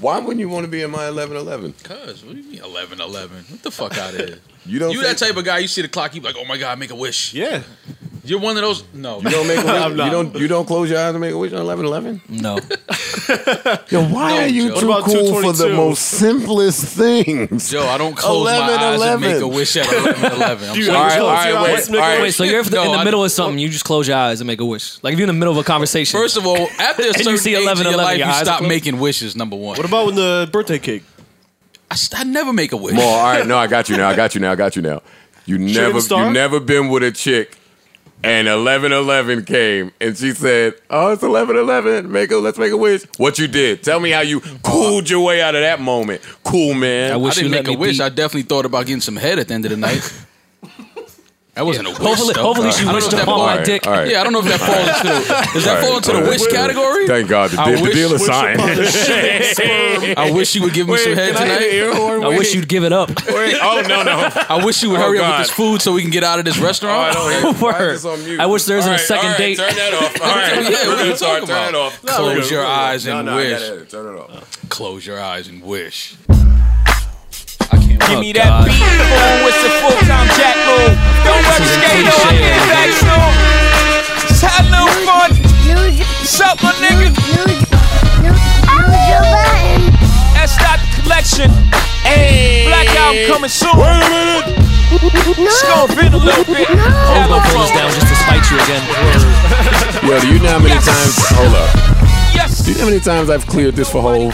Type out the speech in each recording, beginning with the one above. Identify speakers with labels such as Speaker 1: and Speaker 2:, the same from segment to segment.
Speaker 1: Why wouldn't you want to be in my eleven eleven?
Speaker 2: Cuz, what do you mean 11 11? What the fuck out of here?
Speaker 1: You don't.
Speaker 2: You that
Speaker 1: think-
Speaker 2: type of guy, you see the clock, you be like, oh my God, make a wish.
Speaker 3: Yeah.
Speaker 2: You're one of those. No.
Speaker 1: You don't make. A
Speaker 3: I'm
Speaker 1: wish,
Speaker 3: not.
Speaker 1: you don't. You don't close your eyes and make a wish on eleven eleven.
Speaker 4: No.
Speaker 1: Yo, why
Speaker 2: No,
Speaker 1: are you
Speaker 2: Joe. What
Speaker 1: too
Speaker 3: about
Speaker 1: cool for the
Speaker 3: 222?
Speaker 1: most simplest things?
Speaker 2: Joe, I don't close my
Speaker 1: 11,
Speaker 2: eyes and make a
Speaker 1: 11.
Speaker 2: wish at 11 11. I'm
Speaker 3: You
Speaker 2: sorry.
Speaker 3: close
Speaker 2: All right,
Speaker 3: your
Speaker 2: all right,
Speaker 3: eyes,
Speaker 2: wait,
Speaker 3: make a
Speaker 2: all right.
Speaker 4: Wait, so you're if
Speaker 2: No,
Speaker 4: in the
Speaker 2: I-
Speaker 4: middle of something, you just close your eyes and make a wish. Like if you're in the middle of a conversation.
Speaker 2: First of all, after a certain
Speaker 4: see
Speaker 2: age
Speaker 4: 11,
Speaker 2: in your
Speaker 4: 11,
Speaker 2: life,
Speaker 4: your
Speaker 2: you
Speaker 4: eyes are
Speaker 2: stop
Speaker 4: closed?
Speaker 2: making wishes. Number one,
Speaker 3: What about when the birthday cake?
Speaker 2: I, st- I never make a wish.
Speaker 1: Well, all right, no, I got you now. I got you now. I got you now. You never,
Speaker 3: star?
Speaker 1: you never been with a chick, and eleven eleven came, and she said, "Oh, it's eleven eleven. Make a, let's make a wish." What you did? Tell me how you cooled your way out of that moment. Cool, man.
Speaker 4: I
Speaker 2: I
Speaker 4: wish
Speaker 2: didn't
Speaker 4: you let
Speaker 2: make a
Speaker 4: me
Speaker 2: wish.
Speaker 4: Be.
Speaker 2: I definitely thought about getting some head at the end of the night. That wasn't a wish.
Speaker 4: Hopefully-
Speaker 2: though.
Speaker 4: hopefully
Speaker 2: I
Speaker 4: she
Speaker 2: don't know
Speaker 4: wished
Speaker 2: if that
Speaker 4: upon
Speaker 2: fall-
Speaker 4: my
Speaker 1: Alright,
Speaker 4: dick.
Speaker 1: alright.
Speaker 2: Yeah, I don't know if that falls into. Does that
Speaker 1: Alright,
Speaker 2: fall into the
Speaker 1: alright.
Speaker 2: wish category?
Speaker 1: Thank God. The,
Speaker 2: I
Speaker 1: deal- the
Speaker 2: wish-
Speaker 1: deal is
Speaker 2: wish
Speaker 1: signed.
Speaker 2: I wish you would give me some head tonight.
Speaker 4: I wish you'd give it up.
Speaker 1: Oh no no!
Speaker 2: I wish you would
Speaker 1: Oh,
Speaker 2: hurry up
Speaker 1: God. Oh,
Speaker 2: with this food so we can get out of this restaurant.
Speaker 4: Word. I wish there wasn't a second date.
Speaker 1: Turn that off. All right,
Speaker 2: Yeah, what are you
Speaker 1: sorry,
Speaker 2: talking
Speaker 1: turn it
Speaker 2: about?
Speaker 1: off.
Speaker 2: No, Close we're your good. eyes
Speaker 1: No,
Speaker 2: and
Speaker 1: no, I
Speaker 2: wish.
Speaker 1: gotta Turn it off.
Speaker 2: Close your eyes and wish. I can't.
Speaker 5: Give
Speaker 2: Oh,
Speaker 5: me that beat, boom, it's a full-time jack move. Don't rub
Speaker 4: This is
Speaker 5: skate, no, I
Speaker 4: cliche.
Speaker 5: get back soon. Just had a little fun. Sup, my nigga. That's not the collection. Hey. Black album coming soon. It's gonna vent a little bit.
Speaker 4: I'm
Speaker 5: Have
Speaker 4: gonna
Speaker 5: a
Speaker 4: pull this
Speaker 5: fun.
Speaker 4: down just to spite you again.
Speaker 1: Yo, do you know how many
Speaker 5: Yes.
Speaker 1: times? Hold up.
Speaker 5: Yes.
Speaker 1: Do you know how many times I've cleared this for whole?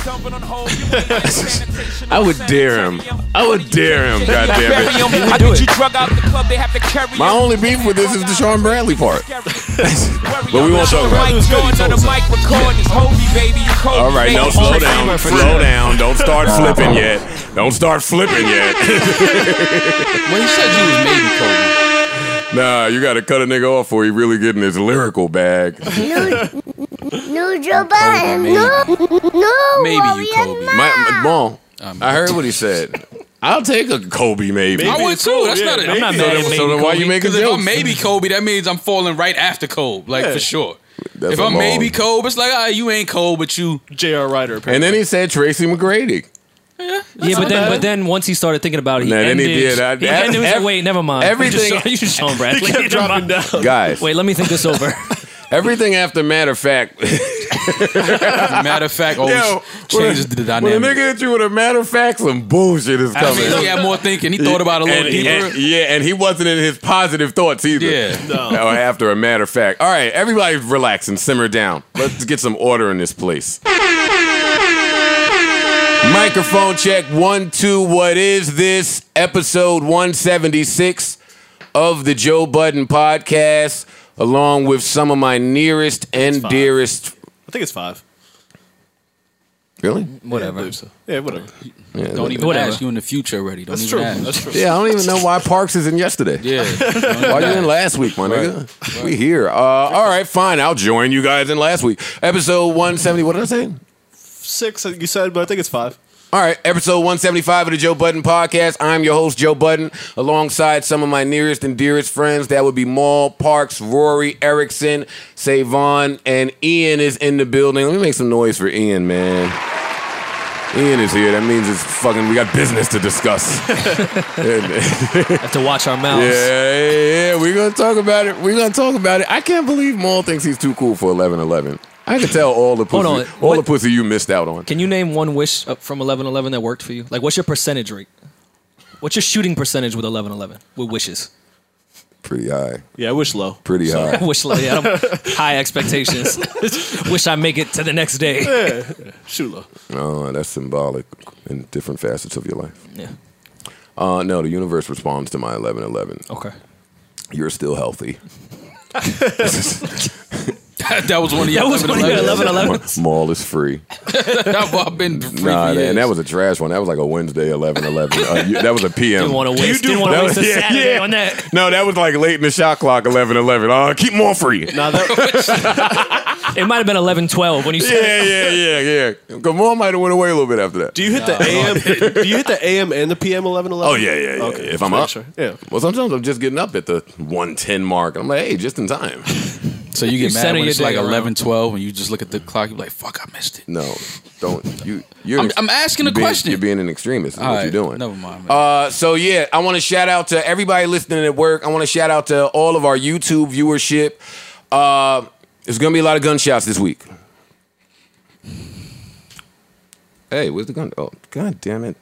Speaker 1: I would dare him. I would dare him. God
Speaker 5: Bury
Speaker 1: damn
Speaker 5: 'em.
Speaker 1: it.
Speaker 5: I get you drug out the club, they have to carry
Speaker 1: My
Speaker 5: 'em.
Speaker 1: only beef with this is the Sean Bradley part.
Speaker 5: but
Speaker 1: we won't talk about it.
Speaker 3: It was good, he told us.
Speaker 5: mic recording is Hobie, baby. You Kobe,
Speaker 1: All right,
Speaker 5: baby.
Speaker 1: now slow down. Slow down. Don't start flipping yet. Don't start flipping yet.
Speaker 2: Well, he said you was maybe Kobe.
Speaker 1: nah, you gotta cut a nigga off or he really getting his lyrical bag.
Speaker 6: No, Joe Biden. No, no.
Speaker 2: Maybe you
Speaker 6: warrior
Speaker 2: Kobe.
Speaker 6: man.
Speaker 1: My, my mom,
Speaker 2: Um,
Speaker 1: I heard what he said. I'll take a Kobe, maybe.
Speaker 2: I would too. That's
Speaker 3: yeah,
Speaker 2: not. A,
Speaker 3: maybe.
Speaker 2: I'm not
Speaker 1: so
Speaker 4: I'm not
Speaker 2: mad.
Speaker 1: then,
Speaker 4: mad at
Speaker 1: so then
Speaker 4: maybe
Speaker 1: why you
Speaker 4: Kobe.
Speaker 1: making
Speaker 2: Because if
Speaker 1: jokes?
Speaker 2: I'm maybe Kobe, that means I'm falling right after Kobe, like for sure.
Speaker 1: That's
Speaker 2: if
Speaker 1: a
Speaker 2: I'm
Speaker 1: long-
Speaker 2: maybe Kobe, it's like, ah, you ain't Kobe, but you.
Speaker 3: J.R. Ryder. Apparently.
Speaker 1: And then he said Tracy McGrady.
Speaker 4: Yeah, but then but then once he started thinking about it, he
Speaker 1: Nah, then
Speaker 4: ended.
Speaker 1: he did. I-
Speaker 4: he
Speaker 1: that-
Speaker 4: ended, he was
Speaker 1: ev-
Speaker 4: like, wait, never mind.
Speaker 1: everything-
Speaker 4: you just, you just Sean Bradley.
Speaker 3: kept dropping down.
Speaker 1: Guys,
Speaker 4: Wait, let me think this over.
Speaker 1: everything after matter of fact.
Speaker 2: Matter of fact, always
Speaker 1: Yo,
Speaker 2: changes the
Speaker 1: when a
Speaker 2: dynamic.
Speaker 1: nigga hit you with a matter of fact, some bullshit is
Speaker 2: I
Speaker 1: coming.
Speaker 2: mean, he had more thinking. He thought about it a little
Speaker 1: and,
Speaker 2: deeper.
Speaker 1: and- yeah, and he wasn't in his positive thoughts either.
Speaker 2: Yeah.
Speaker 1: Or after a matter of fact. All right, everybody relax and simmer down. Let's get some order in this place. Microphone check one, two. What is this? Episode 176 of the Joe Budden podcast, along with some of my nearest and
Speaker 3: fine.
Speaker 1: dearest.
Speaker 3: I think it's five.
Speaker 1: Really?
Speaker 3: I
Speaker 4: Whatever.
Speaker 3: believe so. Yeah, whatever.
Speaker 2: Don't even
Speaker 4: Whatever.
Speaker 2: ask. You in the future already. Don't
Speaker 3: That's
Speaker 2: even
Speaker 3: true.
Speaker 2: ask.
Speaker 3: That's true.
Speaker 1: Yeah, I don't even know why Parks is in yesterday.
Speaker 2: yeah.
Speaker 1: Why you in last week, my nigga? We here. Uh, all right, fine. I'll join you guys in last week. Episode 170. What did I say?
Speaker 3: Six, I think you said, but I think it's five.
Speaker 1: All right, episode 175 of the Joe Budden Podcast. I'm your host, Joe Budden, alongside some of my nearest and dearest friends. That would be Maul, Parks, Rory, Erickson, Savon, and Ian is in the building. Let me make some noise for Ian, man. Ian is here. That means it's fucking, we got business to discuss.
Speaker 4: Have to watch our mouths.
Speaker 1: Yeah, yeah, yeah. We're gonna talk about it. We're gonna talk about it. I can't believe Maul thinks he's too cool for eleven eleven. I can tell all the pussy,
Speaker 4: Hold on.
Speaker 1: all the
Speaker 4: What-
Speaker 1: pussy you missed out on.
Speaker 4: Can you name one wish up from 1111 that worked for you? Like, what's your percentage rate? What's your shooting percentage with 1111 with wishes?
Speaker 1: Pretty high,
Speaker 3: Yeah, I wish low.
Speaker 1: pretty high.
Speaker 4: Wish yeah, I don't- high expectations. Wish I make it to the next day.
Speaker 3: Shoot low.
Speaker 1: Oh, that's symbolic in different facets of your life.
Speaker 4: Yeah.
Speaker 1: Uh, no, the universe responds to my eleven eleven.
Speaker 4: Okay.
Speaker 1: You're still healthy.
Speaker 2: That, that was one of your
Speaker 4: That was one of your
Speaker 2: 11.
Speaker 4: 1111.
Speaker 1: Maul is free.
Speaker 2: That I've been free for
Speaker 1: Nah,
Speaker 2: years.
Speaker 1: and that was a trash one. That was like a Wednesday eleven eleven. Uh, you- that was a PM.
Speaker 4: Didn't want to waste.
Speaker 1: do-
Speaker 4: Didn't want
Speaker 1: that
Speaker 4: to waste a
Speaker 1: was- yeah,
Speaker 4: Saturday
Speaker 1: yeah.
Speaker 4: on that.
Speaker 1: No, that was like late in the shot clock, eleven eleven. Uh, keep Maul free.
Speaker 3: Now that
Speaker 4: It might have been 1112 when you said.
Speaker 1: yeah, yeah, yeah, yeah. Because Maul might have went away a little bit after that.
Speaker 3: do you hit the AM? Do you hit the AM and the PM eleven eleven?
Speaker 1: oh yeah, yeah, yeah.
Speaker 3: Okay,
Speaker 1: if I'm
Speaker 3: make
Speaker 1: up,
Speaker 3: sure. Yeah.
Speaker 1: Well, sometimes I'm just getting up at the 110 mark, and I'm like, hey, just in time.
Speaker 2: so you get mad
Speaker 4: center
Speaker 2: when
Speaker 4: your
Speaker 2: it's like
Speaker 4: day around.
Speaker 2: 11, 12, and you just look at the clock. You're like, fuck, I missed it.
Speaker 1: No, Don't you? You're
Speaker 2: I'm- I'm asking a
Speaker 1: you're being-
Speaker 2: question.
Speaker 1: You're being an extremist. Is what
Speaker 2: All
Speaker 1: you're
Speaker 2: right,
Speaker 1: doing.
Speaker 2: never mind, man.
Speaker 1: Uh, so yeah, I want to shout out to everybody listening at work. I want to shout out to all of our YouTube viewership. Uh, there's gonna be a lot of gunshots this week. Hey, where's the gun? Oh, god damn it!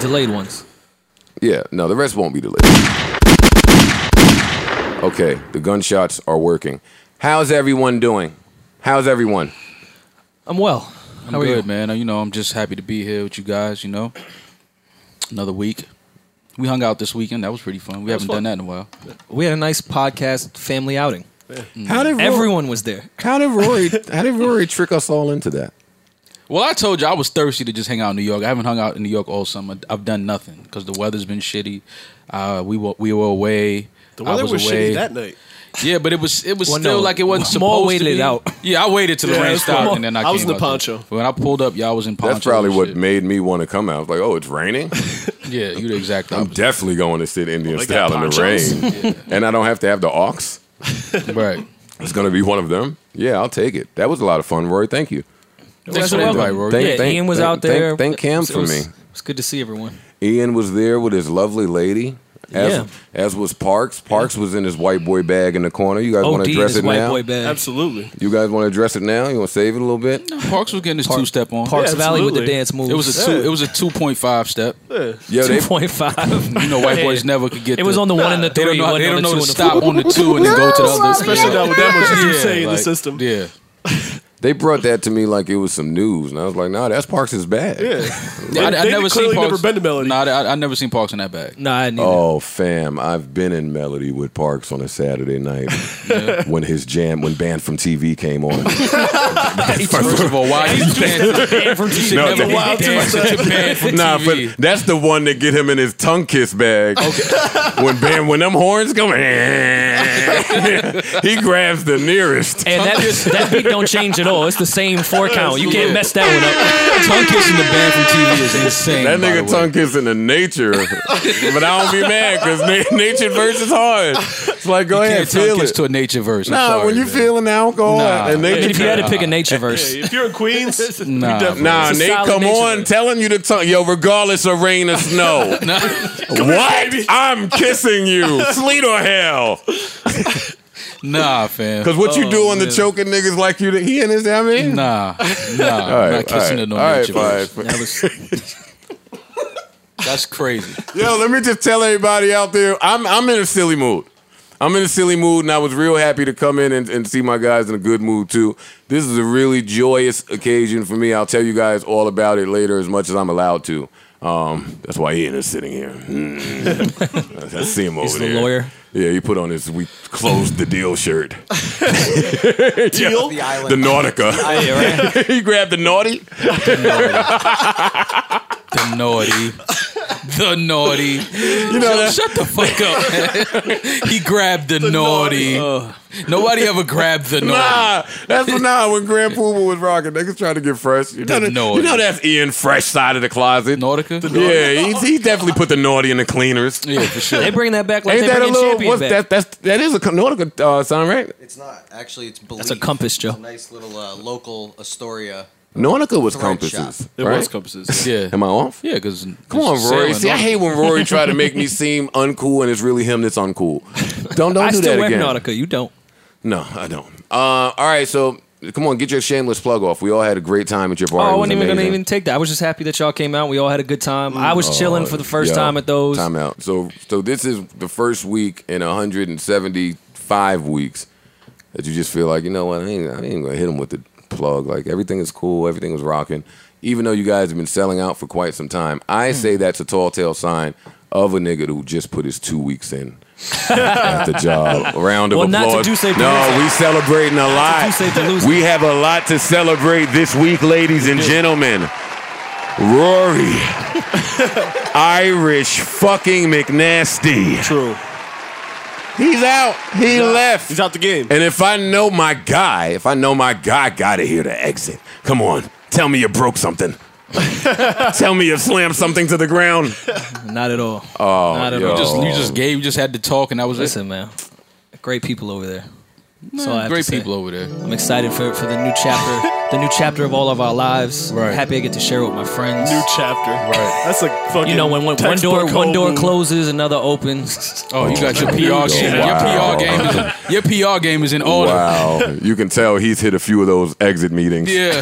Speaker 4: Delayed ones.
Speaker 1: Yeah, no, the rest won't be delayed. Okay, the gunshots are working. How's everyone doing? How's everyone?
Speaker 4: I'm well.
Speaker 2: I'm
Speaker 4: How are
Speaker 2: good,
Speaker 4: you?
Speaker 2: man. You know, I'm just happy to be here with you guys. You know, another week. We hung out this weekend. That was pretty fun. We
Speaker 4: was
Speaker 2: haven't done
Speaker 4: fun.
Speaker 2: that in a while.
Speaker 4: We had a nice podcast family outing. Mm.
Speaker 1: How did
Speaker 4: Everyone was there.
Speaker 1: How did Rory? How did Rory trick us all into that?
Speaker 2: Well, I told you I was thirsty to just hang out in New York. I haven't hung out in New York all summer. I've done nothing because the weather's been shitty. Uh, we were we were away.
Speaker 3: The
Speaker 2: I
Speaker 3: weather was,
Speaker 2: away.
Speaker 3: shitty that night.
Speaker 2: Yeah, but it was it was
Speaker 4: Well,
Speaker 2: still
Speaker 4: no.
Speaker 2: like it wasn't
Speaker 4: Well, Maul
Speaker 2: supposed
Speaker 4: waited
Speaker 2: to
Speaker 4: it
Speaker 2: be.
Speaker 4: out.
Speaker 2: Yeah, I waited till the
Speaker 3: Yeah,
Speaker 2: rain
Speaker 3: that's
Speaker 2: stopped
Speaker 3: Maul.
Speaker 2: and then I,
Speaker 3: I was
Speaker 2: came
Speaker 3: in the
Speaker 2: out there.
Speaker 3: poncho.
Speaker 2: When I pulled up, y'all was in poncho.
Speaker 1: That's probably
Speaker 2: and
Speaker 1: what
Speaker 2: shit.
Speaker 1: made me want to come out. I was like, oh, it's raining.
Speaker 2: Yeah, you the exact
Speaker 1: I'm
Speaker 2: opposite.
Speaker 1: definitely going to sit Indian
Speaker 3: Well, they got
Speaker 1: style in the
Speaker 3: ponchos.
Speaker 1: rain, and I don't have to have the ox.
Speaker 2: right.
Speaker 1: It's going to be one of them. Yeah, I'll take it. That was a lot of fun, Rory. Thank you.
Speaker 2: Thanks for the
Speaker 4: Everyone.
Speaker 2: invite, Rory.
Speaker 1: Thank-
Speaker 4: yeah,
Speaker 1: thank-
Speaker 4: Ian was
Speaker 1: thank-
Speaker 4: out there.
Speaker 1: thank- thank Cam
Speaker 4: It was-
Speaker 1: for
Speaker 4: it was-
Speaker 1: me.
Speaker 4: It's good to see everyone.
Speaker 1: Ian was there with his lovely lady. As,
Speaker 4: Yeah.
Speaker 1: as was Parks. Parks was in his white boy bag in the corner. You guys want
Speaker 4: OD
Speaker 1: to
Speaker 4: in
Speaker 1: address it
Speaker 4: his white
Speaker 1: now?
Speaker 4: boy bag.
Speaker 3: Absolutely.
Speaker 1: You guys want to address it now? You want to save it a little bit?
Speaker 2: Parks was getting his
Speaker 4: Park-
Speaker 2: two step on.
Speaker 4: Parks
Speaker 3: Yeah,
Speaker 4: Valley with the
Speaker 3: absolutely.
Speaker 4: dance moves.
Speaker 2: It was a two,
Speaker 3: Yeah.
Speaker 2: it was a two point five step.
Speaker 3: Yeah.
Speaker 1: Yo, they,
Speaker 4: two point five.
Speaker 2: You know, white boys never could get.
Speaker 4: It was on the one and the
Speaker 2: They
Speaker 4: three.
Speaker 2: don't know.
Speaker 4: wasn't
Speaker 2: They
Speaker 4: on
Speaker 2: don't
Speaker 4: the
Speaker 2: know
Speaker 4: two
Speaker 2: to
Speaker 4: and the four.
Speaker 2: stop on the two and then go to the
Speaker 6: No,
Speaker 2: other.
Speaker 3: Especially now with that much you say in the
Speaker 2: like,
Speaker 3: system.
Speaker 2: Yeah,
Speaker 1: they brought that to me like it was some news, and I was like, nah, that's Parks' bag.
Speaker 3: Yeah.
Speaker 2: I, I
Speaker 3: They- they
Speaker 2: never seen
Speaker 3: clearly
Speaker 2: Parks.
Speaker 3: never been to Melody.
Speaker 2: Nah, I, I never seen Parks in that bag.
Speaker 4: Nah, I didn't.
Speaker 1: Oh, fam, I've been in Melody with Parks on a Saturday night when his jam, when Band from TV came on.
Speaker 2: First of all, why are you dancing? You should
Speaker 1: No,
Speaker 2: never
Speaker 1: they-
Speaker 2: wild dance to band from
Speaker 1: nah,
Speaker 2: TV.
Speaker 1: but that's the one that get him in his tongue kiss bag. when Band, when them horns come, he grabs the nearest.
Speaker 4: And that, that beat don't change at all. It's the same four count. You can't mess that one up.
Speaker 2: Tongue kissing the band from TV is insane.
Speaker 1: That
Speaker 2: by the
Speaker 1: nigga
Speaker 2: way.
Speaker 1: tongue kissing the nature, but I don't be mad because na- nature versus hard. It's like go
Speaker 2: You
Speaker 1: ahead,
Speaker 2: can't tongue
Speaker 1: feel
Speaker 2: kiss
Speaker 1: it.
Speaker 2: to a nature verse. I'm
Speaker 1: nah,
Speaker 2: sorry,
Speaker 1: when you
Speaker 2: man.
Speaker 1: feeling alcohol
Speaker 2: Nah.
Speaker 1: and
Speaker 4: I mean,
Speaker 1: nature,
Speaker 4: if you had to pick a nature verse,
Speaker 3: If you're in Queens, you
Speaker 2: Nah,
Speaker 3: definitely.
Speaker 1: Nah,
Speaker 4: It's a
Speaker 1: Nate,
Speaker 4: solid
Speaker 1: come
Speaker 4: nature
Speaker 1: on,
Speaker 4: verse.
Speaker 1: telling you to tongue. Yo, regardless of rain or snow, what? I'm kissing you, sleet or hell.
Speaker 2: Nah, fam. Oh,
Speaker 1: Because what you do on the choking niggas like you, he and his, I mean.
Speaker 2: Nah, nah.
Speaker 1: All
Speaker 2: I'm
Speaker 1: right,
Speaker 2: not kissing
Speaker 1: all right,
Speaker 2: to no
Speaker 1: all right,
Speaker 2: nature verse.
Speaker 1: fine.
Speaker 4: that was
Speaker 2: That's crazy.
Speaker 1: Yo, let me just tell everybody out there, I'm I'm in a silly mood. I'm in a silly mood, and I was real happy to come in and, and see my guys in a good mood too. This is a really joyous occasion for me. I'll tell you guys all about it later, as much as I'm allowed to. Um, that's why Ian is sitting here. Hmm. I see him over
Speaker 4: the
Speaker 1: there.
Speaker 4: lawyer.
Speaker 1: Yeah, he put on his "We closed the deal" shirt.
Speaker 3: Teal?
Speaker 1: The Nautica. he grabbed the naughty.
Speaker 2: The naughty. The naughty.
Speaker 1: You know that.
Speaker 2: Shut the fuck up. man. he grabbed the, naughty. Nobody ever grabbed the naughty.
Speaker 1: Nah, that's what nah. When Grand Pooba was rocking, niggas trying to get fresh. You know, that-
Speaker 2: naughty.
Speaker 1: you know that's Ian Fresh side of the closet.
Speaker 2: uh, Nautica?
Speaker 1: Yeah, he, he definitely put the naughty in the cleaners.
Speaker 2: Yeah, for sure.
Speaker 4: they bring that back like
Speaker 1: Ain't
Speaker 4: they
Speaker 1: that a
Speaker 4: bring
Speaker 1: little?
Speaker 4: champion
Speaker 1: What's
Speaker 4: back.
Speaker 1: that? That's that is a co- Nautica uh, sign, right?
Speaker 7: It's not actually. It's belief.
Speaker 4: a compass, Joe.
Speaker 7: It's a nice little uh, local Astoria.
Speaker 1: Nautica was
Speaker 7: Thread
Speaker 1: compasses.
Speaker 7: shop.
Speaker 3: It
Speaker 1: right?
Speaker 3: was compasses.
Speaker 2: Yeah.
Speaker 1: Am I off?
Speaker 2: Yeah, because
Speaker 1: Come on, Rory. See, I hate when Rory tried to make me seem uncool, and it's really him that's uncool. Don't don't
Speaker 4: I
Speaker 1: do
Speaker 4: still
Speaker 1: that
Speaker 4: wear
Speaker 1: again.
Speaker 4: Nautica. You don't.
Speaker 1: No, I don't. Uh, all right, so come on, get your shameless plug off. We all had a great time at your
Speaker 4: Oh,
Speaker 1: party.
Speaker 4: I
Speaker 1: It was
Speaker 4: wasn't even gonna
Speaker 1: amazing.
Speaker 4: even take that. I was just happy that y'all came out. We all had a good time. I was chilling for the first
Speaker 1: Yo,
Speaker 4: time at those.
Speaker 1: Uh, Time out. So so this is the first week in 175 weeks that you just feel like, you know what, I ain't, I ain't gonna hit him with the plug. Like everything is cool, everything was rocking. Even though you guys have been selling out for quite some time, I
Speaker 4: Hmm.
Speaker 1: say that's a tall tale sign of a nigga who just put his two weeks in at the job. Round of
Speaker 4: Well, not to
Speaker 1: applause.
Speaker 4: do say
Speaker 1: no,
Speaker 4: Palooza.
Speaker 1: we celebrating a lot.
Speaker 4: do say Palooza.
Speaker 1: we have a lot to celebrate this week, ladies and gentlemen. Rory. Irish fucking McNasty.
Speaker 3: True.
Speaker 1: He's out. He left.
Speaker 3: He's out the game.
Speaker 1: And if I know my guy, if I know my guy, gotta hear the exit. Come on, tell me you broke something. tell me you slammed something to the ground.
Speaker 4: Not at all. Oh, not at
Speaker 1: yo.
Speaker 4: all.
Speaker 2: Just, you just gave, you just had to talk, and that was it.
Speaker 4: Listen, man. Great people over there. So I have to
Speaker 2: great
Speaker 4: say.
Speaker 2: people over there.
Speaker 4: I'm excited for, for the new chapter, the new chapter of all of our lives.
Speaker 2: Right.
Speaker 4: Happy I get to share it with my friends.
Speaker 3: New chapter.
Speaker 2: Right.
Speaker 3: That's like fucking.
Speaker 4: you know, when one, one door
Speaker 3: textbook
Speaker 4: one door
Speaker 3: home.
Speaker 4: closes, another opens.
Speaker 2: Oh, you got your
Speaker 1: Wow.
Speaker 2: PR game. Your PR game. Is in, your PR game is in order.
Speaker 1: Wow, you can tell he's hit a few of those exit meetings.
Speaker 2: Yeah.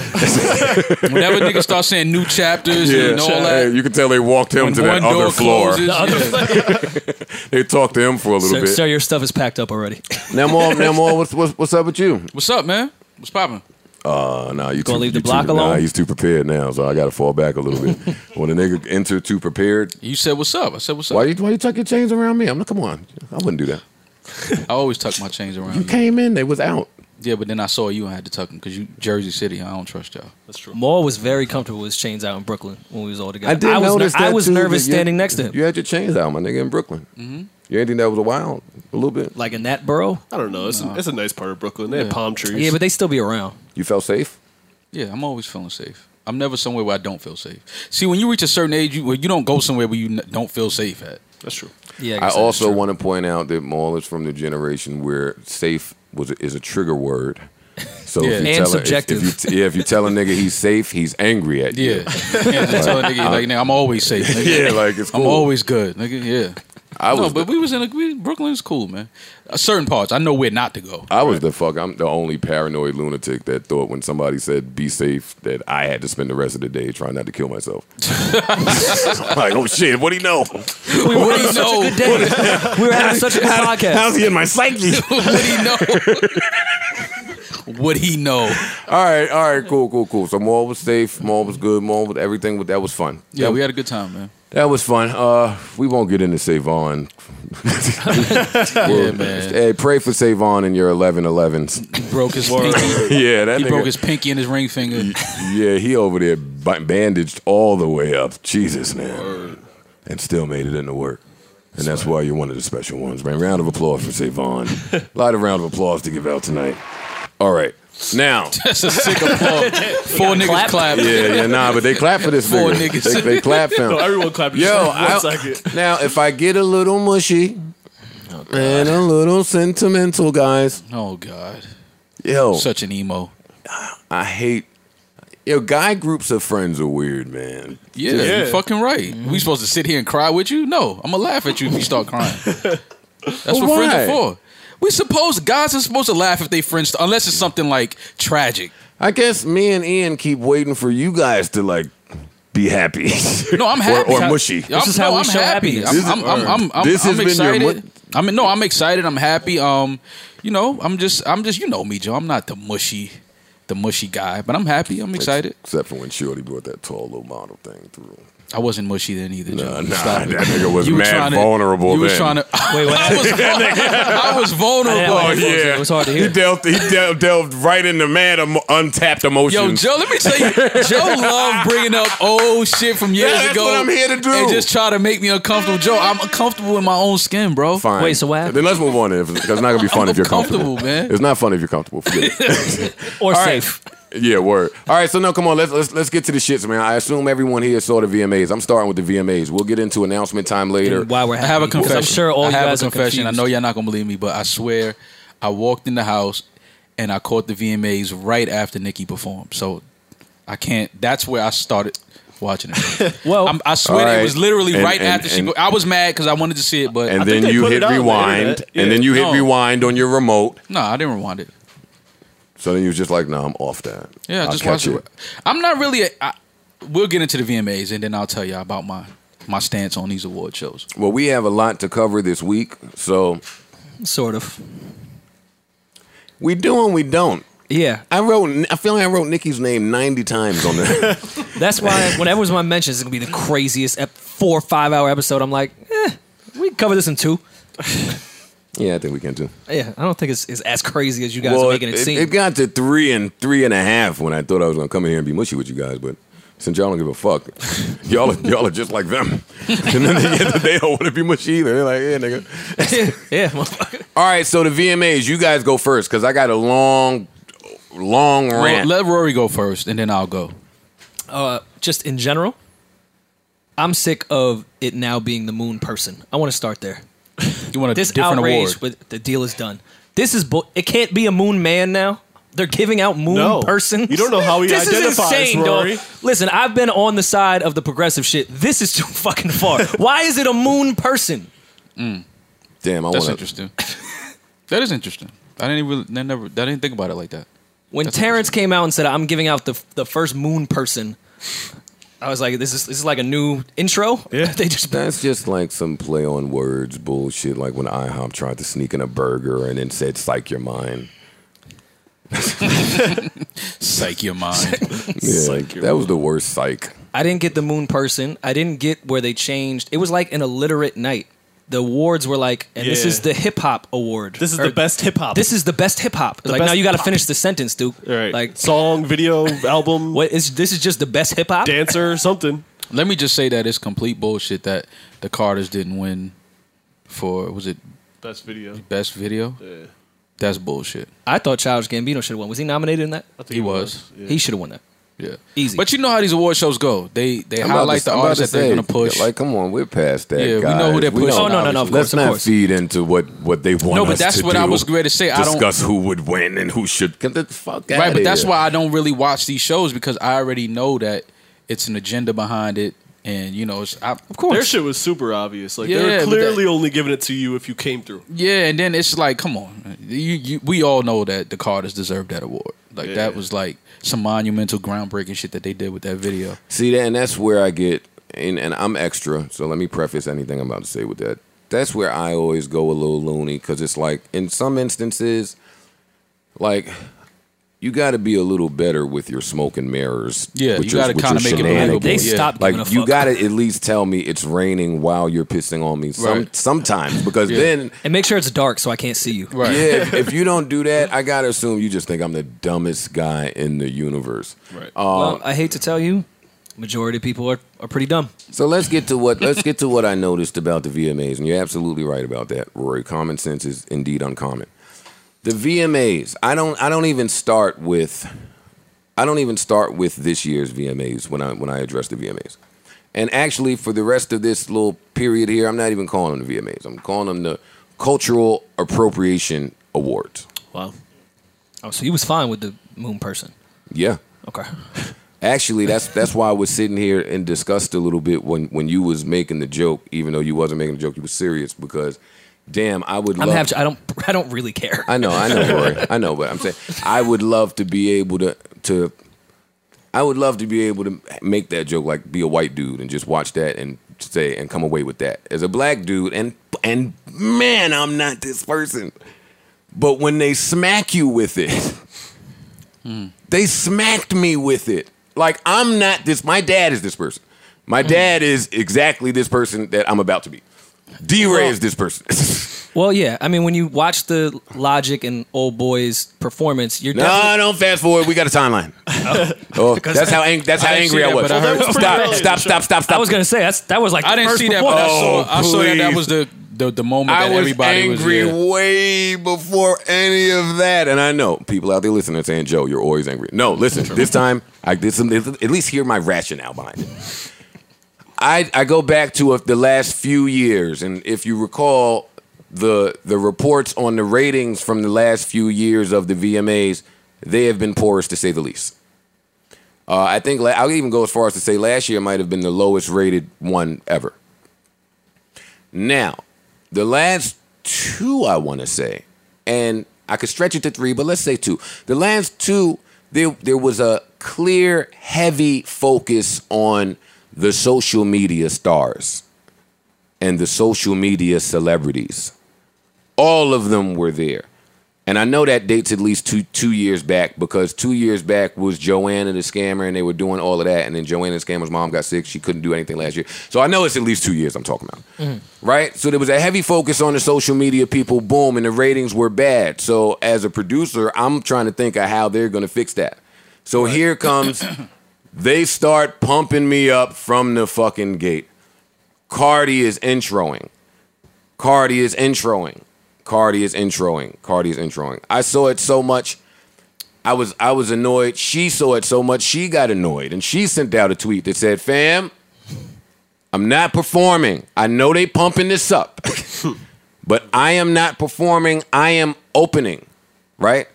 Speaker 2: Whenever niggas start saying new chapters
Speaker 1: Yeah.
Speaker 2: and all
Speaker 1: Hey,
Speaker 2: that,
Speaker 1: you can tell they walked him
Speaker 2: when
Speaker 1: to
Speaker 2: one
Speaker 1: that
Speaker 2: door
Speaker 1: other floor.
Speaker 2: closes, yeah.
Speaker 1: They talked to him for a little
Speaker 4: Sir,
Speaker 1: bit.
Speaker 4: sir, your stuff is packed up already.
Speaker 1: Now, more, now, more. What's, what's what's up with you?
Speaker 2: what's up, man? What's poppin'?
Speaker 1: Oh, no, you
Speaker 4: Gonna
Speaker 1: too-
Speaker 4: leave the
Speaker 1: you
Speaker 4: block
Speaker 1: too, Nah,
Speaker 4: alone?
Speaker 1: he's too prepared now, so I got to fall back a little bit. when a nigga enter too prepared,
Speaker 2: You said what's up. I said what's up.
Speaker 1: why you why you tuck your chains around me? I'm like, come on, I wouldn't do that.
Speaker 2: I always tuck my chains around.
Speaker 1: You
Speaker 2: you.
Speaker 1: came in, they was out.
Speaker 2: Yeah, but then I saw you and I had to tuck them because you Jersey City. I don't trust y'all.
Speaker 3: That's true.
Speaker 4: Moore was very comfortable with his chains out in Brooklyn when we was all together.
Speaker 1: I did
Speaker 4: was,
Speaker 1: notice
Speaker 4: ner- I
Speaker 1: that,
Speaker 4: was
Speaker 1: too,
Speaker 4: nervous
Speaker 1: that you-
Speaker 4: standing next to him.
Speaker 1: You had your chains out, my nigga, in Brooklyn.
Speaker 2: Mm-hmm.
Speaker 1: You ain't think that was a wild a little bit?
Speaker 4: Like in that borough?
Speaker 3: I don't know. It's, a, it's a nice part of Brooklyn. They have palm trees.
Speaker 4: Yeah, but they still be around.
Speaker 1: You felt safe.
Speaker 2: Yeah, I'm always feeling safe. I'm never somewhere where I don't feel safe. See, when you reach a certain age, you well, you don't go somewhere where you n- don't feel safe at.
Speaker 3: that's true.
Speaker 4: Yeah,
Speaker 1: I
Speaker 4: guess that's
Speaker 1: also
Speaker 4: true.
Speaker 1: want to point out that Maul is from the generation where safe was is a trigger word. So
Speaker 2: Yeah.
Speaker 1: if you
Speaker 4: And
Speaker 1: tell a-
Speaker 4: subjective.
Speaker 1: If, if you, yeah, if you tell a nigga he's safe, he's angry at
Speaker 2: Yeah,
Speaker 1: you.
Speaker 2: and just tell a nigga like, nigga, I'm always safe. Nigga.
Speaker 1: Yeah, like it's cool.
Speaker 2: I'm always good, nigga. Yeah.
Speaker 1: I was
Speaker 2: no, but we was in a we, Brooklyn's cool, man. Uh, certain parts, I know where not to go.
Speaker 1: I was the fuck. I'm the only paranoid lunatic that thought when somebody said "be safe" that I had to spend the rest of the day trying not to kill myself. like, oh shit, what do you know?
Speaker 4: We were having such a good day. we were having such a good podcast.
Speaker 1: How's he in my psyche?
Speaker 2: Would he know? Would he know?
Speaker 1: all right, all right, cool, cool, cool. So Maul was safe. Maul was good. Maul was everything. But that was fun.
Speaker 2: Yeah,
Speaker 1: that,
Speaker 2: we had a good time, man.
Speaker 1: that was fun. Uh, we won't get into Savon.
Speaker 2: Yeah, man.
Speaker 1: Hey, pray for Savon and your 11-11s.
Speaker 2: Broke his pinky.
Speaker 1: yeah, that
Speaker 2: He
Speaker 1: nigga,
Speaker 2: broke his pinky and his ring finger.
Speaker 1: Yeah, he over there ba- bandaged all the way up. Jesus, man. And still made it into work. And that's why you're one of the special ones, man. Round of applause for Savon. A lot of round of applause to give out tonight. All right. Now.
Speaker 2: That's a sick applause. Four niggas
Speaker 4: clapped?
Speaker 2: clapped.
Speaker 1: Yeah, yeah, nah, but they clap for this
Speaker 2: Four
Speaker 1: nigga.
Speaker 2: niggas.
Speaker 1: They, they clap for him.
Speaker 3: No, everyone clapped.
Speaker 1: Yo,
Speaker 3: Yo,
Speaker 1: I-
Speaker 3: one second.
Speaker 1: now if I get a little mushy and a little sentimental, guys,
Speaker 2: Oh God,
Speaker 1: yo,
Speaker 2: such an emo.
Speaker 1: I hate. Yo, guy groups of friends are weird, man.
Speaker 2: Yeah,
Speaker 3: Yeah. Mm-hmm.
Speaker 2: you're fucking right. We supposed to sit here and cry with you? No, I'm gonna laugh at you if you start crying. That's what friends
Speaker 1: Why?
Speaker 2: are for. We supposed guys are supposed to laugh if they friends, unless it's something like tragic.
Speaker 1: I guess me and Ian keep waiting for you guys to like be happy.
Speaker 2: No, I'm happy.
Speaker 1: or mushy.
Speaker 2: I'm,
Speaker 4: is how
Speaker 2: no,
Speaker 4: we
Speaker 2: I'm
Speaker 4: show
Speaker 2: happy.
Speaker 4: happiness.
Speaker 2: I'm,
Speaker 1: This is-
Speaker 2: I'm, I'm, I'm, I'm,
Speaker 1: this has
Speaker 2: I'm
Speaker 1: been your
Speaker 2: excited.
Speaker 1: mu-
Speaker 2: I mean, no, I'm excited. I'm happy. Um, you know, I'm just, I'm just, you know me, Joe. I'm not the mushy, the mushy guy, but I'm happy. I'm excited.
Speaker 1: Except for when Shorty brought that tall little model thing through.
Speaker 2: I wasn't mushy then either.
Speaker 1: Nah,
Speaker 2: Joe.
Speaker 1: Uh, nah,
Speaker 2: Stop it.
Speaker 1: that nigga was
Speaker 2: You were
Speaker 1: mad
Speaker 2: trying to-
Speaker 1: vulnerable
Speaker 2: You were
Speaker 1: then.
Speaker 2: trying to.
Speaker 4: Wait, wait.
Speaker 2: I was, I was vulnerable.
Speaker 4: I didn't like yeah. It was hard to hear.
Speaker 1: Oh, He delved, he del- delved right into mad em- untapped
Speaker 2: Yo,
Speaker 1: emotions.
Speaker 2: Joe, let me tell you, Joe loved bringing up old shit from years
Speaker 1: that's
Speaker 2: ago.
Speaker 1: what I'm here to do.
Speaker 2: And just try to make me uncomfortable. Joe, I'm uncomfortable in my own skin, bro.
Speaker 1: Fine.
Speaker 4: Wait, so what happened?
Speaker 1: Then let's move on. Because it's not gonna be fun if you're comfortable.
Speaker 2: comfortable, man.
Speaker 1: It's not fun if you're comfortable. Forget it.
Speaker 4: or
Speaker 1: All right.
Speaker 4: safe.
Speaker 1: Yeah, word. All right, so no, come on, let's let's let's get to the shits, man. I assume everyone here saw the VMAs. I'm starting with the VMAs. We'll get into announcement time later.
Speaker 4: Why we're
Speaker 2: I have a
Speaker 4: happy, because
Speaker 2: confession.
Speaker 4: I'm sure all
Speaker 2: I
Speaker 4: you
Speaker 2: have
Speaker 4: guys
Speaker 2: a
Speaker 4: are
Speaker 2: confession. I know
Speaker 4: confused.
Speaker 2: you're not gonna believe me, but I swear, I walked in the house and I caught the VMAs right after Nikki performed. So I can't. That's where I started watching it.
Speaker 4: Well,
Speaker 2: I'm, I swear
Speaker 1: All
Speaker 2: it was
Speaker 1: right.
Speaker 2: literally
Speaker 1: And-
Speaker 2: right
Speaker 1: and-
Speaker 2: after she.
Speaker 1: and-
Speaker 2: go- I was mad because I wanted to see it, but
Speaker 1: And
Speaker 2: I-
Speaker 1: then
Speaker 3: they
Speaker 1: you
Speaker 3: put
Speaker 1: hit
Speaker 3: it out on the
Speaker 1: rewind,
Speaker 3: internet.
Speaker 1: and then you hit
Speaker 2: No.
Speaker 1: rewind on your remote.
Speaker 2: no, I didn't rewind it.
Speaker 1: So then you was just like, "No, I'm off that."
Speaker 2: Yeah,
Speaker 1: I'll
Speaker 2: just
Speaker 1: catch
Speaker 2: watch it. I'm not really. A, I, we'll get into the VMAs and then I'll tell y'all about my my stance on these award shows.
Speaker 1: Well, we have a lot to cover this week, so
Speaker 4: Sort of.
Speaker 1: we do and we don't.
Speaker 4: Yeah.
Speaker 1: I wrote. I feel like I wrote Nikki's name ninety times on that.
Speaker 4: That's why whenever it's my mentions, it's gonna be the craziest ep- four or five hour episode. I'm like, eh, we can cover this in two.
Speaker 1: yeah, I think we can too.
Speaker 4: Yeah, I don't think it's, it's as crazy as you guys are making it, seem.
Speaker 1: it got to three and three and a half when I thought I was gonna come in here and be mushy with you guys, but since y'all don't give a fuck, y'all are, y'all are just like them. and then they, they don't want to be mushy either. They're like, yeah, nigga.
Speaker 4: yeah, motherfucker.
Speaker 1: All right, so the VMAs, you guys go first because I got a long, long
Speaker 2: Well,
Speaker 1: rant.
Speaker 2: let Rory go first and then I'll go.
Speaker 4: Uh, Just in general, I'm sick of it now being the moon person. I want to start there.
Speaker 2: You want a
Speaker 4: This
Speaker 2: different
Speaker 4: outrage
Speaker 2: award?
Speaker 4: with the deal is done. This is bull. It can't be a moon man now. They're giving out moon
Speaker 3: No.
Speaker 4: persons.
Speaker 3: You don't know how he
Speaker 4: this
Speaker 3: identifies,
Speaker 4: is insane,
Speaker 3: Rory.
Speaker 4: dog. Listen, I've been on the side of the progressive shit. This is too fucking far. Why is it a moon person?
Speaker 1: Damn, I
Speaker 2: Mm. That's
Speaker 1: want to.
Speaker 2: interesting. that is interesting. I didn't really, I never, I didn't think about it like that.
Speaker 4: When
Speaker 2: That's
Speaker 4: Terrence came out and said, "I'm giving out the the first moon person," I was like, "This is this is like a new intro."
Speaker 3: Yeah.
Speaker 4: they just
Speaker 1: That's just like some play on words bullshit. Like when IHOP tried to sneak in a burger and then said "psych your mind."
Speaker 2: Psych your mind.
Speaker 1: Yeah,
Speaker 3: Psych your
Speaker 1: that was the worst psych.
Speaker 4: I didn't get the moon person. I didn't get where they changed. It was like an illiterate night. The awards were like, and this
Speaker 3: Yeah.
Speaker 4: is the hip hop award.
Speaker 3: This is
Speaker 4: Or,
Speaker 3: the best hip hop.
Speaker 4: This is the best hip hop. Like now
Speaker 3: best
Speaker 4: you got to
Speaker 3: pop.
Speaker 4: finish the sentence, Duke.
Speaker 3: right.
Speaker 4: Like
Speaker 3: Like song, video, album,
Speaker 4: what is this? Is just the best hip hop?
Speaker 3: dancer, something.
Speaker 2: Let me just say that it's complete bullshit that the Carters didn't win for was it
Speaker 3: Best video.
Speaker 2: best video?
Speaker 3: Yeah.
Speaker 2: That's bullshit.
Speaker 4: I thought Childish Gambino should have won. Was he nominated in that?
Speaker 3: I think
Speaker 2: He was.
Speaker 3: Yeah.
Speaker 4: He should have won that.
Speaker 2: Yeah.
Speaker 4: Easy.
Speaker 2: But you know how these award shows go. They they
Speaker 1: about
Speaker 2: highlight
Speaker 1: to-
Speaker 2: the
Speaker 1: I'm about
Speaker 2: artists
Speaker 1: to
Speaker 2: that they're
Speaker 1: say,
Speaker 2: gonna push.
Speaker 1: Like, come on, we're past that.
Speaker 2: Yeah, we
Speaker 1: guys.
Speaker 2: know who they're pushing,
Speaker 1: don't-
Speaker 4: Oh, no, no, no, of
Speaker 1: Let's
Speaker 4: course, of
Speaker 1: not
Speaker 4: course.
Speaker 1: feed into what what they want.
Speaker 2: No, but
Speaker 1: us
Speaker 2: that's
Speaker 1: to
Speaker 2: what I
Speaker 1: do.
Speaker 2: was ready to say. I don't-
Speaker 1: Discuss who would win and who should get the fuck out.
Speaker 2: right, but that's why I don't really watch these shows because I already know that it's an agenda behind it and you know it's I, of course
Speaker 3: Their shit was super obvious. Like
Speaker 2: Yeah,
Speaker 3: they
Speaker 2: but
Speaker 3: were
Speaker 2: that-
Speaker 3: clearly only giving it to you if you came through.
Speaker 2: Yeah, and then it's like, come on, you, you, we all know that the Carters deserved that award. Like
Speaker 3: Yeah.
Speaker 2: that was like some monumental, groundbreaking shit that they did with that video.
Speaker 1: See that, and that's where I get, and, and I'm extra. So let me preface anything I'm about to say with that. That's where I always go a little loony because it's like in some instances, like you got to be a little better with your smoke and mirrors.
Speaker 2: Yeah,
Speaker 1: with
Speaker 2: you
Speaker 1: your-
Speaker 2: gotta
Speaker 1: with your
Speaker 2: kinda make it
Speaker 1: shenanigans.
Speaker 2: believable,
Speaker 4: They yeah. stopped giving
Speaker 1: Like
Speaker 4: a
Speaker 1: you
Speaker 4: fuck.
Speaker 1: gotta at least tell me it's raining while you're pissing on me. Some
Speaker 2: Right.
Speaker 1: sometimes because then
Speaker 4: And make sure it's dark so I can't see you.
Speaker 2: Right.
Speaker 1: yeah, if, if you don't do that, I gotta assume you just think I'm the dumbest guy in the universe.
Speaker 3: Right.
Speaker 1: Um,
Speaker 4: Well, I hate to tell you, majority of people are, are pretty dumb.
Speaker 1: so let's get to what let's get to what I noticed about the VMAs, and you're absolutely right about that, Rory. Common sense is indeed uncommon. The VMAs, I don't I don't even start with I don't even start with this year's VMAs when I when I address the VMAs. And actually, for the rest of this little period here, I'm not even calling them the VMAs. I'm calling them the Cultural Appropriation Awards.
Speaker 3: Wow.
Speaker 4: Oh, so he was fine with the moon person.
Speaker 1: Yeah.
Speaker 4: Okay.
Speaker 1: Actually, that's that's why I was sitting here and discussed a little bit when when you was making the joke, even though you wasn't making the joke, you was serious because, damn, I would.
Speaker 4: I'm
Speaker 1: love
Speaker 4: half. I don't. I don't really care.
Speaker 1: I know, I know, Rory. I know, but I'm saying I would love to be able to to. I would love to be able to make that joke, like be a white dude and just watch that and say and come away with that as a black dude. And and man, I'm not this person. But when they smack you with it, they smacked me with it. Like I'm not this. My dad is this person. My dad is exactly this person that I'm about to be. D-Ray is this person.
Speaker 4: Well, yeah. I mean, when you watch the Logic and Old Boy's performance, you're
Speaker 1: No,
Speaker 4: definitely-
Speaker 1: don't fast forward. We got a timeline. oh, that's how ang- that's how
Speaker 2: I didn't
Speaker 1: angry
Speaker 2: see
Speaker 1: I
Speaker 2: that,
Speaker 1: was.
Speaker 2: but I heard-
Speaker 1: stop, stop, stop, stop, stop.
Speaker 4: I was gonna say that's that was like
Speaker 2: I
Speaker 4: the
Speaker 2: didn't
Speaker 4: first
Speaker 2: see that, but
Speaker 4: performance.
Speaker 2: I saw, I saw that that
Speaker 1: Oh, please.
Speaker 2: was the the, the moment
Speaker 1: I
Speaker 2: that
Speaker 1: was
Speaker 2: everybody
Speaker 1: angry
Speaker 2: was. Yeah.
Speaker 1: way before any of that, and I know people out there listening are saying, "Joe, you're always angry." No, listen, this time, I this at least hear my rationale behind it. I I go back to uh, the last few years, and if you recall, the the reports on the ratings from the last few years of the VMAs, they have been porous to say the least. Uh, I think la- I'll even go as far as to say last year might have been the lowest rated one ever. Now, the last two, I want to say, and I could stretch it to three, but let's say two. The last two, there there was a clear, heavy focus on the social media stars and the social media celebrities. All of them were there. And I know that dates at least two two years back because two years back was Joanna the scammer and they were doing all of that. And then Joanna the scammer's mom got sick. She couldn't do anything last year. So I know it's at least two years I'm talking about.
Speaker 4: Mm-hmm.
Speaker 1: Right? So there was a heavy focus on the social media people, boom, and the ratings were bad. So as a producer, I'm trying to think of how they're gonna fix that. So here comes they start pumping me up from the fucking gate. Cardi is introing. Cardi is introing. Cardi is introing. Cardi is introing. I saw it so much. I was I was annoyed. She saw it so much. She got annoyed and she sent out a tweet that said, "Fam, I'm not performing. I know they pumping this up, But I am not performing, I am opening, right?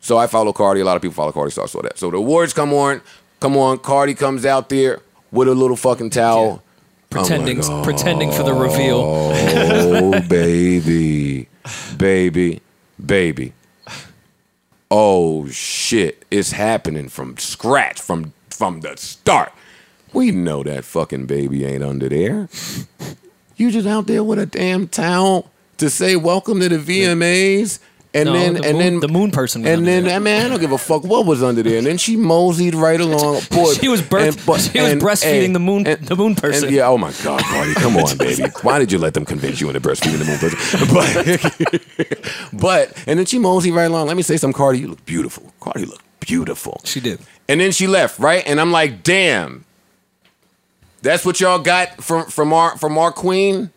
Speaker 1: So I follow Cardi. A lot of people follow Cardi, so I saw that. So the awards come on, come on. Cardi comes out there with a little fucking towel. I'm like,
Speaker 4: pretending, pretending for the reveal.
Speaker 1: Oh, baby, baby, baby. Oh shit, it's happening from scratch, from from the start. We know that fucking baby ain't under there. You just out there with a damn towel to say welcome to the VMAs, and
Speaker 4: No,
Speaker 1: then
Speaker 4: the
Speaker 1: and
Speaker 4: moon,
Speaker 1: then
Speaker 4: the moon person. Was
Speaker 1: and
Speaker 4: under
Speaker 1: then
Speaker 4: there.
Speaker 1: that man, I don't give a fuck what was under there. And then she moseyed right along. Boy,
Speaker 4: She was birth- she was breastfeeding the moon- the moon person.
Speaker 1: yeah, oh my god, Cardi, come on, baby. Why did you let them convince you into breastfeeding the moon person? But, but and then she moseyed right along. Let me say something, Cardi. You look beautiful. Cardi, you look beautiful.
Speaker 4: she did.
Speaker 1: And then she left, right? And I'm like, damn. That's what y'all got from from our from our queen.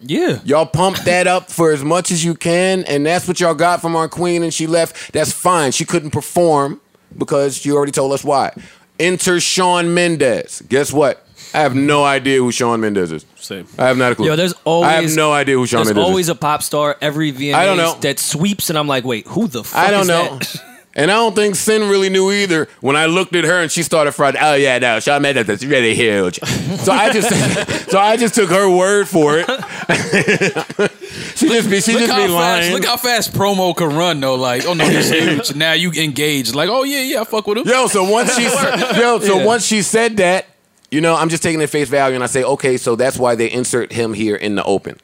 Speaker 4: Yeah.
Speaker 1: Y'all pump that up for as much as you can, and that's what y'all got from our queen, and she left. That's fine. She couldn't perform because she already told us why. Enter Sean Mendez. Guess what? I have no idea who Sean Mendez is.
Speaker 3: Same.
Speaker 1: I have not a clue.
Speaker 4: Yo, there's always.
Speaker 1: I have no idea who Sean
Speaker 4: There's
Speaker 1: Mendes is.
Speaker 4: always a pop star every VMAs
Speaker 1: I don't know.
Speaker 4: that sweeps, and I'm like, wait, who the fuck?
Speaker 1: I don't
Speaker 4: is
Speaker 1: know.
Speaker 4: that?
Speaker 1: And I don't think Sin really knew either. When I looked at her and she started fried, oh yeah, no, Shawn Mendes is really huge. So I just, so I just took her word for it. she just be, she
Speaker 2: Look
Speaker 1: just
Speaker 2: how,
Speaker 1: be
Speaker 2: fast,
Speaker 1: lying.
Speaker 2: look how fast promo can run though. Like, oh no, he's huge. now you engaged. Like, oh yeah, yeah, I fuck with him.
Speaker 1: Yo, so once she yo, so once she said that, you know, I'm just taking it face value, and I say, okay, so that's why they insert him here in the open.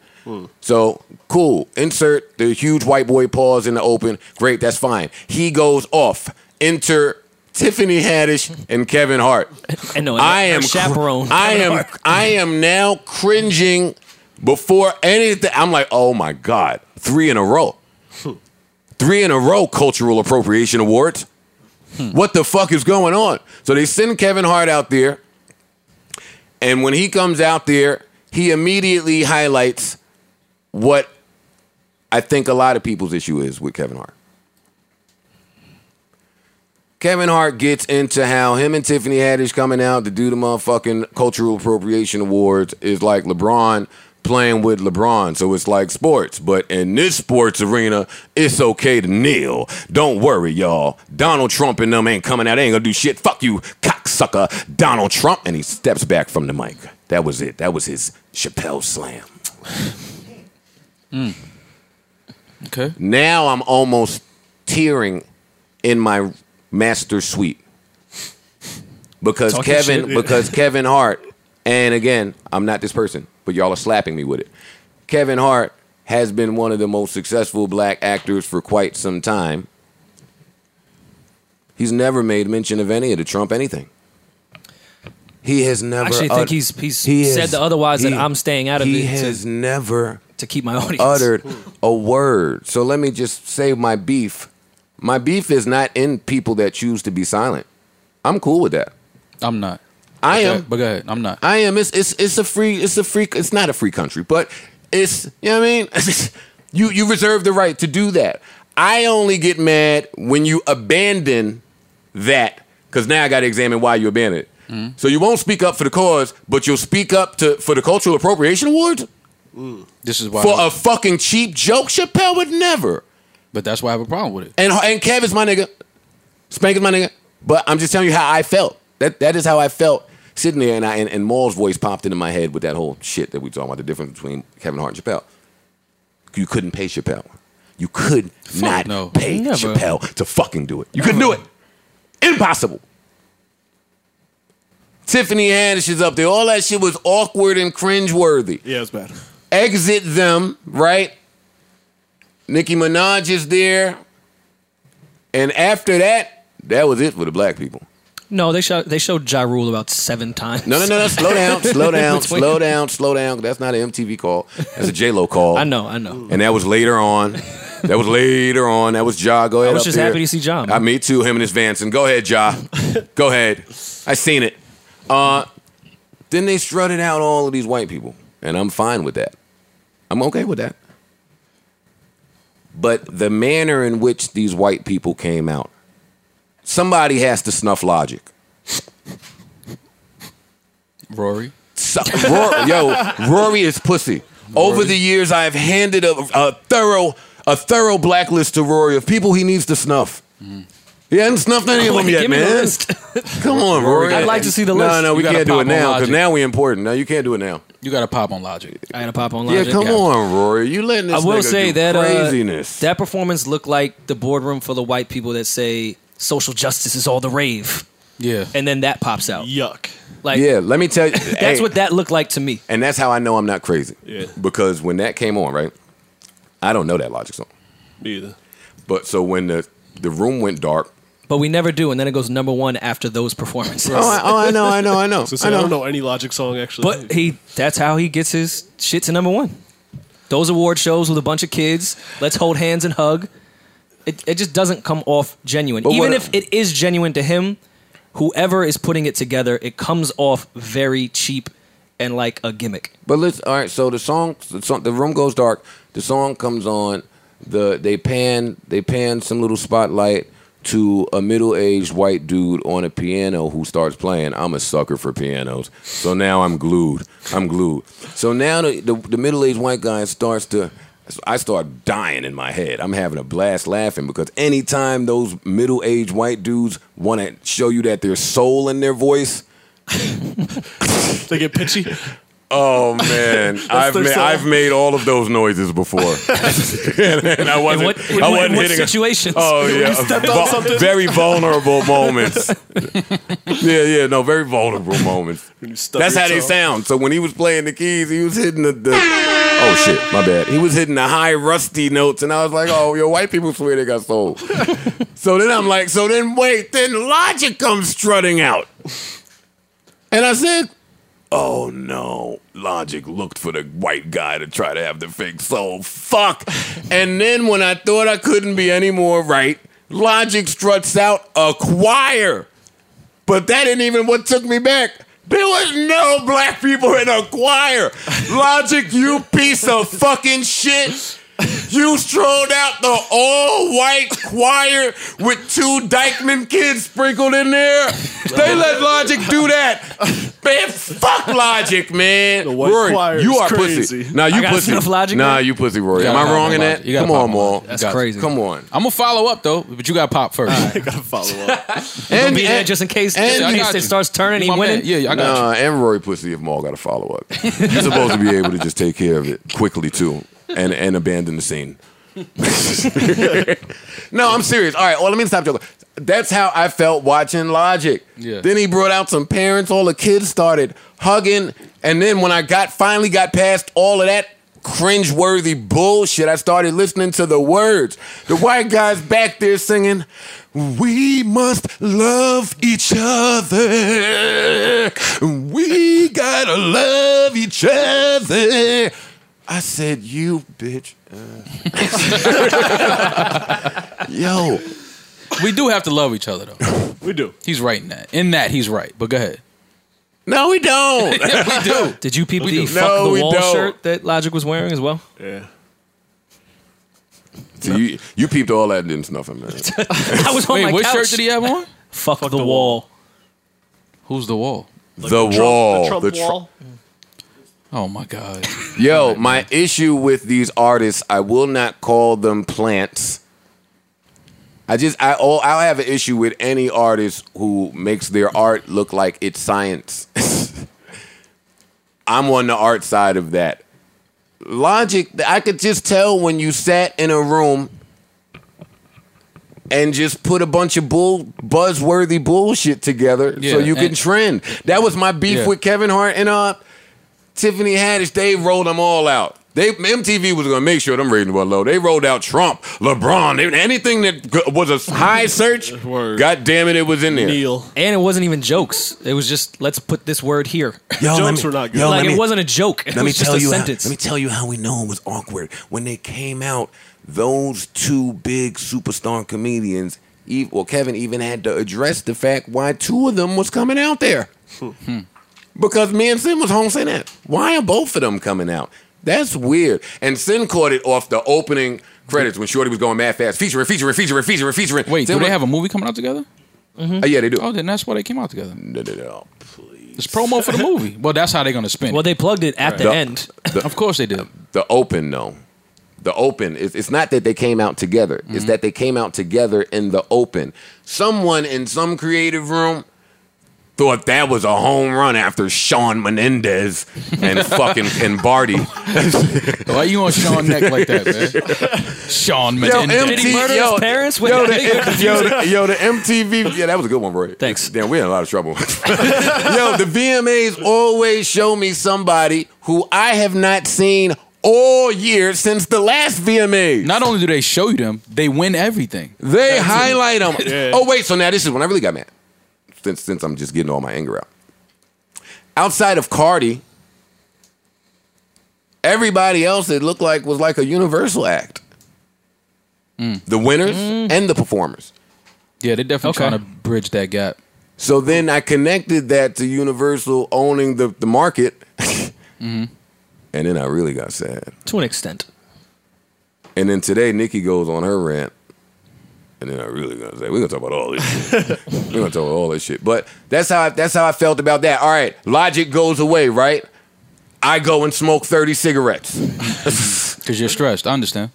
Speaker 1: So cool. Insert the huge white boy paws in the open. Great, that's fine. He goes off. Enter Tiffany Haddish and Kevin Hart.
Speaker 4: And no,
Speaker 1: I
Speaker 4: her
Speaker 1: am cr-
Speaker 4: chaperone.
Speaker 1: I am I am now cringing before anything. I'm like, oh my god, three in a row, three in a row cultural appropriation awards. What the fuck is going on? So they send Kevin Hart out there, and when he comes out there, he immediately highlights what I think a lot of people's issue is with Kevin Hart. Kevin Hart gets into how him and Tiffany Haddish coming out to do the motherfucking cultural appropriation awards is like LeBron playing with LeBron. So it's like sports, but in this sports arena, it's okay to kneel. Don't worry, y'all. Donald Trump and them ain't coming out. They ain't gonna do shit. Fuck you, cocksucker, Donald Trump. And he steps back from the mic. That was it. That was his Chappelle slam.
Speaker 2: Okay.
Speaker 1: Now I'm almost tearing in my master suite because
Speaker 4: Talking
Speaker 1: Kevin
Speaker 4: shit.
Speaker 1: because Kevin Hart and again I'm not this person but y'all are slapping me with it. Kevin Hart has been one of the most successful black actors for quite some time. He's never made mention of any of the Trump anything. He has never.
Speaker 4: actually
Speaker 1: ut-
Speaker 4: think he's he's
Speaker 1: he
Speaker 4: said
Speaker 1: has-
Speaker 4: the otherwise
Speaker 1: he-
Speaker 4: that I'm staying out of
Speaker 1: He
Speaker 4: it
Speaker 1: has
Speaker 4: to,
Speaker 1: never
Speaker 4: to keep my audience.
Speaker 1: uttered a word. So let me just say my beef. My beef is not in people that choose to be silent. I'm cool with that.
Speaker 2: I'm not.
Speaker 1: I
Speaker 2: Go
Speaker 1: am.
Speaker 2: ahead, But go ahead. I'm not.
Speaker 1: I am. It's it's it's a free. It's a free. It's not a free country, but it's you know what I mean. you you reserve the right to do that. I only get mad when you abandon that because now I got to examine why you abandoned it.
Speaker 2: Mm-hmm.
Speaker 1: So you won't speak up for the cause, but you'll speak up to for the cultural appropriation awards
Speaker 3: Mm.
Speaker 2: This is why.
Speaker 1: for a fucking cheap joke. Chappelle would never.
Speaker 2: but that's why I have a problem with it.
Speaker 1: And and Kev is my nigga. Spank is my nigga. But I'm just telling you how I felt. That that is how I felt sitting there and I and, and Maul's voice popped into my head with that whole shit that we talking about, the difference between Kevin Hart and Chappelle. You couldn't pay Chappelle. You could not
Speaker 2: no.
Speaker 1: pay
Speaker 4: Never.
Speaker 1: Chappelle to fucking do it. You couldn't do it. Impossible. Tiffany Haddish is up there. All that shit was awkward and cringeworthy
Speaker 3: Yeah, it's bad.
Speaker 1: exit them, right? Nicki Minaj is there. And after that, that was it for the black people.
Speaker 4: No, they show they showed Ja Rule about seven times.
Speaker 1: No, no, no, no. Slow down, slow down,
Speaker 4: Between-
Speaker 1: slow down, slow down. That's not an MTV call. That's a J Lo call.
Speaker 4: I know, I know.
Speaker 1: And that was later on. That was later on. That was Ja. Go ahead.
Speaker 4: was
Speaker 1: up
Speaker 4: just
Speaker 1: there.
Speaker 4: happy to see Ja, man.
Speaker 1: Uh, me too. Him and his Vanson. Go ahead, Ja. Go ahead. I seen it. Uh, then they strutted out all of these white people, and I'm fine with that. I'm okay with that. But the manner in which these white people came out, somebody has to snuff logic.
Speaker 2: Rory.
Speaker 1: So, Rory, yo, Rory is pussy. Over the years, I have handed a, a thorough a thorough blacklist to Rory of people he needs to snuff. He hasn't snuffed any of them yet,
Speaker 4: Mm. Oh, Give me the
Speaker 1: man.
Speaker 4: list.
Speaker 1: Come on, Rory.
Speaker 4: I'd like to see the
Speaker 1: No,
Speaker 4: list.
Speaker 1: no, we
Speaker 2: You gotta
Speaker 1: can't do
Speaker 2: pop
Speaker 1: it
Speaker 2: on
Speaker 1: now because
Speaker 2: Logic.
Speaker 1: now we're important. No, you can't do it now.
Speaker 2: You got to pop on Logic.
Speaker 4: I gotta pop online.
Speaker 1: Yeah, come on, Rory. You letting
Speaker 4: I
Speaker 1: this
Speaker 4: will
Speaker 1: nigga
Speaker 4: say
Speaker 1: do
Speaker 4: that uh,
Speaker 1: craziness.
Speaker 4: that performance looked like the boardroom full of white people that say social justice is all the rave,
Speaker 2: Yeah.
Speaker 4: and then that pops out.
Speaker 3: Yuck.
Speaker 4: Like
Speaker 1: yeah, let me tell you.
Speaker 4: that's what that looked like to me.
Speaker 1: And that's how I know I'm not crazy.
Speaker 3: Yeah.
Speaker 1: Because when that came on, right? I don't know that Logic song.
Speaker 3: Me either.
Speaker 1: But so when the the room went dark.
Speaker 4: But we never do, and then it goes number one after those performances.
Speaker 1: Oh, I, oh, I know, I know, I know.
Speaker 3: So say,
Speaker 1: I
Speaker 3: I,
Speaker 1: know.
Speaker 3: don't know any Logic song actually.
Speaker 4: But he that's how he gets his shit to number one. Those award shows with a bunch of kids, let's hold hands and hug. It it just doesn't come off genuine.
Speaker 1: But
Speaker 4: Even
Speaker 1: what-
Speaker 4: if it is genuine to him, whoever is putting it together, it comes off very cheap and like a gimmick.
Speaker 1: But let's all right. So the song, the song, the room goes dark. The song comes on. The they pan they pan some little spotlight to a middle aged white dude on a piano who starts playing. I'm a sucker for pianos, so now I'm glued. I'm glued. So now the the, the middle aged white guy starts to. I start dying in my head. I'm having a blast laughing because anytime those middle aged white dudes want to show you that there's soul in their voice,
Speaker 3: they get pitchy.
Speaker 1: Oh man, I've
Speaker 3: their
Speaker 1: made,
Speaker 3: song.
Speaker 1: I've made all of those noises before, and, I
Speaker 4: In
Speaker 1: wasn't
Speaker 4: what, in
Speaker 1: I wasn't
Speaker 4: what- in what
Speaker 1: hitting. a,
Speaker 4: situations?
Speaker 1: oh yeah, vul- very vulnerable moments. yeah, yeah, no, very vulnerable moments.
Speaker 3: When you stuff
Speaker 1: That's
Speaker 3: your
Speaker 1: how they
Speaker 3: tongue.
Speaker 1: sound. So when he was playing the keys, he was hitting the, the oh shit, my bad. He was hitting the high rusty notes, and I was like, oh, yo, white people swear they got soul. so then I'm like, so then wait, then logic comes strutting out, and I said. Oh no, Logic looked for the white guy to try to have the fake soul. Fuck. And then when I thought I couldn't be any more right, Logic struts out a choir. But that ain't even what took me back. There was no black people in a choir. Logic, you piece of fucking shit. You strolled out the all white choir with two Dykeman kids sprinkled in there. They let Logic do that. Man, fuck Logic, man.
Speaker 3: The white
Speaker 1: Rory,
Speaker 3: choir
Speaker 1: you
Speaker 3: is
Speaker 1: are
Speaker 3: crazy.
Speaker 1: pussy. Nah, you
Speaker 4: I gotta
Speaker 1: pussy.
Speaker 4: sniff Logic
Speaker 1: nah,
Speaker 4: now?
Speaker 1: you pussy, Rory.
Speaker 2: You
Speaker 1: Am
Speaker 2: gotta
Speaker 1: I
Speaker 2: pop
Speaker 1: wrong
Speaker 2: on
Speaker 1: in
Speaker 2: Logic.
Speaker 1: that?
Speaker 2: You gotta
Speaker 1: Come on,
Speaker 2: pop on
Speaker 1: Maul.
Speaker 2: Logic.
Speaker 4: That's
Speaker 2: Gotcha.
Speaker 4: crazy.
Speaker 1: Come on.
Speaker 2: I'm gonna follow up though, but you gotta pop first.
Speaker 3: They gotta follow up.
Speaker 1: And,
Speaker 4: be there just in case,
Speaker 1: and-
Speaker 4: just in
Speaker 2: I
Speaker 4: case
Speaker 2: got
Speaker 4: it
Speaker 2: you.
Speaker 4: starts turning,
Speaker 2: You
Speaker 4: he
Speaker 2: my man.
Speaker 4: winning.
Speaker 2: Yeah, I got
Speaker 1: Nah, and Rory Pussy if Maul got to follow up. You're supposed to be able to just take care of it quickly too, and and abandon the scene. no, I'm serious. All right, well, let me stop joking. That's how I felt watching Logic.
Speaker 2: Yeah.
Speaker 1: Then he brought out some parents. All the kids started hugging, and then when I got finally got past all of that cringe-worthy bullshit, I started listening to the words. The white guys back there singing, "We must love each other. We gotta love each other." I said, "You bitch." Yo,
Speaker 2: you. We do have to love each other though.
Speaker 3: We do.
Speaker 2: He's right in that. In that, he's right. But go ahead.
Speaker 1: no, we don't.
Speaker 2: we do.
Speaker 4: Did you people
Speaker 1: do.
Speaker 4: the fuck
Speaker 1: No, we
Speaker 4: the wall
Speaker 1: don't.
Speaker 4: shirt that Logic was wearing as well?
Speaker 3: Yeah.
Speaker 1: So you you peeped all that and didn't snuff him, man.
Speaker 4: I was on
Speaker 2: Wait,
Speaker 4: my
Speaker 2: what
Speaker 4: couch.
Speaker 2: shirt did he have on?
Speaker 4: fuck, the,
Speaker 3: the
Speaker 4: wall.
Speaker 2: Who's the wall?
Speaker 1: the, wall,
Speaker 3: the Trump
Speaker 1: Tru-
Speaker 3: wall.
Speaker 2: Oh my god.
Speaker 1: Yo, my issue with these artists, I will not call them plants. I just I all I have an issue with any artist who makes their art look like it's science. I'm on the art side of that. Logic, I could just tell when you sat in a room and just put a bunch of bull buzzworthy bullshit together so
Speaker 2: Yeah,
Speaker 1: you can
Speaker 2: and-
Speaker 1: trend. That was my beef
Speaker 2: Yeah.
Speaker 1: with Kevin Hart and uh Tiffany Haddish, they rolled them all out. They MTV was gonna make sure them ratings were low. They rolled out Trump, LeBron, they- anything that g- was a high search.
Speaker 3: Word.
Speaker 1: God damn it, it was in there.
Speaker 3: Neil.
Speaker 4: And it wasn't even jokes. It was just let's put this word here.
Speaker 1: Yo, let
Speaker 3: Jokes
Speaker 1: me-
Speaker 3: were not good.
Speaker 1: yo,
Speaker 4: like
Speaker 1: let me-
Speaker 4: it wasn't a joke. It
Speaker 1: let
Speaker 4: was
Speaker 1: me
Speaker 4: just
Speaker 1: tell
Speaker 4: a
Speaker 1: you. How,
Speaker 4: sentence.
Speaker 1: let me tell you how we know it was awkward when they came out. Those two big superstar comedians, Eve, well, Kevin even had to address the fact why two of them was coming out there. because me and Sin was home saying that. Why are both of them coming out? That's weird. And Sin caught it off the opening credits when Shorty was going mad fast, featuring, featuring, featuring, featuring, featuring.
Speaker 2: Wait,
Speaker 1: Sin
Speaker 2: do they
Speaker 1: was-
Speaker 2: have a movie coming out together?
Speaker 3: Mm-hmm.
Speaker 1: Oh, yeah, they do.
Speaker 2: Oh, then that's why they came out together.
Speaker 1: No, no, no.
Speaker 2: It's promo for the movie. Well, that's how they're gonna spin.
Speaker 4: well,
Speaker 2: Well,
Speaker 4: they plugged it at the
Speaker 1: The-
Speaker 4: end.
Speaker 2: of course they did.
Speaker 1: The Open, though. The Open. It's, it's not that they came out together.
Speaker 2: Mm-hmm.
Speaker 1: It's that they came out together in the Open. Someone in some creative room thought that was a home run after Sean Menendez and fucking and Barty.
Speaker 2: Why you on Sean neck like that, man? Sean
Speaker 1: Yo,
Speaker 2: Menendez.
Speaker 1: MT,
Speaker 4: Did he murder
Speaker 1: yo,
Speaker 4: his parents? Wait,
Speaker 1: yo, the,
Speaker 4: that you're
Speaker 1: yo, the, yo, the MTV. Yeah, that was a good one, Roy.
Speaker 4: Thanks.
Speaker 1: Damn, we're in a lot of trouble. yo, the VMAs always show me somebody who I have not seen all year since the last VMAs.
Speaker 2: Not only do they show you them, they win everything.
Speaker 1: They highlight them.
Speaker 3: Yeah.
Speaker 1: Oh wait, so now this is when I really got mad. Since since I'm just getting all my anger out. Outside of Cardi, everybody else it looked like was like a universal act.
Speaker 2: Mm.
Speaker 1: The winners and the performers.
Speaker 2: Yeah, they're definitely
Speaker 4: Okay.
Speaker 2: trying to bridge that gap.
Speaker 1: So then I connected that to Universal owning the, the market.
Speaker 2: Mm-hmm.
Speaker 1: And then I really got sad.
Speaker 4: to an extent.
Speaker 1: And then today Nikki goes on her rant. And then I really gonna say, we're gonna talk about all this shit. we're gonna talk about all this shit. But that's how I, that's how I felt about that. All right, logic goes away, right? I go and smoke 30 cigarettes.
Speaker 2: Because you're stressed. I understand.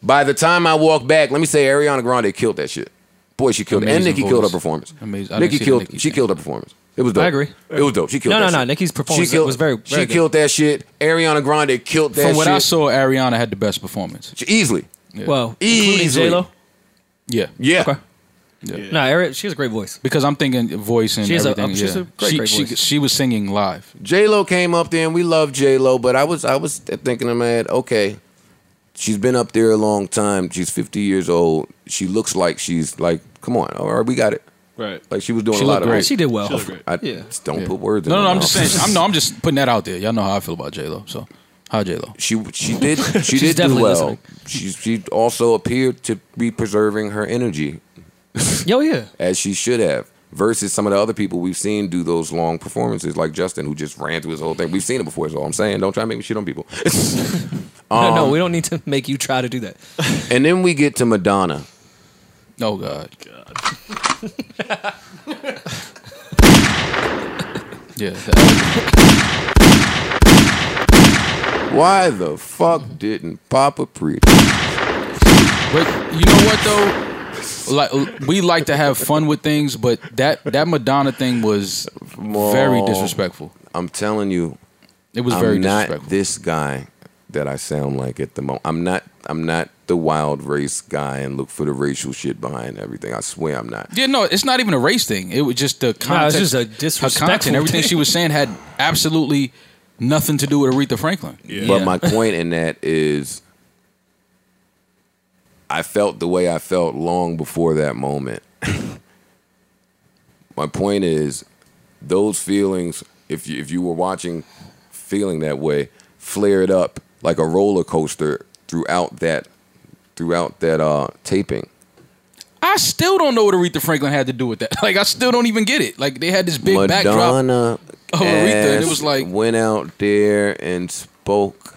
Speaker 1: By the time I walk back, let me say Ariana Grande killed that shit. Boy, she killed it. And
Speaker 2: Amazing
Speaker 1: Nikki killed her
Speaker 2: voice.
Speaker 1: performance.
Speaker 2: Amazing. I
Speaker 1: Nikki
Speaker 2: didn't see the
Speaker 1: killed
Speaker 2: Nicki
Speaker 1: she
Speaker 2: thing.
Speaker 1: killed her performance. It was dope.
Speaker 4: I agree.
Speaker 1: It was dope. She killed
Speaker 4: No,
Speaker 1: that
Speaker 4: no, no.
Speaker 1: shit.
Speaker 4: Nicki's
Speaker 1: She
Speaker 4: performance
Speaker 1: killed-
Speaker 4: was very- very
Speaker 1: She
Speaker 4: good.
Speaker 1: killed that shit. Ariana Grande killed that
Speaker 2: From what
Speaker 1: shit.
Speaker 2: I saw, Ariana had the best performance.
Speaker 1: She- Easily.
Speaker 2: Yeah.
Speaker 4: Well, including
Speaker 1: Easily.
Speaker 4: J Lo.
Speaker 2: yeah.
Speaker 1: Yeah.
Speaker 4: Okay.
Speaker 3: Yeah.
Speaker 4: No, Eric, she has a great voice.
Speaker 2: Because I'm thinking voice and
Speaker 4: She has a-
Speaker 2: everything.
Speaker 4: um, she's
Speaker 2: yeah.
Speaker 4: a great,
Speaker 2: she,
Speaker 4: great
Speaker 2: she,
Speaker 4: voice.
Speaker 2: she was singing live.
Speaker 1: J Lo came up there, and we love J Lo, but I was I was thinking in my head, okay, she's been up there a long time. She's fifty years old. She looks like she's like, come on, all right, we got it.
Speaker 3: Right.
Speaker 1: Like she was doing
Speaker 2: She
Speaker 1: a lot
Speaker 2: looked
Speaker 1: of.
Speaker 2: great.
Speaker 4: Oh, She did well.
Speaker 3: She looked great.
Speaker 1: I
Speaker 4: Yeah.
Speaker 1: just don't
Speaker 2: Yeah.
Speaker 1: put words.
Speaker 2: No,
Speaker 1: in
Speaker 2: no,
Speaker 1: her
Speaker 2: I'm just
Speaker 1: mouth.
Speaker 2: saying. I'm, no, I'm just putting that out there. Y'all know how I feel about J Lo. So, hi J Lo.
Speaker 1: She she did she did do
Speaker 4: definitely
Speaker 1: well.
Speaker 4: listening.
Speaker 1: She she also appeared to be preserving her energy
Speaker 4: Yo, yeah.
Speaker 1: as she should have. Versus some of the other people we've seen do those long performances, like Justin, who just ran through his whole thing. We've seen it before, so I'm saying, don't try to make me shit on people.
Speaker 4: No, no,
Speaker 1: Um,
Speaker 4: we don't need to make you try to do that.
Speaker 1: and then we get to Madonna.
Speaker 2: Oh God. yeah. That,
Speaker 1: Why the fuck didn't Papa preach?
Speaker 2: but you know what though? Like we like to have fun with things, but that that Madonna thing was very
Speaker 1: Whoa.
Speaker 2: disrespectful.
Speaker 1: I'm telling you,
Speaker 2: It was
Speaker 1: I'm
Speaker 2: very
Speaker 1: not
Speaker 2: disrespectful.
Speaker 1: this guy that I sound like at the moment. I'm not. I'm not the wild race guy and look for the racial shit behind everything. I swear I'm not.
Speaker 2: yeah, no, it's not even a race thing. It was just the context.
Speaker 4: just a
Speaker 2: her
Speaker 4: disrespectful
Speaker 2: content, everything
Speaker 4: thing.
Speaker 2: she was saying had absolutely nothing to do with Aretha Franklin.
Speaker 3: Yeah.
Speaker 1: But my point in that is, I felt the way I felt long before that moment. my point is, those feelings, if you, if you were watching, feeling that way, flared up like a roller coaster throughout that throughout that uh, taping.
Speaker 2: I still don't know what Aretha Franklin had to do with that. Like, I still don't even get it. Like, they had this big backdrop.
Speaker 1: Madonna
Speaker 2: of Aretha, and it
Speaker 1: ass
Speaker 2: was like-
Speaker 1: went out there and spoke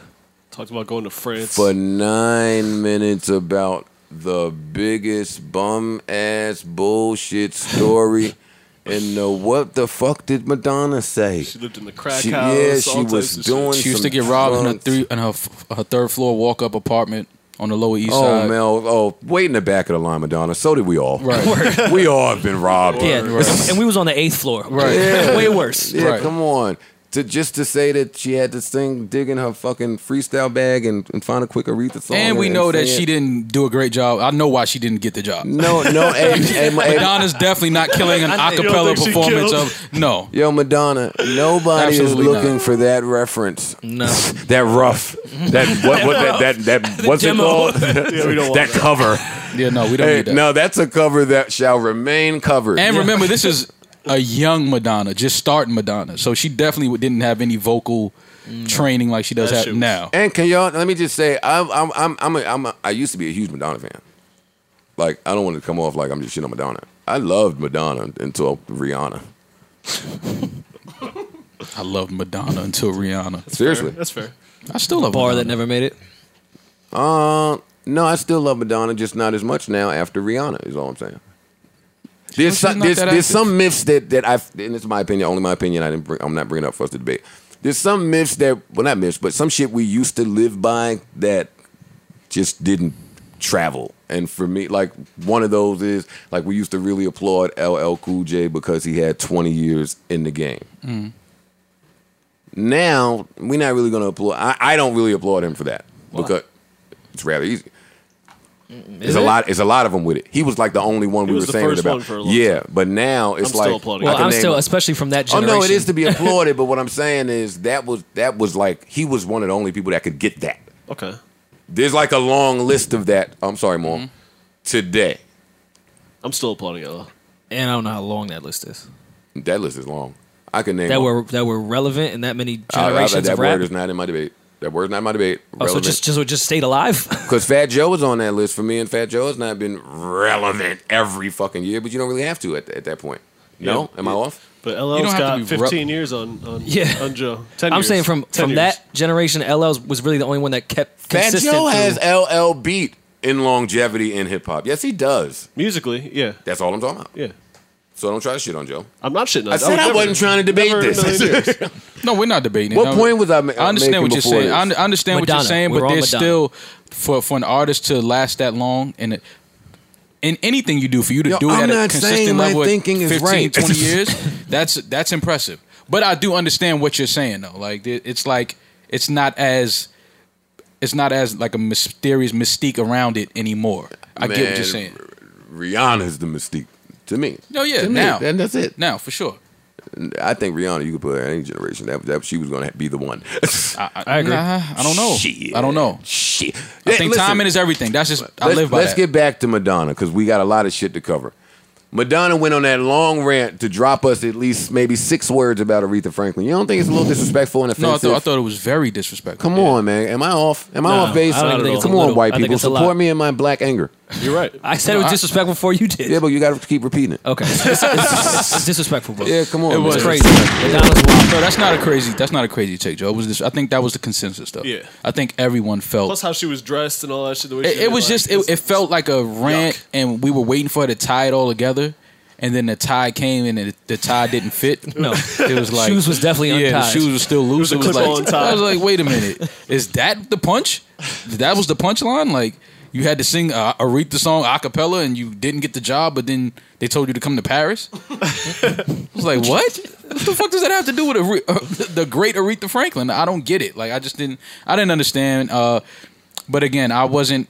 Speaker 3: Talked about going to France.
Speaker 1: for nine minutes about the biggest bum ass bullshit story. and the what the fuck did Madonna say?
Speaker 3: she lived in the crack
Speaker 1: She-
Speaker 3: house.
Speaker 1: yeah, she
Speaker 3: all types
Speaker 1: was
Speaker 3: of shit.
Speaker 1: doing-
Speaker 2: She used to
Speaker 1: some
Speaker 2: get robbed in her
Speaker 1: drugs.
Speaker 2: three in her f- her third floor walk up apartment on the lower east
Speaker 1: Oh
Speaker 2: side.
Speaker 1: Mel, oh wait in the back of the line, Madonna. So did we all.
Speaker 2: Right.
Speaker 1: we all have been robbed.
Speaker 4: Yeah, and we was on the eighth floor.
Speaker 2: Right.
Speaker 1: Yeah.
Speaker 4: Way worse.
Speaker 1: Yeah,
Speaker 2: Right.
Speaker 1: come on. To just to say that she had this thing digging her fucking freestyle bag and, and find a quick Aretha song.
Speaker 2: And we know that
Speaker 1: say
Speaker 2: she
Speaker 1: it.
Speaker 2: didn't do a great job. I know why she didn't get the job.
Speaker 1: No, Oh, no, hey, hey, hey,
Speaker 2: Madonna's definitely not killing an
Speaker 4: I- you
Speaker 3: don't
Speaker 2: acapella
Speaker 3: think she
Speaker 2: performance
Speaker 3: killed?
Speaker 2: of no.
Speaker 1: Yo, Madonna, nobody is
Speaker 2: Absolutely
Speaker 1: looking
Speaker 2: not.
Speaker 1: for that reference.
Speaker 4: No.
Speaker 1: That rough. That what what that that that what's
Speaker 4: demo.
Speaker 1: it called?
Speaker 3: Yeah, we don't want
Speaker 1: that
Speaker 3: that.
Speaker 1: cover.
Speaker 2: Yeah, no, we don't
Speaker 1: Hey,
Speaker 2: need that.
Speaker 1: no, that's a cover that shall remain covered.
Speaker 2: And remember, this is a young Madonna, just starting Madonna, so she definitely didn't have any vocal training like she does
Speaker 3: That
Speaker 2: have
Speaker 3: shit was-
Speaker 2: now.
Speaker 1: And can y'all let me just say I'm I'm I'm I'm, a, I'm a, I used to be a huge Madonna fan. Like I don't want to come off like I'm just shitting on Madonna. I loved Madonna until Rihanna.
Speaker 2: I loved Madonna until Rihanna.
Speaker 1: Seriously.
Speaker 3: That's fair.
Speaker 2: I still love
Speaker 4: Bar that
Speaker 2: Madonna.
Speaker 4: never made it.
Speaker 1: Uh, no, I still love Madonna, just not as much now after Rihanna. Is all I'm saying. There's
Speaker 2: she's
Speaker 1: some
Speaker 2: not
Speaker 1: there's,
Speaker 2: that
Speaker 1: there's
Speaker 2: active.
Speaker 1: some myths that that I have and it's my opinion, only my opinion. I didn't bring, I'm not bringing up for us to debate. there's some myths that well not myths, but some shit we used to live by that just didn't travel. And for me, like one of those is like we used to really applaud LL Cool J because he had 20 years in the game.
Speaker 2: Mm.
Speaker 1: Now we're not really gonna applaud. I, I don't really applaud him for that because it's rather easy. There's a
Speaker 4: it?
Speaker 1: lot. There's a lot of them with it. He was like the only one we
Speaker 3: was
Speaker 1: were
Speaker 3: the
Speaker 1: saying
Speaker 3: first
Speaker 1: about.
Speaker 3: one for a long
Speaker 1: yeah, but now it's
Speaker 3: still
Speaker 1: like
Speaker 3: applauding
Speaker 1: I
Speaker 4: Well,
Speaker 1: can
Speaker 4: I'm
Speaker 1: name
Speaker 4: still,
Speaker 1: a-
Speaker 4: especially from that
Speaker 1: Oh
Speaker 4: generation.
Speaker 1: no, it is to be applauded, but what I'm saying is that was that was like he was one of the only people that could get that.
Speaker 3: Okay.
Speaker 1: There's like a long list of that. I'm sorry, mom.
Speaker 4: Mm-hmm.
Speaker 1: Today,
Speaker 3: I'm still applauding it. though.
Speaker 4: and I don't know how long that list is.
Speaker 1: that list is long. I can name
Speaker 4: That
Speaker 1: all-
Speaker 4: were that were relevant in that many
Speaker 1: I- I-
Speaker 4: generations
Speaker 1: that
Speaker 4: of Oh, rap.
Speaker 1: word is not in my debate. That word's not in my debate.
Speaker 4: Oh, so
Speaker 1: Relevant.
Speaker 4: just just so it just stayed alive.
Speaker 1: Because Fat Joe was on that list for me, and Fat Joe has not been relevant every fucking year, but you don't really have to at, at that point. No?
Speaker 3: Yeah.
Speaker 1: Am I off?
Speaker 3: But
Speaker 2: You
Speaker 3: LL's
Speaker 2: don't have
Speaker 3: got
Speaker 2: to be
Speaker 3: 15 years on on,
Speaker 4: Yeah.
Speaker 3: on Joe. 10
Speaker 4: I'm
Speaker 3: years.
Speaker 4: saying from
Speaker 3: 10
Speaker 4: from
Speaker 3: years.
Speaker 4: that generation, LL was really the only one that kept
Speaker 1: Fat
Speaker 4: consistent.
Speaker 1: Joe has
Speaker 4: through-
Speaker 1: LL beat in longevity in hip hop. Yes, he does.
Speaker 3: musically, yeah,
Speaker 1: That's all I'm talking about.
Speaker 3: yeah.
Speaker 1: So don't try to shit on Joe.
Speaker 3: I'm not shitting. on
Speaker 1: I
Speaker 3: it.
Speaker 1: said
Speaker 3: would
Speaker 1: I
Speaker 3: never-
Speaker 1: wasn't trying to debate
Speaker 3: never in a
Speaker 1: this.
Speaker 3: million years.
Speaker 2: No, we're not debating. it.
Speaker 1: What
Speaker 2: No,
Speaker 1: point was I ma-
Speaker 2: I understand
Speaker 1: making
Speaker 2: what you're
Speaker 1: before
Speaker 2: saying.
Speaker 1: this?
Speaker 2: I un- understand what
Speaker 4: Madonna.
Speaker 2: you're saying,
Speaker 4: We're
Speaker 2: but
Speaker 4: on
Speaker 2: there's
Speaker 4: Madonna.
Speaker 2: still for for an artist to last that long and. It, in anything you do, for you to
Speaker 1: Yo,
Speaker 2: do it
Speaker 1: I'm
Speaker 2: at a
Speaker 1: not saying
Speaker 2: consistent
Speaker 1: my
Speaker 2: level, at
Speaker 1: thinking is
Speaker 2: 15,
Speaker 1: right.
Speaker 2: 20 years, that's that's impressive. But I do understand what you're saying, though. Like it- it's like it's not as it's not as like a mysterious mystique around it anymore. I get what
Speaker 1: Man,
Speaker 2: you're saying.
Speaker 1: Rihanna's the mystique to me.
Speaker 2: No, yeah,
Speaker 1: To me.
Speaker 2: now.
Speaker 1: And that's it.
Speaker 2: Now, for sure,
Speaker 1: I think Rihanna, you could put her in any generation. That, that she was going to be the one.
Speaker 2: I, I, agree. I don't know.
Speaker 1: Shit.
Speaker 2: I don't know.
Speaker 1: Shit.
Speaker 2: I think timing is everything. That's just I
Speaker 1: let's,
Speaker 2: live by
Speaker 1: let's
Speaker 2: that.
Speaker 1: get back to Madonna because we got a lot of shit to cover. Madonna went on that long rant to drop us at least maybe six words about Aretha Franklin. You don't think it's a little disrespectful and
Speaker 2: no, I
Speaker 1: offensive?
Speaker 2: thought I thought it was very disrespectful.
Speaker 1: Come on, man. Am I off? Am I
Speaker 3: No,
Speaker 1: off base?
Speaker 3: I don't even think it's a
Speaker 1: Come on,
Speaker 4: little.
Speaker 1: white
Speaker 4: I think
Speaker 1: people,
Speaker 4: it's a lot.
Speaker 1: support me in my black anger.
Speaker 3: You're right.
Speaker 4: I said it was disrespectful before you did.
Speaker 1: Yeah, but you got to keep repeating it.
Speaker 4: okay, it's, it's- it's disrespectful, bro.
Speaker 1: Yeah, come on.
Speaker 2: It
Speaker 1: man.
Speaker 2: was.
Speaker 4: It's crazy. Madonna's wild.
Speaker 2: No, that's not a crazy. That's not a crazy take, Joe. It was this, I think that was the consensus, though.
Speaker 3: Yeah.
Speaker 2: I think everyone felt.
Speaker 3: Plus, how she was dressed and all that shit. The way
Speaker 2: it,
Speaker 3: she
Speaker 2: it was just. It, it felt like a rant,
Speaker 3: Yuck.
Speaker 2: and we were waiting for her to tie it all together, and then the tie came, and it, the tie didn't fit.
Speaker 4: No.
Speaker 2: it was like
Speaker 4: Shoes was definitely
Speaker 2: yeah,
Speaker 4: untied.
Speaker 2: the shoes was still loose.
Speaker 3: It
Speaker 2: It
Speaker 3: was
Speaker 2: was,
Speaker 3: a clip-on
Speaker 2: like
Speaker 3: tie.
Speaker 2: I was like, wait a minute, is that the punch? That was the punchline. Like you had to sing uh, Aretha song a cappella, and you didn't get the job, but then they told you to come to Paris. I was like, what? What the fuck does that have to do with Are- uh, the great Aretha Franklin? I don't get it. Like I just didn't. I didn't understand. Uh, but again, I wasn't.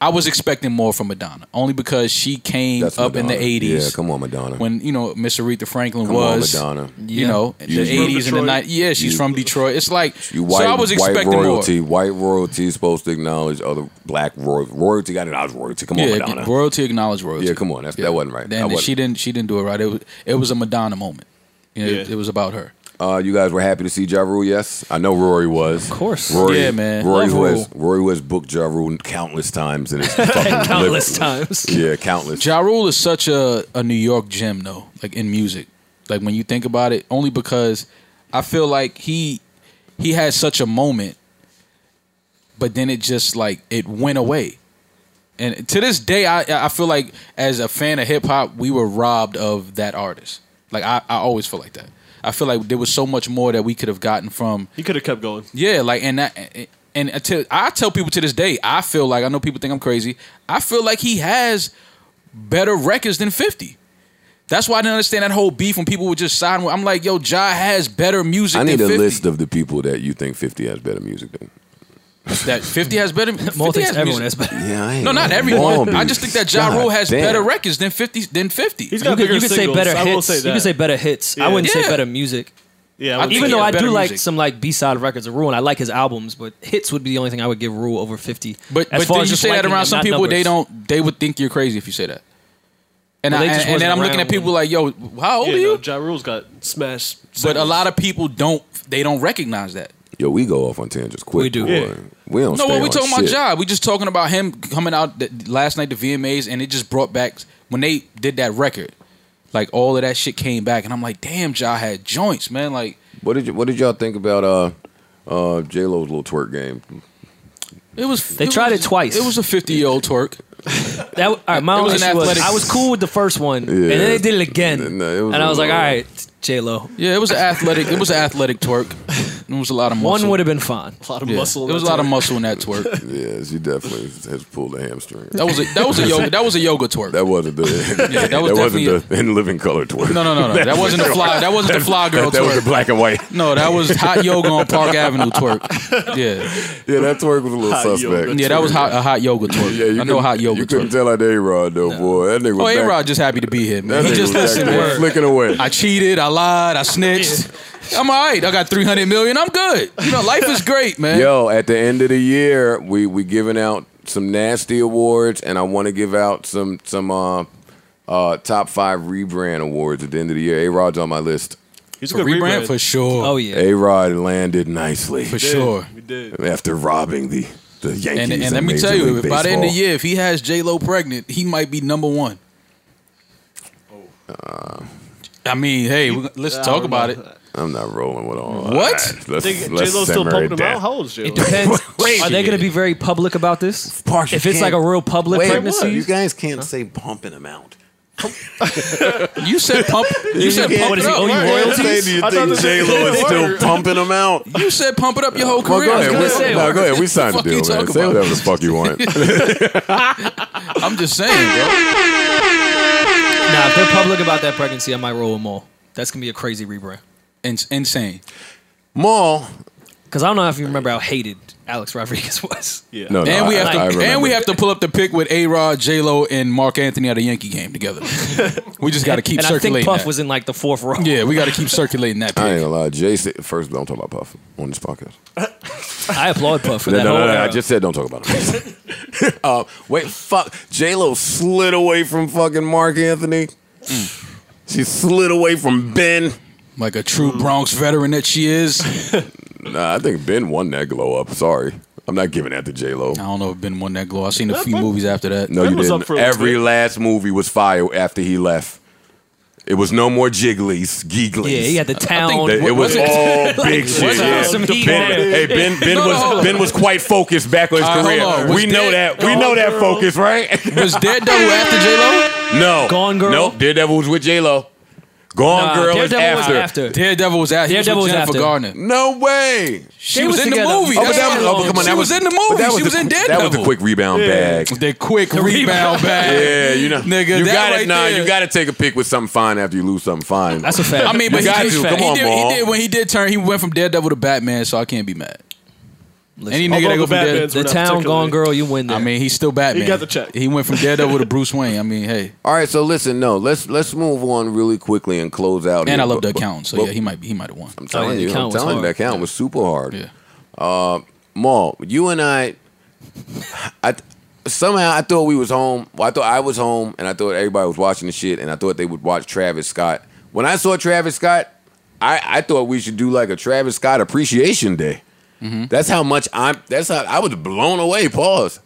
Speaker 2: I was expecting more from Madonna, only because she came
Speaker 1: That's
Speaker 2: up in
Speaker 1: Madonna.
Speaker 2: the '80s.
Speaker 1: Yeah, come on, Madonna.
Speaker 2: When you know Miss Aretha Franklin
Speaker 1: Come on,
Speaker 2: was
Speaker 1: Madonna.
Speaker 2: you know,
Speaker 1: You-
Speaker 2: the
Speaker 1: She's from
Speaker 2: eighties and the
Speaker 3: Detroit.
Speaker 2: nineties. Yeah, she's
Speaker 1: You-
Speaker 2: from Detroit. It's like
Speaker 1: You white,
Speaker 2: so I was
Speaker 1: white
Speaker 2: expecting
Speaker 1: royalty.
Speaker 2: more.
Speaker 1: White royalty is supposed to acknowledge other black roy- royalty. Got it. I was royalty. Come on,
Speaker 2: Yeah,
Speaker 1: Madonna.
Speaker 2: royalty acknowledged royalty.
Speaker 1: yeah, come on. That's, That wasn't right.
Speaker 2: And
Speaker 1: That wasn't.
Speaker 2: she didn't. She didn't do it right. It was. It was a Madonna moment. You know,
Speaker 3: Yeah.
Speaker 2: It was about her.
Speaker 1: Uh, you guys were happy to see Ja Rule, yes? I know Rory was. Of
Speaker 4: course.
Speaker 1: Rory,
Speaker 2: Yeah, man.
Speaker 1: Rory
Speaker 4: Love
Speaker 1: was, Rory was booked Ja Rule countless times in his fucking
Speaker 4: Countless
Speaker 1: lip-
Speaker 4: times.
Speaker 1: Yeah, countless.
Speaker 2: Ja Rule is such a, a New York gem, though, like in music. Like when you think about it, only because I feel like he he had such a moment, but then it just like it went away. And to this day, I I feel like as a fan of hip hop, we were robbed of that artist. Like I, I always feel like that. I feel like there was so much more that we could have gotten from
Speaker 3: He could have kept going.
Speaker 2: yeah, like and that and until I tell people to this day, I feel like I know people think I'm crazy. I feel like he has better records than 50. That's why I didn't understand that whole beef when people would just sign with. I'm like, yo, Ja has better music
Speaker 1: I need a
Speaker 2: than 50.
Speaker 1: list of the people that you think 50 has better music than.
Speaker 2: that 50 has better 50
Speaker 4: More thinks
Speaker 2: has
Speaker 4: everyone
Speaker 2: music.
Speaker 4: has better.
Speaker 1: Yeah, I ain't
Speaker 2: No, not
Speaker 1: gonna
Speaker 2: everyone.
Speaker 1: bomb
Speaker 2: I
Speaker 1: you.
Speaker 2: just think that Ja
Speaker 1: God
Speaker 2: Rule has
Speaker 1: damn.
Speaker 2: better records than 50 than 50.
Speaker 3: He's got
Speaker 4: You could,
Speaker 3: bigger
Speaker 4: you could say
Speaker 3: singles.
Speaker 4: better
Speaker 3: I
Speaker 4: hits.
Speaker 3: will say that.
Speaker 4: You could say better hits. I
Speaker 3: Yeah.
Speaker 4: wouldn't
Speaker 2: Yeah.
Speaker 4: say better music.
Speaker 3: yeah, I would
Speaker 2: I
Speaker 4: Even
Speaker 3: say
Speaker 2: think
Speaker 4: though
Speaker 2: it's
Speaker 4: I do
Speaker 2: better
Speaker 4: like
Speaker 2: music.
Speaker 4: some like B side records of Rule, and I like his albums, but hits would be the only thing I would give Rule over fifty.
Speaker 2: But
Speaker 4: as
Speaker 2: but
Speaker 4: far
Speaker 2: then
Speaker 4: as
Speaker 2: you
Speaker 4: just
Speaker 2: say that
Speaker 4: liking
Speaker 2: around
Speaker 4: them,
Speaker 2: some
Speaker 4: not
Speaker 2: people, they
Speaker 4: numbers.
Speaker 2: don't. They would think you're crazy if you say that. And
Speaker 4: Well,
Speaker 2: I,
Speaker 4: they just
Speaker 2: and, and then
Speaker 4: wasn't
Speaker 2: I'm looking at
Speaker 4: around
Speaker 2: people like, yo, how old
Speaker 3: yeah,
Speaker 2: are you?
Speaker 3: no, Ja Rule's got smashed.
Speaker 2: but a
Speaker 3: singles.
Speaker 2: lot of people don't. They don't recognize that.
Speaker 1: Yo, we go off on tangents quick.
Speaker 4: We do.
Speaker 1: boy.
Speaker 3: Yeah.
Speaker 1: We don't
Speaker 2: No,
Speaker 1: stay
Speaker 2: well, we
Speaker 1: on
Speaker 2: talking
Speaker 1: shit.
Speaker 2: about job. We just talking about him coming out th- last night the VMAs, and it just brought back when they did that record. Like all of that shit came back, and I'm like, damn, Ja had joints, man. Like
Speaker 1: What did, you, what did y'all think about uh, uh, J-Lo's little twerk game?
Speaker 2: it was.
Speaker 4: They tried
Speaker 2: was-
Speaker 4: it twice.
Speaker 2: It was a 50 year old twerk.
Speaker 4: That, all right, my
Speaker 2: It
Speaker 4: only
Speaker 2: was an
Speaker 4: issue was
Speaker 2: athletic-
Speaker 4: I was cool with the first one,
Speaker 1: Yeah.
Speaker 4: and then they did it again,
Speaker 1: No, it was
Speaker 4: and
Speaker 1: a
Speaker 4: I was like,
Speaker 1: little-
Speaker 4: all right, J Lo.
Speaker 2: Yeah, it was an athletic. It was an athletic twerk. It was a lot of muscle.
Speaker 4: One would have been fine.
Speaker 3: A lot of
Speaker 2: Yeah,
Speaker 3: muscle. in
Speaker 2: There was a
Speaker 3: that
Speaker 2: lot of
Speaker 3: twerk.
Speaker 2: muscle in that twerk.
Speaker 1: Yeah, she definitely has pulled a hamstring.
Speaker 2: That was a that was a yoga that was a yoga twerk.
Speaker 1: That wasn't the
Speaker 2: Yeah,
Speaker 1: that,
Speaker 2: that was
Speaker 1: wasn't the in living color twerk.
Speaker 2: no, no, no, no. That wasn't the fly. That wasn't the fly girl
Speaker 1: That, that was the
Speaker 2: twerk.
Speaker 1: black and white.
Speaker 2: No, that was hot yoga on Park Avenue twerk. Yeah,
Speaker 1: Yeah, that twerk was a little
Speaker 3: Hot
Speaker 1: suspect.
Speaker 3: yoga.
Speaker 2: yeah, that was hot, a hot yoga twerk.
Speaker 1: Yeah, you
Speaker 2: I know
Speaker 1: couldn't-
Speaker 2: hot yoga
Speaker 1: You couldn't
Speaker 2: twerk.
Speaker 1: tell that A Rod though, boy. That nigga.
Speaker 2: Oh,
Speaker 1: was
Speaker 2: A
Speaker 1: back-
Speaker 2: Rod just happy to be here,
Speaker 1: That
Speaker 2: man. He
Speaker 1: nigga was
Speaker 2: just
Speaker 1: back
Speaker 2: listened.
Speaker 1: there
Speaker 2: man.
Speaker 1: flicking away.
Speaker 2: I cheated. I lied. I snitched. I'm all right. I got 300 million. I'm good. You know, life is great, man.
Speaker 1: Yo, at the end of the year, we we giving out some nasty awards, and I want to give out some some uh, uh, top five rebrand awards at the end of the year. A Rod's on my list.
Speaker 3: He's a
Speaker 2: For
Speaker 3: good
Speaker 2: rebrand
Speaker 3: rebrand.
Speaker 2: for sure.
Speaker 4: Oh yeah.
Speaker 1: A Rod landed nicely
Speaker 2: for
Speaker 3: We did.
Speaker 2: sure.
Speaker 3: We did.
Speaker 1: after robbing the the Yankees.
Speaker 2: And, and let
Speaker 1: in
Speaker 2: me
Speaker 1: Major
Speaker 2: tell you,
Speaker 1: League
Speaker 2: if by the end of the
Speaker 1: Baseball.
Speaker 2: year, if he has J Lo pregnant, he might be number one. I mean, hey, we- let's
Speaker 3: I
Speaker 2: talk
Speaker 3: don't
Speaker 2: about
Speaker 3: know.
Speaker 2: it.
Speaker 1: I'm not rolling with all that.
Speaker 2: What?
Speaker 1: Let's,
Speaker 3: Think
Speaker 1: let's
Speaker 3: J-Lo's still
Speaker 1: simmer
Speaker 3: pumping
Speaker 1: it
Speaker 3: him
Speaker 1: down.
Speaker 3: out? How old is J-Lo?
Speaker 4: It depends. Are they going to be very public about this?
Speaker 1: Partial
Speaker 4: if it's like a
Speaker 1: can't-
Speaker 4: real public pregnancy,
Speaker 1: you guys can't say pumping him out.
Speaker 2: You said pump. You said
Speaker 1: can't-
Speaker 2: pump
Speaker 1: what
Speaker 2: it
Speaker 1: is he,
Speaker 2: up.
Speaker 1: owe you
Speaker 2: right?
Speaker 1: Say, do you
Speaker 3: I
Speaker 1: think
Speaker 3: thought this
Speaker 1: J
Speaker 3: was
Speaker 1: Lo is
Speaker 3: a
Speaker 1: still
Speaker 3: word.
Speaker 1: pumping him out?
Speaker 2: You said pump it up your whole
Speaker 1: Well,
Speaker 2: career.
Speaker 1: go
Speaker 2: I was
Speaker 1: ahead.
Speaker 2: gonna
Speaker 1: We-
Speaker 2: say,
Speaker 1: no,
Speaker 2: what
Speaker 1: go ahead. We
Speaker 2: the
Speaker 1: signed the
Speaker 2: fuck
Speaker 1: deal,
Speaker 2: you
Speaker 1: man.
Speaker 2: talking
Speaker 1: Say
Speaker 2: about?
Speaker 1: whatever the fuck you want.
Speaker 2: I'm just saying, bro.
Speaker 4: nah. If they're public about that pregnancy, I might roll them all. That's going to be a crazy rebrand.
Speaker 2: In- insane.
Speaker 1: Maul.
Speaker 4: Because I don't know if you remember how hated Alex Rodriguez was.
Speaker 3: Yeah.
Speaker 1: No, no,
Speaker 2: and we
Speaker 1: I-
Speaker 2: have to
Speaker 1: I remember.
Speaker 2: and we have to pull up the pic with A Rod, J Lo, and Mark Anthony at a Yankee game together. we just got to keep
Speaker 4: and I
Speaker 2: circulating.
Speaker 4: think Puff
Speaker 2: that.
Speaker 4: was in like the fourth row.
Speaker 2: yeah, we got to keep circulating that.
Speaker 1: I
Speaker 2: Pic.
Speaker 1: ain't gonna lie. Jay said, first, don't talk about Puff on this podcast.
Speaker 4: I applaud Puff for
Speaker 1: No,
Speaker 4: that.
Speaker 1: no,
Speaker 4: whole
Speaker 1: no, no, I
Speaker 4: era.
Speaker 1: just said don't talk about him. uh, wait, fuck. J Lo slid away from fucking Mark Anthony. She slid away from Ben.
Speaker 2: Mm.
Speaker 1: Mm.
Speaker 2: Like a true Bronx veteran that she is.
Speaker 1: Nah, I think Ben won that glow up. Sorry, I'm not giving that to J Lo.
Speaker 2: I don't know if Ben won that glow. I seen a few movies after that.
Speaker 1: No,
Speaker 3: Ben
Speaker 1: you
Speaker 3: was up
Speaker 1: didn't.
Speaker 3: for a little
Speaker 1: Every
Speaker 3: bit.
Speaker 1: last movie was fire after he left. It was no more jigglies, gigglies.
Speaker 4: Yeah, he had the town.
Speaker 2: think
Speaker 1: They- it was
Speaker 2: Wasn't-
Speaker 1: all big shit.
Speaker 4: wasn't
Speaker 1: Yeah.
Speaker 4: some heat
Speaker 1: ben,
Speaker 4: there.
Speaker 1: hey, Ben, ben
Speaker 2: No, no, hold
Speaker 1: was
Speaker 2: on.
Speaker 1: Ben was quite focused back on his
Speaker 2: All
Speaker 8: Uh,
Speaker 2: right,
Speaker 1: career.
Speaker 2: Uh, hold on. Was
Speaker 1: We know
Speaker 2: that-
Speaker 1: that. We know that focus, right?
Speaker 2: Was Daredevil after J Lo?
Speaker 1: No.
Speaker 4: Gone Girl?
Speaker 1: Oh. Nope. Daredevil was with J Lo. Gone
Speaker 4: Nah,
Speaker 1: Girl is
Speaker 4: Daredevil was
Speaker 1: after.
Speaker 4: after.
Speaker 2: Daredevil was out.
Speaker 4: Daredevil
Speaker 2: Daredevil
Speaker 4: was
Speaker 2: was Jennifer
Speaker 4: after.
Speaker 2: Garner.
Speaker 1: No way.
Speaker 2: She
Speaker 4: They
Speaker 2: was,
Speaker 4: was
Speaker 2: in the
Speaker 4: together.
Speaker 2: movie.
Speaker 4: Oh,
Speaker 1: but
Speaker 2: That's
Speaker 1: that
Speaker 2: why-
Speaker 1: was- oh, but come on,
Speaker 2: she
Speaker 1: that
Speaker 2: was,
Speaker 1: was-
Speaker 2: in the
Speaker 1: But
Speaker 2: movie.
Speaker 1: that
Speaker 2: she was
Speaker 1: the,
Speaker 2: in
Speaker 1: That
Speaker 2: Daredevil.
Speaker 1: was the quick rebound bag.
Speaker 2: The quick rebound bag.
Speaker 1: Yeah, you know,
Speaker 2: Nigga,
Speaker 1: you
Speaker 2: that
Speaker 1: got it.
Speaker 2: right
Speaker 1: Nah,
Speaker 2: there.
Speaker 1: you got to take a pick with something fine after you lose something fine.
Speaker 4: That's a fact.
Speaker 2: I mean, but
Speaker 1: got
Speaker 2: he, did,
Speaker 1: to. Come
Speaker 2: he,
Speaker 1: on,
Speaker 2: did,
Speaker 1: Maul.
Speaker 2: he did when he did turn. He went from Daredevil to Batman, so I can't be mad. Any nigga
Speaker 3: Although
Speaker 2: that go
Speaker 3: the
Speaker 2: from Daredevil,
Speaker 3: Batman's
Speaker 4: the
Speaker 3: Not
Speaker 4: town
Speaker 3: particularly.
Speaker 4: gone girl, you win. There.
Speaker 2: I mean, he's still Batman.
Speaker 3: got the check.
Speaker 2: He went from Daredevil to Bruce Wayne. I mean, hey,
Speaker 1: All right, so listen, no, let's let's move on really quickly and close out.
Speaker 2: and
Speaker 1: here,
Speaker 2: I love
Speaker 1: but-
Speaker 2: the
Speaker 1: but-
Speaker 2: accountant, so
Speaker 1: but
Speaker 2: yeah, he might he might have won.
Speaker 1: I'm telling
Speaker 4: Oh, yeah,
Speaker 1: you,
Speaker 4: the
Speaker 1: I'm
Speaker 4: count was
Speaker 1: telling you,
Speaker 4: hard.
Speaker 1: that count was super hard. Uh,
Speaker 2: Yeah.
Speaker 1: Maul, you and I, I somehow I thought we was home. Well, I thought I was home, and I thought everybody was watching the shit, and I thought they would watch Travis Scott. When I saw Travis Scott, I, I thought we should do like a Travis Scott appreciation day.
Speaker 4: Mm-hmm.
Speaker 1: That's how much I'm. That's how I was blown away. Pause.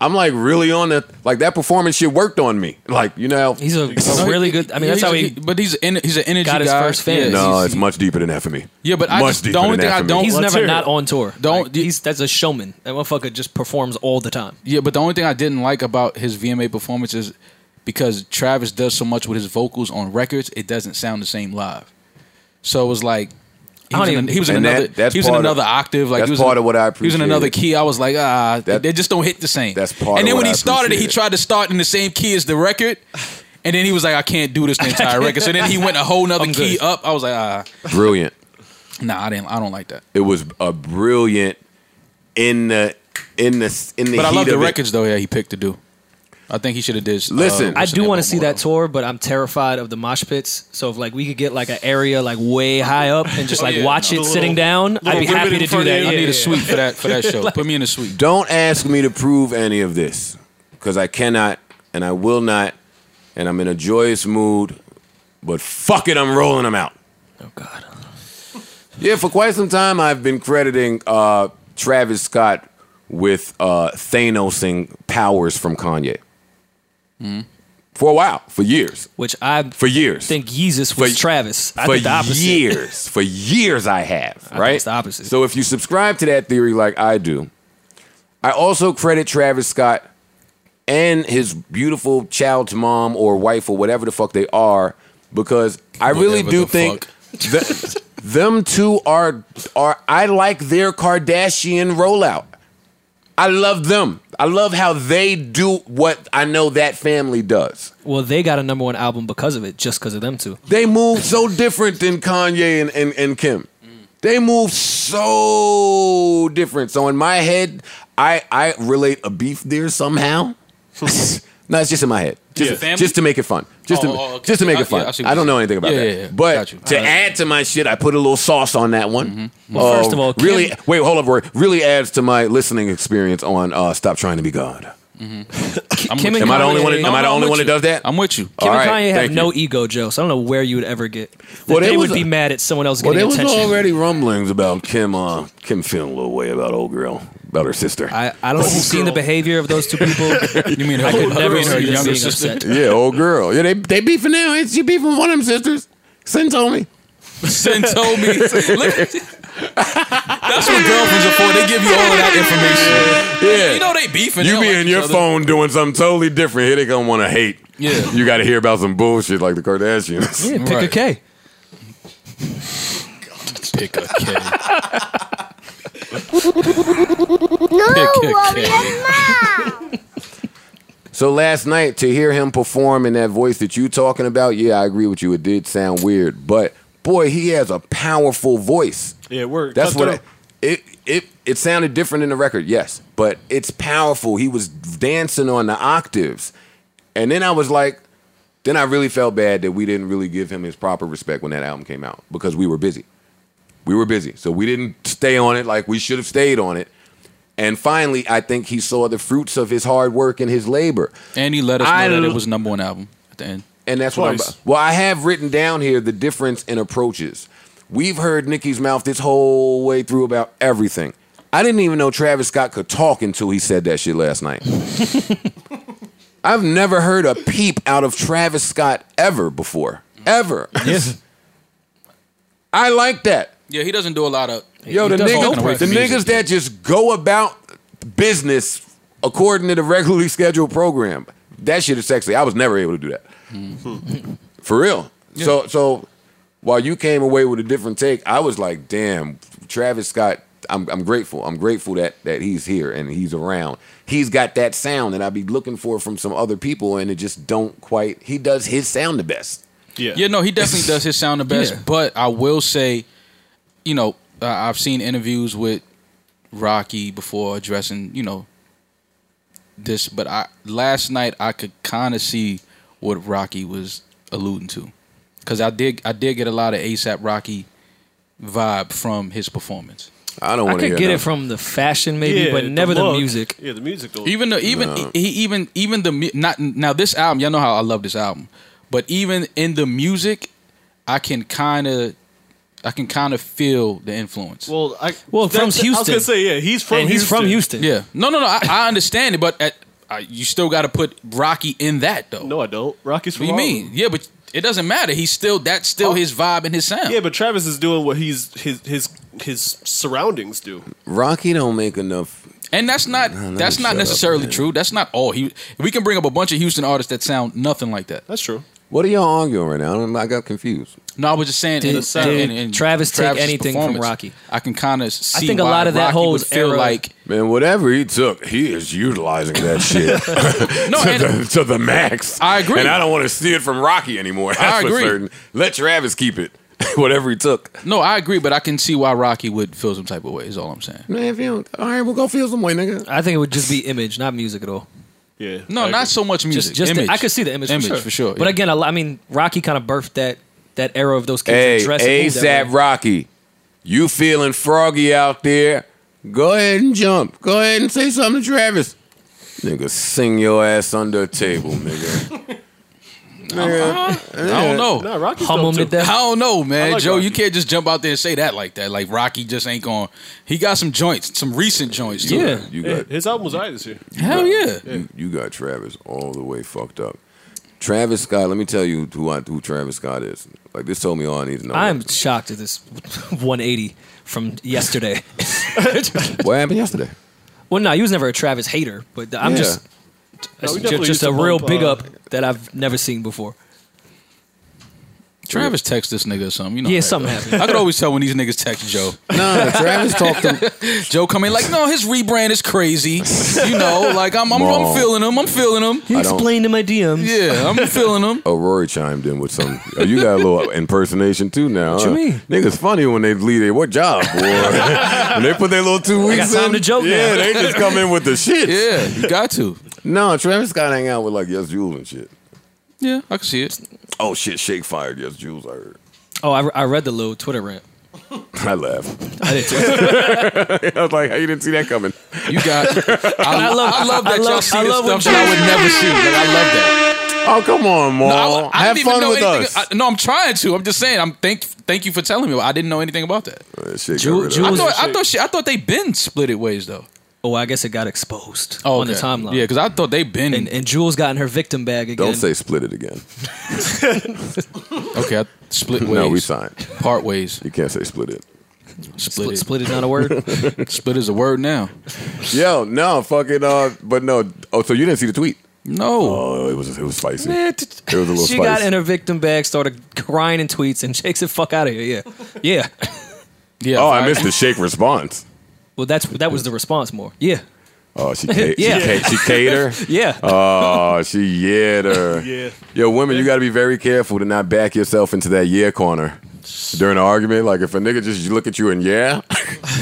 Speaker 1: I'm like really on the like that performance shit worked on me. Like you know, how-
Speaker 4: he's a a really good. I mean,
Speaker 2: Yeah,
Speaker 4: that's how
Speaker 2: he's a-
Speaker 4: he.
Speaker 2: But he's an, he's an energy
Speaker 4: got his
Speaker 2: guy.
Speaker 4: first fan.
Speaker 2: Yeah,
Speaker 1: no,
Speaker 2: he's-
Speaker 1: it's much deeper than that for me.
Speaker 2: Yeah, but I
Speaker 1: much
Speaker 2: just- the
Speaker 1: deeper
Speaker 2: only
Speaker 1: than
Speaker 2: thing
Speaker 1: that
Speaker 2: I
Speaker 1: for me.
Speaker 2: don't-
Speaker 4: He's
Speaker 2: Let's
Speaker 4: never
Speaker 3: hear it.
Speaker 4: not on tour.
Speaker 2: Don't-
Speaker 4: Like, he's that's a showman. That motherfucker just performs all the time.
Speaker 2: Yeah, but the only thing I didn't like about his VMA performance is because Travis does so much with his vocals on records, it doesn't sound the same live. So it was like he
Speaker 4: I don't
Speaker 2: was, in,
Speaker 4: even-
Speaker 2: he was in
Speaker 1: And that-
Speaker 2: another
Speaker 1: that's
Speaker 2: he was in
Speaker 1: part of-
Speaker 2: another octave. Like
Speaker 1: that's
Speaker 2: he was
Speaker 1: part
Speaker 2: in,
Speaker 1: of what I
Speaker 2: He was in another
Speaker 1: appreciated.
Speaker 2: key. I was like, ah,
Speaker 1: That-
Speaker 2: they just don't hit the same.
Speaker 1: that's part
Speaker 2: And then
Speaker 1: of what
Speaker 2: when
Speaker 1: I
Speaker 2: he started it, he
Speaker 1: appreciated.
Speaker 2: tried to start in the same key as the record. And then he was like, I can't do this the entire record. So then he went a whole nother
Speaker 4: I'm
Speaker 2: key
Speaker 4: good.
Speaker 2: up. I was like, ah,
Speaker 1: Brilliant.
Speaker 2: nah, I didn't. I don't like that.
Speaker 1: It was a brilliant in the in the in the.
Speaker 2: But I
Speaker 1: heat
Speaker 2: love the
Speaker 1: of it.
Speaker 2: records though. Yeah, he picked to do. I think he should have did. uh,
Speaker 1: Listen.
Speaker 4: I
Speaker 2: what's the
Speaker 4: do
Speaker 2: name
Speaker 4: want to
Speaker 2: of
Speaker 4: see
Speaker 2: Morrow.
Speaker 4: that tour, but I'm terrified of the mosh pits. So if like we could get like an area like way high up and just
Speaker 2: Oh,
Speaker 4: like
Speaker 2: yeah,
Speaker 4: watch
Speaker 2: no.
Speaker 4: it
Speaker 2: The
Speaker 4: sitting
Speaker 3: little-
Speaker 4: down, I'd
Speaker 3: little
Speaker 4: be
Speaker 3: ribbon
Speaker 4: happy to
Speaker 3: in
Speaker 4: do
Speaker 3: front of
Speaker 4: that.
Speaker 3: you.
Speaker 2: I
Speaker 4: Yeah.
Speaker 2: need a suite for that for that show. Put me in a suite.
Speaker 1: Don't ask me to prove any of this because I cannot and I will not, and I'm in a joyous mood, but fuck it, I'm rolling them out.
Speaker 4: Oh God.
Speaker 1: Yeah, for quite some time, I've been crediting uh, Travis Scott with uh, Thanosing powers from Kanye.
Speaker 2: Hmm.
Speaker 1: For a while, for years,
Speaker 4: Which I
Speaker 1: for years.
Speaker 4: think Jesus was
Speaker 1: For-
Speaker 4: Travis. I
Speaker 1: for
Speaker 4: think the opposite.
Speaker 1: years. For years, I have.
Speaker 4: think
Speaker 1: right?
Speaker 4: it's the opposite.
Speaker 1: So if you subscribe to that theory, like I do, I also credit Travis Scott and his beautiful child's mom or wife or whatever the fuck they are because I really
Speaker 2: Whatever
Speaker 1: do
Speaker 2: the
Speaker 1: think th- them two are are. I like their Kardashian rollout. I love them. I love how they do what I know that family does.
Speaker 4: Well, they got a number one album because of it, just because of them two.
Speaker 1: They move so different than Kanye and, and, and Kim. They move so different. So in my head, I, I relate a beef there somehow. no, it's just in my head. Just,
Speaker 2: Yeah. Family?
Speaker 1: just to make it fun. Just
Speaker 2: Oh,
Speaker 1: to
Speaker 2: oh, okay.
Speaker 1: just to make
Speaker 2: I-
Speaker 1: it fun.
Speaker 2: yeah, I see what
Speaker 1: I,
Speaker 2: you're
Speaker 1: don't know
Speaker 2: saying.
Speaker 1: anything about
Speaker 2: Yeah,
Speaker 1: that.
Speaker 2: yeah, yeah. Got
Speaker 1: But
Speaker 2: you. Mm-hmm.
Speaker 1: to add to my shit, I put a little sauce on that one.
Speaker 4: Well,
Speaker 1: Uh,
Speaker 4: first of all, Kim-
Speaker 1: really wait, hold up, Rory. Really adds to my listening experience on uh, "Stop Trying to Be God."
Speaker 4: Kim
Speaker 2: I'm with
Speaker 4: and
Speaker 2: you.
Speaker 1: Am I the only
Speaker 4: Kanye-
Speaker 1: one? Am
Speaker 4: No,
Speaker 1: I the
Speaker 2: I'm
Speaker 1: only
Speaker 2: with
Speaker 1: one that
Speaker 2: you.
Speaker 1: does that?
Speaker 2: I'm with you.
Speaker 1: All
Speaker 4: Kim
Speaker 1: right,
Speaker 4: and Kanye have
Speaker 1: thank
Speaker 4: no
Speaker 1: you.
Speaker 4: ego, Joe. So I don't know where you would ever get. That
Speaker 1: Well,
Speaker 4: they
Speaker 1: there
Speaker 4: would
Speaker 1: was
Speaker 4: be
Speaker 1: a-
Speaker 4: mad at someone else
Speaker 1: Well,
Speaker 4: getting
Speaker 1: there was
Speaker 4: attention.
Speaker 1: already rumblings about Kim. Uh, Kim feeling a little way about old girl, about her sister.
Speaker 4: I, I
Speaker 1: Oh,
Speaker 4: don't see the behavior of those two people.
Speaker 2: You mean her,
Speaker 4: I could
Speaker 2: her-
Speaker 4: never
Speaker 2: her
Speaker 4: see them
Speaker 2: younger
Speaker 4: being
Speaker 2: sister?
Speaker 4: upset.
Speaker 1: yeah, old girl. Yeah, they they beefing now. Ain't she beefing with one of them sisters? Sin told me.
Speaker 2: Sin told me. Look, that's what girlfriends are for. They give you all of that information.
Speaker 1: Yeah.
Speaker 2: You know they beefing. They
Speaker 1: You
Speaker 2: don't
Speaker 1: be
Speaker 2: like
Speaker 1: in
Speaker 2: each
Speaker 1: your
Speaker 2: other.
Speaker 1: phone doing something totally different. Here they gonna want to hate.
Speaker 2: Yeah.
Speaker 1: You got to hear about some bullshit like the Kardashians.
Speaker 4: Yeah, pick a
Speaker 2: Right.
Speaker 4: K.
Speaker 2: Pick a kid.
Speaker 6: No,
Speaker 2: Kick,
Speaker 6: Rory,
Speaker 2: kick.
Speaker 6: that's mine.
Speaker 1: So last night to hear him perform in that voice that you talking about, yeah, I agree with you. It did sound weird, but boy, he has a powerful voice.
Speaker 3: Yeah, we're
Speaker 1: That's
Speaker 3: cut
Speaker 1: what
Speaker 3: through.
Speaker 1: it, it it it sounded different in the record, yes, but it's powerful. He was dancing on the octaves, and then I was like, then I really felt bad that we didn't really give him his proper respect when that album came out because we were busy, we were busy, so we didn't stay on it like we should have stayed on it. And finally, I think he saw the fruits of his hard work and his labor.
Speaker 2: And he let us know
Speaker 1: I
Speaker 2: that
Speaker 1: l-
Speaker 2: it was number one album at the end.
Speaker 1: And that's what I'm.
Speaker 3: Twice.
Speaker 1: Well, I have written down here the difference in approaches. We've heard Nicki's mouth this whole way through about everything. I didn't even know Travis Scott could talk until he said that shit last night. I've never heard a peep out of Travis Scott ever before. Ever. Yes. I like that.
Speaker 2: Yeah, he doesn't do a lot of.
Speaker 1: Yo,
Speaker 2: he
Speaker 1: the,
Speaker 2: does talk
Speaker 1: niggas,
Speaker 2: about
Speaker 1: the
Speaker 2: music.
Speaker 1: niggas that just go about business according to the regularly scheduled program. That shit is sexy. I was never able to do that.
Speaker 3: Hmm.
Speaker 1: For real. So so while you came away with a different take, I was like, damn, Travis Scott, I'm I'm grateful. I'm grateful that that he's here and he's around. He's got that sound that I'd be looking for from some other people and it just don't quite he does his sound the best.
Speaker 3: Yeah.
Speaker 2: Yeah, no, he definitely does his sound the best.
Speaker 4: Yeah.
Speaker 2: But I will say, you know, uh, I've seen interviews with Rocky before addressing, you know, this. But I last night I could kind of see what Rocky was alluding to, because I did I did get a lot of ASAP Rocky vibe from his performance.
Speaker 1: I don't
Speaker 4: I
Speaker 1: want to hear
Speaker 4: could get
Speaker 1: no-
Speaker 4: it from the fashion, maybe,
Speaker 3: Yeah,
Speaker 4: but never the,
Speaker 3: look.
Speaker 4: music.
Speaker 3: Yeah, the music. Though.
Speaker 2: Even the even
Speaker 1: No.
Speaker 2: he even even the mu- not now this album y'all know how I love this album, but even in the music, I can kind of I can kind of feel the influence.
Speaker 3: well, I,
Speaker 4: Well, from
Speaker 3: that- that- I was
Speaker 4: Houston.
Speaker 3: gonna say yeah, he's from
Speaker 4: and he's
Speaker 3: Houston.
Speaker 4: from Houston.
Speaker 2: yeah, no, no, no, I, I understand it, but at, I, you still got to put Rocky in that though.
Speaker 3: No, I don't. Rocky's
Speaker 2: what do
Speaker 3: from
Speaker 2: you
Speaker 3: Harlem.
Speaker 2: mean? Yeah, but it doesn't matter. He's still that's still
Speaker 3: Oh.
Speaker 2: his vibe and his sound.
Speaker 3: Yeah, but Travis is doing what he's his his his surroundings do.
Speaker 1: Rocky don't make enough
Speaker 2: and that's not
Speaker 1: let
Speaker 2: that's
Speaker 1: me
Speaker 2: not
Speaker 1: shut up,
Speaker 2: necessarily
Speaker 1: man.
Speaker 2: true. That's not all. He we can bring up a bunch of Houston artists that sound nothing like that.
Speaker 3: That's true.
Speaker 1: What are y'all arguing right now? I, don't- I got confused.
Speaker 2: No, I was just saying.
Speaker 4: Did-
Speaker 2: in-
Speaker 4: did
Speaker 2: in- in
Speaker 4: Travis take
Speaker 2: Travis's
Speaker 4: anything from
Speaker 2: performance,
Speaker 4: Rocky?
Speaker 2: I can kind of see.
Speaker 4: think a
Speaker 2: why
Speaker 4: lot of that
Speaker 2: Rocky
Speaker 4: whole
Speaker 2: would feel
Speaker 4: era-
Speaker 2: like
Speaker 1: Man, whatever he took, he is utilizing that shit
Speaker 2: no.
Speaker 1: to,
Speaker 2: and-
Speaker 1: the, to the max.
Speaker 2: I agree.
Speaker 1: And I don't want to see it from Rocky anymore. That's
Speaker 2: I agree.
Speaker 1: for certain. Let Travis keep it, whatever he took.
Speaker 2: no, I agree, but I can see why Rocky would feel some type of way. Is all I'm saying.
Speaker 1: Man, if you don't, all right, we'll go feel some way, nigga.
Speaker 4: I think it would just be image, not music at all.
Speaker 3: Yeah.
Speaker 2: No,
Speaker 3: I
Speaker 2: not
Speaker 3: agree.
Speaker 2: so much music.
Speaker 4: Just, just the-
Speaker 2: image.
Speaker 4: I could see the image,
Speaker 2: Image,
Speaker 4: for sure.
Speaker 2: for sure,
Speaker 4: But
Speaker 2: yeah.
Speaker 4: again, a lo- I mean, Rocky kind of birthed that that era of those kids.
Speaker 1: Hey,
Speaker 4: that dressed and moved
Speaker 1: ASAP
Speaker 4: that way.
Speaker 1: Rocky, you feeling froggy out there? Go ahead and jump. Go ahead and say something to Travis. Nigga, sing your ass under a table, nigga.
Speaker 2: uh-huh. I don't know.
Speaker 3: Nah, Rocky's
Speaker 4: Hum
Speaker 3: dope,
Speaker 4: him to
Speaker 3: too.
Speaker 2: I
Speaker 4: death.
Speaker 2: don't know, man.
Speaker 3: I like
Speaker 2: Joe, you
Speaker 3: Rocky.
Speaker 2: can't just jump out there and say that like that. Like Rocky just ain't going. He got some joints, some recent joints. Too.
Speaker 4: Yeah.
Speaker 1: You
Speaker 3: Yeah,
Speaker 1: got
Speaker 3: his album was alright this year.
Speaker 2: hell yeah.
Speaker 1: You, you got Travis all the way fucked up. Travis Scott, let me tell you who I, who Travis Scott is. Like this told me all I need to know.
Speaker 4: I'm shocked at this 180 from yesterday.
Speaker 1: what happened yesterday?
Speaker 4: well, no, he was never a Travis hater, but I'm
Speaker 1: Yeah.
Speaker 4: just
Speaker 3: No, we
Speaker 4: ju-
Speaker 3: definitely
Speaker 4: just
Speaker 2: uh,
Speaker 3: used
Speaker 4: a
Speaker 3: to
Speaker 4: real
Speaker 3: bump,
Speaker 4: big
Speaker 3: uh,
Speaker 4: up that I've never seen before.
Speaker 2: Travis text this nigga or something. You know
Speaker 4: Yeah,
Speaker 2: that,
Speaker 4: something
Speaker 2: though.
Speaker 4: happened.
Speaker 2: I could always tell when these niggas text Joe.
Speaker 8: No, Travis talked to
Speaker 2: Joe come in like, no, his rebrand is crazy. You know, like I'm, I'm,
Speaker 8: Wrong.
Speaker 2: I'm feeling him. I'm feeling him.
Speaker 8: I don't-
Speaker 4: to my DMs.
Speaker 2: Yeah, I'm feeling him.
Speaker 8: Oh, Rory chimed in with some. Oh, you got a little impersonation too now. What
Speaker 4: you mean?
Speaker 8: Niggas funny when they leave their what job, boy. when they put their little two weeks
Speaker 4: time
Speaker 8: in,
Speaker 4: to joke
Speaker 8: yeah,
Speaker 4: now.
Speaker 8: they just come in with the shit.
Speaker 2: Yeah, you got to.
Speaker 8: No, Travis got to hang out with like Yes Jules and shit.
Speaker 2: Yeah, I can see it.
Speaker 8: Oh shit, Shake fired Yes Jules. I heard.
Speaker 4: Oh, I, I read the little Twitter rant.
Speaker 8: I laughed.
Speaker 4: I did too.
Speaker 8: I was like, how you didn't see that coming?
Speaker 2: You got. I,
Speaker 4: I love-
Speaker 2: love. I love that
Speaker 4: I
Speaker 2: y'all
Speaker 4: love-
Speaker 2: see
Speaker 4: I
Speaker 2: the
Speaker 4: love when
Speaker 2: stuff y'all would
Speaker 4: Joe-
Speaker 2: never see. Like, I love that.
Speaker 8: Oh come on, Maul.
Speaker 2: I, I
Speaker 8: Have
Speaker 2: didn't even
Speaker 8: fun
Speaker 2: know
Speaker 8: with
Speaker 2: anything-
Speaker 8: us.
Speaker 2: I- no, I'm trying to. I'm just saying. I'm thank. Thank you for telling me. I didn't know anything about that.
Speaker 8: Uh, shit, got
Speaker 4: Ju-
Speaker 8: rid of
Speaker 4: Ju-
Speaker 2: I
Speaker 4: was
Speaker 2: thought.
Speaker 4: the
Speaker 2: I thought. She, I thought they been split it ways though.
Speaker 4: Oh, I guess it got exposed on the
Speaker 2: oh, okay.
Speaker 4: timeline.
Speaker 2: Yeah, because I thought they been.
Speaker 4: And, and Jules got in her victim bag again.
Speaker 8: Don't say split it again.
Speaker 2: okay, I split ways.
Speaker 8: No, we signed.
Speaker 2: Part ways.
Speaker 8: You can't say split it.
Speaker 2: Split.
Speaker 4: split,
Speaker 2: it.
Speaker 4: split is not a word.
Speaker 2: Split is a word now.
Speaker 8: Yo, no, fucking. Uh, but no. Oh, so you didn't see the tweet?
Speaker 2: No.
Speaker 8: Oh, it was it was spicy.
Speaker 4: Man, t-
Speaker 8: It was a little
Speaker 4: she
Speaker 8: spicy.
Speaker 4: got in her victim bag, started crying and tweets, and shakes the fuck out of here. Yeah, yeah.
Speaker 2: Yeah.
Speaker 8: Oh,
Speaker 2: if
Speaker 8: I missed the shake response.
Speaker 4: Well, that's that was the response more. Yeah,
Speaker 8: Oh, she ca-
Speaker 4: Yeah.
Speaker 8: she, ca- she cater.
Speaker 4: yeah.
Speaker 8: Oh, she yeahed her.
Speaker 3: Yeah.
Speaker 8: Yo, women, you got to be very careful to not back yourself into that yeah corner during an argument. Like if a nigga just look at you and yeah,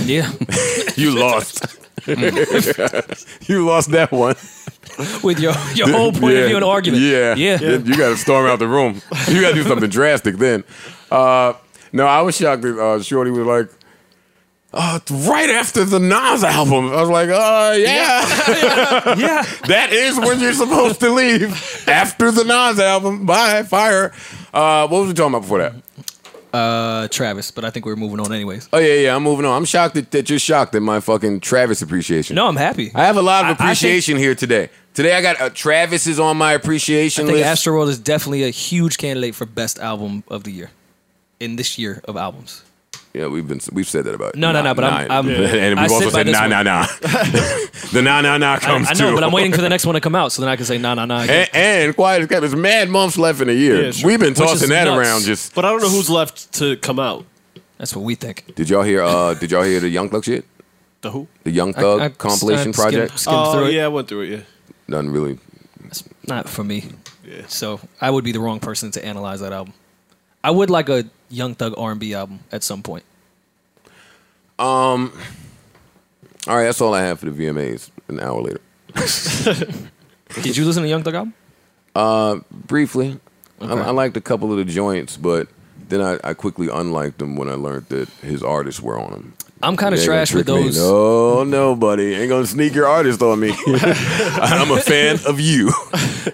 Speaker 4: yeah.
Speaker 8: you lost. you lost that one.
Speaker 4: With your your whole point
Speaker 8: Yeah.
Speaker 4: of view and argument.
Speaker 8: Yeah,
Speaker 4: yeah.
Speaker 8: You- You got to storm out the room. You got to do something drastic then. Uh, no, I was shocked that uh, Shorty was like. Uh, right after the Nas album, I was like, "Uh, yeah,
Speaker 4: Yeah.
Speaker 8: that is when you're supposed to leave after the Nas album. Bye, fire. Uh, what was we talking about before that?
Speaker 4: Uh, Travis, but I think we were moving on anyways.
Speaker 8: Oh yeah, yeah. I'm moving on. I'm shocked that, that you're shocked at my fucking Travis appreciation.
Speaker 4: No, I'm happy.
Speaker 8: I have a lot
Speaker 4: I-
Speaker 8: of
Speaker 4: I think-
Speaker 8: appreciation here today. Today I got uh, Travis is on my
Speaker 4: I
Speaker 8: appreciation
Speaker 4: think
Speaker 8: list.
Speaker 4: Astroworld is definitely a huge candidate for best album of the year in this year of albums.
Speaker 8: yeah, we've been we've said that about
Speaker 4: No, no,
Speaker 8: nine-
Speaker 4: no, but I'm-
Speaker 8: nine.
Speaker 4: I'm-
Speaker 8: and
Speaker 4: I
Speaker 8: we've also
Speaker 4: sit by
Speaker 8: said
Speaker 4: this
Speaker 8: nah,
Speaker 4: one.
Speaker 8: nah, nah. the nah, nah, nah
Speaker 4: I,
Speaker 8: comes
Speaker 4: I know,
Speaker 8: too.
Speaker 4: but I'm waiting for the next one to come out so then I can say nah, nah, nah. again.
Speaker 8: And, and quiet as kept. There's mad months left in a year.
Speaker 3: Yeah, sure.
Speaker 8: We've been
Speaker 4: is
Speaker 8: tossing that
Speaker 4: nuts.
Speaker 8: around. Just
Speaker 3: But I don't know who's left to come out.
Speaker 4: That's what we think.
Speaker 8: did y'all hear? Uh, did y'all hear the Young Thug shit?
Speaker 3: The who?
Speaker 8: The Young
Speaker 4: I-
Speaker 8: Thug
Speaker 4: I-
Speaker 8: compilation
Speaker 4: I skimmed-
Speaker 8: project?
Speaker 4: skimmed
Speaker 3: Oh
Speaker 4: through it.
Speaker 3: yeah, I went through it. Yeah.
Speaker 8: Nothing really.
Speaker 4: It's not for me. So I would be the wrong person to analyze that album. I would like a Young Thug R and B album at some point.
Speaker 8: Um, All right, that's all I have for the VMAs. An hour later,
Speaker 4: Did you listen to Young Thug album?
Speaker 8: Uh, briefly, I, I liked a couple of the joints, but then I, I quickly unliked them when I learned that his artists were on them.
Speaker 4: I'm kind of
Speaker 8: They
Speaker 4: trash with
Speaker 8: gonna trick
Speaker 4: those.
Speaker 8: Me. No, Oh, no, buddy, ain't gonna sneak your artist on me. I'm a fan of you,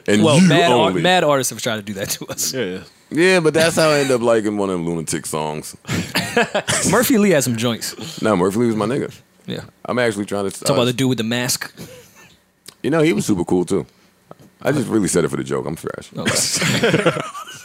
Speaker 8: and
Speaker 4: Well,
Speaker 8: you
Speaker 4: mad, ar-
Speaker 8: only.
Speaker 4: mad artists have tried to do that to us.
Speaker 3: Yeah, yeah.
Speaker 8: Yeah, but that's how I end up liking one of them lunatic songs.
Speaker 4: Murphy Lee has some joints.
Speaker 8: No, Murphy Lee was my nigga.
Speaker 4: Yeah.
Speaker 8: I'm actually trying to
Speaker 4: Talk
Speaker 8: uh,
Speaker 4: about the dude with the mask.
Speaker 8: You know, he was super cool too. I just really said it for the joke. I'm trash.
Speaker 4: Okay.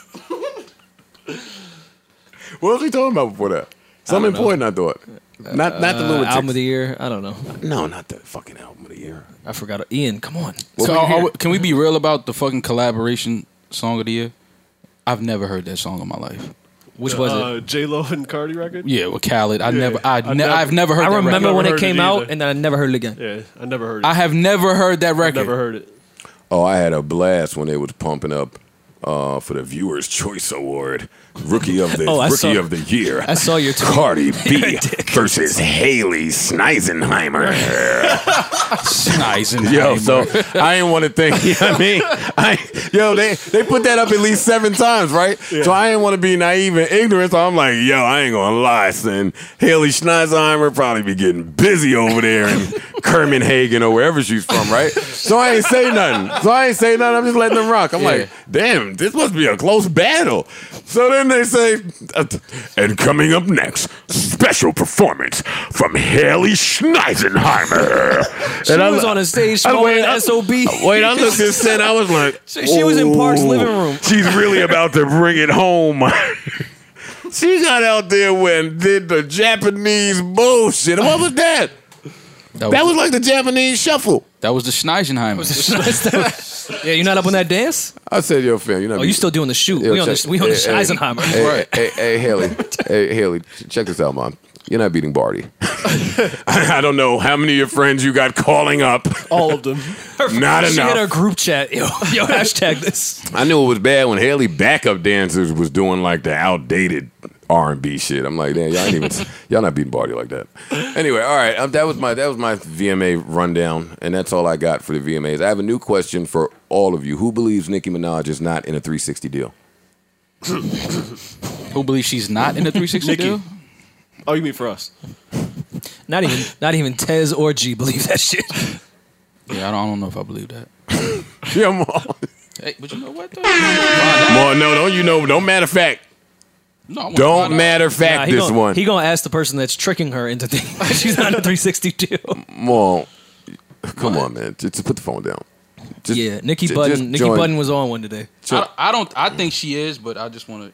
Speaker 8: What was we talking about before that? Something important, I thought. Not not the
Speaker 4: Uh,
Speaker 8: lunatic.
Speaker 4: album of the year. I don't know.
Speaker 8: no, not the fucking album of the year.
Speaker 4: I forgot. Ian, come on.
Speaker 2: So
Speaker 8: we
Speaker 2: are-
Speaker 8: hear?
Speaker 2: are we- can we be real about the fucking collaboration song of the year? I've never heard that song in my life.
Speaker 4: Which was
Speaker 3: uh,
Speaker 4: it?
Speaker 3: J Lo and Cardi record.
Speaker 2: Yeah, with Khaled. I
Speaker 3: Yeah,
Speaker 2: never. I
Speaker 3: I've
Speaker 2: ne-
Speaker 3: never-
Speaker 2: I've never heard.
Speaker 4: I
Speaker 2: that
Speaker 4: remember
Speaker 2: record.
Speaker 4: when it
Speaker 3: Never
Speaker 4: came
Speaker 3: heard it
Speaker 4: out,
Speaker 3: either.
Speaker 4: and then I never heard it again.
Speaker 3: Yeah, I never heard it.
Speaker 2: I have never heard that record.
Speaker 3: never heard it.
Speaker 8: Oh, I had a blast when they was pumping up uh, for the Viewers Choice Award, Rookie of the
Speaker 4: Oh, I
Speaker 8: Rookie
Speaker 4: saw-
Speaker 8: of the Year.
Speaker 4: I saw your tweet.
Speaker 8: Cardi B versus Haley Sneisenheimer.
Speaker 2: Sneisen.
Speaker 8: Yo, so I ain't want to think. You know what I mean, I, yo, they they put that up at least seven times, right? So I ain't want to be naive and ignorant. So I'm like, yo, I ain't gonna lie, son. Haley Schneiderheimer probably be getting busy over there in Kermanhagen or wherever she's from, right? So I ain't say nothing. So I ain't say nothing. I'm just letting them rock. I'm like, damn, this must be a close battle. So then they say, uh, and coming up next, special performance from Haley Schneiderheimer.
Speaker 4: She
Speaker 8: I
Speaker 4: was
Speaker 8: lo-
Speaker 4: on a stage
Speaker 8: I-
Speaker 4: smoking
Speaker 8: wait, I-
Speaker 4: SOB.
Speaker 8: Wait, I looked at Sin. I was like,
Speaker 4: She- she was in Park's
Speaker 8: "Ooh,
Speaker 4: living room."
Speaker 8: She's really about to bring it home. she got out there when did the Japanese bullshit. What was that?
Speaker 2: That was,
Speaker 1: That was like the Japanese shuffle.
Speaker 2: that was the Schneisenheimer.
Speaker 4: yeah, you're not up on that dance?
Speaker 1: I said, yo, fam, you know.
Speaker 4: Oh, you still doing the shoot?
Speaker 1: Yo,
Speaker 4: we on
Speaker 1: check-
Speaker 4: the, we on the
Speaker 1: hey, hey,
Speaker 4: Eisenheimer.
Speaker 1: Hey,
Speaker 2: Right.
Speaker 1: hey, hey, Haley. hey, Haley, check this out, mom. You're not beating Barty. I don't know how many of your friends you got calling up.
Speaker 3: All of them.
Speaker 1: Not
Speaker 4: she
Speaker 1: enough.
Speaker 4: had her group chat. Yo, yo, hashtag this.
Speaker 1: I knew it was bad when Haley backup dancers was doing like the outdated R and B shit. I'm like, damn, y'all ain't even y'all not beating Barty like that. Anyway, all right, um, that was my that was my VMA rundown, and that's all I got for the VMAs. I have a new question for all of you: Who believes Nicki Minaj is not in a 360 deal?
Speaker 2: Who believes she's not in the 360
Speaker 3: Nikki.
Speaker 2: deal?
Speaker 3: Oh, you mean for us?
Speaker 4: Not even, not even Tez or G believe that shit.
Speaker 2: Yeah, I don't, I don't know if I believe that.
Speaker 1: Yeah, Maul.
Speaker 2: Hey, but you know what? Though? Find out.
Speaker 1: Maul, no, don't you know? Don't matter fact.
Speaker 2: No, I wanna find
Speaker 1: Don't
Speaker 2: out.
Speaker 1: matter fact.
Speaker 4: Nah, he
Speaker 1: this
Speaker 4: gonna,
Speaker 1: one,
Speaker 4: He gonna ask the person that's tricking her into thinking she's not a 360 deal.
Speaker 1: Maul. Come on, man. Just put the phone down. Just-
Speaker 4: Yeah, Nikki
Speaker 1: ju- just
Speaker 4: Button. Nikki
Speaker 1: join.
Speaker 4: Button was on one today.
Speaker 1: So-
Speaker 2: I, I don't. I think she is, but I just want to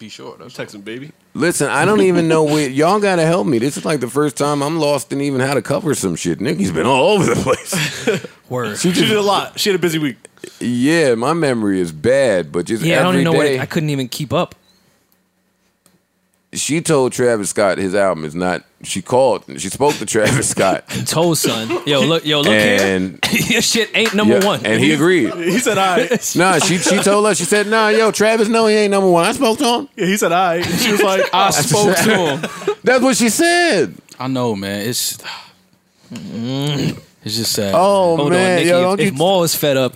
Speaker 2: be sure. That's
Speaker 3: Texan baby.
Speaker 1: Listen, I don't even know where y'all gotta help me. This is like the first time I'm lost in even how to cover some shit. Nikki's been all over the place.
Speaker 4: Word.
Speaker 3: She did a lot. She had a busy week.
Speaker 1: yeah, my memory is bad, but just
Speaker 4: Yeah, I don't
Speaker 1: every
Speaker 4: even know what
Speaker 1: day-
Speaker 4: it, I couldn't even keep up.
Speaker 1: she told Travis Scott his album is not. She called. She spoke to Travis Scott,
Speaker 4: Toe son. Yo, look. Yo, look
Speaker 1: and
Speaker 4: here. Your shit ain't number
Speaker 1: yeah,
Speaker 4: one.
Speaker 1: and he agreed.
Speaker 3: He said, "I."
Speaker 1: Nah, she she told us. She said, "Nah, yo, Travis, no, he ain't number one." I spoke to him.
Speaker 3: Yeah, he said, "I." She was like,
Speaker 2: I spoke to him.
Speaker 1: That's what she said. Mm-hmm.
Speaker 2: I know, man. It's it's just sad.
Speaker 1: Oh
Speaker 4: Hold
Speaker 1: man,
Speaker 4: on, Nikki.
Speaker 1: yo,
Speaker 4: if
Speaker 1: don't
Speaker 4: if
Speaker 1: you
Speaker 4: Maul is fed up,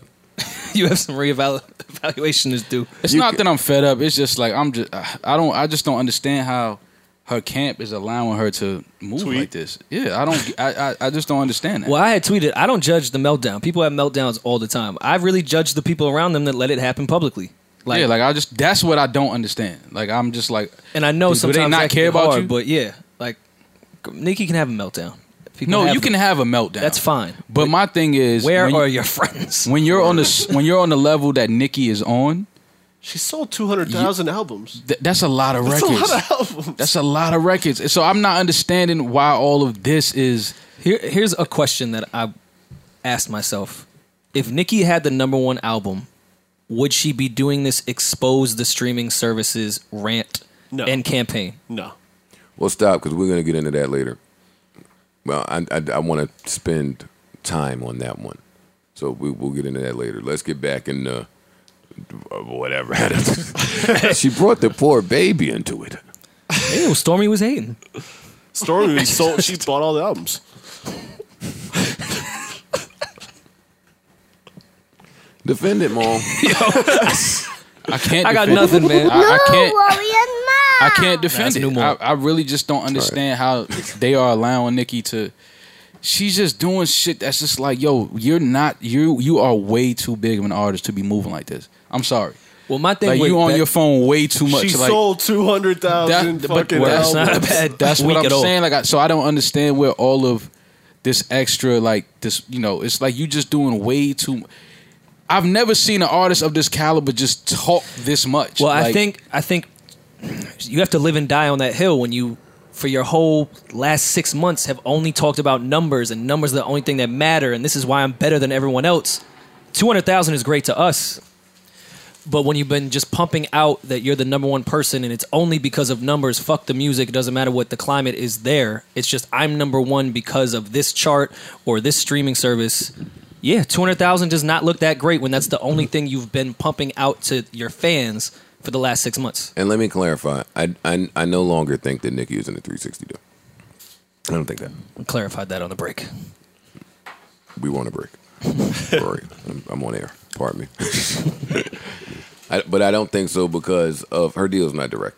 Speaker 4: you have some reevaluation to do.
Speaker 2: it's not that I'm fed up. It's just like I'm just. I I don't. I just don't understand how her camp is allowing her to move
Speaker 3: Tweet.
Speaker 2: like this. Yeah, I don't. I I, I just don't understand that.
Speaker 4: Well, I had tweeted, I don't judge the meltdown. People have meltdowns all the time. I really judge the people around them that let it happen publicly. Like,
Speaker 2: yeah, like I just. That's what I don't understand. Like I'm just like.
Speaker 4: and I know
Speaker 2: do they
Speaker 4: sometimes
Speaker 2: not
Speaker 4: that can
Speaker 2: care
Speaker 4: be
Speaker 2: about
Speaker 4: hard,
Speaker 2: you?
Speaker 4: but yeah, like Nikki can have a meltdown. People
Speaker 2: No,
Speaker 4: have
Speaker 2: you can
Speaker 4: them.
Speaker 2: have a meltdown.
Speaker 4: That's fine.
Speaker 2: But my thing is,
Speaker 4: Where
Speaker 2: when you-
Speaker 4: are your friends?
Speaker 2: when you're on the s- when you're on the level that Nikki is on,
Speaker 3: "She sold two hundred thousand albums.
Speaker 2: th- that's a lot of
Speaker 3: That's a
Speaker 2: records.
Speaker 3: lot of albums."
Speaker 2: That's a lot of records. And So I'm not understanding why all of this is.
Speaker 4: Here, here's a question that I asked myself: If Nikki had the number one album, would she be doing this expose the streaming services rant
Speaker 3: No.
Speaker 4: and campaign?
Speaker 3: no.
Speaker 1: Well, stop because we're going to get into that later. Well, I I, I want to spend time on that one, so we, we'll get into that later. Let's get back in the whatever. she brought the poor baby into it.
Speaker 4: Ew, Stormy was hating.
Speaker 3: Stormy sold. She bought all the albums.
Speaker 1: Defend it, mom.
Speaker 2: I can't.
Speaker 4: I got
Speaker 2: defend it.
Speaker 4: nothing, man.
Speaker 2: I, I can't.
Speaker 6: warrior
Speaker 2: I
Speaker 6: mom.
Speaker 2: can't defend
Speaker 4: That's new
Speaker 2: it. I,
Speaker 4: more.
Speaker 2: I really just don't understand how they are allowing Nikki to. She's just doing shit that's just like, yo, you're not you. You are way too big of an artist to be moving like this. I'm sorry.
Speaker 4: Well, my thing
Speaker 2: Like
Speaker 4: with
Speaker 2: you on
Speaker 4: that-
Speaker 2: your phone way too much.
Speaker 3: she
Speaker 2: like,
Speaker 3: sold two hundred thousand
Speaker 2: That- but
Speaker 3: fucking
Speaker 2: that's
Speaker 3: albums.
Speaker 4: not a bad
Speaker 2: That's
Speaker 4: week
Speaker 2: what I'm
Speaker 4: at all.
Speaker 2: saying. Like, I, so I don't understand where all of this extra, like this, you know, it's like you just doing way too. m- I've never seen an artist of this caliber just talk this much.
Speaker 4: Well, I
Speaker 2: Like,
Speaker 4: think I think you have to live and die on that hill when you, for your whole last six months, have only talked about numbers and numbers are the only thing that matter, and this is why I'm better than everyone else. Two hundred thousand is great to us, but when you've been just pumping out that you're the number one person and it's only because of numbers, fuck the music. It doesn't matter what the climate is there. It's just I'm number one because of this chart or this streaming service. Yeah, 200,000 does not look that great when that's the only thing you've been pumping out to your fans for the last six months.
Speaker 1: And let me clarify. I, I I no longer think that Nikki is in the 360 deal. I don't think that.
Speaker 4: We clarified that on the break.
Speaker 1: We want a break. Sorry, I'm, I'm on air. Pardon me. I, but I don't think so because of her deal's not direct.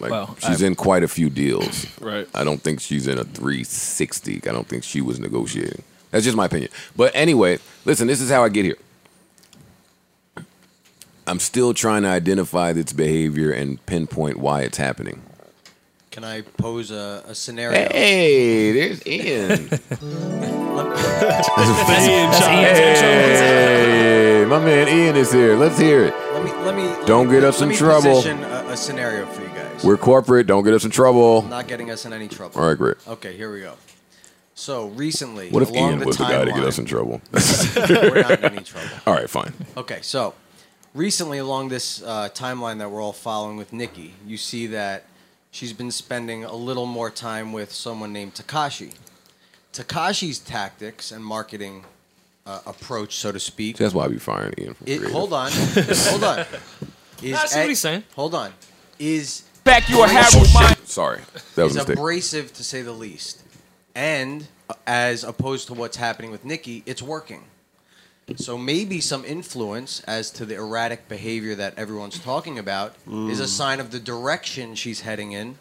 Speaker 1: Like
Speaker 4: Well,
Speaker 1: she's in quite a few deals.
Speaker 3: Right.
Speaker 1: I don't think she's in a 360. I don't think she was negotiating. That's just my opinion. But anyway, listen, this is how I get here. I'm still trying to identify this behavior and pinpoint why it's happening.
Speaker 7: Can I pose a, a scenario?
Speaker 1: Hey, there's Ian. Hey, my man Ian is here. Let's hear it.
Speaker 7: Let me let me
Speaker 1: Don't get
Speaker 7: let
Speaker 1: us in
Speaker 7: me
Speaker 1: trouble.
Speaker 7: Position a, a scenario for you guys.
Speaker 1: We're corporate. Don't get us in trouble.
Speaker 7: not getting us in any trouble.
Speaker 1: All right, great.
Speaker 7: Okay, here we go. So recently,
Speaker 1: What if
Speaker 7: along
Speaker 1: Ian
Speaker 7: the
Speaker 1: was the guy to get us in
Speaker 7: timeline-
Speaker 1: trouble?
Speaker 7: We're not in any trouble.
Speaker 1: All right, fine.
Speaker 7: Okay, so recently along this uh, timeline that we're all following with Nikki, you see that she's been spending a little more time with someone named Takashi. Takashi's tactics and marketing uh, approach, so to speak.
Speaker 1: That's why I be firing Ian. From
Speaker 7: It,
Speaker 1: creative.
Speaker 7: hold on, hold on. Is
Speaker 4: I see what
Speaker 7: at-
Speaker 4: he's saying.
Speaker 7: Hold on. Is
Speaker 5: Back you a Harold Mine.
Speaker 1: Sorry, that was
Speaker 7: is
Speaker 1: a mistake.
Speaker 7: abrasive to say the least. And uh, as opposed to what's happening with Nikki, it's working. So maybe some influence as to the erratic behavior that everyone's talking about is
Speaker 1: Mm.
Speaker 7: a sign of the direction she's heading in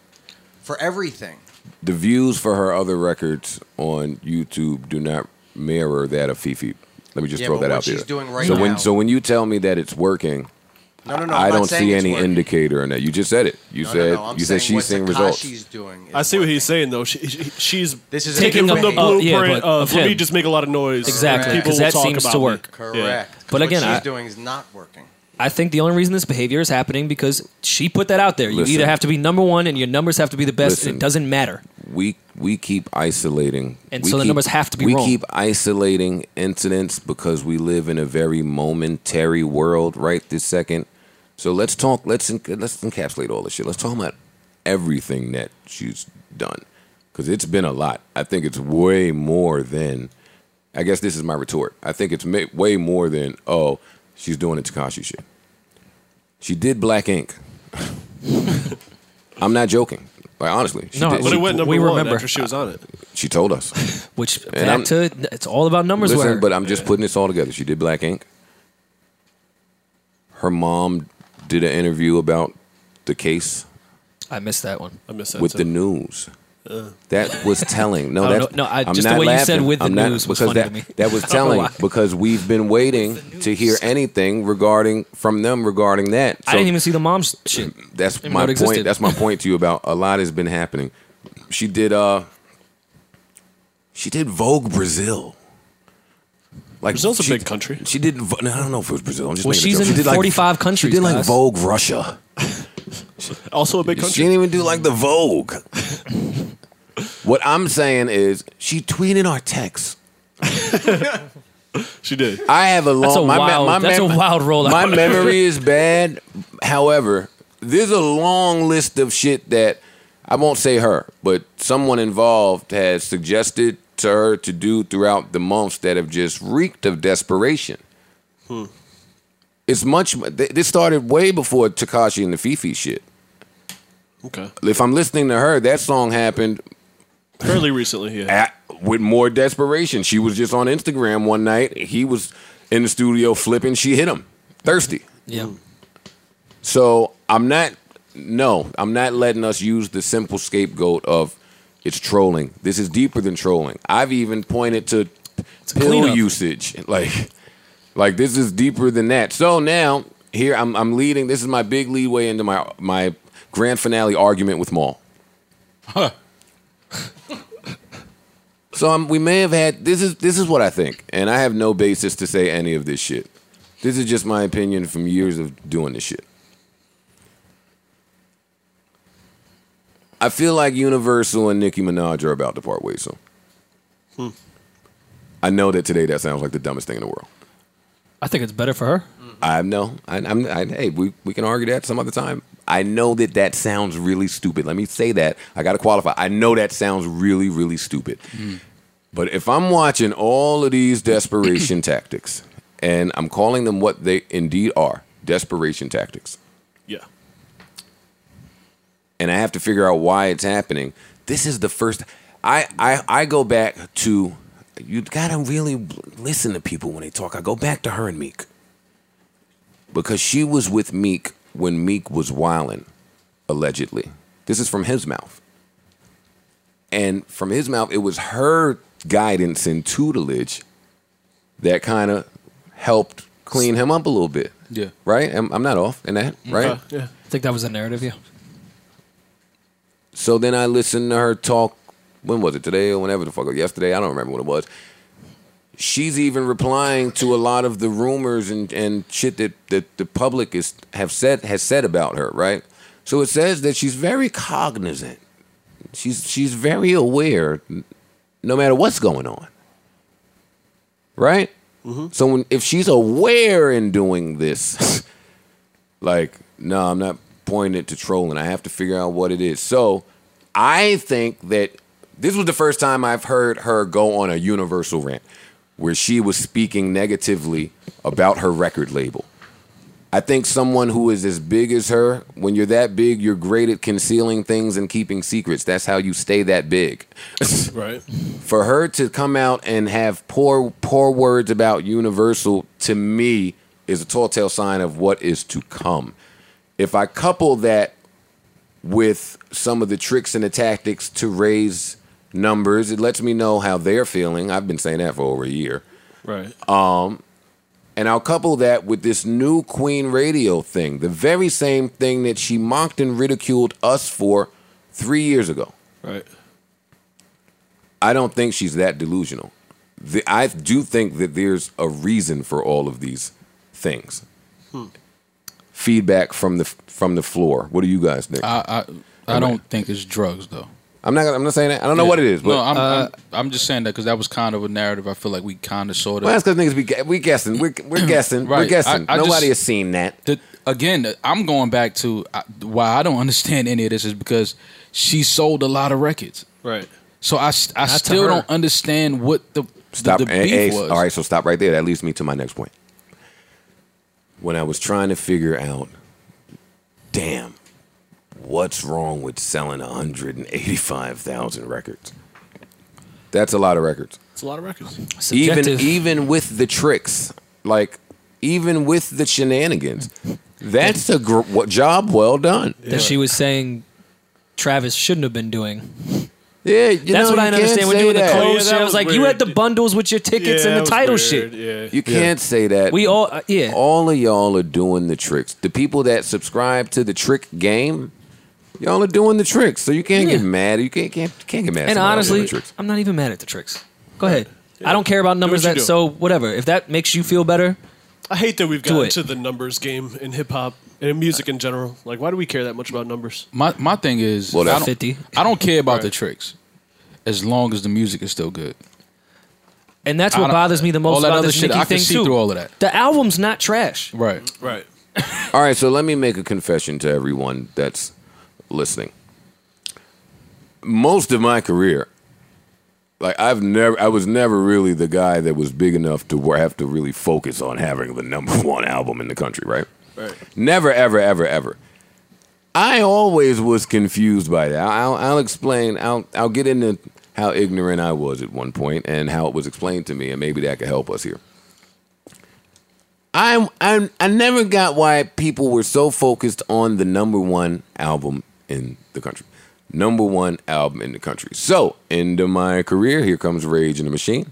Speaker 7: for everything.
Speaker 1: The views for her other records on YouTube do not mirror that of Fifi. Let me just
Speaker 7: Yeah,
Speaker 1: throw
Speaker 7: but
Speaker 1: that
Speaker 7: what
Speaker 1: out there.
Speaker 7: she's doing right
Speaker 1: so
Speaker 7: now-
Speaker 1: when so when you tell me that it's working,
Speaker 7: No, no, no.
Speaker 1: I
Speaker 7: I'm not
Speaker 1: don't
Speaker 7: saying
Speaker 1: see
Speaker 7: it's
Speaker 1: any
Speaker 7: working.
Speaker 1: indicator in that. You just said it. You
Speaker 7: No, no,
Speaker 1: said
Speaker 7: no, I'm
Speaker 1: you said
Speaker 7: saying
Speaker 1: she's
Speaker 7: what
Speaker 1: seeing results.
Speaker 7: Takashi's doing. is
Speaker 3: I see what he's
Speaker 7: working.
Speaker 3: saying though. She, she, she's
Speaker 7: This is
Speaker 3: taking
Speaker 7: taking
Speaker 3: from the
Speaker 4: Taking up-
Speaker 3: blueprint
Speaker 4: uh, yeah, but
Speaker 3: of
Speaker 4: of
Speaker 3: let me
Speaker 4: him.
Speaker 3: just make a lot of noise.
Speaker 4: Exactly,
Speaker 3: People
Speaker 4: 'cause
Speaker 3: will
Speaker 4: that
Speaker 3: talk
Speaker 4: seems
Speaker 3: about
Speaker 4: to
Speaker 3: me.
Speaker 4: work.
Speaker 7: Correct.
Speaker 3: Yeah.
Speaker 7: 'Cause
Speaker 4: But
Speaker 7: what
Speaker 4: again,
Speaker 7: she's
Speaker 4: I-
Speaker 7: doing is not working.
Speaker 4: I think the only reason this behavior is happening because she put that out there. You
Speaker 1: Listen.
Speaker 4: either have to be number one and your numbers have to be the best.
Speaker 1: Listen.
Speaker 4: and it doesn't matter.
Speaker 1: we we keep isolating,
Speaker 4: And
Speaker 1: we
Speaker 4: so the
Speaker 1: keep-
Speaker 4: numbers have to be
Speaker 1: We
Speaker 4: wrong.
Speaker 1: keep isolating incidents because we live in a very momentary world right this second. So let's talk. Let's enc- let's encapsulate all this shit. Let's talk about everything that she's done because it's been a lot. I think it's way more than. I guess this is my retort. I think it's ma- way more than oh she's doing the Takashi shit. She did Black Ink. I'm not joking. Like honestly, she
Speaker 4: No,
Speaker 1: did-
Speaker 4: but
Speaker 3: But
Speaker 1: she-
Speaker 3: it went number
Speaker 4: We
Speaker 3: one
Speaker 4: remember.
Speaker 3: after she was on it.
Speaker 1: she told us.
Speaker 4: Which
Speaker 1: And I'm-
Speaker 4: back to it's all about numbers.
Speaker 1: Listen,
Speaker 4: where
Speaker 1: but I'm just putting this all together. She did Black Ink. Her mom did an interview about the case
Speaker 4: I missed that one.
Speaker 3: I miss that.
Speaker 1: with
Speaker 3: too.
Speaker 1: the news. That was telling. No,
Speaker 4: Oh,
Speaker 1: that's,
Speaker 4: no, no, Uh. I-
Speaker 1: I'm
Speaker 4: just the
Speaker 1: not
Speaker 4: way you
Speaker 1: laughing.
Speaker 4: said with the
Speaker 1: I'm not-
Speaker 4: news was
Speaker 1: because
Speaker 4: funny
Speaker 1: that,
Speaker 4: to me.
Speaker 1: That was
Speaker 4: I don't know
Speaker 1: telling
Speaker 4: why.
Speaker 1: because we've been waiting to hear anything regarding from them regarding that.
Speaker 4: I
Speaker 1: So
Speaker 4: didn't even see the mom's shit.
Speaker 1: that's
Speaker 4: even know
Speaker 1: my
Speaker 4: it
Speaker 1: point.
Speaker 4: existed.
Speaker 1: That's my point to you about a lot has been happening. She did uh she did Vogue Brazil. Like
Speaker 3: Brazil's a
Speaker 1: she-
Speaker 3: big country.
Speaker 1: She did Vo- no, I don't know if it was Brazil. I'm just
Speaker 4: Well,
Speaker 1: making a
Speaker 4: she's
Speaker 1: joke.
Speaker 4: in
Speaker 1: she did like-
Speaker 4: 45 countries,
Speaker 1: She did like
Speaker 4: guys.
Speaker 1: Vogue Russia.
Speaker 3: Also a big
Speaker 1: She
Speaker 3: country.
Speaker 1: didn't even do like the Vogue. what I'm saying is she tweeted our text.
Speaker 3: She did.
Speaker 1: I have a long.
Speaker 4: That's a
Speaker 1: my me-
Speaker 4: wild-
Speaker 1: my
Speaker 4: that's a wild rollout.
Speaker 1: My memory is bad. However, there's a long list of shit that I won't say her, but someone involved has suggested to her to do throughout the months that have just reeked of desperation.
Speaker 3: Hmm,
Speaker 1: It's much. th- This started way before Takashi and the Fifi shit.
Speaker 3: Okay.
Speaker 1: If I'm listening to her, that song happened
Speaker 3: Fairly recently, yeah.
Speaker 1: at, with more desperation. She was just on Instagram one night. He was in the studio flipping. She hit him thirsty.
Speaker 4: Yeah,
Speaker 1: So I'm not. No, I'm not letting us use the simple scapegoat of it's trolling. This is deeper than trolling. I've even pointed to pill
Speaker 4: cleanup.
Speaker 1: usage. Like, like this is deeper than that. So now here I'm, I'm leading. This is my big leadway into my my grand finale argument with Maul. So um, we may have had this is this is what I think, and I have no basis to say any of this shit. This is just my opinion from years of doing this shit. I feel like Universal and Nicki Minaj are about to part ways soon. I know that today that sounds like the dumbest thing in the world.
Speaker 4: I think it's better for her.
Speaker 1: Mm-hmm. I know. I, I'm. I, hey, we we can argue that some other time. I know that that sounds really stupid. Let me say that. I got to qualify. I know that sounds really really stupid. But if I'm watching all of these desperation tactics, and I'm calling them what they indeed are, desperation tactics,
Speaker 3: Yeah.
Speaker 1: and I have to figure out why it's happening. This is the first. I I I go back to. You gotta really listen to people when they talk. I go back to her and Meek because she was with Meek when Meek was wildin', allegedly. This is from his mouth, and from his mouth, it was her guidance and tutelage that kind of helped clean him up a little bit.
Speaker 2: Yeah.
Speaker 1: right. I'm, I'm not off in that,
Speaker 4: Mm-hmm.
Speaker 1: right?
Speaker 4: Uh-huh.
Speaker 3: Uh, yeah.
Speaker 4: I think that was the narrative. Yeah,
Speaker 1: So then I listened to her talk. When was it? Today or whenever the fuck? Yesterday? I don't remember when it was. She's even replying to a lot of the rumors and, and shit that, that the public is have said has said about her, right? So it says that she's very cognizant. She's she's very aware no matter what's going on. Right? So when, if she's aware in doing this, like, no, I'm not pointing it to trolling. I have to figure out what it is. So I think that this was the first time I've heard her go on a universal rant where she was speaking negatively about her record label. I think someone who is as big as her, when you're that big, you're great at concealing things and keeping secrets. That's how you stay that big.
Speaker 3: Right.
Speaker 1: For her to come out and have poor poor words about Universal to me is a tall tale sign of what is to come. If I couple that with some of the tricks and the tactics to raise numbers, it lets me know how they're feeling. I've been saying that for over a year. Um,
Speaker 3: Right.
Speaker 1: And I'll couple that with this new Queen radio thing, the very same thing that she mocked and ridiculed us for three years ago.
Speaker 4: Hmm.
Speaker 3: right.
Speaker 1: I don't think she's that delusional. The, I do think that there's a reason for all of these things. Feedback from the from the floor. What do you guys think?
Speaker 2: I I, I don't think it's drugs though.
Speaker 1: I'm not. I'm not saying that. I don't know what it is, but
Speaker 2: no, I'm,
Speaker 4: Uh,
Speaker 2: I'm I'm just saying that because that was kind of a narrative. I feel like we kind of sort of
Speaker 1: well, that's because niggas be gu- we guessing. We're, we're guessing. We're
Speaker 2: Right.
Speaker 1: guessing.
Speaker 2: I- I
Speaker 1: Nobody
Speaker 2: just-
Speaker 1: has seen that.
Speaker 2: the, again, I'm going back to uh, why I don't understand any of this is because she sold a lot of records.
Speaker 3: Right.
Speaker 2: So I, s- I
Speaker 4: to
Speaker 2: still
Speaker 4: her.
Speaker 2: don't understand what the
Speaker 1: Stop.
Speaker 2: the, the
Speaker 1: eh,
Speaker 2: beef
Speaker 1: eh,
Speaker 2: was.
Speaker 1: All right, so stop right there. That leads me to my next point. When I was trying to figure out, damn, what's wrong with selling 185,000 records? That's a lot of records.
Speaker 3: It's a lot of records.
Speaker 1: Even
Speaker 4: Subjective.
Speaker 1: even with the tricks, like even with the shenanigans, that's a gr- what job well done.
Speaker 4: that she was saying Travis shouldn't have been doing.
Speaker 1: Yeah, you
Speaker 4: That's
Speaker 1: know,
Speaker 4: what I
Speaker 1: you
Speaker 4: didn't
Speaker 1: can't
Speaker 4: understand. We're
Speaker 1: say
Speaker 4: doing the
Speaker 1: that.
Speaker 3: Oh, yeah,
Speaker 4: clothes. shit.
Speaker 3: that
Speaker 4: I was
Speaker 3: was
Speaker 4: like, you had
Speaker 3: weird.
Speaker 4: the bundles with your tickets and
Speaker 3: Yeah, that
Speaker 4: the
Speaker 3: was
Speaker 4: title
Speaker 3: weird.
Speaker 4: shit.
Speaker 3: Yeah.
Speaker 1: You can't say that.
Speaker 4: We all, uh, yeah.
Speaker 1: All of y'all are doing the tricks. The people that subscribe to the trick game, y'all are doing the tricks. So you can't get
Speaker 4: Yeah.
Speaker 1: mad. You can't can't can't get mad. at
Speaker 4: and
Speaker 1: somebody else doing
Speaker 4: honestly,
Speaker 1: the tricks.
Speaker 4: I'm not even mad at the tricks. Go ahead. I don't care about numbers.
Speaker 3: you
Speaker 4: That
Speaker 3: do.
Speaker 4: so whatever. If that makes you feel better,
Speaker 3: I hate that we've gotten
Speaker 4: it.
Speaker 3: to the numbers game in hip hop and in music in general. Like, why do we care that much about numbers?
Speaker 2: My my thing is
Speaker 1: Well,
Speaker 2: I
Speaker 1: that's-
Speaker 2: don't,
Speaker 4: 50.
Speaker 2: I don't care about the tricks as long as the music is still good.
Speaker 4: and that's
Speaker 2: I
Speaker 4: what
Speaker 2: don't-
Speaker 4: bothers me the most
Speaker 2: all that
Speaker 4: about
Speaker 2: other
Speaker 4: this
Speaker 2: shit,
Speaker 4: Nicki
Speaker 2: I can
Speaker 4: thing
Speaker 2: see
Speaker 4: too.
Speaker 2: through all of that.
Speaker 4: The album's not trash.
Speaker 2: Right.
Speaker 3: Right.
Speaker 1: All right, so let me make a confession to everyone that's listening. Most of my career, like I've never, I was never really the guy that was big enough to where I have to really focus on having the number one album in the country, right?
Speaker 3: Right.
Speaker 1: Never, ever, ever, ever. I always was confused by that. I'll, I'll explain. I'll, I'll get into how ignorant I was at one point and how it was explained to me, and maybe that could help us here. I I I never got why people were so focused on the number one album in the country, number one album in the country. So into my career, here comes Rage in the Machine.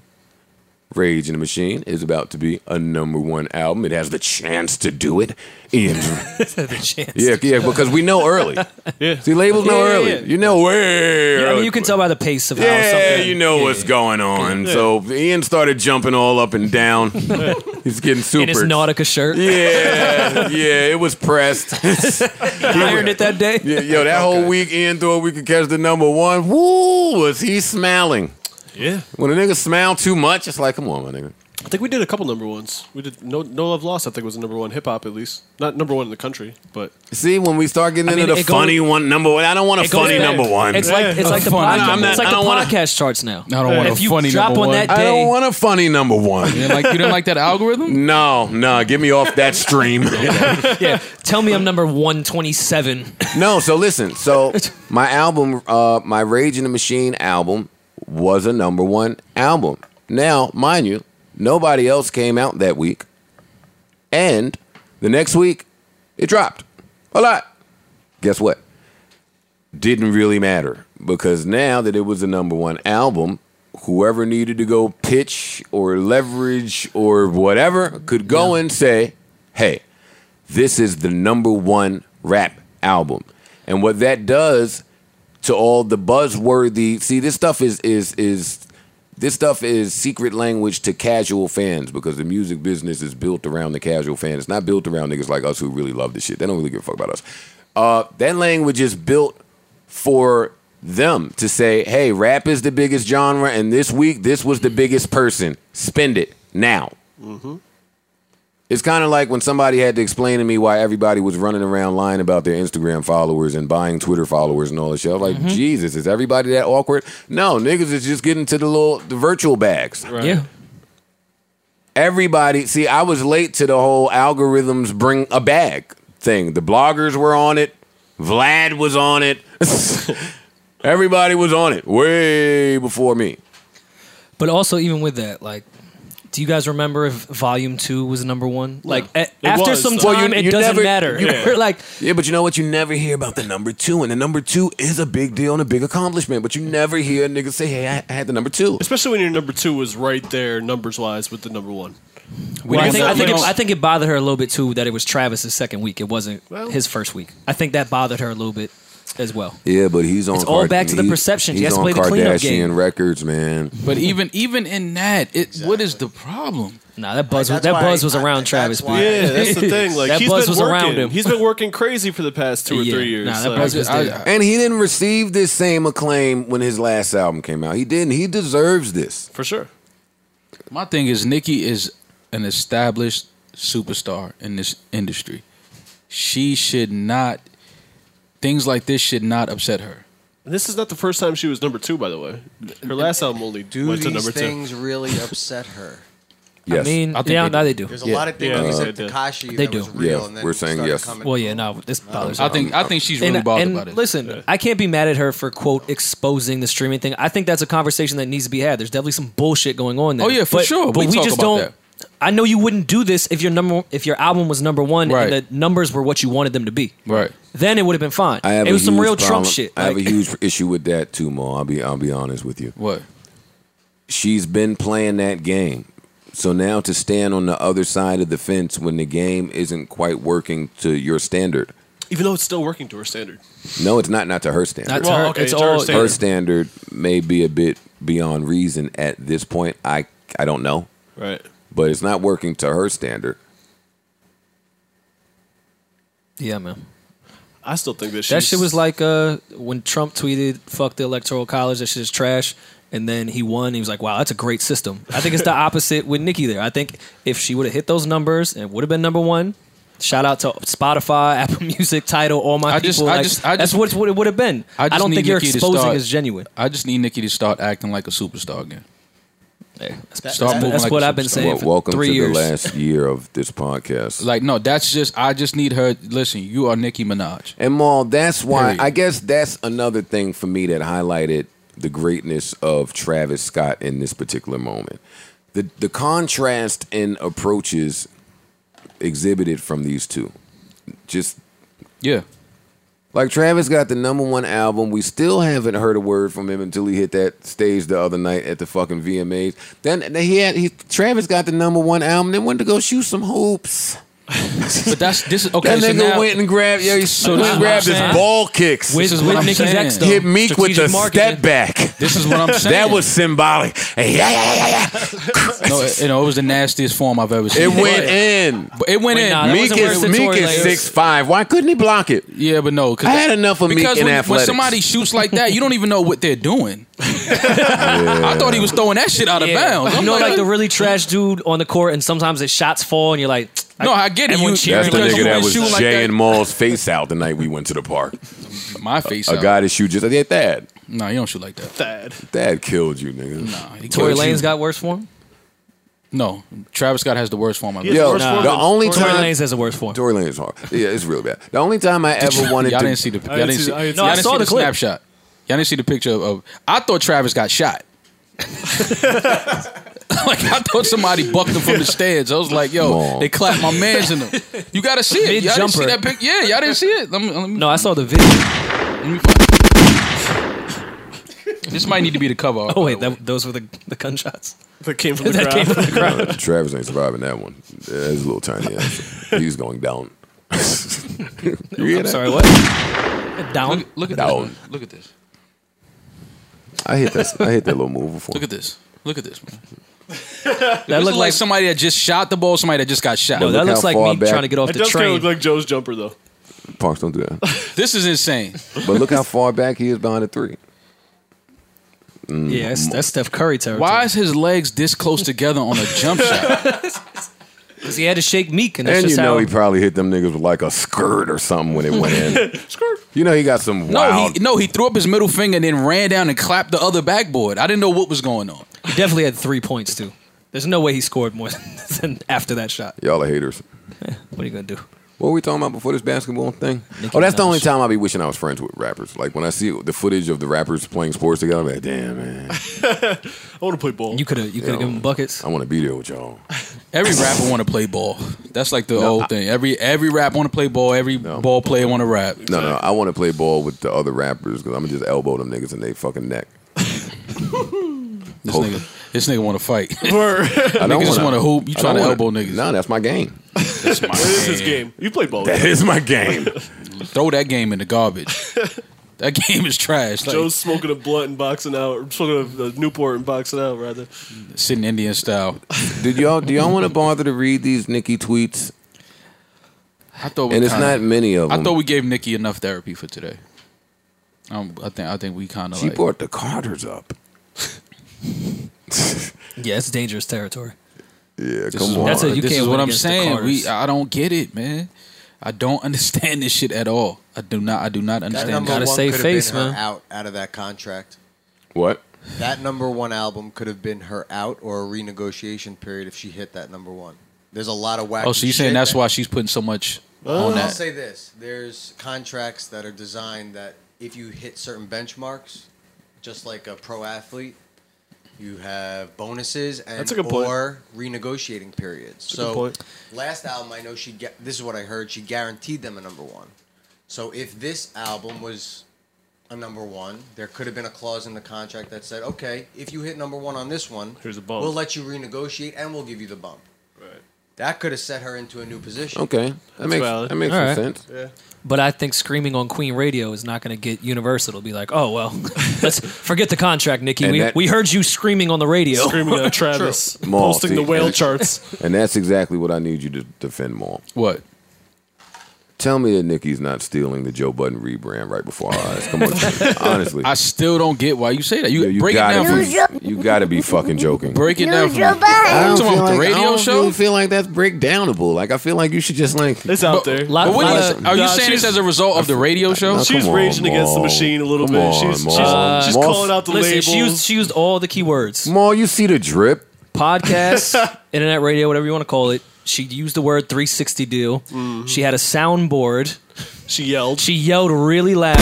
Speaker 1: Rage in the Machine is about to be a number one album. It has the chance to do it. in-
Speaker 4: The chance.
Speaker 1: yeah, yeah, because we know early.
Speaker 3: Yeah.
Speaker 1: See, labels know
Speaker 4: Yeah, yeah,
Speaker 1: early.
Speaker 4: yeah.
Speaker 1: You know way
Speaker 4: I
Speaker 1: early.
Speaker 4: mean, you can tell by the pace of how
Speaker 1: Yeah,
Speaker 4: something.
Speaker 1: you know what's going on. So Ian started jumping all up and down. He's getting super.
Speaker 4: in his Nautica shirt.
Speaker 1: Yeah, yeah, it was pressed.
Speaker 4: He ironed it that day.
Speaker 1: Yeah, yo, that whole week Ian thought we could catch the number one. Woo, was he smiling?
Speaker 3: Yeah.
Speaker 1: When a nigga smile too much, it's like, come on, my nigga.
Speaker 3: I think we did a couple number ones. We did no no love lost. I think was the number one hip hop at least, not number one in the country, but
Speaker 1: See, when we start getting
Speaker 4: I mean,
Speaker 1: into the
Speaker 4: it goes-
Speaker 1: funny one number one, I don't want a
Speaker 4: It goes
Speaker 1: funny
Speaker 4: back.
Speaker 1: number one.
Speaker 4: It's like it's
Speaker 2: Yeah.
Speaker 4: like the
Speaker 2: Funny.
Speaker 4: podcast,
Speaker 1: I'm not-
Speaker 4: it's like
Speaker 1: I
Speaker 4: the
Speaker 1: don't wanna-
Speaker 4: podcast charts now.
Speaker 2: I don't want
Speaker 4: If
Speaker 2: a
Speaker 4: you
Speaker 2: funny
Speaker 4: drop
Speaker 2: number
Speaker 4: on
Speaker 2: one.
Speaker 4: that
Speaker 1: I
Speaker 4: day-
Speaker 1: don't want a funny number one.
Speaker 2: You didn't like you didn't like that algorithm?
Speaker 1: No, no, get me off that stream.
Speaker 4: yeah, tell me I'm number 127.
Speaker 1: No, so listen. So my album, uh, my Rage in the Machine album, was a number one album. Now, mind you, nobody else came out that week, and the next week it dropped a lot. Guess what? Didn't really matter because now that it was a number one album, whoever needed to go pitch or leverage or whatever could go and say, "Hey." this is the number one rap album. And what that does to all the buzzworthy see this stuff is is is this stuff is secret language to casual fans because the music business is built around the casual fan. It's not built around niggas like us who really love this shit. They don't really give a fuck about us. Uh, that language is built for them to say, hey, rap is the biggest genre, and this week this was the biggest person. Spend it now. It's kind of like when somebody had to explain to me why everybody was running around lying about their Instagram followers and buying Twitter followers and all that shit. I was like,
Speaker 4: Mm-hmm.
Speaker 1: Jesus, is everybody that awkward? No, niggas is just getting to the little the virtual bags.
Speaker 3: Right.
Speaker 4: Yeah.
Speaker 1: Everybody, see, I was late to the whole algorithms bring a bag thing. The bloggers were on it. Vlad was on it. everybody was on it way before me.
Speaker 4: But also, even with that, like, do you guys remember if Volume Two was number one? Like, a- after
Speaker 3: was,
Speaker 4: some
Speaker 3: though.
Speaker 4: time,
Speaker 1: Well, you-
Speaker 4: it
Speaker 1: you
Speaker 4: doesn't
Speaker 1: never-
Speaker 4: matter.
Speaker 1: you-
Speaker 4: We're like,
Speaker 1: Yeah, but you know what? You never hear about the number two, and the number two is a big deal and a big accomplishment. But you never hear niggas say, "Hey, I, I had the number two.
Speaker 3: Especially when your number two was right there, numbers wise, with the number one.
Speaker 2: We
Speaker 4: Well, I
Speaker 2: don't
Speaker 4: think, I,
Speaker 2: know.
Speaker 4: think
Speaker 2: We
Speaker 4: it,
Speaker 2: don't-
Speaker 4: I think it bothered her a little bit too that it was Travis's second week. It wasn't
Speaker 3: Well-
Speaker 4: his first week. I think that bothered her a little bit as well.
Speaker 1: Yeah, but he's on.
Speaker 4: It's all back to the
Speaker 1: he's-
Speaker 4: perception. She
Speaker 1: he's
Speaker 4: has to
Speaker 1: on
Speaker 4: play the cleanup
Speaker 1: Kardashian
Speaker 4: game.
Speaker 1: Records, man.
Speaker 2: But even even in that, it what is the problem?
Speaker 4: Nah, that buzz was,
Speaker 7: That's
Speaker 4: that
Speaker 7: why-
Speaker 4: buzz was
Speaker 7: I-
Speaker 4: around
Speaker 7: that's
Speaker 4: Travis.
Speaker 7: why-
Speaker 4: B.
Speaker 3: Yeah, that's the thing. Like
Speaker 4: That
Speaker 3: he's
Speaker 4: buzz
Speaker 3: been
Speaker 4: was
Speaker 3: working.
Speaker 4: around him.
Speaker 3: He's been working crazy for the past two or
Speaker 4: Yeah.
Speaker 3: three years.
Speaker 4: Nah, that
Speaker 3: Like,
Speaker 4: buzz was
Speaker 2: I-
Speaker 4: there.
Speaker 2: I-
Speaker 1: And he didn't receive this same acclaim when his last album came out. He didn't. He deserves this.
Speaker 3: for sure.
Speaker 2: my thing is Nikki is an established superstar in this industry. She should not things like this should not upset her.
Speaker 3: And this is not the first time she was number two, by the way. Her last album only
Speaker 7: Do
Speaker 3: went to
Speaker 7: these
Speaker 3: number
Speaker 7: things really upset her?
Speaker 1: Yes.
Speaker 4: I mean,
Speaker 2: I think
Speaker 4: yeah,
Speaker 2: they
Speaker 4: now
Speaker 2: do.
Speaker 4: they do.
Speaker 7: There's a
Speaker 3: Yeah.
Speaker 7: lot of things
Speaker 3: Yeah,
Speaker 7: that
Speaker 3: they
Speaker 7: said
Speaker 3: did.
Speaker 7: Takashi
Speaker 4: They
Speaker 7: that was
Speaker 4: do.
Speaker 7: real,
Speaker 1: Yeah,
Speaker 7: and then
Speaker 1: we're
Speaker 7: it
Speaker 1: saying
Speaker 7: started
Speaker 1: yes.
Speaker 7: coming-
Speaker 4: Well, yeah, no, this bothers her.
Speaker 2: I think I think she's really
Speaker 4: and,
Speaker 2: bothered
Speaker 4: and
Speaker 2: about it.
Speaker 4: listen, I can't be mad at her for quote exposing the streaming thing. I think that's a conversation that needs to be had. There's definitely some bullshit going on there.
Speaker 2: Oh, yeah, for
Speaker 4: But-
Speaker 2: sure.
Speaker 4: But
Speaker 2: We
Speaker 4: we,
Speaker 2: talk
Speaker 4: just
Speaker 2: about
Speaker 4: don't. I know you wouldn't do this if your number if your album was number one
Speaker 2: Right.
Speaker 4: and the numbers were what you wanted them to be.
Speaker 2: Right.
Speaker 4: Then it would have been fine.
Speaker 1: I have
Speaker 4: it
Speaker 1: a
Speaker 4: was some
Speaker 1: huge
Speaker 4: real Trump
Speaker 1: problem-
Speaker 4: shit.
Speaker 1: I have
Speaker 4: like-
Speaker 1: a huge issue with that too, Mo. I'll be I'll be honest with you.
Speaker 2: What?
Speaker 1: she's been playing that game. So now to stand on the other side of the fence when the game isn't quite working to your standard.
Speaker 3: two. Even though it's still working to her standard.
Speaker 1: No, it's not not to her standard.
Speaker 4: Not
Speaker 3: Well,
Speaker 4: to her.
Speaker 3: okay,
Speaker 4: it's
Speaker 3: to her
Speaker 4: all
Speaker 3: standard.
Speaker 1: her standard may be a bit beyond reason at this point. I I don't know,
Speaker 3: Right.
Speaker 1: but it's not working to her standard.
Speaker 4: yeah, man.
Speaker 3: I still think that she's,
Speaker 4: That shit was like uh, when Trump tweeted, "Fuck the electoral college. That shit is trash." And then he won. He was like, "Wow, that's a great system." I think it's the opposite with Nikki there. I think if she would have hit those numbers, it would have been number one. Shout out to Spotify, Apple Music, Title, all my
Speaker 2: I
Speaker 4: people.
Speaker 2: just- I
Speaker 4: like,
Speaker 2: just- I
Speaker 4: that's
Speaker 2: just-
Speaker 4: what what it would have been.
Speaker 2: I
Speaker 4: I,
Speaker 2: just
Speaker 4: don't
Speaker 2: need
Speaker 4: think you're
Speaker 2: Nikki to
Speaker 4: exposing
Speaker 2: start-
Speaker 4: is genuine.
Speaker 2: I just need Nikki to start acting like a superstar again.
Speaker 4: That's,
Speaker 2: Start
Speaker 4: that's-
Speaker 2: moving
Speaker 4: that's
Speaker 2: like
Speaker 4: what
Speaker 2: a
Speaker 4: I've been
Speaker 2: superstar.
Speaker 4: saying
Speaker 1: Well,
Speaker 4: for
Speaker 1: welcome
Speaker 4: three
Speaker 1: to
Speaker 4: years.
Speaker 1: the last year of this podcast.
Speaker 2: Like no, that's just I just need her. Listen, you are Nicki Minaj.
Speaker 1: And Maul, that's why
Speaker 2: Period.
Speaker 1: I guess that's another thing for me that highlighted the greatness of Travis Scott in this particular moment. The the contrast in approaches exhibited from these two. Just
Speaker 2: Yeah.
Speaker 1: like Travis got the number one album. We still haven't heard a word from him until he hit that stage the other night at the fucking VMAs. Then then he had he Travis got the number one album, then went to go shoot some hoops.
Speaker 2: But that's this is okay.
Speaker 1: That
Speaker 2: so
Speaker 1: nigga
Speaker 2: now,
Speaker 1: went and grabbed yeah, he
Speaker 2: So
Speaker 1: went
Speaker 2: this
Speaker 1: and
Speaker 2: is what
Speaker 1: grabbed
Speaker 2: I'm
Speaker 1: his
Speaker 2: saying.
Speaker 1: ball kicks.
Speaker 4: with,
Speaker 2: This is
Speaker 4: with
Speaker 2: what I'm
Speaker 4: Nicki's
Speaker 2: saying.
Speaker 4: ex though.
Speaker 1: hit Meek with the
Speaker 4: Strategic marketing.
Speaker 1: step back.
Speaker 2: This is what I'm saying.
Speaker 1: That was symbolic. Yeah, yeah, yeah, yeah.
Speaker 2: no, it- you know, it was the nastiest form I've ever seen.
Speaker 1: It went in.
Speaker 2: But it went
Speaker 4: Wait,
Speaker 2: in.
Speaker 4: nah, that
Speaker 1: Meek
Speaker 4: wasn't
Speaker 1: is
Speaker 4: worse than
Speaker 1: Meek
Speaker 4: Tory
Speaker 1: is
Speaker 4: Lanez.
Speaker 1: six five. Why couldn't he block it?
Speaker 2: Yeah, but no. 'cause
Speaker 1: I
Speaker 2: that-
Speaker 1: had enough of Meek
Speaker 2: because
Speaker 1: in
Speaker 2: when, when
Speaker 1: athletics.
Speaker 2: somebody shoots like that, you don't even know what they're doing. I thought he was throwing that shit out of bounds. I'm
Speaker 4: You know,
Speaker 2: like,
Speaker 4: like the really trash dude on the court, and sometimes his shots fall, and you're like,
Speaker 2: no, I get it.
Speaker 4: Everyone
Speaker 2: You,
Speaker 4: cheering. That's the
Speaker 2: because
Speaker 4: nigga
Speaker 2: you
Speaker 4: that
Speaker 2: wouldn't
Speaker 4: was
Speaker 2: shoot like
Speaker 1: Jay
Speaker 2: that.
Speaker 1: and Maul's face out the night we went to the park.
Speaker 2: My face.
Speaker 1: A
Speaker 2: out.
Speaker 1: guy that shoot just yeah, Dad.
Speaker 2: No, you don't shoot like that.
Speaker 3: Thad.
Speaker 1: Dad killed you, nigga.
Speaker 2: Nah, he
Speaker 4: Tory
Speaker 2: killed you.
Speaker 4: Lane's got worse form.
Speaker 2: No, Travis Scott has the worst form I've ever.
Speaker 3: Yeah.
Speaker 1: Yo,
Speaker 3: Worst one
Speaker 1: the
Speaker 3: was-
Speaker 1: only
Speaker 4: Tory
Speaker 1: time
Speaker 4: Lanez has the worst form.
Speaker 1: Tory Lane's hard. Yeah, it's real bad. The only time I ever wanted
Speaker 2: Y'all
Speaker 1: to
Speaker 2: didn't see the.
Speaker 3: I didn't
Speaker 2: Y'all didn't
Speaker 3: see-
Speaker 2: see.
Speaker 3: I didn't
Speaker 4: No,
Speaker 2: y'all
Speaker 4: I
Speaker 2: didn't
Speaker 4: saw
Speaker 2: see
Speaker 4: the clip.
Speaker 2: snapshot. Y'all didn't see the picture of. of I thought Travis got shot. like I thought somebody bucked him from the stands. I was like, "Yo,
Speaker 1: Come on.
Speaker 2: they clapped my man's in him." You gotta see it. Y'all didn't see
Speaker 4: Mid-jumper.
Speaker 2: that pic. Yeah, y'all didn't see it. Let me, let me-
Speaker 4: No, I saw the video.
Speaker 2: let me find- this might need to be the cover.
Speaker 4: Oh wait, that, those were the, the gunshots.
Speaker 3: That came from the
Speaker 4: That
Speaker 3: crowd.
Speaker 4: came from the crowd.
Speaker 1: Uh, Travis ain't surviving that one. That's a little tiny. ass. He's going down. You hear
Speaker 4: I'm
Speaker 1: that?
Speaker 4: sorry, what? Down.
Speaker 2: Look, look at
Speaker 1: That
Speaker 2: this.
Speaker 1: one.
Speaker 2: man. Look at this.
Speaker 1: I hit that. I hit that little move before.
Speaker 2: Look at this. Look at this. Man.
Speaker 4: That
Speaker 2: This
Speaker 4: looked
Speaker 2: is like
Speaker 4: like,
Speaker 2: somebody that just shot the ball. Somebody that just got shot.
Speaker 4: no,
Speaker 1: look
Speaker 4: that looks
Speaker 1: how
Speaker 4: like
Speaker 1: far
Speaker 4: me
Speaker 1: back-
Speaker 4: trying to get off
Speaker 3: It
Speaker 4: the
Speaker 3: does kind
Speaker 4: train.
Speaker 3: of look like Joe's jumper though.
Speaker 1: Parks, don't do that.
Speaker 2: This is insane.
Speaker 1: But look how far back he is behind the three. Mm.
Speaker 4: Yeah, that's, that's Steph Curry territory.
Speaker 2: Why is his legs this close together on a jump shot?
Speaker 4: Because he had to shake Meek, and that's
Speaker 1: And you
Speaker 4: just
Speaker 1: know
Speaker 4: how.
Speaker 1: he probably hit them niggas with like a skirt or something when it went in.
Speaker 3: Skirt.
Speaker 1: You know he got some
Speaker 2: No,
Speaker 1: wild.
Speaker 2: he, no, he threw up his middle finger and then ran down and clapped the other backboard. I didn't know what was going on.
Speaker 4: he definitely had three points too. There's no way he scored more than after that shot.
Speaker 1: Y'all are haters.
Speaker 4: What are you gonna do?
Speaker 1: What were we talking about before this basketball thing?
Speaker 4: Nicki
Speaker 1: oh, that's the
Speaker 4: Minaj.
Speaker 1: only time I be wishing I was friends with rappers. Like when I see the footage of the rappers playing sports together, I'm like, damn man,
Speaker 3: I want to play ball.
Speaker 4: You could have you could
Speaker 1: Yeah.
Speaker 4: have given him buckets.
Speaker 1: I want to be there with y'all.
Speaker 2: Every rapper want to play ball. That's like the old thing. Every every rap want to play ball. Every ball player want to rap.
Speaker 1: No, no, I want to play ball with the other rappers because I'm gonna just elbow them niggas in their fucking neck.
Speaker 2: This
Speaker 1: Hope.
Speaker 2: nigga, this nigga want to fight.
Speaker 1: I
Speaker 2: Niggas just
Speaker 1: wanna-
Speaker 2: wanna hoop. You
Speaker 1: I
Speaker 2: trying
Speaker 1: don't wanna-
Speaker 2: to elbow niggas.
Speaker 1: No, that's my game.
Speaker 2: That's my
Speaker 3: This is his
Speaker 2: man.
Speaker 3: game. You play ball.
Speaker 1: That is my game.
Speaker 2: Throw that game in the garbage. that game is trash. Like,
Speaker 3: Joe's smoking a blunt and boxing out, or smoking a, a Newport and boxing out, rather.
Speaker 2: sitting Indian style.
Speaker 1: Did y'all do y'all want to bother to read these Nikki tweets?
Speaker 2: I thought we
Speaker 1: And it's
Speaker 2: kinda-
Speaker 1: not many of them.
Speaker 2: I thought we gave Nikki enough therapy for today. Um, I think I think we kind of
Speaker 1: she
Speaker 2: like
Speaker 1: brought the Carters up.
Speaker 4: Yeah, it's dangerous territory.
Speaker 1: Yeah,
Speaker 2: this
Speaker 1: come
Speaker 2: is,
Speaker 1: on.
Speaker 4: That's it, you
Speaker 2: this
Speaker 4: can't
Speaker 2: is
Speaker 4: win
Speaker 2: what I'm
Speaker 4: against the
Speaker 2: saying. We
Speaker 4: Carters.
Speaker 2: I don't get it, man. I don't understand this shit at all. I do not. I do not
Speaker 7: That
Speaker 2: understand.
Speaker 7: number
Speaker 2: it.
Speaker 4: Gotta
Speaker 7: one
Speaker 4: save
Speaker 7: could have
Speaker 4: face,
Speaker 7: been her
Speaker 4: man.
Speaker 7: out out of that contract.
Speaker 1: what?
Speaker 7: That number one album could have been her out or a renegotiation period if she hit that number one. There's a lot of wacky.
Speaker 2: Oh, so you're saying
Speaker 7: shit.
Speaker 2: that's why she's putting so much on
Speaker 7: I'll
Speaker 2: that?
Speaker 7: say this: there's contracts that are designed that if you hit certain benchmarks, just like a pro athlete, you have bonuses and
Speaker 3: That's a good point.
Speaker 7: or renegotiating periods.
Speaker 3: That's a
Speaker 7: so
Speaker 3: good point.
Speaker 7: last album, I know she. Ga- this is what I heard. She guaranteed them a number one. So if this album was a number one, there could have been a clause in the contract that said, "Okay, if you hit number one on this one,
Speaker 3: Here's a bump.
Speaker 7: We'll let you renegotiate and we'll give you the bump."
Speaker 3: Right.
Speaker 7: That could have set her into a new position.
Speaker 1: Okay, that makes
Speaker 3: valid.
Speaker 1: that makes
Speaker 4: All
Speaker 1: some
Speaker 4: right.
Speaker 1: sense.
Speaker 4: But I think screaming on Queen Radio is not going to get Universal. It'll be like, oh well, let's forget the contract, Nikki.
Speaker 1: And
Speaker 4: We,
Speaker 1: that-
Speaker 4: we heard you screaming on the radio.
Speaker 3: Screaming at Travis,
Speaker 1: Mall,
Speaker 3: posting the
Speaker 1: see,
Speaker 3: whale
Speaker 1: and-
Speaker 3: charts.
Speaker 1: And that's exactly what I need you to defend more.
Speaker 2: What?
Speaker 1: Tell me that Nikki's not stealing the Joe Budden rebrand right before our eyes. Come on, honestly,
Speaker 2: I still don't get why you say that. You
Speaker 1: Yeah, you
Speaker 2: break it down
Speaker 1: gotta
Speaker 2: from
Speaker 6: for-
Speaker 1: be, you gotta be fucking joking.
Speaker 2: break it
Speaker 6: No,
Speaker 2: down
Speaker 6: Joe
Speaker 2: from.
Speaker 6: Biden.
Speaker 1: I don't,
Speaker 2: Talking
Speaker 1: feel
Speaker 2: about
Speaker 1: like,
Speaker 2: the
Speaker 1: I
Speaker 2: radio
Speaker 1: don't
Speaker 2: show.
Speaker 1: feel, feel like that's breakdownable. Like I feel like you should just like
Speaker 3: It's out there.
Speaker 4: lot-
Speaker 2: But what
Speaker 4: lot
Speaker 2: is-
Speaker 4: of-
Speaker 2: are you
Speaker 3: Nah,
Speaker 2: saying this
Speaker 3: she's-
Speaker 2: as a result of the radio show?
Speaker 1: No,
Speaker 3: She's
Speaker 1: come on,
Speaker 3: raging against the
Speaker 1: Maul.
Speaker 3: machine a little
Speaker 1: Come
Speaker 3: bit.
Speaker 1: on,
Speaker 3: she's she's,
Speaker 1: Maul.
Speaker 3: she's
Speaker 1: Maul.
Speaker 3: calling out the
Speaker 4: Uh, Listen,
Speaker 3: labels.
Speaker 4: she used she used all the keywords:
Speaker 1: Maul, you see the drip.
Speaker 4: podcast, internet radio, whatever you want to call it. She used the word 360 deal. She had a soundboard.
Speaker 3: Mm-hmm. she yelled.
Speaker 4: She yelled really loud.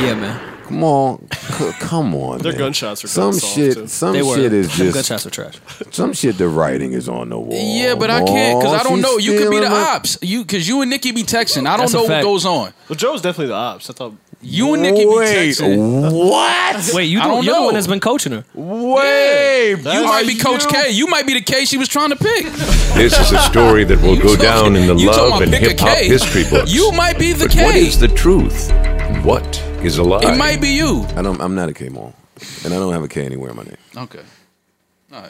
Speaker 4: Yeah, man.
Speaker 1: Come on, C- come on.
Speaker 3: Their
Speaker 1: man.
Speaker 3: gunshots are
Speaker 1: some
Speaker 3: kinda soft,
Speaker 1: shit.
Speaker 3: too.
Speaker 1: Some
Speaker 4: They were
Speaker 1: shit is
Speaker 4: some
Speaker 1: just
Speaker 4: gunshots were trash.
Speaker 1: some shit. The writing is on the wall.
Speaker 2: Yeah, but I can't because I
Speaker 1: Maul.
Speaker 2: don't
Speaker 1: She's
Speaker 2: know. You could be the
Speaker 1: stealing my-
Speaker 2: ops. You because you and Nikki be texting. I don't
Speaker 4: That's a
Speaker 2: know what
Speaker 4: fact.
Speaker 2: goes on.
Speaker 3: well, Joe's definitely the ops. I thought.
Speaker 2: You and Nikki be
Speaker 1: Wait,
Speaker 2: texting.
Speaker 1: what?
Speaker 4: Wait, you
Speaker 2: I
Speaker 4: the-
Speaker 2: don't
Speaker 4: you're the
Speaker 2: know.
Speaker 4: one that's been coaching her.
Speaker 1: Wait,
Speaker 2: You might be Coach K. You might be the K she was trying to pick.
Speaker 9: This is a story that will
Speaker 2: You
Speaker 9: go
Speaker 2: talking-
Speaker 9: down in the
Speaker 2: you talking
Speaker 9: love
Speaker 2: about
Speaker 9: and
Speaker 2: pick a
Speaker 9: hip hop
Speaker 2: K.
Speaker 9: history books.
Speaker 2: You might be the
Speaker 9: but what
Speaker 2: K.
Speaker 9: is the truth? What is a lie?
Speaker 2: It might be you.
Speaker 1: I don't. I'm not a K Maul, and I don't have a K anywhere in my name.
Speaker 2: Okay.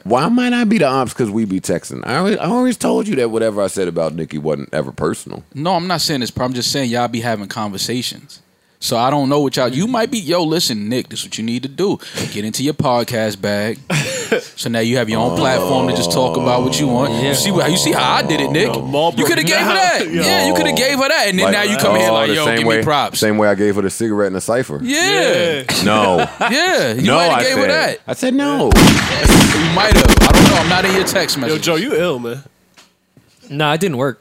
Speaker 1: Why might I be the ops? Because we be texting. I always, I always told you that whatever I said about Nikki wasn't ever personal.
Speaker 2: No, I'm not saying this. But I'm just saying y'all be having conversations. So I don't know what y'all. You might be yo. Listen, Nick, this is what you need to do. Get into your podcast bag. so now you have your own platform to just talk about what you want. You see how you see how I did it, Nick.
Speaker 3: Oh, No, Marlboro-
Speaker 2: you could have gave her that.
Speaker 3: Yeah.
Speaker 2: Yeah, you could have gave her that, and then now you
Speaker 9: uh,
Speaker 2: come in here
Speaker 1: Oh,
Speaker 2: like
Speaker 1: the
Speaker 2: yo,
Speaker 1: same
Speaker 2: give
Speaker 1: way,
Speaker 2: me props.
Speaker 1: Same way I gave her the cigarette and the cipher.
Speaker 2: Yeah,
Speaker 1: No,
Speaker 2: yeah. You
Speaker 1: no,
Speaker 2: might have
Speaker 1: I
Speaker 2: gave
Speaker 1: said.
Speaker 2: her that.
Speaker 1: I said no.
Speaker 2: You might have. I don't know. I'm not in your text
Speaker 3: Yo,
Speaker 2: message.
Speaker 3: Joe, you ill, man.
Speaker 4: Nah, it didn't work.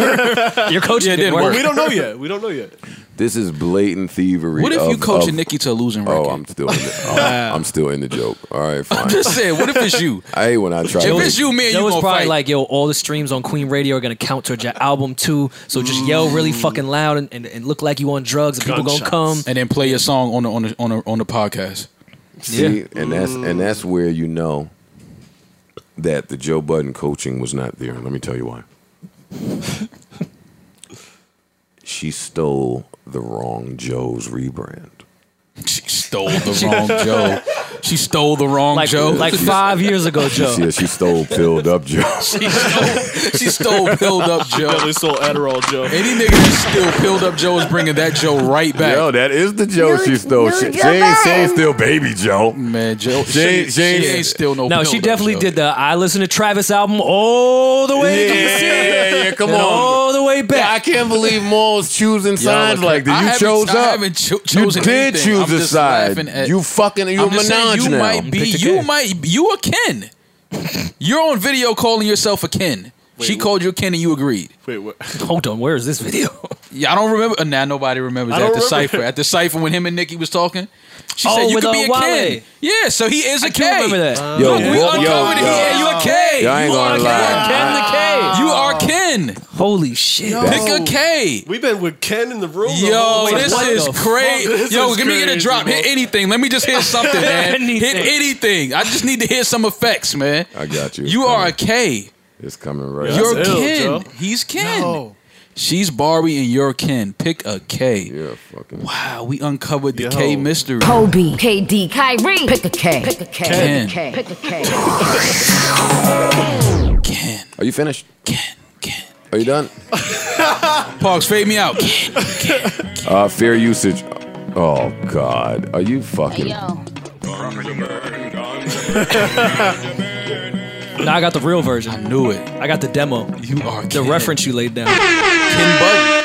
Speaker 4: Your coaching
Speaker 2: Yeah, it
Speaker 4: didn't
Speaker 2: didn't
Speaker 4: work.
Speaker 2: work.
Speaker 3: We don't know yet. We don't know yet.
Speaker 1: This is blatant thievery.
Speaker 2: What if you
Speaker 1: of-
Speaker 2: coaching
Speaker 1: of-
Speaker 2: Nikki to a losing record?
Speaker 1: Oh, I'm still. In the, oh, I'm still in the joke. All right, fine.
Speaker 2: just saying. What if it's you?
Speaker 1: I hate when I try.
Speaker 2: If
Speaker 1: to-
Speaker 2: it's you, man, you
Speaker 4: Joe was
Speaker 2: gonna
Speaker 4: probably
Speaker 2: fight.
Speaker 4: like, yo, all the streams on Queen Radio are gonna count towards your album too. So just yell really fucking loud and, and, and look like you on drugs and people gonna come.
Speaker 3: Mm. Gunshots.
Speaker 2: and then play your song on the on the on the, on the podcast.
Speaker 1: See, and that's and that's where you know that the Joe Budden coaching was not there. Let me tell you why. she stole the wrong Joe's rebrand.
Speaker 2: She stole the wrong Joe. She stole the wrong
Speaker 4: like
Speaker 2: Joe.
Speaker 4: like five years ago, Joe.
Speaker 1: Yeah, she stole filled up Joe.
Speaker 2: she stole, she stole pilled up Joe.
Speaker 3: Definitely stole Adderall, Joe.
Speaker 2: Any nigga that still pilled up Joe is bringing that Joe right back.
Speaker 1: Yo, that is the Joe
Speaker 6: No,
Speaker 1: she stole.
Speaker 6: no,
Speaker 1: She,
Speaker 6: Joe
Speaker 1: she, ain't, she ain't
Speaker 6: Biden.
Speaker 1: still baby Joe.
Speaker 2: Man, Joe, she,
Speaker 1: Jane-
Speaker 2: she
Speaker 1: Jane-
Speaker 2: ain't still no.
Speaker 4: No, she
Speaker 2: pilled up
Speaker 4: definitely
Speaker 2: Joe.
Speaker 4: did the I listen to Travis album all the way to the city.
Speaker 1: yeah, yeah, come
Speaker 4: and
Speaker 1: on.
Speaker 4: all the way
Speaker 1: Yeah, I
Speaker 4: back.
Speaker 1: can't believe Maul's choosing sides
Speaker 2: look,
Speaker 1: like that.
Speaker 2: I
Speaker 1: You
Speaker 2: haven't-
Speaker 1: chose
Speaker 2: I
Speaker 1: up.
Speaker 2: haven't cho-
Speaker 1: you
Speaker 2: chosen
Speaker 1: did
Speaker 2: anything.
Speaker 1: choose
Speaker 2: I'm
Speaker 1: a
Speaker 2: just
Speaker 1: side.
Speaker 2: laughing at-
Speaker 1: you fucking, you're
Speaker 2: I'm
Speaker 1: a
Speaker 2: just
Speaker 1: menage
Speaker 2: saying, you
Speaker 1: now.
Speaker 2: might be,
Speaker 4: Picked a
Speaker 2: you
Speaker 4: kid.
Speaker 2: might, you a Ken. You're on video calling yourself a Ken. she
Speaker 3: what?
Speaker 2: called you a Ken and you agreed.
Speaker 3: Wait, what?
Speaker 4: Hold on, where is this video?
Speaker 2: Yeah, I don't remember. uh, Nah, nobody remembers
Speaker 3: I
Speaker 2: at
Speaker 3: don't
Speaker 2: the
Speaker 3: remember.
Speaker 2: cipher. At the cipher when him and Nikki was talking, she
Speaker 4: Oh,
Speaker 2: said you
Speaker 4: with,
Speaker 2: could
Speaker 4: uh,
Speaker 2: be a
Speaker 4: Wale.
Speaker 2: Ken. Yeah, so he is a
Speaker 4: I
Speaker 2: K.
Speaker 4: do remember that.
Speaker 1: Yo,
Speaker 2: Look, we
Speaker 1: Wal-
Speaker 2: uncovered
Speaker 1: yo,
Speaker 2: it.
Speaker 1: yo.
Speaker 2: Yeah, you a K.
Speaker 1: Yo, I ain't
Speaker 2: you are
Speaker 1: gonna
Speaker 2: a
Speaker 1: lie.
Speaker 2: Ken.
Speaker 4: Ken the K.
Speaker 2: You are Ken.
Speaker 4: Holy shit.
Speaker 2: Pick a K.
Speaker 3: We've been with Ken in the room. the whole
Speaker 2: Yo,
Speaker 3: way.
Speaker 2: this
Speaker 4: what
Speaker 2: is
Speaker 4: the fuck?
Speaker 2: crazy.
Speaker 3: This
Speaker 2: Yo,
Speaker 3: is
Speaker 2: give me get a
Speaker 3: crazy,
Speaker 2: drop.
Speaker 3: bro.
Speaker 2: Hit anything. Let me just hear something, man.
Speaker 4: Anything.
Speaker 2: Hit anything. I just need to hear some effects, man.
Speaker 1: I got you.
Speaker 2: You
Speaker 1: It's
Speaker 2: are a
Speaker 1: coming.
Speaker 2: K.
Speaker 1: It's coming right.
Speaker 3: Yeah.
Speaker 1: up.
Speaker 2: You're
Speaker 3: That's ill,
Speaker 2: Ken.
Speaker 3: Joe.
Speaker 2: He's Ken. She's Barbie and you're Ken. Pick a K.
Speaker 1: yeah, fucking.
Speaker 2: Wow, we uncovered the
Speaker 3: Yo.
Speaker 2: K mystery.
Speaker 10: Kobe, KD, Kyrie. Pick a K. Pick a K.
Speaker 2: Ken.
Speaker 10: K. Pick a K.
Speaker 2: Ken.
Speaker 1: Are you finished?
Speaker 2: Ken. Ken.
Speaker 1: Are you done?
Speaker 2: Parks, fade me out. Ken.
Speaker 1: Uh, fair usage. Oh God, are you fucking?
Speaker 10: Yo.
Speaker 4: Now I got the real
Speaker 2: I
Speaker 4: version.
Speaker 2: knew it.
Speaker 4: I got the demo.
Speaker 2: You are Ken.
Speaker 4: The reference you laid down.
Speaker 2: Ken Budden.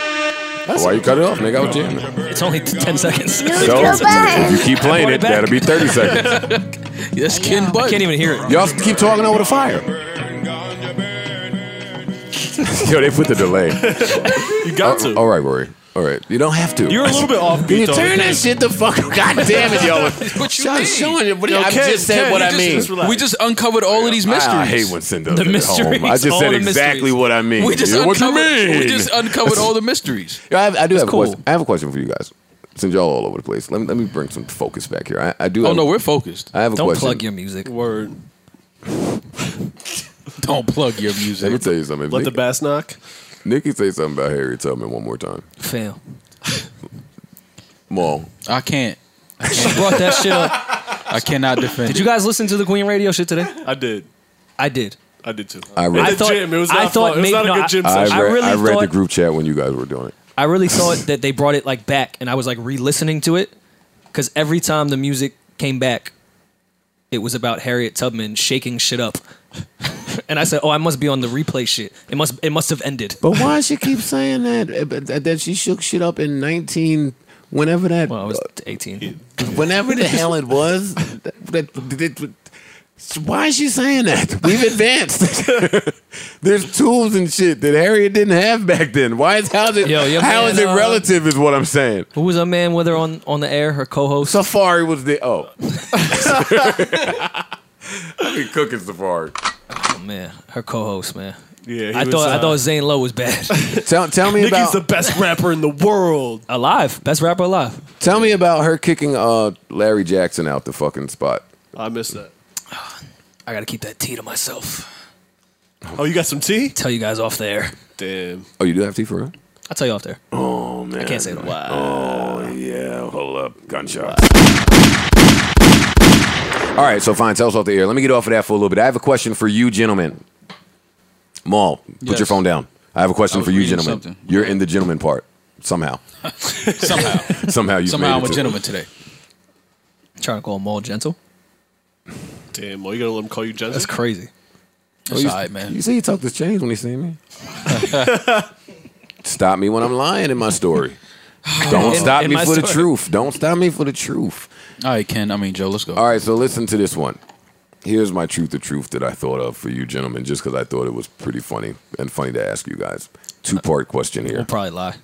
Speaker 1: Why you cut it off, nigga? I was jamming.
Speaker 4: It's only 10 seconds.
Speaker 1: So
Speaker 6: Joe
Speaker 1: if
Speaker 6: Biden.
Speaker 1: you keep playing
Speaker 4: brought
Speaker 1: it,
Speaker 4: it back.
Speaker 1: that'll be thirty seconds.
Speaker 2: Yes, Ken
Speaker 4: I
Speaker 2: Budden.
Speaker 4: can't even hear it.
Speaker 1: Y'all keep talking over the fire. Yo, they put the delay. Uh,
Speaker 3: you got to.
Speaker 1: All right, Rory. All right, you don't have to.
Speaker 3: You're a little bit off
Speaker 1: Can
Speaker 3: beat.
Speaker 1: you
Speaker 3: though,
Speaker 1: turn that
Speaker 3: Ken.
Speaker 1: shit the fuck? God damn it, y'all.
Speaker 2: What you
Speaker 1: Sean-
Speaker 2: mean?
Speaker 1: Sean, you- what do you-
Speaker 3: Yo,
Speaker 1: I
Speaker 3: Ken,
Speaker 1: just said
Speaker 3: Ken,
Speaker 1: what
Speaker 3: you
Speaker 1: I
Speaker 3: just-
Speaker 1: mean.
Speaker 3: just relax.
Speaker 2: We just uncovered all of these mysteries.
Speaker 1: I, I hate when Cinderella
Speaker 4: The
Speaker 1: at home. I
Speaker 4: mysteries,
Speaker 1: just
Speaker 4: all
Speaker 1: said
Speaker 4: the mysteries.
Speaker 1: exactly what I mean.
Speaker 2: We just
Speaker 1: what you
Speaker 2: uncovered.
Speaker 1: mean?
Speaker 2: We just uncovered all the mysteries.
Speaker 1: Yeah, I, have, I do have
Speaker 4: cool.
Speaker 1: a question. I have a question for you guys. Since y'all all over the place, let me let me bring some focus back here. I, I do.
Speaker 2: Oh
Speaker 1: have,
Speaker 2: no, we're focused.
Speaker 1: I have a
Speaker 4: Don't
Speaker 1: question.
Speaker 4: plug your music.
Speaker 3: Word.
Speaker 2: Don't plug your
Speaker 1: Let me
Speaker 2: music.
Speaker 1: tell you something. If
Speaker 3: Let
Speaker 1: Nick,
Speaker 3: the bass knock.
Speaker 1: Nikki say something about Harry Tubman one more time.
Speaker 4: Fail.
Speaker 1: Maul.
Speaker 2: I can't.
Speaker 4: She brought that shit up.
Speaker 2: I cannot defend.
Speaker 4: Did you guys listen to the Queen Radio shit today?
Speaker 3: I did.
Speaker 4: I did.
Speaker 3: I did too.
Speaker 1: I read.
Speaker 4: I
Speaker 3: the
Speaker 4: thought-
Speaker 3: gym. It was
Speaker 4: I
Speaker 3: not
Speaker 4: thought
Speaker 3: fun. It was
Speaker 4: may-
Speaker 3: not a
Speaker 4: no,
Speaker 3: good
Speaker 4: I-
Speaker 3: gym
Speaker 1: I
Speaker 3: session.
Speaker 1: read,
Speaker 4: I really
Speaker 1: I read the
Speaker 4: thought-
Speaker 1: group chat when you guys were doing it.
Speaker 4: I really thought that they brought it like back, and I was like re-listening to it because every time the music came back, it was about Harriet Tubman shaking shit up, and I said, "Oh, I must be on the replay shit. It must, it must have ended."
Speaker 1: But why she keep saying that? That she shook shit up in nineteen. Whenever that,
Speaker 4: Well, I was eighteen.
Speaker 1: whenever the hell it was. why is she saying that? We've advanced. There's tools and shit that Harriet didn't have back then. Why is how is it
Speaker 4: Yo, your
Speaker 1: how is
Speaker 4: man,
Speaker 1: it
Speaker 4: uh,
Speaker 1: relative? Is what I'm saying.
Speaker 4: Who was a man with her on on the air? Her co-host.
Speaker 1: Safari was the oh. I've been cooking Safari.
Speaker 4: Oh, man, her co-host, man.
Speaker 3: Yeah, he
Speaker 4: I
Speaker 3: was,
Speaker 4: thought I
Speaker 3: uh,
Speaker 4: thought Zane Lowe was bad.
Speaker 1: Tell, tell me
Speaker 3: Nicki's
Speaker 1: about
Speaker 3: the best rapper in the world.
Speaker 4: alive, best rapper alive.
Speaker 1: tell me about her kicking uh, Larry Jackson out the fucking spot.
Speaker 3: Oh, I missed that.
Speaker 4: I gotta keep that tea to myself.
Speaker 3: Oh, you got some tea?
Speaker 4: Tell you guys off the air.
Speaker 3: Damn.
Speaker 1: Oh, you do have tea for her?
Speaker 4: I'll tell you off there.
Speaker 1: Oh man, Oh,
Speaker 4: I can't say it.
Speaker 1: Yeah, hold up, gunshot. All right, so fine. Tell us off the air. Let me get off of that for a little bit. I have a question for you, gentlemen. Maul, put
Speaker 2: Yes.
Speaker 1: your phone down. I have a
Speaker 2: I
Speaker 1: question
Speaker 2: was
Speaker 1: for you,
Speaker 2: reading
Speaker 1: gentlemen.
Speaker 2: something.
Speaker 1: You're in the gentleman part somehow.
Speaker 2: somehow,
Speaker 1: Somehow you
Speaker 2: somehow,
Speaker 1: made
Speaker 2: I'm
Speaker 1: it
Speaker 2: a
Speaker 1: to-
Speaker 2: gentleman today.
Speaker 4: Trying to call him all gentle.
Speaker 3: Damn. Well, you gonna let him call you Jensen?
Speaker 4: That's crazy.
Speaker 2: It's all right, man.
Speaker 1: You see, he talked this change when he seen me. stop me when I'm lying in my story. Don't
Speaker 4: In-
Speaker 1: stop
Speaker 4: in
Speaker 1: me
Speaker 4: my
Speaker 1: for the
Speaker 4: story.
Speaker 1: truth. Don't stop me for the truth.
Speaker 2: All right, Ken. I mean, Joe. Let's go.
Speaker 1: All right, so listen to this one. Here's my truth, the truth that I thought of for you gentlemen, just because I thought it was pretty funny and funny to ask you guys. Two part question
Speaker 4: We'll
Speaker 1: here.
Speaker 4: probably lie.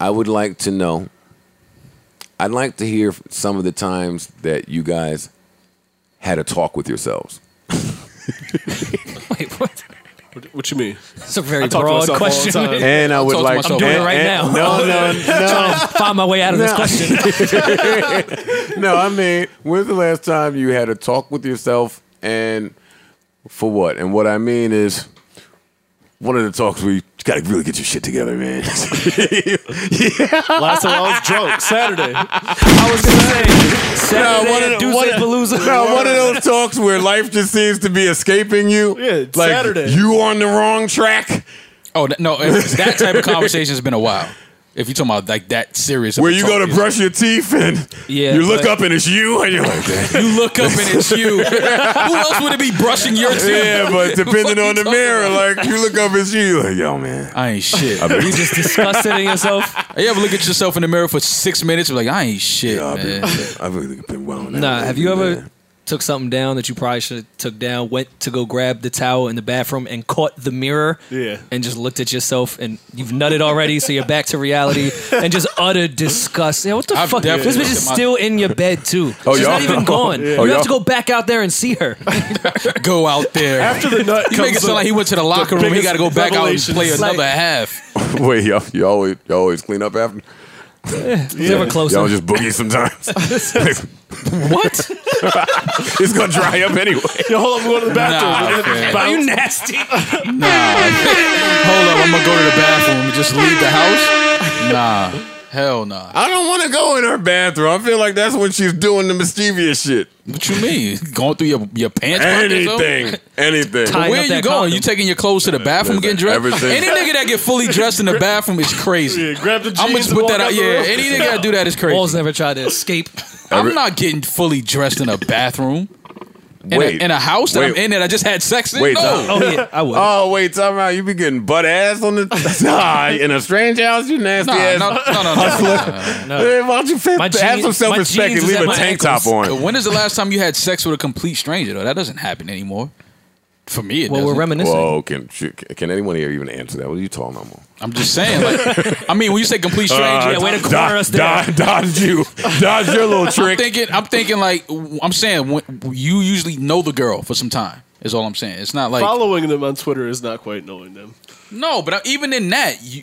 Speaker 1: I would like to know, I'd like to hear some of the times that you guys had a talk with yourselves.
Speaker 4: Wait, what?
Speaker 3: What, what you mean?
Speaker 4: That's a very
Speaker 3: I talk to
Speaker 4: broad
Speaker 3: myself all
Speaker 4: question.
Speaker 3: the time.
Speaker 1: And I would
Speaker 2: talk to
Speaker 1: like
Speaker 2: myself.
Speaker 4: I'm doing
Speaker 1: and-
Speaker 4: it right
Speaker 1: and-
Speaker 4: now.
Speaker 1: No, Uh, no,
Speaker 4: Trying to find my way out of this
Speaker 1: No.
Speaker 4: question.
Speaker 1: no. no, I mean, when's the last time you had a talk with yourself and for what? And what I mean is, one of the talks where you gotta really get your shit together, man.
Speaker 3: Last time I was drunk, Saturday.
Speaker 4: I was gonna say
Speaker 1: No,
Speaker 4: Saturday
Speaker 1: one of
Speaker 4: at
Speaker 1: the- one of-
Speaker 4: Deuce Palooza.
Speaker 1: No, one of those talks where life just seems to be escaping you.
Speaker 3: Yeah, it's
Speaker 1: like
Speaker 3: Saturday.
Speaker 1: you on the wrong track.
Speaker 2: Oh that- no, if it's that type of conversation has been a while. If you're talking about like that serious, of
Speaker 1: Where
Speaker 2: a
Speaker 1: you
Speaker 2: talk,
Speaker 1: go to
Speaker 2: it's-
Speaker 1: brush your teeth and
Speaker 4: Yeah,
Speaker 1: you look
Speaker 4: but-
Speaker 1: up and it's you and you're like, "Damn."
Speaker 2: you look up and it's you. Who else would it be brushing your teeth?
Speaker 1: yeah, but
Speaker 2: What
Speaker 1: depending
Speaker 2: you
Speaker 1: on the
Speaker 2: talking
Speaker 1: mirror,
Speaker 2: about?
Speaker 1: like you look up it's you, you're like yo man.
Speaker 2: I ain't shit.
Speaker 4: You just disgusted in yourself.
Speaker 2: you ever look at yourself in the mirror for six minutes? You're like, I ain't shit,
Speaker 1: I've
Speaker 2: man.
Speaker 1: been, I've really been well
Speaker 3: Oh,
Speaker 1: on that.
Speaker 4: Nah, have you
Speaker 1: lately,
Speaker 4: ever
Speaker 1: man.
Speaker 4: took something down that you probably should have took down, went to go grab the towel in the bathroom and caught the mirror
Speaker 3: Yeah.
Speaker 4: and just looked at yourself and you've nutted already, so you're back to reality and just utter disgust. Yeah, what the
Speaker 2: I've
Speaker 4: fuck?
Speaker 2: definitely
Speaker 4: This bitch
Speaker 2: looked
Speaker 4: is
Speaker 2: at my-
Speaker 4: still in your bed too.
Speaker 1: Oh,
Speaker 4: She's
Speaker 1: y'all-
Speaker 4: not even gone.
Speaker 1: Yeah. Oh,
Speaker 4: You
Speaker 1: y'all-
Speaker 4: have to go back out there and see her.
Speaker 2: Go out there.
Speaker 3: After the nut
Speaker 2: you
Speaker 3: comes
Speaker 2: make it sound
Speaker 3: the-
Speaker 2: like he went to the locker room. He
Speaker 3: biggest
Speaker 2: got to go back out and
Speaker 3: revelations.
Speaker 2: play
Speaker 3: It's
Speaker 2: another
Speaker 3: like-
Speaker 2: half.
Speaker 1: Wait, y'all, you always you always clean up after.
Speaker 4: Never close.
Speaker 1: Y'all just boogie sometimes.
Speaker 4: What?
Speaker 1: it's gonna dry up anyway.
Speaker 3: Yo, hold on, I'm going to the
Speaker 2: Nah,
Speaker 3: bathroom.
Speaker 2: okay.
Speaker 4: Are you nasty?
Speaker 2: Nah. Hold up, I'm gonna go to the bathroom and just leave the house. Nah, hell nah.
Speaker 1: I don't want to go in her bathroom. I feel like that's when she's doing the mischievous shit.
Speaker 2: What you mean? Going through your your pants? pockets, though?
Speaker 1: Anything, anything.
Speaker 4: Tying
Speaker 2: Where
Speaker 4: up
Speaker 2: you
Speaker 4: that
Speaker 2: going?
Speaker 4: condom.
Speaker 2: You taking your clothes to the bathroom, getting dressed?
Speaker 1: Everything.
Speaker 2: Any nigga that get fully dressed in the bathroom is crazy.
Speaker 3: Yeah, grab the jeans.
Speaker 2: I'm gonna just
Speaker 3: and
Speaker 2: put
Speaker 3: walk
Speaker 2: that out.
Speaker 3: the
Speaker 2: Yeah,
Speaker 3: room.
Speaker 2: any nigga that do that is crazy.
Speaker 4: Walls never tried to escape.
Speaker 2: I'm not getting fully dressed in a bathroom. In,
Speaker 1: Wait.
Speaker 2: a, in a house that
Speaker 1: Wait.
Speaker 2: I'm in that I just had sex in.
Speaker 1: Wait,
Speaker 2: no.
Speaker 4: Oh yeah, I would.
Speaker 1: Oh wait, time out. You be getting butt ass on the nah, in a strange house. You nasty
Speaker 2: Nah,
Speaker 1: ass.
Speaker 2: no, no, no, no,
Speaker 1: Hey, why don't you fit,
Speaker 4: My
Speaker 1: have
Speaker 4: jeans-
Speaker 1: some self
Speaker 4: my
Speaker 1: respect and
Speaker 4: jeans is
Speaker 1: leave
Speaker 4: at
Speaker 1: a
Speaker 4: my
Speaker 1: tank
Speaker 4: ankles.
Speaker 1: top on?
Speaker 2: no. When is the last time you had sex with a complete stranger? Though that doesn't happen anymore. For me, it
Speaker 4: well, we're
Speaker 2: doesn't.
Speaker 4: reminiscing.
Speaker 1: Whoa, can can anyone here even answer that? What are you talking about? Mo?
Speaker 2: I'm just saying. Like, I mean, when you say
Speaker 1: Uh,
Speaker 2: complete stranger,
Speaker 4: yeah, way to corner us there.
Speaker 1: Dodge, dodge you, dodge your little
Speaker 2: I'm
Speaker 1: trick.
Speaker 2: thinking. I'm thinking like I'm saying. When, you usually know the girl for some time. Is all I'm saying. It's not like
Speaker 3: Following them on Twitter is not quite knowing them.
Speaker 2: no, but even in that, you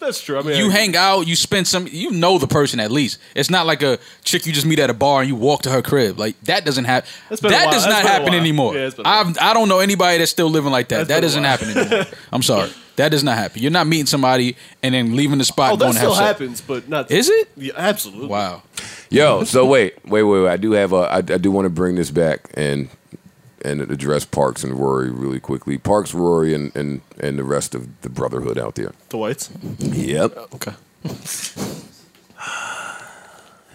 Speaker 3: That's true. I mean,
Speaker 2: you
Speaker 3: I-
Speaker 2: hang out, you spend some, you know the person at least. It's not like a chick you just meet at a bar and you walk to her crib. Like that doesn't happen.
Speaker 3: That's been a
Speaker 2: That
Speaker 3: while.
Speaker 2: does
Speaker 3: That's
Speaker 2: not
Speaker 3: been a
Speaker 2: happen
Speaker 3: while.
Speaker 2: anymore.
Speaker 3: Yeah, it's been a while.
Speaker 2: I've, I don't know anybody that's still living like that.
Speaker 3: That's
Speaker 2: that
Speaker 3: been a
Speaker 2: doesn't
Speaker 3: while.
Speaker 2: happen anymore. I'm sorry. That does not happen. You're not meeting somebody and then leaving the spot
Speaker 3: Oh,
Speaker 2: and going
Speaker 3: that
Speaker 2: to have
Speaker 3: still
Speaker 2: sex.
Speaker 3: happens, but not.
Speaker 2: Is it?
Speaker 3: Yeah, absolutely.
Speaker 2: Wow.
Speaker 1: Yo, so wait, wait, wait, wait. I do have a. I, I do want to bring this back and and address Parks and Rory really quickly. Parks, Rory, and and and the rest of the brotherhood out there.
Speaker 3: The whites.
Speaker 1: Yep.
Speaker 3: Okay.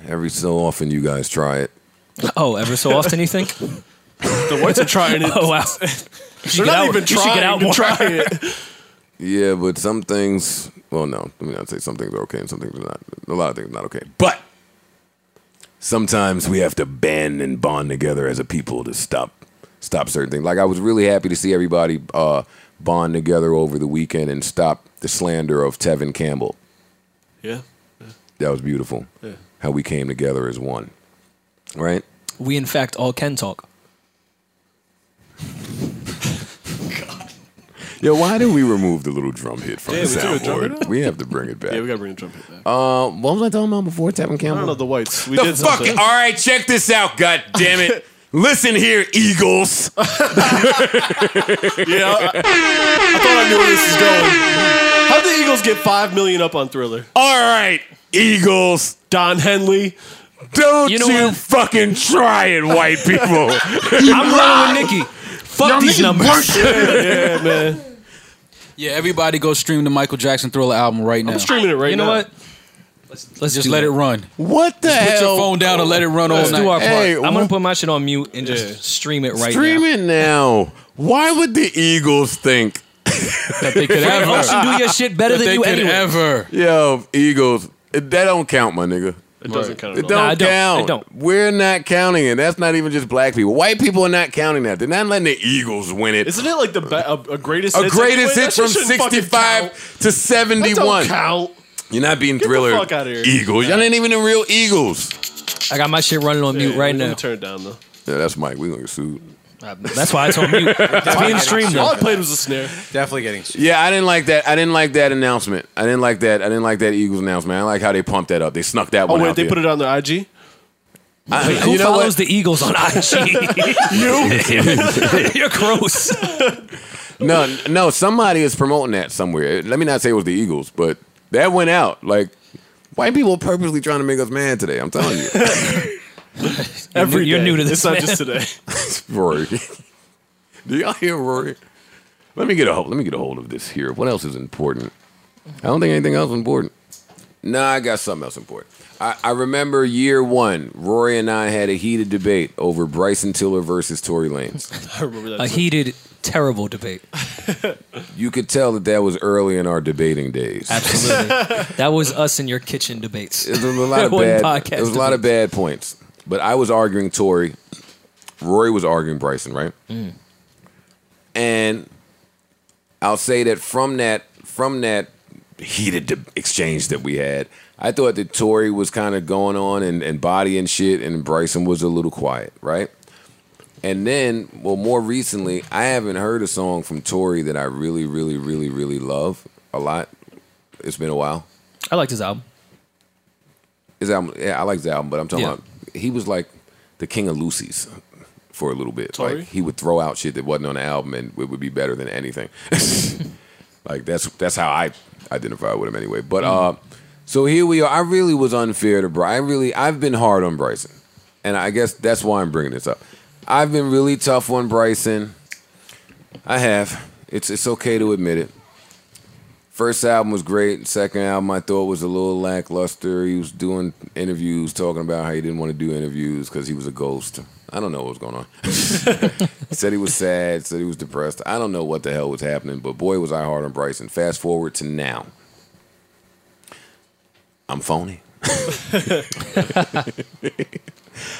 Speaker 1: Every so often, you guys try it.
Speaker 4: Oh, ever so often you think?
Speaker 3: The whites are trying it.
Speaker 4: Oh wow.
Speaker 3: They're not even trying to try it.
Speaker 1: Yeah, but some things. Well, no, let me not say some things are okay and some things are not. A lot of things are not okay. But sometimes we have to band and bond together as a people to stop stop certain things. Like I was really happy to see everybody uh, bond together over the weekend and stop the slander of Tevin Campbell.
Speaker 3: Yeah.
Speaker 1: That was beautiful.
Speaker 3: Yeah.
Speaker 1: How we came together as one. Right?
Speaker 4: We in fact all can talk.
Speaker 1: Yo, why did we remove the little drum hit from
Speaker 3: Yeah,
Speaker 1: the
Speaker 3: we do a drum
Speaker 1: soundboard?
Speaker 3: hit.
Speaker 1: We have to bring it back.
Speaker 3: Yeah, we gotta bring a trumpet back.
Speaker 1: uh, what was I talking about before Tevin Campbell?
Speaker 3: I don't know the whites. We
Speaker 1: the
Speaker 3: did
Speaker 1: fuck?
Speaker 3: something.
Speaker 1: All right, check this out. God damn it! Listen here, Eagles.
Speaker 3: Yeah, I, I thought I knew where this is going. How'd the Eagles get five million up on Thriller?
Speaker 1: All right, Eagles.
Speaker 3: Don Henley.
Speaker 1: Don't you,
Speaker 4: You know what?
Speaker 1: fucking try it, white people.
Speaker 4: I'm rolling with Nikki. Fuck these numbers.
Speaker 3: Yeah, man.
Speaker 2: Yeah, everybody go stream the Michael Jackson Thriller album right now.
Speaker 3: I'm streaming it right
Speaker 4: You know
Speaker 3: now.
Speaker 4: what? Let's, let's
Speaker 2: Just
Speaker 4: do
Speaker 2: let
Speaker 4: that.
Speaker 2: it run.
Speaker 1: what the
Speaker 2: Put your
Speaker 1: hell?
Speaker 2: phone down and let it run
Speaker 4: Let's
Speaker 2: all
Speaker 4: do our
Speaker 2: night.
Speaker 4: part.
Speaker 1: Hey,
Speaker 4: I'm gonna
Speaker 1: what-
Speaker 4: put my shit on mute and just
Speaker 3: Yeah.
Speaker 4: stream it right
Speaker 1: Stream
Speaker 4: now.
Speaker 1: it now. Why would the Eagles think?
Speaker 2: That they could ever.
Speaker 4: Ocean do your shit better
Speaker 2: That
Speaker 4: than
Speaker 2: they
Speaker 4: you
Speaker 2: could
Speaker 4: anyway.
Speaker 2: ever.
Speaker 1: Yo, Eagles. That don't count, my nigga.
Speaker 3: It doesn't count
Speaker 1: It
Speaker 3: at
Speaker 1: don't
Speaker 3: all.
Speaker 4: Nah, it don't.
Speaker 1: count.
Speaker 4: It don't.
Speaker 1: We're not counting it. That's not even just black people. White people are not counting that. They're not letting the Eagles win it.
Speaker 3: Isn't it like the be- a, a greatest
Speaker 1: a
Speaker 3: hits
Speaker 1: greatest
Speaker 3: anyway?
Speaker 1: hit
Speaker 3: That shit
Speaker 1: from
Speaker 3: shouldn't fucking
Speaker 1: 65 to
Speaker 3: count. That don't
Speaker 1: 71.
Speaker 3: count.
Speaker 1: You're not being
Speaker 3: Get the
Speaker 1: thriller.
Speaker 3: fuck outta here.
Speaker 1: Eagles. Y'all ain't even the real Eagles.
Speaker 4: I got my shit running on mute
Speaker 3: Yeah,
Speaker 4: right
Speaker 3: let me
Speaker 4: now.
Speaker 3: Turn it down though.
Speaker 1: Yeah, that's Mike. We're going to get sued.
Speaker 4: That's why it's on mute. It's being streamed.
Speaker 3: All
Speaker 4: though.
Speaker 3: I played was a snare.
Speaker 7: Definitely getting. sued.
Speaker 1: Yeah, I didn't like that. I didn't like that announcement. I didn't like that. I didn't like that Eagles announcement. I like how they pumped that up. They snuck that
Speaker 3: Oh
Speaker 1: one
Speaker 3: wait,
Speaker 1: out
Speaker 3: they
Speaker 1: there.
Speaker 3: put it on their IG.
Speaker 1: I-
Speaker 4: Who
Speaker 1: you know
Speaker 4: follows
Speaker 1: what?
Speaker 4: the Eagles on IG? you? You're gross.
Speaker 1: no, no, somebody is promoting that somewhere. Let me not say it was the Eagles, but that went out. Like white people purposely trying to make us mad today. I'm telling you,
Speaker 3: Every
Speaker 4: you're
Speaker 3: day.
Speaker 4: new to this,
Speaker 3: It's not
Speaker 4: man.
Speaker 3: just today.
Speaker 1: Rory. Do y'all hear Rory? Let me get a hold. Let me get a hold of this here. What else is important? I don't think anything else is important. Nah, I got something else important. I, I remember year one, Rory and I had a heated debate over Bryson Tiller versus Tory Lanez.
Speaker 3: I remember that.
Speaker 4: a
Speaker 3: too.
Speaker 4: heated, terrible debate.
Speaker 1: You could tell that that was early in our debating days.
Speaker 4: Absolutely, that was us in your kitchen debates.
Speaker 1: It was a lot of
Speaker 4: One
Speaker 1: bad.
Speaker 4: podcast
Speaker 1: It was a lot of bad points. But I was arguing Tory. Rory was arguing Bryson, right?
Speaker 2: Mm.
Speaker 1: And I'll say that from that from that heated de- exchange that we had, I thought that Tory was kind of going on and, and bodying shit, and Bryson was a little quiet, right? And then, well, more recently, I haven't heard a song from Tory that I really, really, really, really love a lot. It's been a while.
Speaker 4: I liked his album.
Speaker 1: His album, yeah, I like his album, but I'm talking
Speaker 4: Yeah.
Speaker 1: about he was like the king of Lucy's for a little bit.
Speaker 3: Tory?
Speaker 1: Like he would throw out shit that wasn't on the album, and it would be better than anything. like that's that's how I identify with him anyway. But uh, so here we are. I really was unfair to Bryson. I really I've been hard on Bryson, and I guess that's why I'm bringing this up. I've been really tough on Bryson. I have. It's it's okay to admit it. First album was great. Second album, I thought was a little lackluster. He was doing interviews, talking about how he didn't want to do interviews because he was a ghost. I don't know what was going on. said he was sad. Said he was depressed. I don't know what the hell was happening. But boy, was I hard on Bryson. Fast forward to now. I'm phony.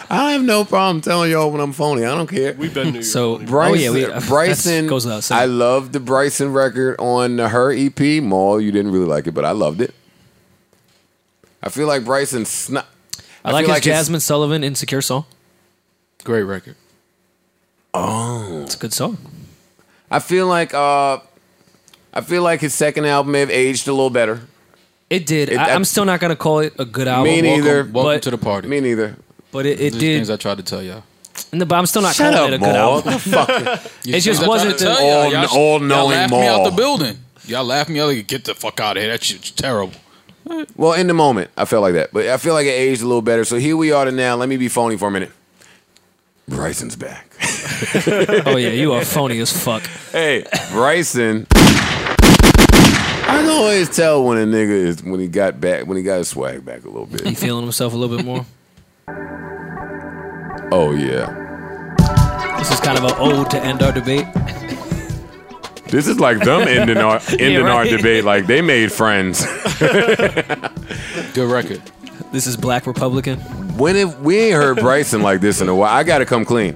Speaker 1: I have no problem telling y'all when I'm phony. I don't care.
Speaker 3: We've been new.
Speaker 4: So
Speaker 1: Bryson,
Speaker 4: oh, yeah, we,
Speaker 1: Bryson
Speaker 4: that's- goes without
Speaker 1: I
Speaker 4: saying.
Speaker 1: love the Bryson record on her EP. Maul, you didn't really like it, but I loved it. I feel like Bryson snuck.
Speaker 4: I, like
Speaker 1: feel
Speaker 4: his
Speaker 1: it's-
Speaker 4: Jasmine Sullivan insecure song.
Speaker 2: Great record.
Speaker 1: Oh.
Speaker 4: It's a good song.
Speaker 1: I feel like uh, I feel like his second album may have aged a little better.
Speaker 4: It did.
Speaker 1: It- I-
Speaker 4: I, am still not gonna call it a good album.
Speaker 1: Me
Speaker 2: Welcome,
Speaker 1: neither.
Speaker 2: Welcome
Speaker 4: But-
Speaker 2: to the party.
Speaker 1: Me neither.
Speaker 4: But it, it
Speaker 2: These
Speaker 4: did.
Speaker 2: things I tried to tell y'all.
Speaker 4: no, but I'm still not
Speaker 1: Shut
Speaker 4: calling
Speaker 1: up,
Speaker 4: it a good
Speaker 1: Maul.
Speaker 4: album.
Speaker 2: These
Speaker 4: It just
Speaker 2: things I tried
Speaker 4: wasn't
Speaker 2: to
Speaker 4: the-
Speaker 2: tell y'all.
Speaker 1: all-
Speaker 2: Y'all-
Speaker 1: all-knowing
Speaker 2: y'all laughed me out
Speaker 1: Maul.
Speaker 2: the building. Y'all laughed me out like, get the fuck out of here. That shit's terrible.
Speaker 1: Well, in the moment, I felt like that, but I feel like it aged a little better. So here we are to now. Let me be phony for a minute. Bryson's back.
Speaker 4: oh yeah, you are phony as fuck.
Speaker 1: Hey, Bryson. I can always tell when a nigga is when he got back when he got his swag back a little
Speaker 4: You
Speaker 1: bit.
Speaker 4: feeling himself a little bit more.
Speaker 1: Oh yeah.
Speaker 4: This is kind of an ode to end our debate.
Speaker 1: This is like them ending our ending
Speaker 4: right.
Speaker 1: our debate. Like they made friends.
Speaker 2: Good record.
Speaker 4: This is Black Republican.
Speaker 1: When if we ain't heard Bryson like this in a while, I gotta come clean.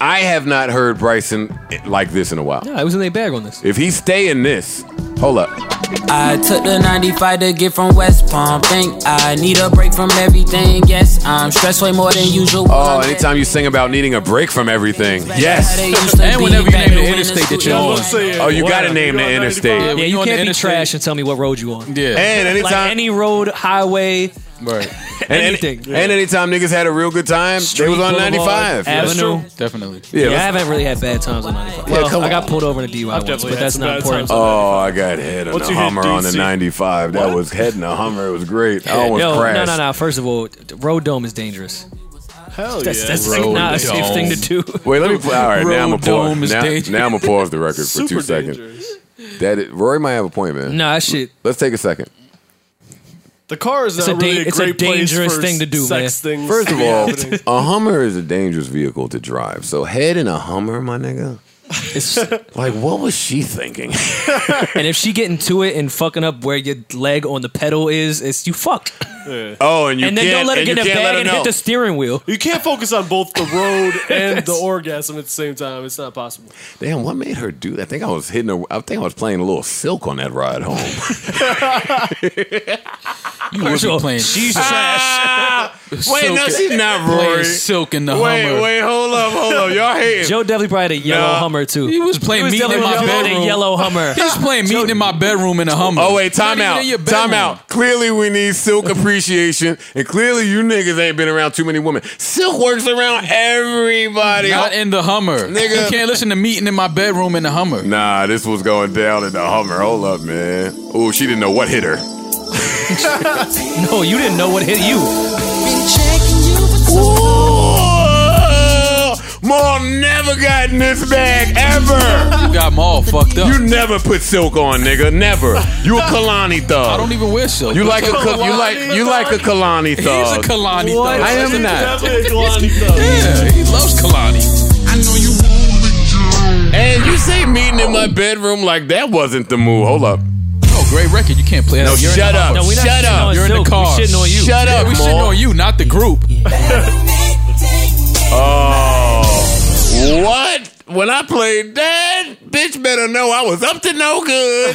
Speaker 1: I have not heard Bryson like this in a while.
Speaker 4: Yeah, I was in their bag on this.
Speaker 1: If he stay in this, hold up.
Speaker 11: I took the 95 to get from West Palm. Think I need a break from everything. Yes, I'm stressed way more than usual.
Speaker 1: Oh, anytime you sing about needing a break from everything. Yes.
Speaker 2: And whenever you name the interstate that you're on.
Speaker 1: Oh, you gotta name the interstate.
Speaker 2: Yeah.
Speaker 4: Yeah,
Speaker 2: When
Speaker 4: you
Speaker 2: you on
Speaker 4: can't
Speaker 2: the
Speaker 4: be
Speaker 2: interstate-
Speaker 4: trash and tell me what road you on.
Speaker 2: Yeah.
Speaker 1: And anytime
Speaker 4: Like any road, highway,
Speaker 2: right.
Speaker 1: And, any-
Speaker 4: anything.
Speaker 1: and anytime niggas had a real good time,
Speaker 4: Street,
Speaker 1: they was on
Speaker 4: boulevard,
Speaker 1: 95.
Speaker 4: Avenue.
Speaker 2: Definitely.
Speaker 1: Yeah,
Speaker 4: Yeah, I
Speaker 1: let's-
Speaker 4: haven't really had bad times on 95. Well,
Speaker 1: come
Speaker 4: I got pulled over in a DUI once,
Speaker 3: definitely
Speaker 4: but
Speaker 3: had
Speaker 4: that's
Speaker 3: some
Speaker 4: not
Speaker 3: bad
Speaker 4: important.
Speaker 3: times on
Speaker 1: Oh, I got hit on
Speaker 3: Once
Speaker 1: a
Speaker 3: you hit
Speaker 1: Hummer on a
Speaker 3: DC.
Speaker 1: 95. That was heading a Hummer. It was great. I almost
Speaker 4: No, no,
Speaker 1: crashed.
Speaker 4: no, no. First of all, road dome is dangerous.
Speaker 3: Hell
Speaker 4: That's,
Speaker 3: yeah.
Speaker 4: that's
Speaker 2: Road
Speaker 4: not a safe
Speaker 2: dome.
Speaker 4: thing to do.
Speaker 1: Wait, let me. Play. All right, now I'm gonna
Speaker 2: Road dome
Speaker 1: pause.
Speaker 2: is
Speaker 1: Now,
Speaker 2: dangerous.
Speaker 1: now I'm gonna pause the record for two
Speaker 3: super
Speaker 1: seconds.
Speaker 3: dangerous.
Speaker 1: That is, Rory might have a point, man.
Speaker 4: Nah, that shit.
Speaker 1: Let's take a second.
Speaker 3: The car is
Speaker 4: It's
Speaker 3: not
Speaker 4: a da-
Speaker 3: really a
Speaker 4: it's a
Speaker 3: great place
Speaker 4: dangerous
Speaker 3: for
Speaker 4: thing to do,
Speaker 3: sex
Speaker 4: man.
Speaker 3: Things
Speaker 1: First
Speaker 3: to
Speaker 1: of
Speaker 3: be
Speaker 1: all,
Speaker 3: happening.
Speaker 1: a Hummer is a dangerous vehicle to drive. So head in a Hummer, my nigga.
Speaker 4: It's, and
Speaker 1: Like, what was she thinking?
Speaker 4: if she get into it and fucking up where your leg on the pedal is, it's you fucked.
Speaker 1: oh, and you
Speaker 4: and then
Speaker 1: can't.
Speaker 4: don't let it
Speaker 1: and
Speaker 4: get
Speaker 1: you
Speaker 4: in
Speaker 1: can't
Speaker 4: a
Speaker 1: let
Speaker 4: bag
Speaker 1: her
Speaker 4: and
Speaker 1: know.
Speaker 4: hit the steering wheel.
Speaker 3: you can't focus on both the road and the orgasm at the same time. It's not possible.
Speaker 1: Damn, what made her do that? I think I was hitting. A, I think I was playing a little silk on that ride home.
Speaker 2: You would be playing.
Speaker 1: She's trash.
Speaker 8: Wait, no, she's not Rory.
Speaker 2: Playing Silk in the
Speaker 8: wait,
Speaker 2: Hummer.
Speaker 8: wait, hold up, hold up. Y'all hating.
Speaker 4: Joe definitely probably had a yellow
Speaker 8: Nah.
Speaker 4: Hummer too.
Speaker 2: He was playing meat in
Speaker 4: definitely
Speaker 2: my
Speaker 4: probably had
Speaker 2: bedroom.
Speaker 4: a yellow Hummer.
Speaker 2: He was playing meat in my bedroom in a Hummer.
Speaker 8: Oh wait,
Speaker 2: Not
Speaker 8: time
Speaker 2: even
Speaker 8: out.
Speaker 2: in your bedroom.
Speaker 8: Time out. Clearly we need silk appreciation. And clearly you niggas ain't been around too many women. Silk works around everybody.
Speaker 2: Not in the Hummer.
Speaker 8: Nigga.
Speaker 2: You can't listen to meeting in my bedroom in the Hummer.
Speaker 8: Nah, this was going down in the Hummer. Hold up, man. Oh, she didn't know what hit her.
Speaker 4: No, you didn't know what hit you.
Speaker 8: Ooh, Mom never gotten this bag ever.
Speaker 2: You got them all fucked up.
Speaker 8: You never put silk on, nigga. Never. You a Kalani thug.
Speaker 2: I don't even wear silk.
Speaker 8: you like a Ka- you like you like a Kalani
Speaker 2: He's a
Speaker 8: thug.
Speaker 2: Kalani thug.
Speaker 8: I am not.
Speaker 3: Definitely a Kalani thug.
Speaker 2: Yeah, he loves Kalani.
Speaker 8: And you say meeting in my bedroom like that wasn't the move. Hold up.
Speaker 2: Oh, great record. You can't play that.
Speaker 8: No,
Speaker 2: You're in
Speaker 8: shut
Speaker 2: the
Speaker 8: up.
Speaker 2: Hummer.
Speaker 4: No, we not
Speaker 8: shut
Speaker 4: shitting
Speaker 8: up.
Speaker 4: on
Speaker 2: You're in the
Speaker 4: Silk.
Speaker 2: car.
Speaker 4: We shitting on you.
Speaker 8: Shut
Speaker 2: Yeah,
Speaker 8: up,
Speaker 2: we shitting
Speaker 8: Maul.
Speaker 2: on you, not the group.
Speaker 8: Oh, what? When I played that, bitch better know I was up to no good.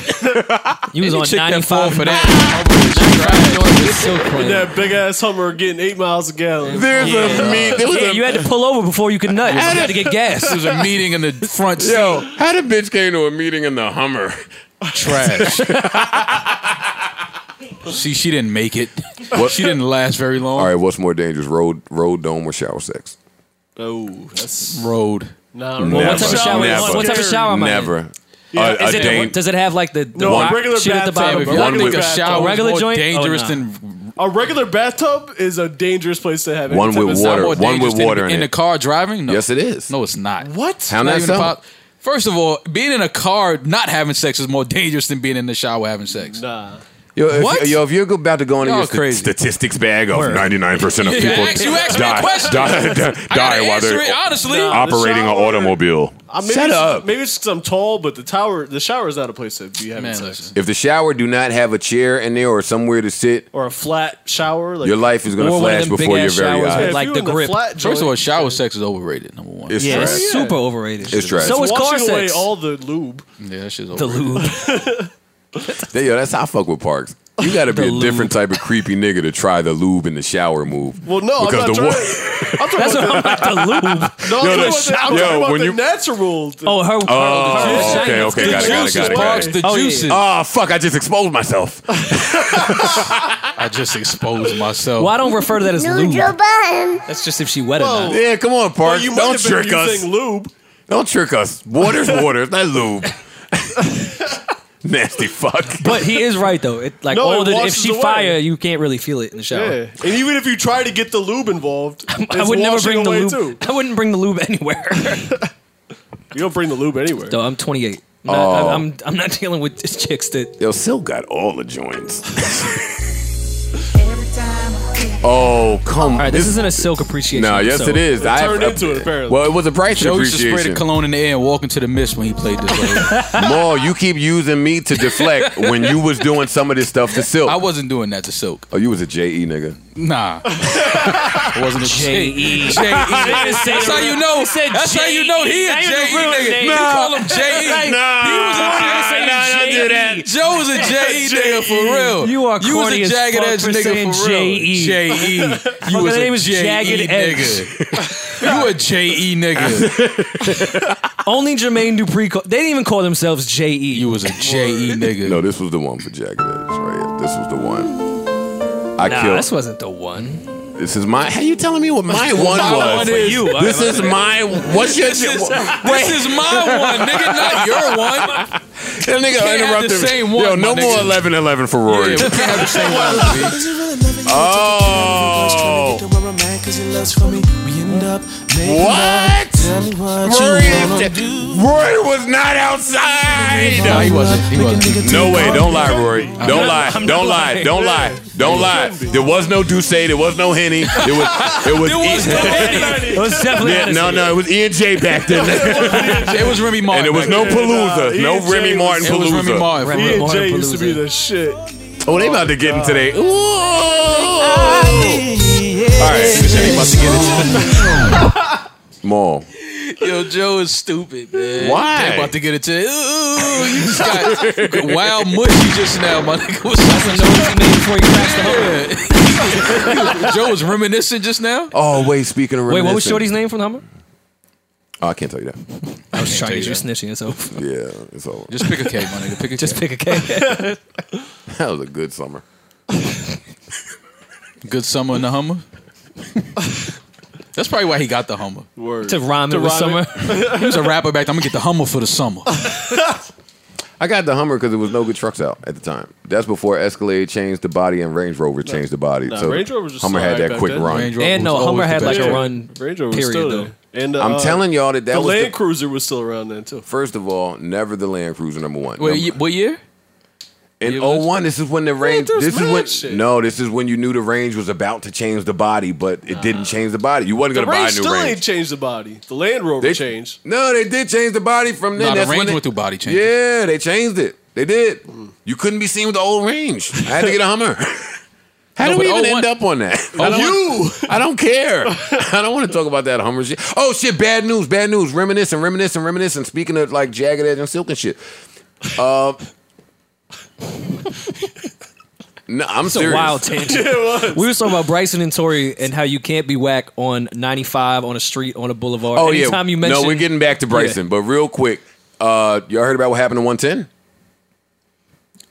Speaker 4: You was
Speaker 2: Any
Speaker 4: on
Speaker 2: chick that
Speaker 4: ninety
Speaker 2: fall
Speaker 4: five
Speaker 2: for
Speaker 8: Uh,
Speaker 2: that.
Speaker 4: Silk playing.
Speaker 3: That big ass Hummer getting eight miles a gallon.
Speaker 8: There's a meet. There was
Speaker 4: Yeah,
Speaker 8: a,
Speaker 4: you had to pull over before you could nut. You had to get
Speaker 2: It
Speaker 4: gas.
Speaker 2: was a meeting in the front seat.
Speaker 8: yo, how the bitch came to a meeting in the Hummer?
Speaker 2: Trash. See, she didn't make it. She didn't last very long.
Speaker 8: All right, what's more dangerous, road, road dome or shower sex?
Speaker 3: Oh, that's
Speaker 2: Road.
Speaker 3: not
Speaker 8: Well,
Speaker 4: What type of shower?
Speaker 8: Never.
Speaker 4: What type of shower am I in?
Speaker 8: Never.
Speaker 3: Yeah,
Speaker 8: a,
Speaker 3: is
Speaker 8: a
Speaker 4: Is it-
Speaker 8: dang-
Speaker 4: does it have like the, the
Speaker 3: No,
Speaker 4: rock
Speaker 3: regular
Speaker 4: shit at the
Speaker 3: bathtub,
Speaker 4: bottom?
Speaker 2: Damn, if
Speaker 3: bro.
Speaker 2: y'all
Speaker 8: One
Speaker 2: think
Speaker 8: with-
Speaker 2: a shower is
Speaker 4: Regular
Speaker 2: more
Speaker 4: joint?
Speaker 2: dangerous
Speaker 4: Oh, nah.
Speaker 2: than
Speaker 3: A regular bathtub is a dangerous place to have any
Speaker 8: One
Speaker 3: type
Speaker 8: with
Speaker 3: of
Speaker 8: water.
Speaker 3: sex.
Speaker 2: more
Speaker 8: One
Speaker 2: dangerous
Speaker 8: with
Speaker 2: than
Speaker 8: water in
Speaker 2: in
Speaker 8: it.
Speaker 2: the car driving. No.
Speaker 8: Yes, it is.
Speaker 2: No, it's not.
Speaker 3: What?
Speaker 8: How
Speaker 2: It's
Speaker 8: not
Speaker 2: not even
Speaker 8: so?
Speaker 2: about- First of all, being in a car not having sex is more dangerous than being in the shower having sex.
Speaker 3: Nah.
Speaker 8: Yo, if,
Speaker 2: What?
Speaker 8: yo, if you're about to go into
Speaker 2: Y'all
Speaker 8: your sta-
Speaker 2: crazy.
Speaker 8: statistics bag of 99% of
Speaker 2: Yeah,
Speaker 8: people
Speaker 2: ask- you asked me a
Speaker 8: die,
Speaker 2: question.
Speaker 8: die, die,
Speaker 2: I
Speaker 8: die
Speaker 2: gotta
Speaker 8: while
Speaker 2: answer
Speaker 8: they're
Speaker 2: it honestly.
Speaker 3: Nah.
Speaker 8: operating an
Speaker 3: shower.
Speaker 8: automobile.
Speaker 3: Uh, maybe
Speaker 8: Shut
Speaker 3: it's,
Speaker 8: up.
Speaker 3: Maybe it's because I'm tall, but the tower, the shower's not a place to be having
Speaker 2: Man,
Speaker 3: sex.
Speaker 2: listen.
Speaker 8: If the shower do not have a chair in there or somewhere to sit,
Speaker 3: Or a flat shower. Like,
Speaker 8: your life is going to
Speaker 4: Or one of
Speaker 8: flash
Speaker 4: them
Speaker 8: before your
Speaker 4: big-ass
Speaker 8: very
Speaker 4: showers
Speaker 3: Yeah,
Speaker 8: eyes.
Speaker 3: if
Speaker 4: Like
Speaker 3: you
Speaker 4: the
Speaker 3: in the
Speaker 4: grip.
Speaker 3: Flat
Speaker 2: First of all,
Speaker 3: joint,
Speaker 2: shower sex is overrated. Number one.
Speaker 8: It's
Speaker 4: Yeah,
Speaker 8: trash.
Speaker 4: it's super overrated.
Speaker 8: It's trash.
Speaker 4: So
Speaker 8: It's
Speaker 4: is car
Speaker 3: washing away
Speaker 4: sex.
Speaker 3: all the lube.
Speaker 2: yeah, that shit's
Speaker 4: the
Speaker 2: overrated.
Speaker 4: lube.
Speaker 8: Yeah, yo, that's how I fuck with Parks. You got to be
Speaker 4: The
Speaker 8: a
Speaker 4: lube.
Speaker 8: different type of creepy nigga to try the lube in the shower move.
Speaker 3: Well, no,
Speaker 8: because
Speaker 3: I'm not
Speaker 8: the
Speaker 3: trying.
Speaker 8: one,
Speaker 3: I'm talking
Speaker 4: That's what
Speaker 3: about,
Speaker 4: I'm like, the lube.
Speaker 3: no,
Speaker 8: Yo,
Speaker 3: I'm talking
Speaker 8: the
Speaker 3: about the, I'm
Speaker 8: shower-
Speaker 3: talking about
Speaker 8: when
Speaker 3: the
Speaker 8: you-
Speaker 3: natural.
Speaker 4: Oh, her.
Speaker 8: Oh,
Speaker 4: her
Speaker 8: okay, okay,
Speaker 4: the
Speaker 8: got it, got it,
Speaker 4: juices
Speaker 8: got it,
Speaker 4: part.
Speaker 8: got
Speaker 2: Parks,
Speaker 8: it.
Speaker 2: the
Speaker 4: Oh, yeah.
Speaker 2: juices.
Speaker 8: Oh fuck! I just exposed myself.
Speaker 2: I just exposed myself.
Speaker 4: Well, I don't refer to that as
Speaker 12: New
Speaker 4: lube.
Speaker 12: Joe Button.
Speaker 4: That's just if she wet or
Speaker 3: Whoa.
Speaker 4: not.
Speaker 8: yeah, come on,
Speaker 3: Well,
Speaker 8: Parks.
Speaker 3: you might
Speaker 8: Don't
Speaker 3: have been
Speaker 8: trick us.
Speaker 3: using lube.
Speaker 8: Don't trick us. Water's water. It's not lube. Nasty fuck.
Speaker 4: But he is right though. It like
Speaker 3: No,
Speaker 4: all
Speaker 3: it
Speaker 4: the, if
Speaker 3: washes
Speaker 4: she
Speaker 3: away.
Speaker 4: fire, you can't really feel it in the
Speaker 3: Yeah.
Speaker 4: shower.
Speaker 3: And even if you try to get the lube involved,
Speaker 4: I would never bring the lube.
Speaker 3: Too.
Speaker 4: I wouldn't bring the lube anywhere.
Speaker 3: You don't bring the lube anywhere.
Speaker 4: though I'm 28. I'm not,
Speaker 8: Oh.
Speaker 4: I'm, I'm I'm not dealing with just chicks that.
Speaker 8: Yo, Silk got all the joints. oh come!
Speaker 4: All right, this, isn't a silk appreciation.
Speaker 8: No, yes
Speaker 4: episode.
Speaker 8: it is. I
Speaker 3: turned into it, apparently.
Speaker 8: Well, it was a price
Speaker 2: Joe used to spray the
Speaker 8: appreciation.
Speaker 2: cologne in the air and walk into the mist when he played this. role.
Speaker 8: Maul, you keep using me to deflect when you was doing some of this stuff to Silk.
Speaker 2: I wasn't doing that to Silk.
Speaker 8: oh, you was a
Speaker 1: E,
Speaker 8: JE nigga.
Speaker 2: Nah, I wasn't a
Speaker 4: J.E..
Speaker 2: J-E. That's how you know.
Speaker 4: said
Speaker 2: That's how you know he a
Speaker 4: Now you
Speaker 2: J-E
Speaker 4: ruined
Speaker 2: nigga.
Speaker 4: it.
Speaker 2: You call him J-E. He was a
Speaker 8: nah, nah, don't do that.
Speaker 2: Joe was a J.E. nigga for real.
Speaker 4: You are
Speaker 2: You was
Speaker 4: corny
Speaker 2: a
Speaker 4: as
Speaker 2: jagged
Speaker 4: fuck
Speaker 2: edge
Speaker 4: for
Speaker 2: nigga
Speaker 4: saying
Speaker 2: for real.
Speaker 4: J.E..
Speaker 2: J.E. You
Speaker 4: Fucking
Speaker 2: was
Speaker 4: name
Speaker 2: a
Speaker 4: is
Speaker 2: J.E.
Speaker 4: Jagged Edge.
Speaker 2: nigga. You a J.E. nigga.
Speaker 4: Only Jermaine Dupri. Call, they didn't even call themselves E. J.E.
Speaker 2: You was a J.E. nigga.
Speaker 8: No, this was the one for Jagged Edge, right? here. This was the one. I
Speaker 4: nah,
Speaker 8: killed.
Speaker 4: this wasn't the one.
Speaker 8: This is my. How you telling me what my one was?
Speaker 2: one is-
Speaker 4: You.
Speaker 8: This is my. What's your?
Speaker 2: This is,
Speaker 8: that
Speaker 2: this is my one, nigga, not your one.
Speaker 8: nigga
Speaker 2: can't have
Speaker 8: interrupted.
Speaker 2: the same
Speaker 8: me.
Speaker 2: one,
Speaker 8: Yo,
Speaker 2: my
Speaker 8: no
Speaker 2: nigga.
Speaker 8: more 11 11 for Rory.
Speaker 2: Yeah, we can't have the same one. B.
Speaker 8: Oh. What? Rory, is Rory was not
Speaker 2: No, he
Speaker 8: outside.
Speaker 2: wasn't. He wasn't.
Speaker 8: No way! Don't lie, Rory. Don't lie.
Speaker 4: I'm
Speaker 8: Don't
Speaker 4: not
Speaker 8: lie.
Speaker 4: lying.
Speaker 8: Don't lie. Don't lie. There was no Duce. There was no Henny. It was. It was.
Speaker 2: There was
Speaker 8: Ian-
Speaker 2: no Henny.
Speaker 4: It was definitely
Speaker 8: Yeah,
Speaker 4: not a
Speaker 8: no,
Speaker 4: J.E..
Speaker 8: no, it was E and J back then,
Speaker 2: It was Remy Martin.
Speaker 8: and there was no
Speaker 2: back then.
Speaker 8: Palooza, no
Speaker 3: E&J
Speaker 8: Remy
Speaker 3: was-
Speaker 8: Martin
Speaker 2: It was Remy
Speaker 8: Palooza.
Speaker 2: Martin.
Speaker 4: Remy
Speaker 3: E and
Speaker 4: Martin
Speaker 3: J used to be
Speaker 4: Palooza.
Speaker 3: the shit.
Speaker 8: Oh, they about to get in today. Ooh!
Speaker 2: E.
Speaker 8: All right, Shane about to get it. Maul,
Speaker 2: Yo, Joe is stupid, man.
Speaker 1: Why?
Speaker 2: They about to get it to. Ooh, you just got wild mushy just now, my nigga. What's that's a noise you made before you crashed the Joe was reminiscent just now.
Speaker 1: Oh wait, speaking of
Speaker 4: Wait, what was
Speaker 1: reminiscent-
Speaker 4: Shorty's name from the Hummer?
Speaker 1: Oh, I can't tell you that.
Speaker 4: I was trying to
Speaker 2: tell
Speaker 4: get
Speaker 2: you
Speaker 4: you snitching. It's over.
Speaker 1: Yeah, it's over.
Speaker 2: Just pick a cake, my nigga. Pick a
Speaker 4: Just
Speaker 2: cake.
Speaker 4: pick a cake.
Speaker 1: That was a good summer.
Speaker 2: Good summer in the Hummer. That's probably why he got the Hummer.
Speaker 3: Word.
Speaker 4: to rhyme it with
Speaker 3: rhyme
Speaker 4: summer.
Speaker 3: it.
Speaker 2: He was a rapper back then. I'm gonna get the Hummer for the summer.
Speaker 1: I got the Hummer because there was no good trucks out at the time. That's before Escalade changed the body and Range Rover changed the body.
Speaker 3: Nah,
Speaker 1: so
Speaker 3: Range Rover was just
Speaker 1: Hummer had
Speaker 3: alright
Speaker 1: that
Speaker 3: back
Speaker 1: quick
Speaker 3: then.
Speaker 1: run.
Speaker 2: Range Rover
Speaker 4: And no,
Speaker 2: was
Speaker 4: Hummer
Speaker 2: always the
Speaker 4: had like
Speaker 2: best.
Speaker 4: a run.
Speaker 3: Range Rover
Speaker 4: period
Speaker 3: was still
Speaker 4: though.
Speaker 3: there. And uh,
Speaker 1: I'm telling y'all that that
Speaker 3: the
Speaker 1: was
Speaker 3: Land
Speaker 1: the,
Speaker 3: Cruiser was still around then too.
Speaker 1: first of all never the Land Cruiser number one.
Speaker 2: Wait,
Speaker 1: Number-
Speaker 2: ye- what year?
Speaker 1: In
Speaker 2: Yeah,
Speaker 1: 01,
Speaker 2: let's-
Speaker 1: Oh, this is when the range.
Speaker 3: there's
Speaker 1: This is
Speaker 3: mad
Speaker 1: when
Speaker 3: shit.
Speaker 1: no, this is when you knew the range was about to change the body, but it didn't change the body. You wasn't
Speaker 3: The
Speaker 1: gonna buy
Speaker 3: Range
Speaker 1: a new
Speaker 3: still
Speaker 1: range.
Speaker 3: ain't changed the body. The Land Rover
Speaker 1: They-
Speaker 3: changed.
Speaker 1: No, they did change the body from then.
Speaker 2: Nah, the
Speaker 1: That's when
Speaker 2: Range
Speaker 1: they-
Speaker 2: went through body changes.
Speaker 1: Yeah, they changed it. They did.
Speaker 3: Mm.
Speaker 1: You couldn't be seen with the old range. I had to get a Hummer. How
Speaker 2: No,
Speaker 1: do
Speaker 2: but
Speaker 1: we even
Speaker 2: 01
Speaker 1: end up on that? I don't want- I don't care. I don't want to talk about that Hummer shit. Oh shit! Bad news. Bad news. Reminiscing. Reminiscing. Reminiscing. Speaking of like jagged edge and silk and shit. Uh, no, I'm
Speaker 4: It's a
Speaker 1: serious.
Speaker 4: wild tangent. We were talking about Bryson and Tori and how you can't be whack on 95, on a street, on a boulevard.
Speaker 1: Oh
Speaker 4: Anytime
Speaker 1: yeah.
Speaker 4: you mention,
Speaker 1: no, we're getting back to Bryson, but real quick, uh, y'all heard about what happened to 110?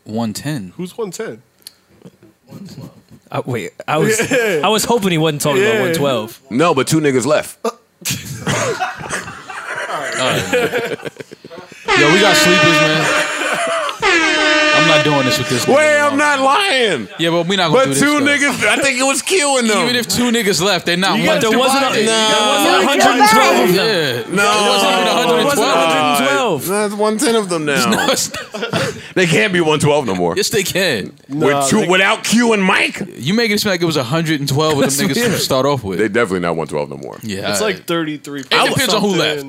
Speaker 2: 110.
Speaker 3: Who's one ten?
Speaker 4: I, wait, I was I was hoping he wasn't talking about
Speaker 3: Yeah.
Speaker 4: 112.
Speaker 1: No, but two niggas left.
Speaker 2: Yo, we got sleepers, man. I'm not doing this with this.
Speaker 1: Wait,
Speaker 2: nigga.
Speaker 1: I'm not lying.
Speaker 2: Yeah, but we not gonna
Speaker 1: But
Speaker 2: do this.
Speaker 1: two
Speaker 2: though.
Speaker 1: niggas, I think it was killing them.
Speaker 2: Even if two niggas left, they're not.
Speaker 3: You
Speaker 2: one.
Speaker 3: gotta
Speaker 4: There wasn't, a,
Speaker 3: Divided.
Speaker 4: there
Speaker 1: No.
Speaker 4: wasn't
Speaker 6: No,
Speaker 4: 112
Speaker 1: no,
Speaker 4: of them.
Speaker 2: Yeah. It wasn't even
Speaker 4: There wasn't 112.
Speaker 2: 112.
Speaker 1: That's one ten of them now. they can't be one twelve no more.
Speaker 2: yes, they can.
Speaker 1: With two, without Q and Mike,
Speaker 2: You making it seem like it was 112 of Oh, them niggas to start off with.
Speaker 1: they definitely not one twelve no more.
Speaker 2: yeah.
Speaker 3: It's like thirty three.
Speaker 2: it depends on who left.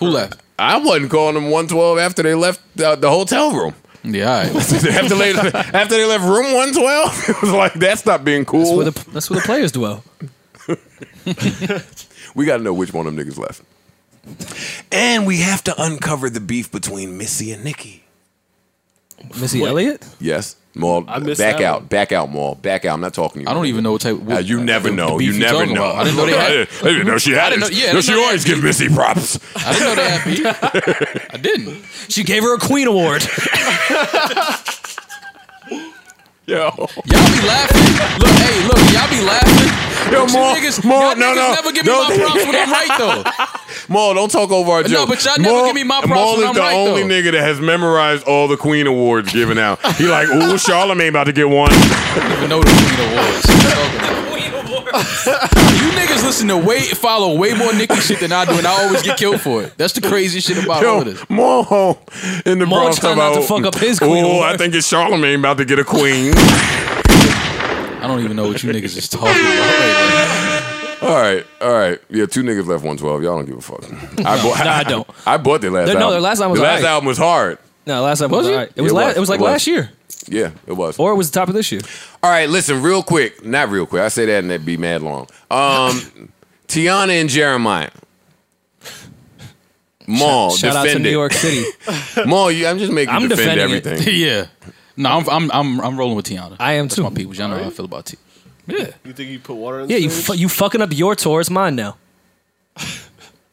Speaker 2: Who left?
Speaker 1: I wasn't calling them one twelve after they left uh, the hotel room.
Speaker 2: Yeah, all right.
Speaker 1: after, they, after they left room one twelve, it was like that's not being
Speaker 4: That's
Speaker 1: cool.
Speaker 4: where, the, that's where the players dwell.
Speaker 1: we got to know which one of them niggas left. And we have to uncover the beef between Missy and Nikki.
Speaker 4: Missy Elliott?
Speaker 1: Yes, Maul,
Speaker 3: I missed
Speaker 1: back
Speaker 3: that
Speaker 1: out,
Speaker 3: one.
Speaker 1: back out, Maul, back out. I'm not talking to you.
Speaker 2: I don't even know what type. What,
Speaker 1: Uh, you never
Speaker 2: the- the
Speaker 1: know.
Speaker 2: beef
Speaker 1: you never
Speaker 2: talking
Speaker 1: know.
Speaker 2: about. I didn't know they had.
Speaker 1: I didn't know she had it.
Speaker 2: didn't know- yeah, I
Speaker 1: no,
Speaker 2: didn't
Speaker 1: she
Speaker 2: know they
Speaker 1: always
Speaker 2: had
Speaker 1: give Missy props.
Speaker 2: I didn't know they had beef. I didn't.
Speaker 4: She gave her a Queen Award.
Speaker 1: Yo,
Speaker 2: Y'all be laughing. Look, hey, look, y'all be laughing.
Speaker 1: Yo,
Speaker 2: But you
Speaker 1: more-
Speaker 2: niggas,
Speaker 1: more-
Speaker 2: y'all
Speaker 1: no,
Speaker 2: niggas
Speaker 1: no.
Speaker 2: never give
Speaker 1: No,
Speaker 2: me
Speaker 1: they-
Speaker 2: my props when I'm right though.
Speaker 1: Maul, don't talk over our joke.
Speaker 2: but y'all never give me my props
Speaker 1: Maul
Speaker 2: when
Speaker 1: is
Speaker 2: I'm
Speaker 1: the
Speaker 2: right,
Speaker 1: only
Speaker 2: though.
Speaker 1: nigga that has memorized all the Queen awards given out. He like, ooh, Charlemagne about to get one.
Speaker 2: I don't even know the Queen Awards. you niggas listen to way follow way more Nicki shit than I do, and I always get killed for it. That's the crazy shit about all
Speaker 1: Yo,
Speaker 2: of this.
Speaker 1: Maul in the
Speaker 4: Maul
Speaker 1: Bronx
Speaker 4: trying
Speaker 1: talking
Speaker 4: not
Speaker 1: about.
Speaker 4: to fuck up his Queen
Speaker 1: Ooh, I
Speaker 4: Award."
Speaker 1: think it's Charlemagne about to get a queen.
Speaker 2: I don't even know what you niggas is talking about.
Speaker 1: all right, all right. Yeah, two niggas left 112. Y'all don't give a fuck. I bought,
Speaker 4: nah, I don't.
Speaker 1: I bought their last
Speaker 4: No, no,
Speaker 1: album.
Speaker 4: their last album was
Speaker 1: The last
Speaker 4: alright.
Speaker 1: album was hard.
Speaker 4: no, last time was,
Speaker 2: Was it?
Speaker 4: all right. It was,
Speaker 1: It
Speaker 4: la-
Speaker 1: was.
Speaker 4: it was like
Speaker 1: It was.
Speaker 4: last year.
Speaker 1: Yeah, it was.
Speaker 4: Or it was the top of this year.
Speaker 1: All right, listen, real quick. Not real quick. I say that and that'd be mad long. Um, Tiana and Jeremiah. Maul,
Speaker 4: Shout out
Speaker 1: defend
Speaker 4: to New
Speaker 1: it.
Speaker 4: York City.
Speaker 1: Maul, you, I'm just making you
Speaker 4: I'm
Speaker 1: defend
Speaker 4: defending it.
Speaker 1: everything.
Speaker 2: yeah. No, I'm I'm I'm, I'm rolling with Tiana.
Speaker 4: I am
Speaker 2: That's
Speaker 4: too.
Speaker 2: my people. Y'all know how I feel about T. Yeah,
Speaker 3: You think you put water in?
Speaker 4: Yeah, you,
Speaker 3: stage?
Speaker 4: fu- you fucking up your tour. It's mine now.
Speaker 2: yeah,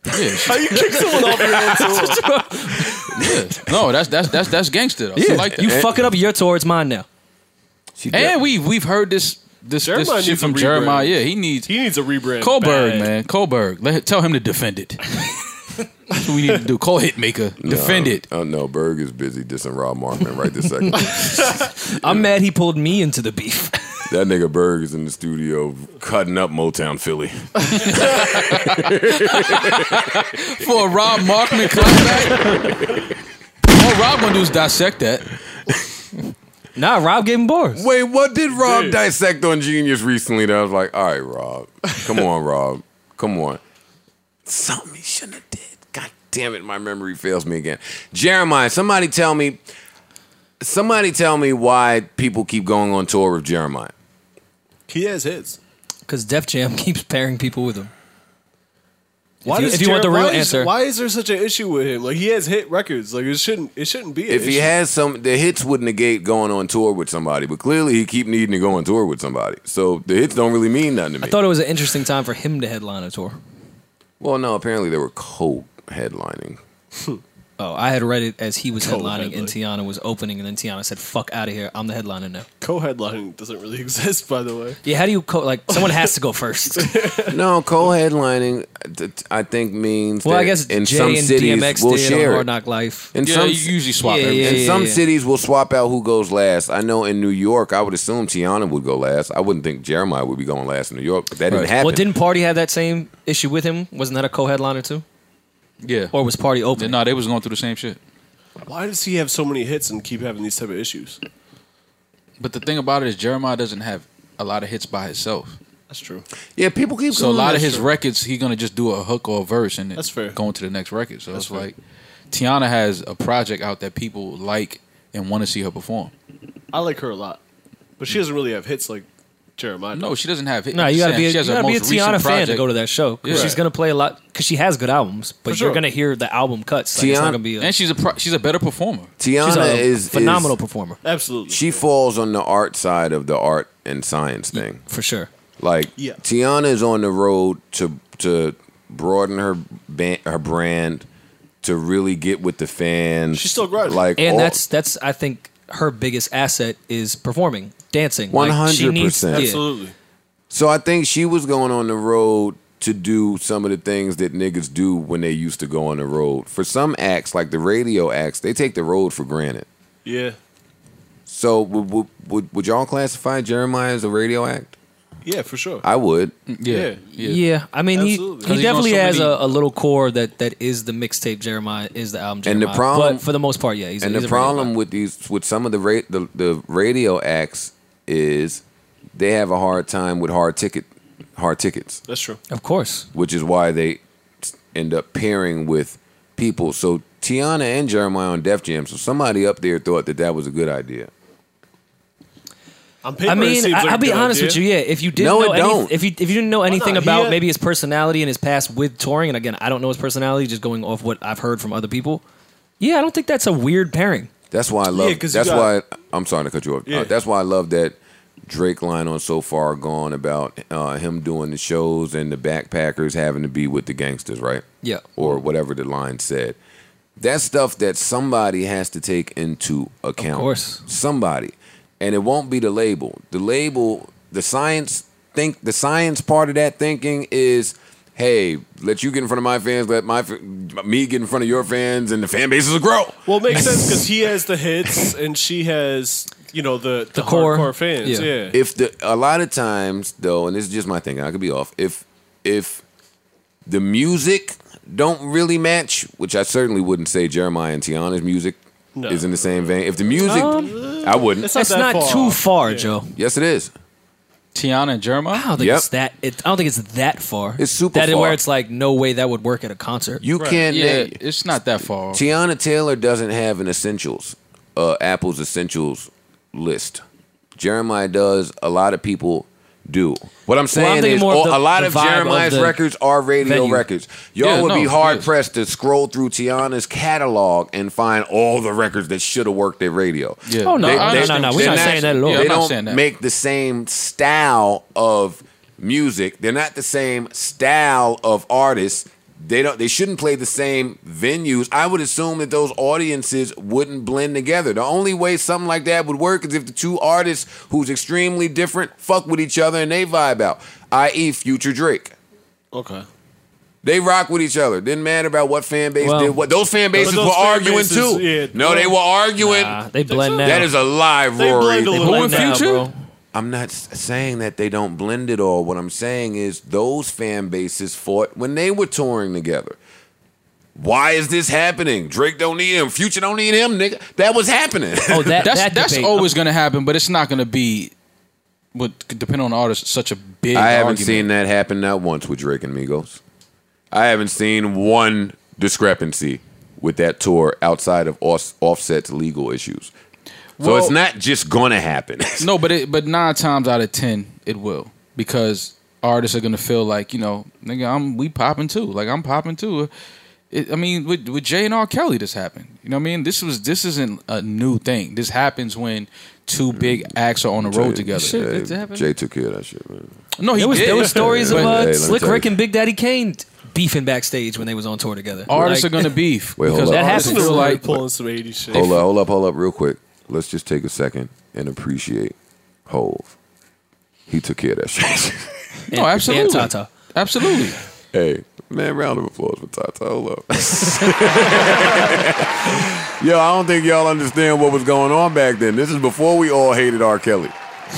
Speaker 3: How you kick someone off your own tour?
Speaker 2: yeah. No, that's that's that's that's gangster. Though. I like that.
Speaker 4: you fucking up your tour. It's mine now.
Speaker 1: She def-
Speaker 2: and we we've heard this this, this
Speaker 3: Jeremiah
Speaker 2: shit
Speaker 3: needs
Speaker 2: from
Speaker 3: a rebrand.
Speaker 2: Jeremiah. Yeah, he needs
Speaker 3: He needs a rebrand.
Speaker 2: Kohlberg,
Speaker 3: bad.
Speaker 2: man. Kohlberg. Let, tell him to defend it. That's what we need to do. Call Hitmaker. Defend it.
Speaker 1: Oh no, Berg is busy dissing Rob Markman right this second. that
Speaker 4: I'm mad he pulled me into the beef.
Speaker 1: nigga Berg is in the studio cutting up Motown Philly.
Speaker 2: For a Rob Markman clapback? All Rob gonna do is dissect that.
Speaker 4: nah, Rob gave him bars.
Speaker 1: Wait, what did Rob
Speaker 3: did.
Speaker 1: dissect on Genius recently? That I was like, all right, Rob, come on, Rob, come on. Something he shouldn't have did. God damn it, my memory fails me again. Jeremiah, somebody tell me, somebody tell me why people keep going on tour with Jeremiah.
Speaker 3: He has hits.
Speaker 4: Because Def Jam keeps pairing people with him.
Speaker 3: Why
Speaker 4: you-
Speaker 3: does
Speaker 4: if you want the
Speaker 3: Jared-
Speaker 4: real
Speaker 3: why is-
Speaker 4: answer.
Speaker 3: why is there such an issue with him? Like he has hit records. Like it shouldn't. It shouldn't be. an
Speaker 1: If he
Speaker 3: issue.
Speaker 1: has some, the hits would negate going on tour with somebody. But clearly, he keep needing to go on tour with somebody. So the hits don't really mean nothing to me.
Speaker 4: I thought it was an interesting time for him to headline a tour.
Speaker 1: well, no, apparently they were cold headlining.
Speaker 4: Oh, I had read it as he
Speaker 2: Oh,
Speaker 4: was
Speaker 3: Cold
Speaker 4: headlining and Tiana was opening, and then Tiana said, "Fuck out of here! I'm the headliner now."
Speaker 3: co-headlining doesn't really exist, by the way.
Speaker 4: Yeah, how do you co- like someone has to go first?
Speaker 1: no, co-headlining, th- I think means.
Speaker 4: well,
Speaker 1: that
Speaker 4: I guess
Speaker 1: in
Speaker 4: Jay
Speaker 1: some
Speaker 4: and
Speaker 1: cities
Speaker 4: DMX
Speaker 1: we'll
Speaker 4: did
Speaker 1: share it.
Speaker 4: on Hard Knock Life.
Speaker 1: In
Speaker 2: Yeah,
Speaker 1: some
Speaker 2: you usually swap
Speaker 4: Yeah,
Speaker 2: everything.
Speaker 4: yeah,
Speaker 1: in
Speaker 4: yeah,
Speaker 1: some
Speaker 4: yeah.
Speaker 1: cities, we'll swap out who goes last. I know in New York, I would assume Tiana would go last. I wouldn't think Jeremiah would be going last in New York, but that didn't happen.
Speaker 4: Well, didn't Party have that same issue with him? Wasn't that a co-headliner too?
Speaker 2: Yeah.
Speaker 4: Or was Party open?
Speaker 2: no, they was going through the same shit.
Speaker 3: Why does he have so many hits and keep having these type of issues?
Speaker 2: But the thing about it is Jeremiah doesn't have a lot of hits by himself.
Speaker 3: That's true.
Speaker 1: yeah, people keep
Speaker 2: So a lot of
Speaker 1: his.
Speaker 2: his records, he gonna just do a hook or a verse and
Speaker 3: That's fair.
Speaker 2: going to the next record. So
Speaker 3: That's
Speaker 2: it's
Speaker 3: fair.
Speaker 2: like Tiana has a project out that people like and want to see her perform.
Speaker 3: I like her a lot, but she doesn't really have hits like Jeremiah.
Speaker 2: No, she doesn't have hits.
Speaker 4: No, you gotta be a,
Speaker 2: She
Speaker 4: you
Speaker 2: has her
Speaker 4: gotta be a
Speaker 2: most recent
Speaker 4: Tiana fan to
Speaker 2: project.
Speaker 4: go to that show. 'cause
Speaker 2: Yeah.
Speaker 4: She's gonna play a lot because she has good albums, but
Speaker 3: For sure.
Speaker 4: you're gonna hear the album cuts. Like, it's
Speaker 1: Tiana-
Speaker 4: not gonna be a,
Speaker 2: And she's a pro- she's a better performer.
Speaker 4: she's
Speaker 1: Tiana
Speaker 4: a
Speaker 1: is is-
Speaker 4: phenomenal performer
Speaker 3: absolutely.
Speaker 1: she falls on the art side of the art and science thing.
Speaker 4: for sure.
Speaker 1: Like
Speaker 3: Yeah.
Speaker 1: Tiana is on the road to to broaden her ban- her brand to really get with the fans.
Speaker 3: She's still grinding.
Speaker 1: Like
Speaker 4: And
Speaker 1: all-
Speaker 4: that's that's I think her biggest asset is performing, dancing. Like, she needs-
Speaker 1: 100%.
Speaker 4: yeah.
Speaker 3: absolutely.
Speaker 1: so I think she was going on the road to do some of the things that niggas do when they used to go on the road. For some acts like the radio acts, they take the road for granted.
Speaker 3: Yeah.
Speaker 1: So would would, would, would y'all classify Jeremiah as a radio act?
Speaker 3: Yeah, for sure.
Speaker 1: I would.
Speaker 2: Yeah,
Speaker 4: Yeah. I mean, he,
Speaker 3: Absolutely. 'Cause
Speaker 4: he
Speaker 2: he's on
Speaker 4: definitely
Speaker 2: so
Speaker 4: has
Speaker 2: many-
Speaker 4: a, a little core that, that is the mixtape Jeremiah, is the album
Speaker 1: And
Speaker 4: Jeremiah.
Speaker 1: the problem-
Speaker 4: but for the most part, yeah. He's, a-
Speaker 1: and
Speaker 4: he's
Speaker 1: the
Speaker 4: a radio guy.
Speaker 1: problem with these with some of the, ra- the the radio acts is they have a hard time with hard ticket hard tickets
Speaker 3: That's true.
Speaker 4: Of course.
Speaker 1: which is why they end up pairing with people so tiana and jeremiah on def jam so somebody up there thought that that was a good idea
Speaker 3: On paper,
Speaker 4: I
Speaker 3: it
Speaker 4: mean,
Speaker 3: seems
Speaker 4: I,
Speaker 3: like a
Speaker 4: I'll be
Speaker 3: good
Speaker 4: honest
Speaker 3: idea.
Speaker 4: with you. Yeah, if you didn't
Speaker 1: No,
Speaker 4: know
Speaker 1: it
Speaker 4: any-
Speaker 1: don't.
Speaker 4: if you if you didn't know anything
Speaker 3: not? He
Speaker 4: about
Speaker 3: had-
Speaker 4: maybe his personality and his past with touring, and again, I don't know his personality, just going off what I've heard from other people. Yeah, I don't think that's a weird pairing.
Speaker 1: that's why i love
Speaker 3: 'cause you
Speaker 1: that's
Speaker 3: got-
Speaker 1: why i'm sorry to cut you off Uh,
Speaker 3: Yeah.
Speaker 1: that's why i love that drake line on so far gone about uh, him doing the shows and the backpackers having to be with the gangsters right
Speaker 4: Yeah.
Speaker 1: or whatever the line said. That's stuff that somebody has to take into account.
Speaker 4: course.
Speaker 1: Somebody. And it won't be the label. The label, the science think the science part of that thinking is hey, let you get in front of my fans, let my f- me get in front of your fans and the fan bases will grow.
Speaker 3: Well, it makes sense because he has the hits and she has, you know, the the,
Speaker 4: core.
Speaker 3: hardcore fans.
Speaker 4: Yeah.
Speaker 3: Yeah.
Speaker 1: if the a lot of times though, and this is just my thing, I could be off. If if the music don't really match, which I certainly wouldn't say Jeremiah and Tiana's music
Speaker 3: No. Um,
Speaker 1: is in the same vein. If the music, I wouldn't.
Speaker 3: It's not
Speaker 4: That's
Speaker 3: that
Speaker 4: not
Speaker 3: far
Speaker 4: too
Speaker 3: off.
Speaker 4: far, Joe.
Speaker 1: Yes, it is.
Speaker 2: Tiana and Jeremiah.
Speaker 4: I don't think
Speaker 1: Yep.
Speaker 4: it's that. It, I don't think it's that far.
Speaker 1: It's super
Speaker 4: that is
Speaker 1: far.
Speaker 4: where it's like no way that would work at a concert.
Speaker 1: You can't.
Speaker 2: yeah,
Speaker 1: name-
Speaker 2: it's not that far. off.
Speaker 1: Tiana Taylor doesn't have an essentials, uh, Apple's essentials list. Jeremiah does. A lot of people do. What I'm saying
Speaker 4: thinking
Speaker 1: is,
Speaker 4: more of
Speaker 1: all- a
Speaker 4: the-
Speaker 1: lot
Speaker 4: the
Speaker 1: of
Speaker 4: vibe of
Speaker 1: Jeremiah's
Speaker 4: the
Speaker 1: records are radio
Speaker 4: venue.
Speaker 1: records. Y'all
Speaker 2: Yeah,
Speaker 1: would
Speaker 2: no,
Speaker 1: be
Speaker 2: it
Speaker 1: hard
Speaker 2: is.
Speaker 1: pressed to scroll through Tiana's catalog and find all the records that should have worked at radio.
Speaker 2: Yeah.
Speaker 4: Oh, no,
Speaker 1: They-
Speaker 4: I-
Speaker 1: they-
Speaker 4: no, no, no, we're
Speaker 1: they're
Speaker 4: not saying that at all.
Speaker 2: Yeah,
Speaker 1: They
Speaker 2: I'm not
Speaker 1: don't
Speaker 2: saying that.
Speaker 1: make the same style of music. They're not the same style of artists. They don't. They shouldn't play the same venues. I would assume that those audiences wouldn't blend together. The only way something like that would work is if the two artists, who's extremely different, fuck with each other and they vibe out. I.e., Future Drake.
Speaker 3: Okay.
Speaker 1: They rock with each other. Didn't matter about what fan base
Speaker 4: Well-
Speaker 1: did. What those fan bases
Speaker 3: those
Speaker 1: were
Speaker 3: fan
Speaker 1: arguing
Speaker 3: bases,
Speaker 1: too.
Speaker 3: yeah,
Speaker 1: no,
Speaker 3: well,
Speaker 1: they were arguing.
Speaker 4: Nah, they blend now.
Speaker 1: that is a lie,
Speaker 3: They
Speaker 1: Rory.
Speaker 3: blend
Speaker 4: They
Speaker 3: a little
Speaker 4: blend
Speaker 2: Who in
Speaker 4: now,
Speaker 2: Future?
Speaker 4: bro.
Speaker 1: I'm not s- saying that they don't blend it all. What I'm saying is those fan bases fought when they were touring together. Why is this happening? Drake don't need him. Future don't need him, nigga. That was happening.
Speaker 4: Oh, that
Speaker 2: that's
Speaker 4: that
Speaker 2: that's
Speaker 4: debate.
Speaker 2: always going to happen, but it's not going to be. But depending on the artist, such a big.
Speaker 1: I haven't
Speaker 2: argument.
Speaker 1: seen that happen not once with Drake and Migos. I haven't seen one discrepancy with that tour outside of off- Offset's legal issues. So
Speaker 2: Well-
Speaker 1: it's not just gonna happen.
Speaker 2: No, but it, but nine times out of ten, it will because artists are gonna feel like you know, nigga, I'm we popping too. Like I'm popping too. It, I mean, with with Jay and R. Kelly, this happened. You know what I mean? This was this isn't a new thing. This happens when two big acts are on the road together.
Speaker 1: Jay, Uh, Jay took care of that shit, man.
Speaker 2: No, he
Speaker 4: there was,
Speaker 2: did.
Speaker 4: There was stories of
Speaker 2: But-
Speaker 4: uh,
Speaker 1: Hey, let me
Speaker 4: Slick
Speaker 1: tell you.
Speaker 4: Rick and Big Daddy Kane beefing backstage when they was on tour together.
Speaker 2: Artists
Speaker 4: Like-
Speaker 2: are gonna beef
Speaker 1: Wait, hold
Speaker 2: because
Speaker 1: up.
Speaker 4: That
Speaker 2: artists
Speaker 4: happens.
Speaker 2: feel like
Speaker 3: pulling some 80 shit.
Speaker 1: Hold up, hold up, hold up, real quick. Let's just take a second and appreciate Hove. He took care of that shit.
Speaker 2: no, absolutely,
Speaker 4: And Tata.
Speaker 2: absolutely.
Speaker 1: hey, man, round of applause for Tata. Hold up. Yo, I don't think y'all understand what was going on back then. This is before we all hated R. Kelly.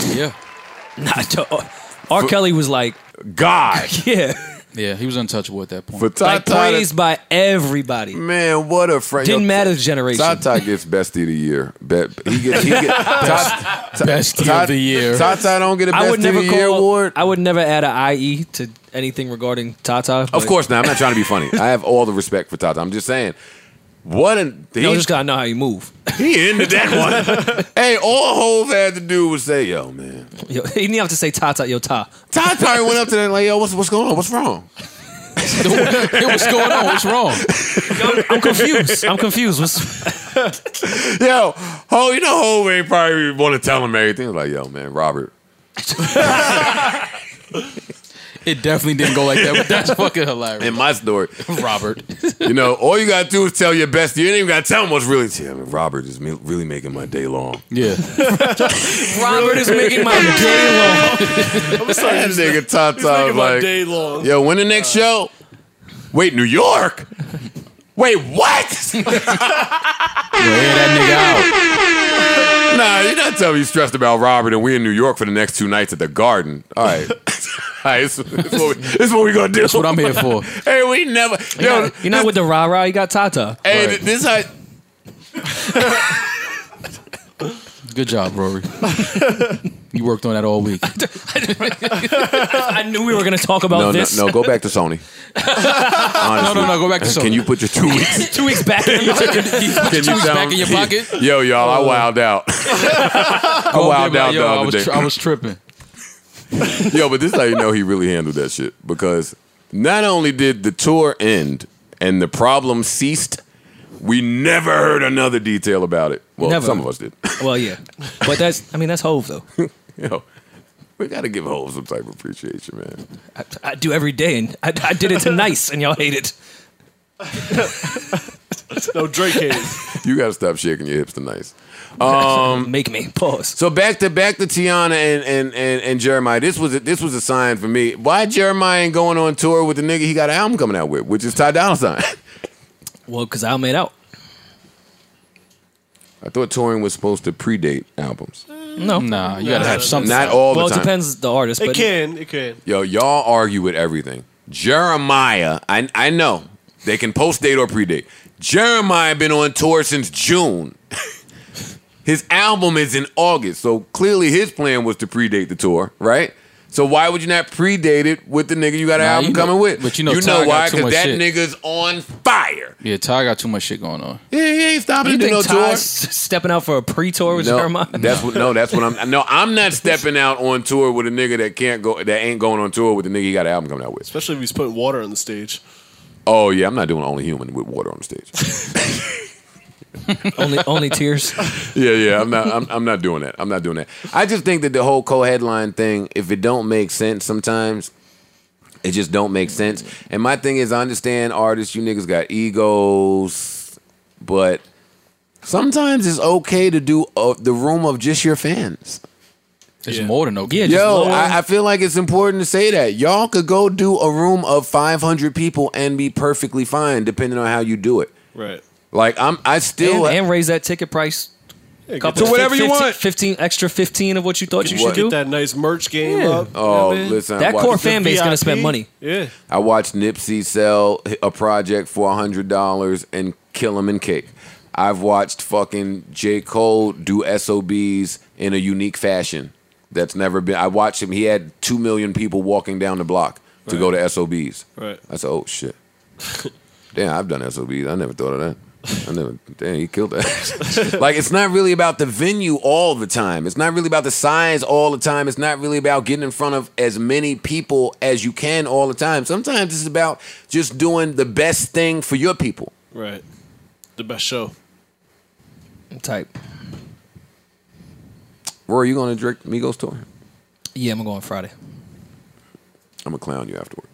Speaker 2: Yeah,
Speaker 4: Nah, yo, R. R. Kelly was like,
Speaker 1: God.
Speaker 4: yeah,
Speaker 2: yeah, he was untouchable at that point.
Speaker 1: For Tata
Speaker 4: like
Speaker 1: to-
Speaker 4: praised by everybody.
Speaker 1: Man, what a friend.
Speaker 4: Didn't
Speaker 1: Yo,
Speaker 4: matter the generation.
Speaker 1: Tata gets bestie of the year. Be- he gets he get, Tata,
Speaker 2: Bestie of the year.
Speaker 1: Tata don't get a
Speaker 4: I would
Speaker 1: bestie of
Speaker 4: never
Speaker 1: the year
Speaker 4: call.
Speaker 1: award.
Speaker 4: I would never add an IE to anything regarding Tata.
Speaker 1: Of
Speaker 4: but
Speaker 1: course not. I'm not trying to be funny. I have all the respect for Tata. I'm just saying. What an he,
Speaker 4: you just gotta know how you move.
Speaker 1: he ended that one. hey, all Hove had to do was say, "Yo, man."
Speaker 4: Yo, you didn't have to say Tata, yo Ta.
Speaker 1: Tata went up to them like, "Yo, what's what's going on? What's wrong?"
Speaker 2: Hey, what's going on? What's wrong?
Speaker 4: I'm confused. I'm confused. What's,
Speaker 1: Yo, Ho, you know Hove ain't probably want to tell him everything. Like, yo, man, Robert.
Speaker 2: It definitely didn't go like that, but that's fucking hilarious.
Speaker 1: In my story,
Speaker 2: Robert.
Speaker 1: you know, all you gotta do is tell your best. You ain't even gotta tell him what's really. Yeah, man, Robert is me- really making my day long.
Speaker 2: Yeah.
Speaker 4: Robert is making my day long.
Speaker 1: that nigga Tata was
Speaker 3: Making my
Speaker 1: like,
Speaker 3: day long.
Speaker 1: Yo, when the next show? Wait, New York? Wait, what?
Speaker 2: that
Speaker 1: nah, you're not telling me you stressed about Robert and we in New York for the next two nights at the Garden. All right. All right, this, this, what we, this what we gonna do. That's
Speaker 2: what I'm here for.
Speaker 1: Hey, we never. Yo,
Speaker 4: You're not with the rah rah. You got Tata.
Speaker 1: hey,
Speaker 2: Right.
Speaker 1: this how.
Speaker 2: nigga out. Good job, Rory. You worked on that all week.
Speaker 4: I knew we were gonna talk about
Speaker 1: No, no,
Speaker 4: this.
Speaker 1: no, go back to Sony.
Speaker 2: No,
Speaker 1: Honestly.
Speaker 2: no, no. Go back to Sony.
Speaker 1: Can you put your two weeks?
Speaker 4: Two weeks back.
Speaker 2: Put your
Speaker 1: Can you
Speaker 2: cheeks back in your
Speaker 1: sound-
Speaker 2: pocket?
Speaker 1: Yo, y'all,
Speaker 2: Uh,
Speaker 1: I wowed out. I
Speaker 2: Go
Speaker 1: wowed
Speaker 2: get my-
Speaker 1: out the
Speaker 2: Yo, I
Speaker 1: other
Speaker 2: was,
Speaker 1: day.
Speaker 2: tri- I was tripping.
Speaker 1: Yo, but this is how you know he really handled that shit because not only did the tour end and the problem ceased, we never heard another detail about it. Well,
Speaker 4: Never.
Speaker 1: some of us did.
Speaker 4: well, yeah, but that's. I mean, that's Hove though.
Speaker 1: Yo, we got to give Hov some type of appreciation, man.
Speaker 4: I, I do every day, and I, I did it to Nice, and y'all hate it.
Speaker 3: No, Drake hated.
Speaker 1: You got to stop shaking your hips tonight. Um,
Speaker 4: Make me pause.
Speaker 1: So back to back to Tiana and and and, and Jeremiah. This was a, this was a sign for me. Why Jeremiah ain't going on tour with the nigga he got an album coming out with, which is Ty Dolla Sign.
Speaker 4: Well, because I made out.
Speaker 1: I thought touring was supposed to predate albums.
Speaker 4: No,
Speaker 2: Nah, you gotta have something.
Speaker 1: Not all
Speaker 4: well,
Speaker 1: the
Speaker 4: it
Speaker 1: time.
Speaker 4: depends the artist.
Speaker 3: It
Speaker 4: but
Speaker 3: can. It can.
Speaker 1: Yo, y'all argue with everything. Jeremiah, I I know they can post date or predate. Jeremiah been on tour since June. his album is in August, so clearly his plan was to predate the tour, right? So why would you not predate it with the nigga you got an
Speaker 2: Nah,
Speaker 1: album
Speaker 2: you know-
Speaker 1: coming with?
Speaker 2: but you know
Speaker 1: you
Speaker 2: Ty
Speaker 1: know
Speaker 2: got
Speaker 1: why?
Speaker 2: too
Speaker 1: Because
Speaker 2: much
Speaker 1: that
Speaker 2: shit.
Speaker 1: nigga's on fire.
Speaker 2: Yeah, Ty got too much shit going on.
Speaker 1: Yeah, he ain't stopping
Speaker 4: You
Speaker 1: to do
Speaker 4: think
Speaker 1: no tour.
Speaker 4: Ty's stepping out for a pre-tour with
Speaker 1: No,
Speaker 4: Jeremiah?
Speaker 1: that's what. No, that's what I'm. No, I'm not stepping out on tour with a nigga that can't go. That ain't going on tour with the nigga he got an album coming out with.
Speaker 3: Especially if he's putting water on the stage.
Speaker 1: Oh yeah, I'm not doing only human with water on the stage.
Speaker 4: only, only tears.
Speaker 1: yeah, yeah, I'm not. I'm, I'm not doing that. I'm not doing that. I just think that the whole co-headline thing, if it don't make sense, sometimes it just don't make sense. And my thing is, I understand artists. You niggas got egos, but sometimes it's okay to do uh, the room of just your fans.
Speaker 2: It's more than okay.
Speaker 4: Yeah, just
Speaker 1: Yo,
Speaker 4: lower-
Speaker 1: I, I feel like it's important to say that y'all could go do a room of 500 people and be perfectly fine, depending on how you do it.
Speaker 3: Right.
Speaker 1: Like I'm, I
Speaker 4: and,
Speaker 1: still
Speaker 4: and raise that ticket price.
Speaker 3: Yeah, get,
Speaker 4: Couple
Speaker 3: that,
Speaker 1: whatever you
Speaker 4: 15
Speaker 1: want.
Speaker 4: Fifteen extra, fifteen of what you thought you
Speaker 1: What?
Speaker 4: should
Speaker 3: get
Speaker 4: do.
Speaker 3: that nice merch game
Speaker 4: Yeah.
Speaker 3: up.
Speaker 1: Oh,
Speaker 3: you know what I mean?
Speaker 1: listen. I
Speaker 4: That
Speaker 1: watched-
Speaker 4: core fan base gonna
Speaker 3: VIP.
Speaker 4: spend money.
Speaker 3: Yeah.
Speaker 1: I watched Nipsey sell a project for hundred dollars and kill him in cake. I've watched fucking J. Cole do SOBs in a unique fashion. That's never been I watched him. He had two million people walking down the block to go to SOBs.
Speaker 3: Right.
Speaker 1: I said, Oh shit. Damn, I've done SOBs. I never thought of that. I never. Damn, you killed that. like, it's not really about the venue all the time. It's not really about the size all the time. It's not really about getting in front of as many people as you can all the time. Sometimes it's about just doing the best thing for your people.
Speaker 3: Right. The best show.
Speaker 4: Type.
Speaker 1: Roy, you going to Drake Migos tour?
Speaker 4: Yeah, I'm gonna go on Friday.
Speaker 1: I'm gonna clown you afterward.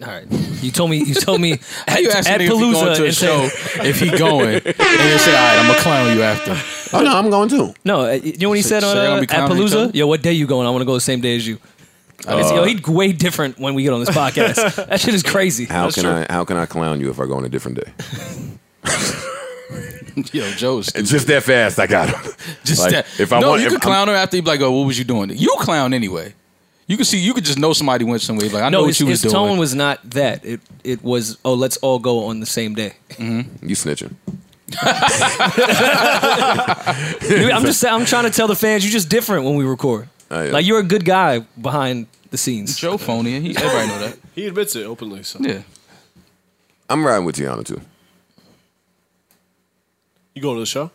Speaker 4: All right. You told me. You told me.
Speaker 2: How you asking
Speaker 4: at
Speaker 2: me if he going
Speaker 4: Palooza
Speaker 2: to a
Speaker 4: and say-
Speaker 2: show if he going? And they say, all right, I'm gonna clown you after.
Speaker 1: Oh no, I'm going too.
Speaker 4: No, uh, you know what he
Speaker 2: So-
Speaker 4: said on
Speaker 2: so you're
Speaker 4: uh,
Speaker 2: gonna be
Speaker 4: at
Speaker 2: clowning each
Speaker 4: Palooza?
Speaker 2: other?
Speaker 4: Yo, what day you going? I want to go the same day as you. I guess, yo,
Speaker 1: Uh,
Speaker 4: he'd way different when we get on this podcast. that shit is crazy.
Speaker 1: How can I? How can I clown you if I go on a different day?
Speaker 2: Yo, Joe's
Speaker 1: just that fast, I got him.
Speaker 2: just
Speaker 1: Like,
Speaker 2: that.
Speaker 1: If I
Speaker 2: no,
Speaker 1: want,
Speaker 2: you
Speaker 1: if
Speaker 2: could
Speaker 1: I'm-
Speaker 2: clown her after you be like, oh, what was you doing? You clown anyway. You could see. You could just know somebody went somewhere. Like I know
Speaker 4: no,
Speaker 2: what
Speaker 4: his,
Speaker 2: you was
Speaker 4: his
Speaker 2: doing.
Speaker 4: tone was not that. It it was. Oh, let's all go on the same day.
Speaker 1: Mm-hmm. you snitching.
Speaker 4: You- I'm just. I'm trying to tell the fans you're just different when we record.
Speaker 1: Oh, yeah.
Speaker 4: Like you're a good guy behind the scenes.
Speaker 2: Joe phony. and He, everybody know that.
Speaker 3: He admits it openly. So
Speaker 2: Yeah.
Speaker 1: I'm riding with Tiana too.
Speaker 3: you going to the show?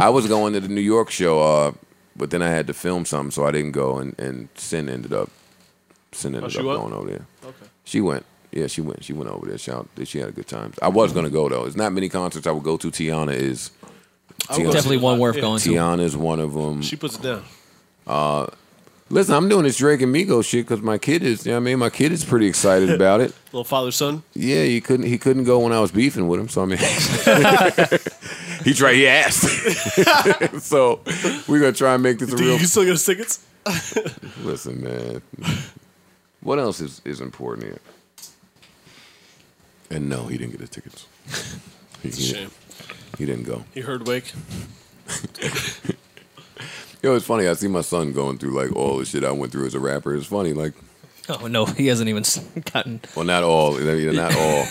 Speaker 1: I was going to the New York show, uh, but then I had to film something, so I didn't go. And, and Sin ended up, Sin ended
Speaker 3: Oh, she
Speaker 1: up
Speaker 3: went?
Speaker 1: going over there.
Speaker 3: Okay.
Speaker 1: She went. Yeah, she went. She went over there. She, out- she had a good time. I was gonna go though. There's not many concerts I would go to. Tiana is.
Speaker 3: I would go
Speaker 4: Definitely
Speaker 3: to
Speaker 4: one
Speaker 3: that.
Speaker 4: worth
Speaker 3: Yeah.
Speaker 4: going to.
Speaker 1: Tiana is one of them. Uh,
Speaker 3: She puts it down.
Speaker 1: Listen, I'm doing this Drake and Migos shit because my kid is. You know what I mean, my kid is pretty excited about it.
Speaker 3: Little father son.
Speaker 1: Yeah, he couldn't. He couldn't go when I was beefing with him. So I mean, he tried. He asked. so we're gonna try and make this a
Speaker 3: Do you
Speaker 1: real.
Speaker 3: can still get his tickets?
Speaker 1: Listen, man. What else is, is important here? And no, he didn't get his tickets. He,
Speaker 3: It's a
Speaker 1: he-
Speaker 3: shame.
Speaker 1: he didn't go.
Speaker 3: He heard Wake.
Speaker 1: Yo, it's funny. I see my son going through like all the shit I went through as a rapper. It's funny. Like,
Speaker 4: Oh no, he hasn't even s- gotten.
Speaker 1: well, not all. you know, Not all.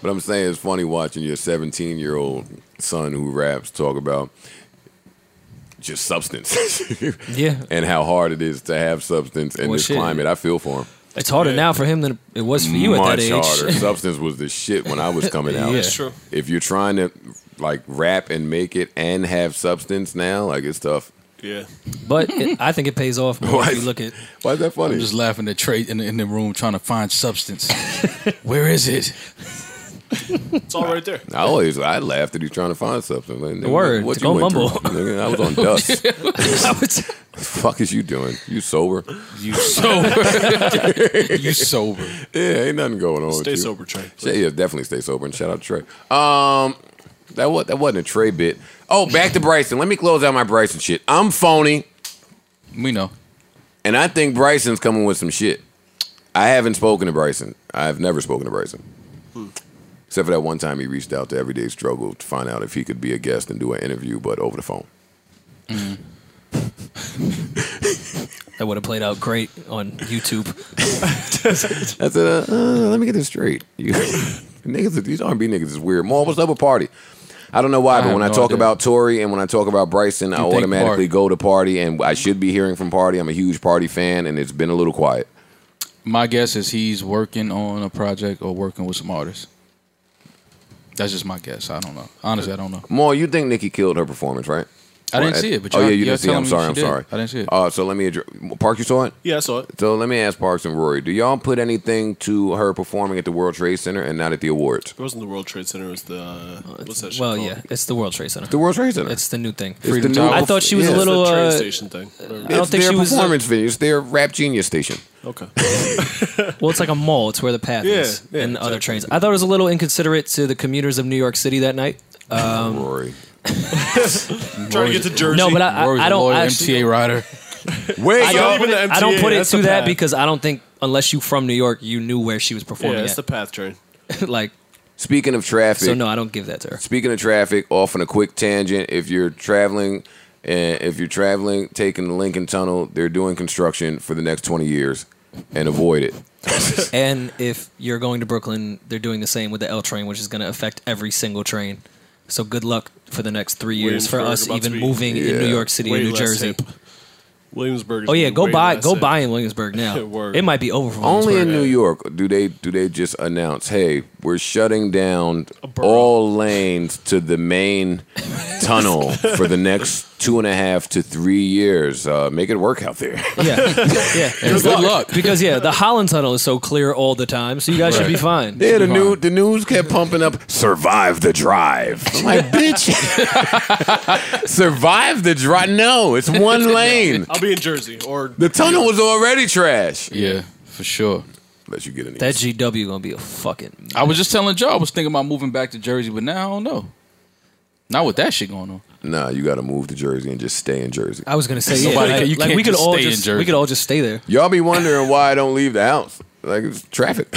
Speaker 1: But I'm saying it's funny watching your 17 year old son who raps talk about just substance
Speaker 4: Yeah,
Speaker 1: and how hard it is to have substance in
Speaker 4: Well,
Speaker 1: this
Speaker 4: shit.
Speaker 1: climate. I feel for him.
Speaker 4: it's harder now for him than it was for you at that
Speaker 1: much
Speaker 4: age.
Speaker 1: harder. Substance was the shit when I was coming out.
Speaker 4: Yeah.
Speaker 3: That's true.
Speaker 1: If you're trying to like rap and make it and have substance now, like it's tough.
Speaker 3: Yeah.
Speaker 4: But it, I think it pays off more
Speaker 1: Why-
Speaker 4: if you look at.
Speaker 1: Why is that
Speaker 2: I'm
Speaker 1: funny?
Speaker 2: just laughing at Trey in the, in the room trying to find substance. Where is it?
Speaker 3: It's all right there.
Speaker 1: I always I laughed at you trying to find something. Like, nigga,
Speaker 4: Word.
Speaker 1: what you
Speaker 4: Don't
Speaker 1: went
Speaker 4: mumble.
Speaker 1: through, nigga? I was on dust.
Speaker 4: I was-
Speaker 1: fuck is you doing? You sober?
Speaker 2: You sober. you sober.
Speaker 1: Yeah, ain't nothing going on.
Speaker 3: Stay
Speaker 1: with you.
Speaker 3: sober, Trey.
Speaker 1: Shit, yeah, definitely stay sober and shout out to Trey. Um, that was that wasn't a Trey bit. Oh, back to Bryson. Let me close out my Bryson shit. I'm phony.
Speaker 2: We know.
Speaker 1: And I think Bryson's coming with some shit. I haven't spoken to Bryson. I've never spoken to Bryson. Except for that one time he reached out to Everyday Struggle to find out if he could be a guest and do an interview, but over the phone.
Speaker 4: that would have played out great on YouTube.
Speaker 1: That's a, uh, let me get this straight. You, niggas, these R&B niggas is weird. Maul, what's up with Party? I don't know why,
Speaker 2: I
Speaker 1: but
Speaker 2: have
Speaker 1: when I
Speaker 2: no
Speaker 1: talk
Speaker 2: idea.
Speaker 1: about Tory and when I talk about Bryson, I
Speaker 2: think
Speaker 1: automatically
Speaker 2: Party.
Speaker 1: go to Party, and I should be hearing from Party. I'm a huge Party fan, and it's been a little quiet.
Speaker 2: My guess is he's working on a project or working with some artists. That's just my guess. I don't know. Honestly, I don't know.
Speaker 1: Maul, you think Nikki killed her performance, right?
Speaker 2: I didn't
Speaker 1: Or-
Speaker 2: see it, but
Speaker 1: oh
Speaker 2: y'all-
Speaker 1: yeah, you
Speaker 2: y'all
Speaker 1: didn't see. it.
Speaker 2: telling
Speaker 1: I'm
Speaker 2: me
Speaker 1: sorry.
Speaker 2: she
Speaker 1: I'm
Speaker 2: did.
Speaker 1: sorry.
Speaker 2: I didn't see it.
Speaker 1: Uh, so let me address. Park, you saw it.
Speaker 3: Yeah, I saw it.
Speaker 1: So let me ask Parks and Rory: Do y'all put anything to her performing at the World Trade Center and not at the awards?
Speaker 3: It wasn't the World Trade Center. It was the uh, what's that? Shit
Speaker 4: Well,
Speaker 3: called?
Speaker 4: yeah, it's the World Trade Center.
Speaker 1: The World Trade Center.
Speaker 4: It's the new thing.
Speaker 1: It's
Speaker 2: Freedom
Speaker 1: the
Speaker 2: Tower.
Speaker 4: I thought she was
Speaker 1: Yeah.
Speaker 4: a little.
Speaker 3: Train
Speaker 4: Uh,
Speaker 3: station thing. Remember?
Speaker 4: I don't
Speaker 1: It's
Speaker 4: think
Speaker 1: their
Speaker 4: she was.
Speaker 1: performance venue. It's their rap genius station.
Speaker 3: Okay.
Speaker 4: well, it's like a mall. It's where the path
Speaker 3: Yeah,
Speaker 4: is
Speaker 3: yeah,
Speaker 4: and the other
Speaker 3: exactly.
Speaker 4: trains. I thought it was a little inconsiderate to the commuters of New York City that night. Um,
Speaker 1: Rory,
Speaker 3: trying to get to Jersey.
Speaker 4: No, but I,
Speaker 2: Rory's
Speaker 4: I, I
Speaker 2: a
Speaker 4: don't.
Speaker 2: lawyer,
Speaker 4: I actually-
Speaker 2: MTA
Speaker 1: wait,
Speaker 2: rider.
Speaker 4: I
Speaker 3: It's not
Speaker 4: don't,
Speaker 3: even the
Speaker 4: I don't
Speaker 3: MTA,
Speaker 4: put it
Speaker 3: that's
Speaker 4: to
Speaker 3: the
Speaker 4: that
Speaker 3: path.
Speaker 4: because I don't think unless you from New York, you knew where she was
Speaker 3: yeah,
Speaker 4: performing
Speaker 3: it's the path train.
Speaker 4: at. like,
Speaker 1: Speaking of traffic,
Speaker 4: so no, I don't give that to her.
Speaker 1: Speaking of traffic, off on a quick tangent, if you're traveling, uh, if you're traveling, taking the Lincoln Tunnel, they're doing construction for the next 20 years, and avoid it.
Speaker 4: And if you're going to Brooklyn, they're doing the same with the L train, which is going to affect every single train. So good luck for the next three years for
Speaker 3: Williamsburg
Speaker 4: us
Speaker 3: about to
Speaker 4: even
Speaker 3: be
Speaker 4: moving in New
Speaker 1: Yeah.
Speaker 4: York City
Speaker 3: Way
Speaker 4: and New
Speaker 3: less
Speaker 4: Jersey.
Speaker 3: hip. Williamsburg. is
Speaker 4: Oh yeah,
Speaker 3: gonna be
Speaker 4: go
Speaker 3: way
Speaker 4: buy
Speaker 3: less
Speaker 4: go
Speaker 3: hip.
Speaker 4: buy in Williamsburg now.
Speaker 3: Word.
Speaker 4: it might be over for
Speaker 1: Only
Speaker 4: Williamsburg.
Speaker 1: in New York do they do they just announce, hey, We're shutting down all lanes to the main tunnel for the next two and a half to three years. Uh, make it work out there.
Speaker 4: Yeah, yeah.
Speaker 1: Good luck.
Speaker 4: Because yeah, the Holland Tunnel is so clear all the time, so you guys should be fine.
Speaker 1: Yeah, the new the news kept pumping up. Survive the drive. I'm like, bitch. Survive the drive. No, it's one lane.
Speaker 3: I'll be in Jersey or
Speaker 1: The tunnel was already trash.
Speaker 2: Yeah, for sure.
Speaker 1: Unless you get any.
Speaker 4: That GW gonna be a fucking.
Speaker 2: I was just telling Joe I was thinking about moving back to Jersey, but now I don't know. Not with that shit going on.
Speaker 1: Nah, you got to move to Jersey and just stay in Jersey.
Speaker 4: I was gonna say yeah,
Speaker 2: Nobody
Speaker 4: like,
Speaker 2: can- you
Speaker 4: like,
Speaker 2: can't
Speaker 4: we could
Speaker 2: just
Speaker 4: all
Speaker 2: stay in
Speaker 4: just
Speaker 2: Jersey.
Speaker 4: we could all just stay there.
Speaker 1: Y'all be wondering why I don't leave the house. Like it's traffic.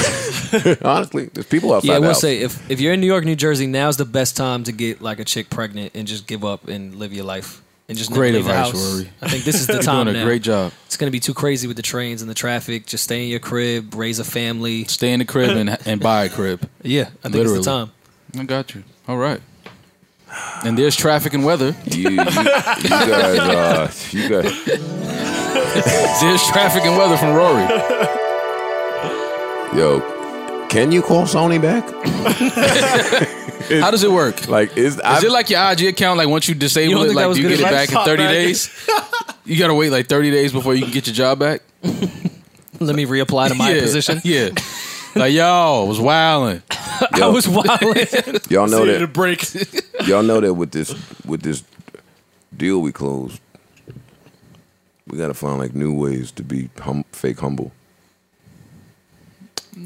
Speaker 1: Honestly, there's people outside.
Speaker 4: Yeah, I
Speaker 1: the
Speaker 4: will
Speaker 1: house.
Speaker 4: say if if you're in New York, New Jersey, now's the best time to get like a chick pregnant and just give up and live your life and just never
Speaker 2: Great
Speaker 4: leave the
Speaker 2: advice,
Speaker 4: house.
Speaker 2: Rory.
Speaker 4: I think this is the
Speaker 2: You're
Speaker 4: time
Speaker 2: doing a
Speaker 4: now.
Speaker 2: great job.
Speaker 4: It's gonna be too crazy with the trains and the traffic. Just stay in your crib, raise a family.
Speaker 2: Stay in the crib and, and buy a crib.
Speaker 4: Yeah, I think
Speaker 2: Literally.
Speaker 4: it's the time.
Speaker 2: I got you. All right. And there's traffic and weather.
Speaker 1: you, you, you guys, uh, you guys.
Speaker 2: There's traffic and weather from Rory.
Speaker 1: Yo, can you call Sony back?
Speaker 2: How does it work? Is
Speaker 1: Like, is,
Speaker 2: it like your IG account? Like once you
Speaker 4: You
Speaker 2: disable
Speaker 4: don't
Speaker 2: it,
Speaker 4: think that
Speaker 2: like
Speaker 4: was
Speaker 2: do you
Speaker 4: good
Speaker 2: get
Speaker 4: advice?
Speaker 2: it back in 30
Speaker 4: Pop back.
Speaker 2: days? You gotta wait like 30 days before you can get your job back.
Speaker 4: Let me reapply to my
Speaker 2: yeah.
Speaker 4: position.
Speaker 2: Yeah. Like yo, I was wilding.
Speaker 4: I was wilding.
Speaker 1: y'all know
Speaker 3: needed a
Speaker 1: that
Speaker 3: break.
Speaker 1: y'all know that with this with this deal we closed, we gotta find like new ways to be hum, fake humble.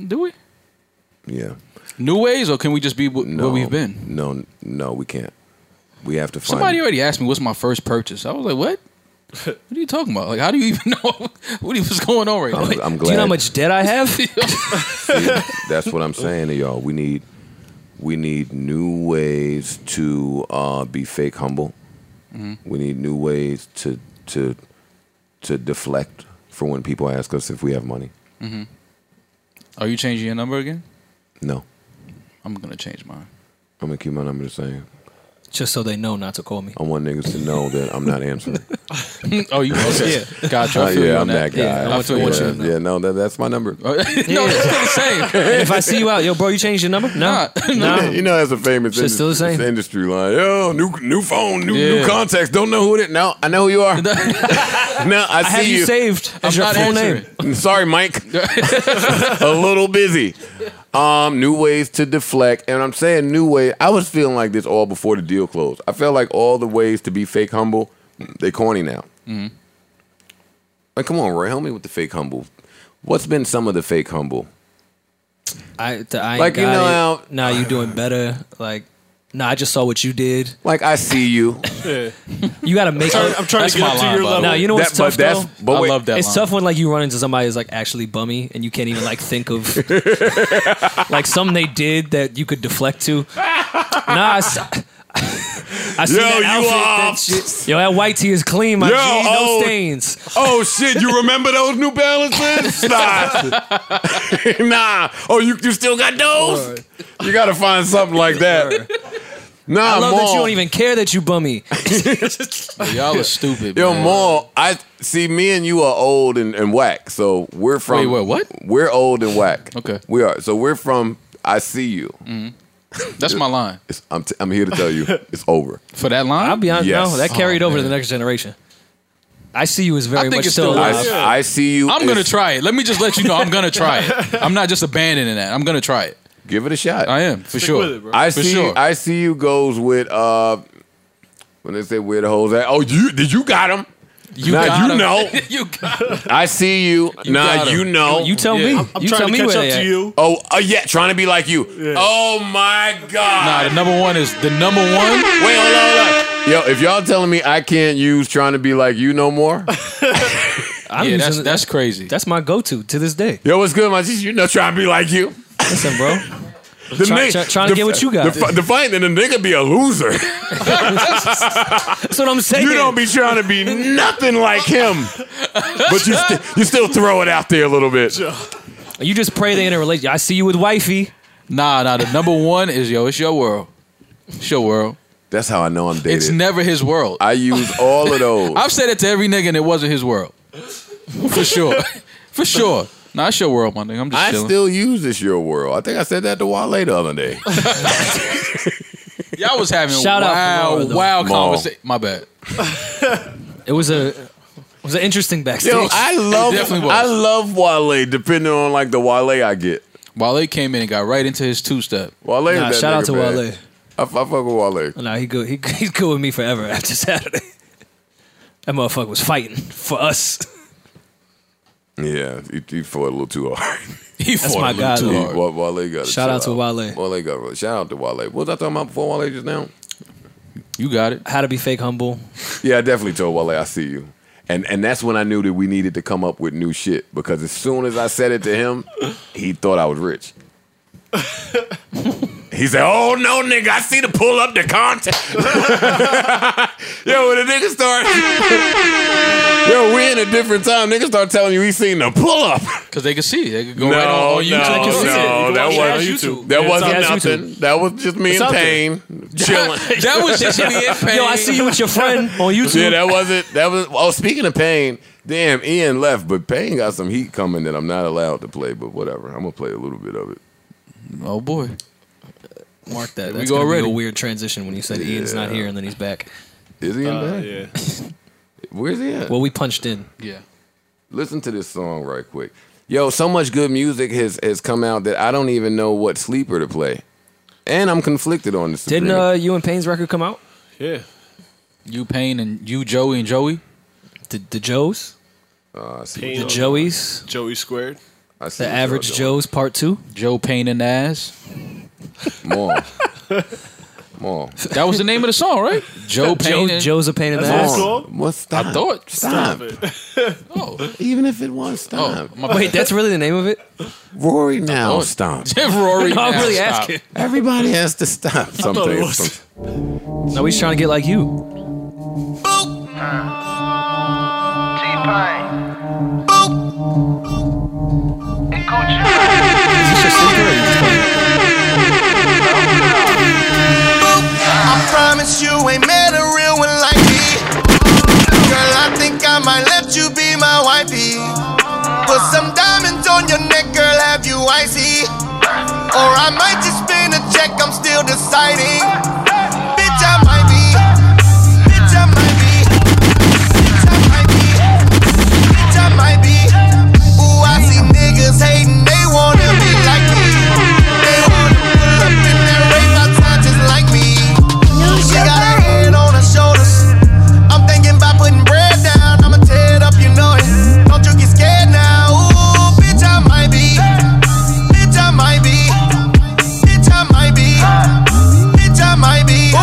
Speaker 2: Do we?
Speaker 1: Yeah.
Speaker 2: New ways, or can we just be wh-
Speaker 1: No,
Speaker 2: where we've been?
Speaker 1: No, no, we can't. We have to find
Speaker 2: Somebody already asked me what's my first purchase. I was like, what? What are you talking about? Like, how do you even know what was going on right now?
Speaker 1: I'm, I'm
Speaker 4: Do
Speaker 1: glad.
Speaker 4: you know how much debt I have?
Speaker 1: That's what I'm saying to y'all. We need we need new ways to uh, be fake humble.
Speaker 2: Mm-hmm.
Speaker 1: We need new ways to to to deflect for when people ask us if we have money.
Speaker 2: Mm-hmm. Are you changing your number again?
Speaker 1: No,
Speaker 2: I'm gonna change mine.
Speaker 1: I'm gonna keep my number the same.
Speaker 4: Just so they know not to call me.
Speaker 1: I want niggas to know that I'm not answering.
Speaker 2: oh, you okay? Gotcha.
Speaker 1: Uh,
Speaker 2: I feel you
Speaker 1: yeah,
Speaker 2: on
Speaker 1: I'm that, guy.
Speaker 4: Yeah, I want-
Speaker 2: feel
Speaker 4: I
Speaker 2: you. Oh,
Speaker 4: want
Speaker 1: yeah,
Speaker 4: you to know.
Speaker 1: yeah, no, that, that's my number.
Speaker 2: no, it's still the same.
Speaker 4: And if I see you out, yo, bro, you changed your number? No, no.
Speaker 1: you know, that's a famous
Speaker 4: Shit's still the
Speaker 1: industry-
Speaker 4: same.
Speaker 1: industry line. Yo, new new phone, new
Speaker 2: Yeah.
Speaker 1: new contacts. Don't know who it is. Now I know who you are. now I,
Speaker 4: I
Speaker 1: see
Speaker 4: have you saved
Speaker 2: I'm
Speaker 4: as your
Speaker 2: not
Speaker 4: full
Speaker 2: answering.
Speaker 4: name.
Speaker 1: Sorry, Mike. a little busy. Um, new ways to deflect, and I'm saying new way. I was feeling like this all before the deal closed. I felt like all the ways to be fake humble, they corny now.
Speaker 2: Mm-hmm.
Speaker 1: Like, come on, Roy, help me with the fake humble. What's been some of the fake humble?
Speaker 4: I, the, I ain't
Speaker 1: Like, you
Speaker 4: got
Speaker 1: know um,
Speaker 4: it.
Speaker 1: how-
Speaker 4: Nah, you doing better. Like, nah, I just saw what you did.
Speaker 1: Like, I see you.
Speaker 3: Yeah.
Speaker 4: You got to make it.
Speaker 3: I'm trying
Speaker 2: That's
Speaker 3: to
Speaker 2: my
Speaker 3: get up to
Speaker 2: line,
Speaker 3: your
Speaker 2: by the
Speaker 3: level.
Speaker 4: Nah, you know what's
Speaker 1: That- but
Speaker 4: tough
Speaker 1: that's
Speaker 4: though?
Speaker 1: but
Speaker 2: I
Speaker 1: wait,
Speaker 2: love that.
Speaker 4: It's
Speaker 2: line.
Speaker 4: tough when like you run into somebody who's like actually bummy and you can't even like think of like something they did that you could deflect to. Nah, I, s- I seen
Speaker 1: Yo,
Speaker 4: that
Speaker 1: you
Speaker 4: outfit, that
Speaker 1: off.
Speaker 4: shit. Yo, that white tee is clean, my
Speaker 1: Yo,
Speaker 4: G, no
Speaker 1: oh.
Speaker 4: stains.
Speaker 1: Oh shit! You remember those New Balances? Nah, nah. Oh, you, you still got those? You gotta find something like that. Nah,
Speaker 4: I love that
Speaker 1: Maul.
Speaker 4: you don't even care that you bummy.
Speaker 2: Y'all are stupid.
Speaker 1: Yo,
Speaker 2: man.
Speaker 1: Maul, I see. Me and you are old and, and whack, so we're from.
Speaker 2: Wait, wait, what?
Speaker 1: We're old and whack.
Speaker 2: Okay.
Speaker 1: we are. So we're from. I see you.
Speaker 2: Mm-hmm. That's my line.
Speaker 1: It's, I'm, t- I'm here to tell you, it's over.
Speaker 2: For that line,
Speaker 4: I'll be honest, no,
Speaker 1: Yes.
Speaker 4: that carried
Speaker 2: Oh,
Speaker 4: over to
Speaker 2: man.
Speaker 4: the next generation. I see you as very
Speaker 2: I think
Speaker 4: much uh,
Speaker 2: it's
Speaker 4: still
Speaker 2: still
Speaker 4: alive.
Speaker 2: alive.
Speaker 1: I, I see you.
Speaker 2: I'm gonna
Speaker 1: It's-
Speaker 2: try it. Let me just let you know I'm gonna try it. I'm not just abandoning that. I'm gonna try it.
Speaker 1: Give it a shot.
Speaker 2: I am for sure.
Speaker 3: with it, bro.
Speaker 1: I
Speaker 2: For
Speaker 1: see.
Speaker 2: sure.
Speaker 1: I see you goes with uh when they say where the hoes at. Oh, you did you got him?
Speaker 2: You
Speaker 1: Nah,
Speaker 2: got
Speaker 1: you
Speaker 2: him.
Speaker 1: know.
Speaker 2: you got him.
Speaker 1: I see you. nah,
Speaker 2: got 'em.
Speaker 1: you know.
Speaker 4: You tell
Speaker 2: Yeah.
Speaker 4: me.
Speaker 2: I'm-
Speaker 3: I'm
Speaker 4: you
Speaker 3: trying
Speaker 4: tell
Speaker 3: to
Speaker 4: me
Speaker 3: catch
Speaker 4: where
Speaker 3: up
Speaker 4: they
Speaker 3: to
Speaker 4: at.
Speaker 3: you.
Speaker 1: oh, uh, yeah, trying to be like you.
Speaker 3: Yeah.
Speaker 1: Oh my
Speaker 2: Nah,
Speaker 1: god.
Speaker 2: the number one is the number one.
Speaker 1: Wait, hold on, hold on. Yo, if y'all telling me I can't use trying to be like you no more.
Speaker 4: I'm
Speaker 2: Yeah,
Speaker 4: using
Speaker 2: that's
Speaker 4: it-
Speaker 2: that's crazy.
Speaker 4: that's my go-to to this day.
Speaker 1: Yo, what's good, my G? You know, trying to be like you.
Speaker 4: Listen, bro.
Speaker 1: The
Speaker 4: Try-
Speaker 1: ni-
Speaker 4: try- trying to
Speaker 1: the
Speaker 4: get
Speaker 1: f-
Speaker 4: what you got.
Speaker 1: The, f- the fight, and the nigga be a loser.
Speaker 4: That's what I'm saying.
Speaker 1: You don't be trying to be nothing like him, but you st- you still throw it out there a little bit.
Speaker 4: You just pray they in a relationship. I see you with wifey.
Speaker 2: Nah, nah. The number one is yo. It's your world. It's your world.
Speaker 1: That's how I know I'm dated.
Speaker 2: It's never his world.
Speaker 1: I use all of those.
Speaker 2: I've said it to every nigga, and it wasn't his world. For sure. For sure. Nah, it's your world, my nigga. I'm just
Speaker 8: I
Speaker 2: chilling.
Speaker 8: still use this your world. I think I said that to Wale the other day.
Speaker 2: Y'all was having
Speaker 4: Shout out
Speaker 2: wow,
Speaker 4: Kamara, though.
Speaker 2: wow
Speaker 8: Maul.
Speaker 2: conversation. My bad.
Speaker 4: It was a it was an interesting backstage.
Speaker 8: Yo, I love
Speaker 2: definitely was.
Speaker 8: I love Wale depending on like the Wale I get.
Speaker 2: Wale came in and got right into his two step.
Speaker 8: Wale is
Speaker 4: Nah,
Speaker 8: that
Speaker 4: shout out
Speaker 8: nigga,
Speaker 4: to
Speaker 8: man.
Speaker 4: Wale.
Speaker 8: I, f- I fuck with Wale.
Speaker 4: Nah, he good. He, he's good with me forever after Saturday. That motherfucker was fighting for us.
Speaker 8: Yeah, he, he fought a little too hard.
Speaker 2: He
Speaker 4: That's
Speaker 2: fought
Speaker 4: my
Speaker 2: a little
Speaker 4: guy,
Speaker 2: too
Speaker 4: though.
Speaker 8: He-
Speaker 2: hard.
Speaker 8: Wa- Wale got a
Speaker 4: Shout out to Wale.
Speaker 8: Wale got shout out to Wale. What was I talking about before Wale just now?
Speaker 2: You got it.
Speaker 4: How to be fake humble.
Speaker 8: Yeah, I definitely told Wale I see you. And and that's when I knew that we needed to come up with new shit because as soon as I said it to him, he thought I was rich. He said, "Oh no, nigga! I see the pull up the content." yo, when the nigga start, yo, we in a different time. Nigga start telling you he seen the pull up.
Speaker 2: Because they could see. They could go
Speaker 8: No,
Speaker 2: right on, on
Speaker 8: no,
Speaker 2: YouTube.
Speaker 8: no,
Speaker 2: They
Speaker 8: that wasn't-
Speaker 2: could
Speaker 8: That wasn't
Speaker 4: it's on
Speaker 8: nothing. That was just me
Speaker 3: It's
Speaker 8: and
Speaker 3: out there.
Speaker 8: Pain chilling.
Speaker 2: see it. that was just me in pain.
Speaker 4: Yo, I see you with your friend on YouTube.
Speaker 8: Yeah, that wasn't. That was. Oh, speaking of Pain, damn, Ian left, but Pain got some heat coming that I'm not allowed to play. But whatever, I'm gonna play a little bit of it.
Speaker 2: Oh boy.
Speaker 4: Mark that.
Speaker 2: we
Speaker 4: That's
Speaker 2: go
Speaker 4: gonna be
Speaker 2: already.
Speaker 4: a weird transition when you said Ian's not here and then he's back.
Speaker 8: Is he in
Speaker 3: Uh,
Speaker 8: there?
Speaker 3: yeah.
Speaker 8: Where's he at?
Speaker 4: Well, we punched in.
Speaker 2: Yeah.
Speaker 8: Listen to this song right quick. Yo, so much good music has has come out that I don't even know what sleeper to play, and I'm conflicted on this.
Speaker 4: Didn't
Speaker 8: agreement.
Speaker 4: uh, you and Payne's record come out?
Speaker 3: Yeah.
Speaker 2: You Payne and you Joey and Joey.
Speaker 4: The, the Joes,
Speaker 8: Uh, I see what
Speaker 3: Pain
Speaker 4: the
Speaker 3: on
Speaker 4: Joeys,
Speaker 3: Joey squared.
Speaker 8: I see
Speaker 4: the
Speaker 8: what y'all
Speaker 4: Average
Speaker 8: doing.
Speaker 4: Joes Part Two.
Speaker 2: Joe Payne and ass.
Speaker 8: More. More.
Speaker 2: That was the name of the song, right? Joe Payne.
Speaker 4: Joe,
Speaker 2: and-
Speaker 4: Joe's a pain in the
Speaker 3: That's
Speaker 4: ass.
Speaker 3: all.
Speaker 8: More. What? Stop.
Speaker 2: I thought-
Speaker 8: Stop.
Speaker 2: Oh,
Speaker 8: Even if it was
Speaker 2: oh,
Speaker 8: stop.
Speaker 2: my bad.
Speaker 4: Wait, that's really the name of it?
Speaker 8: Rory now.
Speaker 2: Oh.
Speaker 8: Stop.
Speaker 2: Rory.
Speaker 4: No, I'm
Speaker 2: now,
Speaker 4: really
Speaker 2: stop.
Speaker 4: asking.
Speaker 8: Everybody has to stop.
Speaker 3: thought it
Speaker 8: Something.
Speaker 3: was-
Speaker 8: some-
Speaker 4: No, he's trying to get like you.
Speaker 5: I promise you ain't met a real one like me. Girl, I think I might let you be my wifey. Put some diamonds on your neck, girl, have you icy? Or I might just spin a check, I'm still deciding. Bitch, I might be. Bitch, I might be. Bitch, I might be. Bitch, I might be. Ooh, I see niggas hating, they wanna be like me. They wanna pull up in that rape outside just like me. She got her head on her shoulders. I'm thinking about putting bread down. I'ma tear it up, you know it. Don't you get scared now. Ooh, bitch, I might be. Bitch, I might be. Bitch, I might be. Bitch, I might be.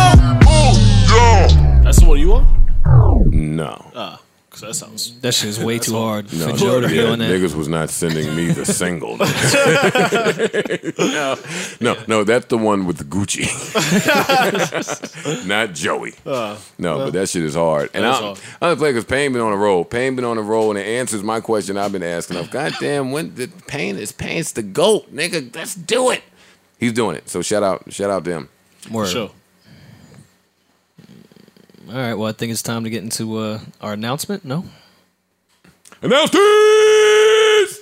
Speaker 3: That's the one you want?
Speaker 8: No.
Speaker 3: Ah, because that sounds.
Speaker 4: That shit is way too hard
Speaker 8: No,
Speaker 4: for Joe to be
Speaker 8: yeah,
Speaker 4: on that.
Speaker 8: niggas was not sending me the single. no, no, no, that's the one with Gucci, not Joey. no, but that shit is hard. And
Speaker 3: That is
Speaker 8: I'm,
Speaker 3: hard.
Speaker 8: I'm gonna play because Pain been on a roll. Pain been on a roll, and it answers my question I've been asking. Of goddamn, when the Pain is Pain's the goat, nigga. Let's do it. He's doing it. So shout out, shout out to him.
Speaker 4: Word.
Speaker 3: Sure.
Speaker 4: All right, well, I think it's time to get into uh, our announcement. No?
Speaker 8: Announcements!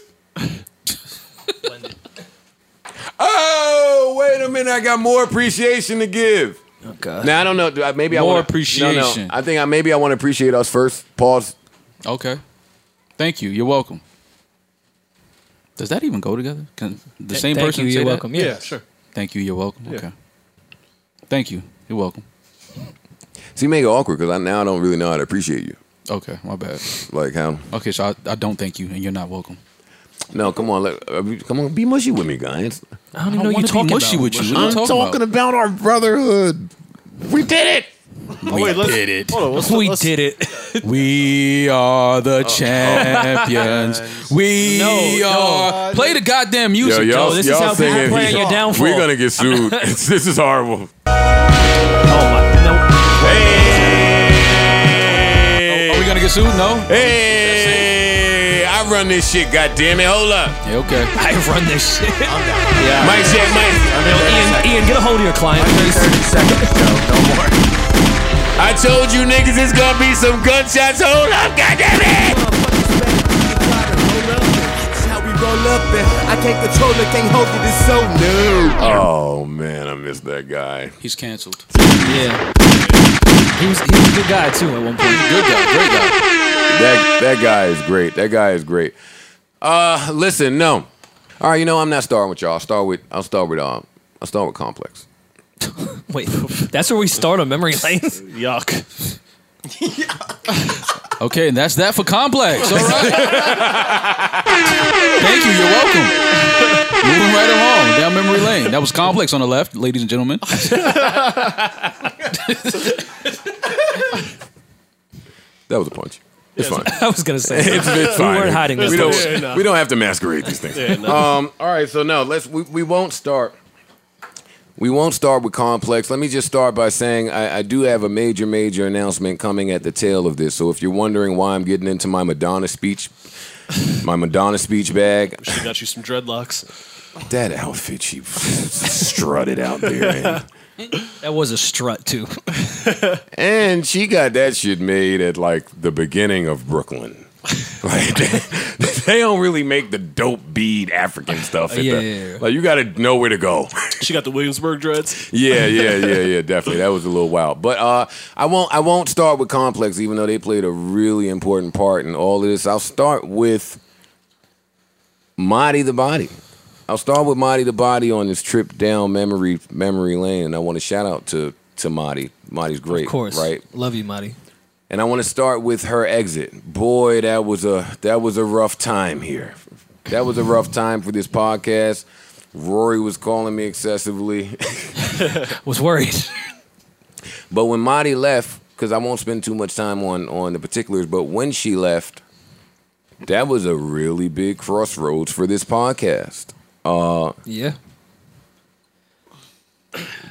Speaker 8: oh, wait a minute. I got more appreciation to give.
Speaker 4: Oh, God.
Speaker 8: Now, I don't know. do I- Maybe I
Speaker 2: More
Speaker 8: want
Speaker 2: appreciation.
Speaker 8: I think I, maybe I want to appreciate us first. Pause.
Speaker 2: Okay. Thank you. You're welcome. Does that even go together? Can the same
Speaker 4: Thank
Speaker 2: person
Speaker 4: you,
Speaker 2: say
Speaker 4: you're
Speaker 2: that?
Speaker 4: welcome.
Speaker 3: Yeah,
Speaker 4: Yeah.
Speaker 3: sure.
Speaker 2: Thank you. You're welcome. Okay. Thank you. You're welcome.
Speaker 8: See, make it awkward because I now I don't really know how to appreciate you.
Speaker 2: Okay. My bad.
Speaker 8: Like how?
Speaker 2: Okay. So I, I don't thank you, and you're not welcome.
Speaker 8: No, come on, let, uh, come on, be mushy with me, guys.
Speaker 4: I don't even know
Speaker 2: I don't
Speaker 4: you
Speaker 2: wanna be
Speaker 4: talking
Speaker 2: mushy
Speaker 4: about.
Speaker 2: with you. What are
Speaker 8: I'm
Speaker 2: you
Speaker 8: talking,
Speaker 2: talking about?
Speaker 8: about our brotherhood. We did it.
Speaker 3: Oh, wait, let's,
Speaker 2: did it.
Speaker 3: Hold on, let's,
Speaker 4: We
Speaker 3: let's, Oh.
Speaker 4: did it.
Speaker 2: We are the champions. we
Speaker 4: No, no.
Speaker 2: are.
Speaker 3: Uh,
Speaker 2: Play the goddamn music.
Speaker 8: Yo,
Speaker 4: Joe.
Speaker 8: y'all,
Speaker 4: This is
Speaker 8: y'all
Speaker 4: how people
Speaker 8: singing-
Speaker 4: plan your downfall.
Speaker 8: We're gonna get sued. It's- this is horrible.
Speaker 4: Oh, my. No.
Speaker 2: Are we gonna get sued? No.
Speaker 8: Hey, I run this shit. God damn it! Hold up,
Speaker 2: Yeah, okay.
Speaker 4: I run this shit.
Speaker 8: Mike. Jack, Mike.
Speaker 4: Ian, Ian, get a hold of your client, please.
Speaker 8: I told you niggas, it's gonna be some gunshots. Hold up, God damn it!
Speaker 13: all up and I can't control it, can't hold it, it's so new.
Speaker 1: Oh man, I missed that guy.
Speaker 2: He's canceled.
Speaker 4: Yeah. He was, he was a good guy too at one point.
Speaker 2: Good guy, great guy.
Speaker 1: That that guy is great. That guy is great. Uh, listen, no. All right, you know I'm not starting with y'all. I'll start with I'll start with
Speaker 8: uh,
Speaker 1: um I'll start with Complex.
Speaker 4: Wait, that's where we start on memory lanes.
Speaker 3: Yuck.
Speaker 2: Okay, and that's that for complex. All right. Thank you. You're welcome. Moving right along down memory lane. That was complex on the left, ladies and gentlemen.
Speaker 1: That was a punch. It's fine.
Speaker 4: I was gonna say
Speaker 1: it's, it's fine.
Speaker 4: We weren't hiding this.
Speaker 1: We don't,
Speaker 4: much.
Speaker 1: we don't have to masquerade these things.
Speaker 4: Yeah, no.
Speaker 1: um, all right, so no, let's we, we won't start. We won't start with complex. Let me just start by saying I, I do have a major, major announcement coming at the tail of this. So if you're wondering why I'm getting into my Madonna speech, my Madonna speech bag,
Speaker 3: She got you some dreadlocks.
Speaker 1: that outfit she strutted out there. in.
Speaker 4: That was a strut too.
Speaker 1: And she got that shit made at like the beginning of Brooklyn. like they, they don't really make the dope bead African stuff. at
Speaker 3: Yeah,
Speaker 1: the-
Speaker 3: yeah, yeah.
Speaker 1: Like you got to know where to go.
Speaker 3: She got the Williamsburg dreads.
Speaker 1: yeah, yeah, yeah, yeah. Definitely, that was a little wild. But uh, I won't. I won't start with Complex, even though they played a really important part in all of this. I'll start with Marty the Body. I'll start with Marty the Body on this trip down memory memory lane, and I want to shout out to to Marty. Marty's great,
Speaker 4: of course,
Speaker 1: right?
Speaker 4: Love you, Marty.
Speaker 1: and I want to start with her exit. Boy, that was a that was a rough time here. That was a rough time for this podcast. Rory was calling me excessively,
Speaker 4: Was worried.
Speaker 1: but when Marty left, because I won't spend too much time on on the particulars, but when she left, that was a really big crossroads for this podcast. Uh,
Speaker 4: Yeah.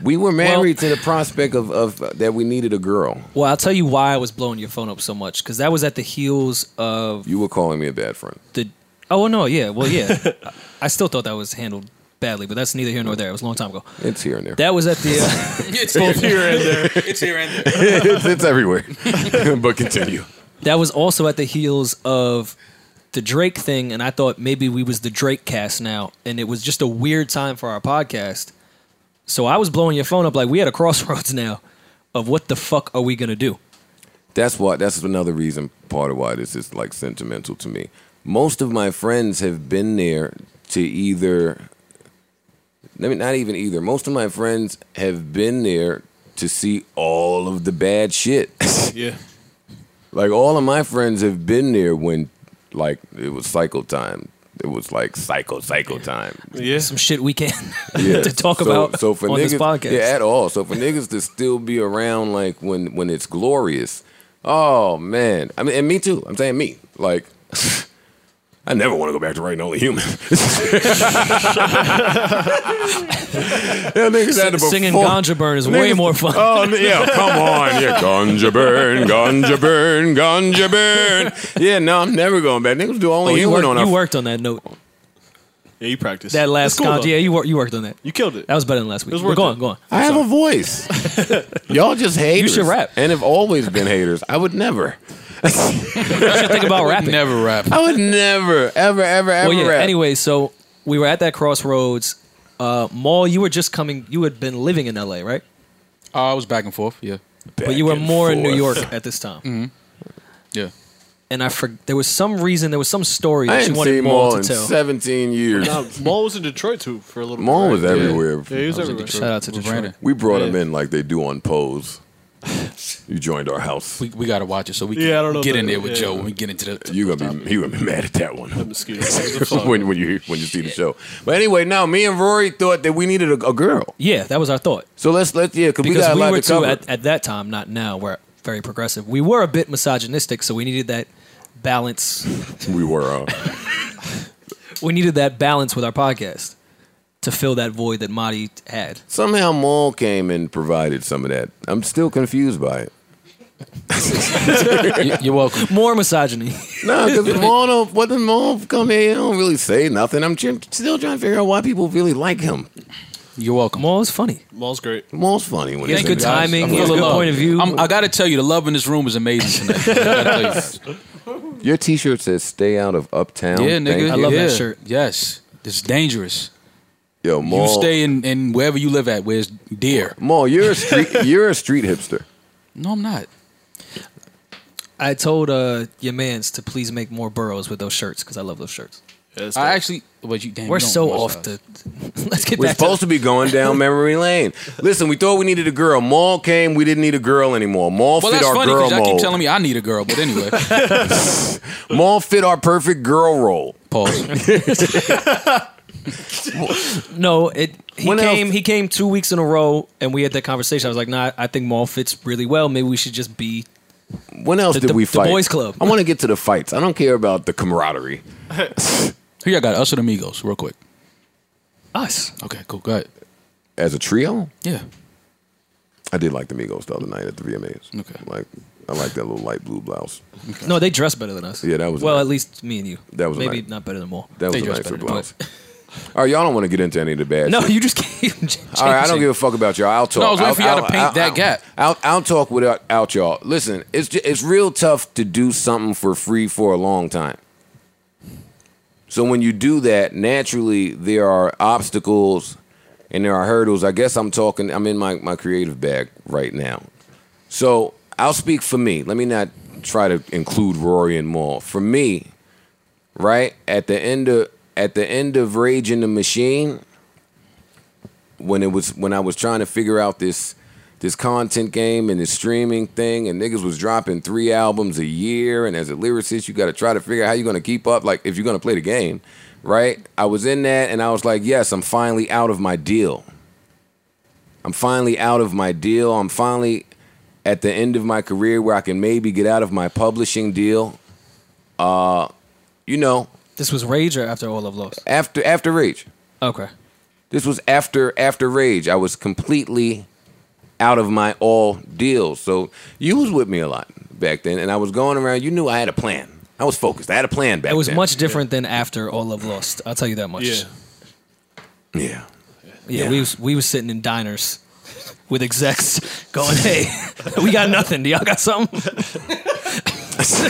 Speaker 1: we were married to the prospect of of that we needed a girl.
Speaker 4: Well, I'll tell you why I was blowing your phone up so much because that was at the heels of
Speaker 1: You were calling me a bad friend.
Speaker 4: the. Oh no, yeah, well, yeah. I, I still thought that was handled badly, but that's neither here nor there. It was a long time ago.
Speaker 1: It's here and there.
Speaker 4: That was at the. Uh,
Speaker 2: It's
Speaker 4: both-
Speaker 2: It's here and
Speaker 1: it's, it's everywhere. but continue.
Speaker 4: that was also at the heels of the Drake thing, and I thought maybe we was the Drake cast now, and it was just a weird time for our podcast. So I was blowing your phone up like we had a crossroads now of what the fuck are we gonna do?
Speaker 1: That's why. That's another reason. Part of why this is like sentimental to me. Most of my friends have been there to either. I mean, not even either. Most of my friends have been there to see all of the bad shit.
Speaker 3: Yeah.
Speaker 1: like all of my friends have been there when, like, it was cycle time. It was like cycle cycle time.
Speaker 3: Yeah,
Speaker 4: some shit we can to talk about on
Speaker 1: niggas,
Speaker 4: this podcast.
Speaker 1: Yeah, at all. So for niggas to still be around like when when it's glorious, oh man. I mean, and me too. I'm saying me. Like, I never want to go back to writing only human. Yeah, niggas had to
Speaker 4: Singing
Speaker 1: perform-
Speaker 4: Ganja Burn is way
Speaker 1: Niggas-
Speaker 4: more fun.
Speaker 1: Oh n- yeah, come on, yeah, ganja burn, ganja burn, ganja burn. Yeah, no, I'm never going back. Niggas do only
Speaker 4: Oh, you
Speaker 1: human
Speaker 4: worked,
Speaker 1: on our
Speaker 4: you worked on that note.
Speaker 3: Yeah, you practiced.
Speaker 4: That last
Speaker 3: That's cool,
Speaker 4: con-
Speaker 3: though.
Speaker 4: yeah, you worked. You worked on that.
Speaker 3: You killed it.
Speaker 4: That was better than last week.
Speaker 3: It was
Speaker 4: But
Speaker 3: worth
Speaker 4: go on,
Speaker 3: it.
Speaker 4: go on.
Speaker 1: I have a voice. Y'all just haters.
Speaker 4: should rap.
Speaker 1: And have always been haters. I would never.
Speaker 4: Think about rapping.
Speaker 2: Never rap.
Speaker 1: I would never, ever, ever, ever
Speaker 4: well, yeah.
Speaker 1: rap.
Speaker 4: Anyway, so we were at that crossroads. Uh, Maul, you were just coming. You had been living in L.A., right?
Speaker 2: Uh, I was back and forth. Yeah.
Speaker 4: but you were more in New York at this time.
Speaker 2: Yeah.
Speaker 4: And I for- there was some reason, there was some story
Speaker 1: I
Speaker 4: that you
Speaker 1: ain't
Speaker 4: wanted
Speaker 1: seen
Speaker 4: Maul
Speaker 1: Maul
Speaker 4: to
Speaker 1: in
Speaker 4: tell.
Speaker 1: 17 years.
Speaker 3: Nah, Maul was in Detroit too for a little.
Speaker 1: Maul
Speaker 3: bit,
Speaker 1: was
Speaker 3: right?
Speaker 1: everywhere.
Speaker 3: Yeah, he was
Speaker 1: I was in
Speaker 3: everywhere.
Speaker 4: Shout out to Detroit.
Speaker 1: We brought
Speaker 3: Yeah.
Speaker 1: him in like they do on Pose. You joined our house.
Speaker 2: We, we gotta watch it so we can
Speaker 3: Yeah, I don't know
Speaker 2: get
Speaker 3: if
Speaker 2: in
Speaker 3: that-
Speaker 2: there with
Speaker 3: yeah.
Speaker 2: Joe when we get into the.
Speaker 1: You gonna be you gonna be mad at that one
Speaker 3: The mosquitoes. It was a fun-
Speaker 1: when when you when you see the show. But anyway, no, me and Rory thought that we needed a, a girl.
Speaker 4: Yeah, that was our thought.
Speaker 1: So let's let's yeah, cause we
Speaker 4: Because
Speaker 1: got a
Speaker 4: we,
Speaker 1: lot
Speaker 4: were
Speaker 1: to
Speaker 4: too,
Speaker 1: cover.
Speaker 4: at, at that time, not now, we're very progressive. We were a bit misogynistic, so we needed that balance.
Speaker 1: we were. Uh,
Speaker 4: we needed that balance with our podcast to fill that void that Marty had.
Speaker 1: Somehow Maul came and provided some of that. I'm still confused by it.
Speaker 2: You- You're welcome.
Speaker 4: More misogyny.
Speaker 1: No, because Maul don't, what the Maul come here, he don't really say nothing. I'm tr- still trying to figure out why people really like him.
Speaker 2: You're welcome.
Speaker 4: Maul is funny.
Speaker 3: Maul's great.
Speaker 1: Maul's funny when
Speaker 4: He has
Speaker 1: he's in
Speaker 4: good
Speaker 1: it.
Speaker 4: timing,
Speaker 2: I'm
Speaker 4: he has
Speaker 2: full
Speaker 4: good
Speaker 2: of love.
Speaker 4: point of view.
Speaker 2: I'm, I gotta tell you, the love in this room is amazing tonight. I gotta tell you.
Speaker 1: Your T-shirt says "Stay out of Uptown."
Speaker 2: Yeah,
Speaker 1: Thank
Speaker 2: nigga.
Speaker 1: you.
Speaker 2: yeah. Yes, it's dangerous.
Speaker 1: Yo, Maul,
Speaker 2: You stay in, in wherever you live at, where's deer.
Speaker 1: Maul, you're a street, you're a street hipster.
Speaker 2: No, I'm not.
Speaker 4: I told uh, your mans to please make more burrows with those shirts because I love those shirts.
Speaker 2: I actually, but you, damn,
Speaker 4: We're
Speaker 2: you don't
Speaker 4: so
Speaker 2: watch
Speaker 4: off
Speaker 2: us.
Speaker 4: the. Let's get
Speaker 1: We're
Speaker 4: back
Speaker 1: supposed
Speaker 4: to
Speaker 1: to be going down memory lane. Listen, we thought we needed a girl. Maul came. We didn't need a girl anymore. Maul
Speaker 2: Well,
Speaker 1: fit
Speaker 2: that's
Speaker 1: our
Speaker 2: funny
Speaker 1: girl
Speaker 2: because y'all keep
Speaker 1: mold.
Speaker 2: telling me I need a girl, but anyway.
Speaker 1: Maul fit our perfect girl role.
Speaker 4: No, it. He
Speaker 1: When
Speaker 4: came. He came two weeks in a row, and we had that conversation. I was like, "Nah, I think Maul fits really well. Maybe we should just be."
Speaker 1: When else
Speaker 4: The-
Speaker 1: did
Speaker 4: the-
Speaker 1: we
Speaker 4: the
Speaker 1: fight?
Speaker 4: boys' club.
Speaker 1: I want to get to the fights. I don't care about the camaraderie.
Speaker 2: Who y'all got? Us or the Migos? Real quick.
Speaker 4: Us.
Speaker 2: Okay, cool. Go ahead.
Speaker 1: As a trio,
Speaker 2: Yeah.
Speaker 1: I did like the Migos the other night at the VMAs. Okay, like I like that little light blue blouse.
Speaker 4: No, they dress better than us.
Speaker 1: Yeah, that was
Speaker 4: well,
Speaker 1: nice.
Speaker 4: at least me and you.
Speaker 1: That was a
Speaker 4: maybe
Speaker 1: nice-
Speaker 4: not better than Maul.
Speaker 1: That was
Speaker 4: They
Speaker 1: a
Speaker 4: dress
Speaker 1: nicer
Speaker 4: better than
Speaker 1: blouse. All right, y'all don't want to get into any of the bad.
Speaker 4: No,
Speaker 1: shit.
Speaker 4: you just keep.
Speaker 1: All right, I don't give a fuck about y'all. I'll talk.
Speaker 2: No, I was waiting
Speaker 1: I'll-
Speaker 2: for y'all to
Speaker 1: I'll-
Speaker 2: paint
Speaker 1: I'll-
Speaker 2: that
Speaker 1: I'll-
Speaker 2: gap.
Speaker 1: I'll, I'll talk without out y'all. Listen, it's ju- it's real tough to do something for free for a long time. So when you do that, naturally there are obstacles and there are hurdles. I guess I'm talking. I'm in my my creative bag right now. So I'll speak for me. Let me not try to include Rory and Maul. For me, right at the end of at the end of Rage in the Machine, when it was when I was trying to figure out this this content game and this streaming thing, and niggas was dropping three albums a year, and as a lyricist, you got to try to figure out how you're gonna keep up, like if you're gonna play the game, right? I was in that, and I was like, yes, I'm finally out of my deal. I'm finally out of my deal. I'm finally at the end of my career where I can maybe get out of my publishing deal. Uh, you know,
Speaker 4: This was Rage or after All of Lost?
Speaker 1: after after Rage.
Speaker 4: Okay.
Speaker 1: This was after after Rage. I was completely out of my all deals. So you was with me a lot back then, and I was going around. You knew I had a plan. I was focused. I had a plan back.
Speaker 4: It was
Speaker 1: then.
Speaker 4: much different than after All of Lost. I'll tell you that much.
Speaker 1: Yeah. Yeah.
Speaker 4: Yeah, we was we was sitting in diners with execs going, "Hey, we got nothing. Do y'all got something?"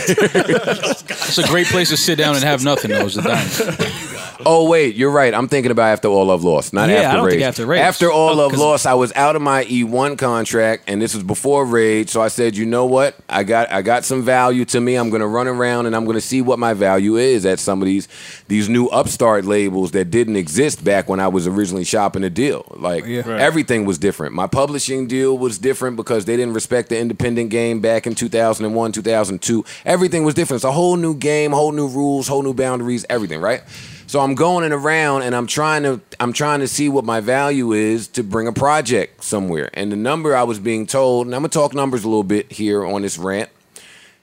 Speaker 2: It's a great place to sit down and have nothing, though, is the diner.
Speaker 1: Oh wait, you're right. I'm thinking about after all Love lost, not
Speaker 2: Yeah,
Speaker 1: after
Speaker 2: I don't
Speaker 1: Rage.
Speaker 2: think after Rage.
Speaker 1: After all
Speaker 2: Oh,
Speaker 1: Love
Speaker 2: 'cause-
Speaker 1: lost, I was out of my E1 contract, and this was before Rage. So I said, you know what? I got I got some value to me. I'm gonna run around and I'm gonna see what my value is at some of these these new upstart labels that didn't exist back when I was originally shopping a deal. Like everything was different. My publishing deal was different because they didn't respect the independent game back in 2001, 2002. Everything was different. It's a whole new game, whole new rules, whole new boundaries, everything, right? So I'm going in around and I'm trying to I'm trying to see what my value is to bring a project somewhere. And the number I was being told, and I'm gonna talk numbers a little bit here on this rant.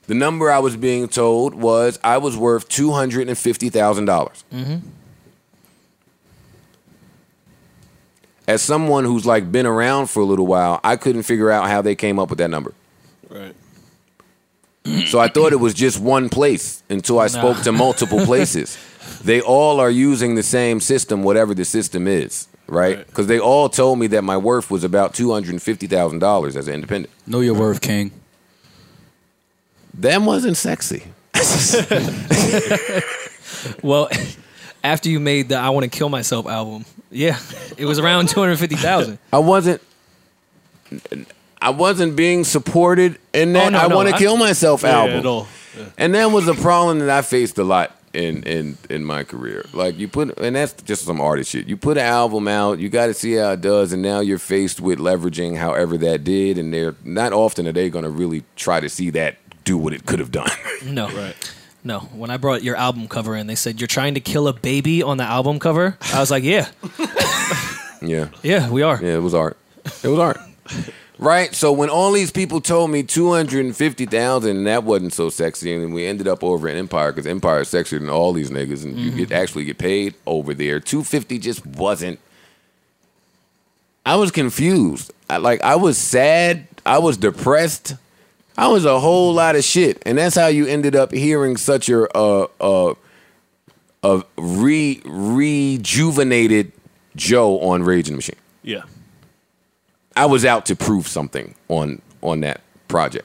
Speaker 1: The number I was being told was I was worth two hundred and fifty thousand dollars.
Speaker 4: Mm-hmm.
Speaker 1: As someone who's like been around for a little while, I couldn't figure out how they came up with that number.
Speaker 3: Right.
Speaker 1: So I thought it was just one place until I spoke
Speaker 3: Nah.
Speaker 1: to multiple places. They all are using the same system, whatever the system is, right? Because they all told me that my worth was about two hundred and fifty thousand dollars as an independent.
Speaker 2: Know your worth, King.
Speaker 1: That wasn't sexy.
Speaker 4: Well, after you made the "I Want to Kill Myself" album, yeah, it was around two hundred fifty thousand.
Speaker 1: I wasn't. I wasn't being supported in that.
Speaker 4: Oh, no,
Speaker 1: I
Speaker 4: no,
Speaker 1: want to
Speaker 4: I-
Speaker 1: kill myself
Speaker 4: Yeah,
Speaker 1: album.
Speaker 4: at all.
Speaker 1: And that was a problem that I faced a lot in in in my career. Like you put, and that's just some artist shit. You put an album out, you got to see how it does, and now you're faced with leveraging however that did, and they're not often are they going to really try to see that do what it could have done.
Speaker 4: No, right. no. When I brought your album cover in, they said you're trying to kill a baby on the album cover. I was like, "Yeah,
Speaker 1: Yeah.
Speaker 4: Yeah, we are.
Speaker 1: Yeah, it was art. It was art. right? So when all these people told me 250,000 and that wasn't so sexy and we ended up over at Empire cuz Empire is sexier than all these niggas and you
Speaker 4: Mm-hmm.
Speaker 1: get actually get paid over there. 250 just wasn't I was confused. I, like I was sad, I was depressed. I was a whole lot of shit, and that's how you ended up hearing such a uh uh a re rejuvenated Joe on Raging Machine.
Speaker 3: Yeah.
Speaker 1: I was out to prove something on on that project.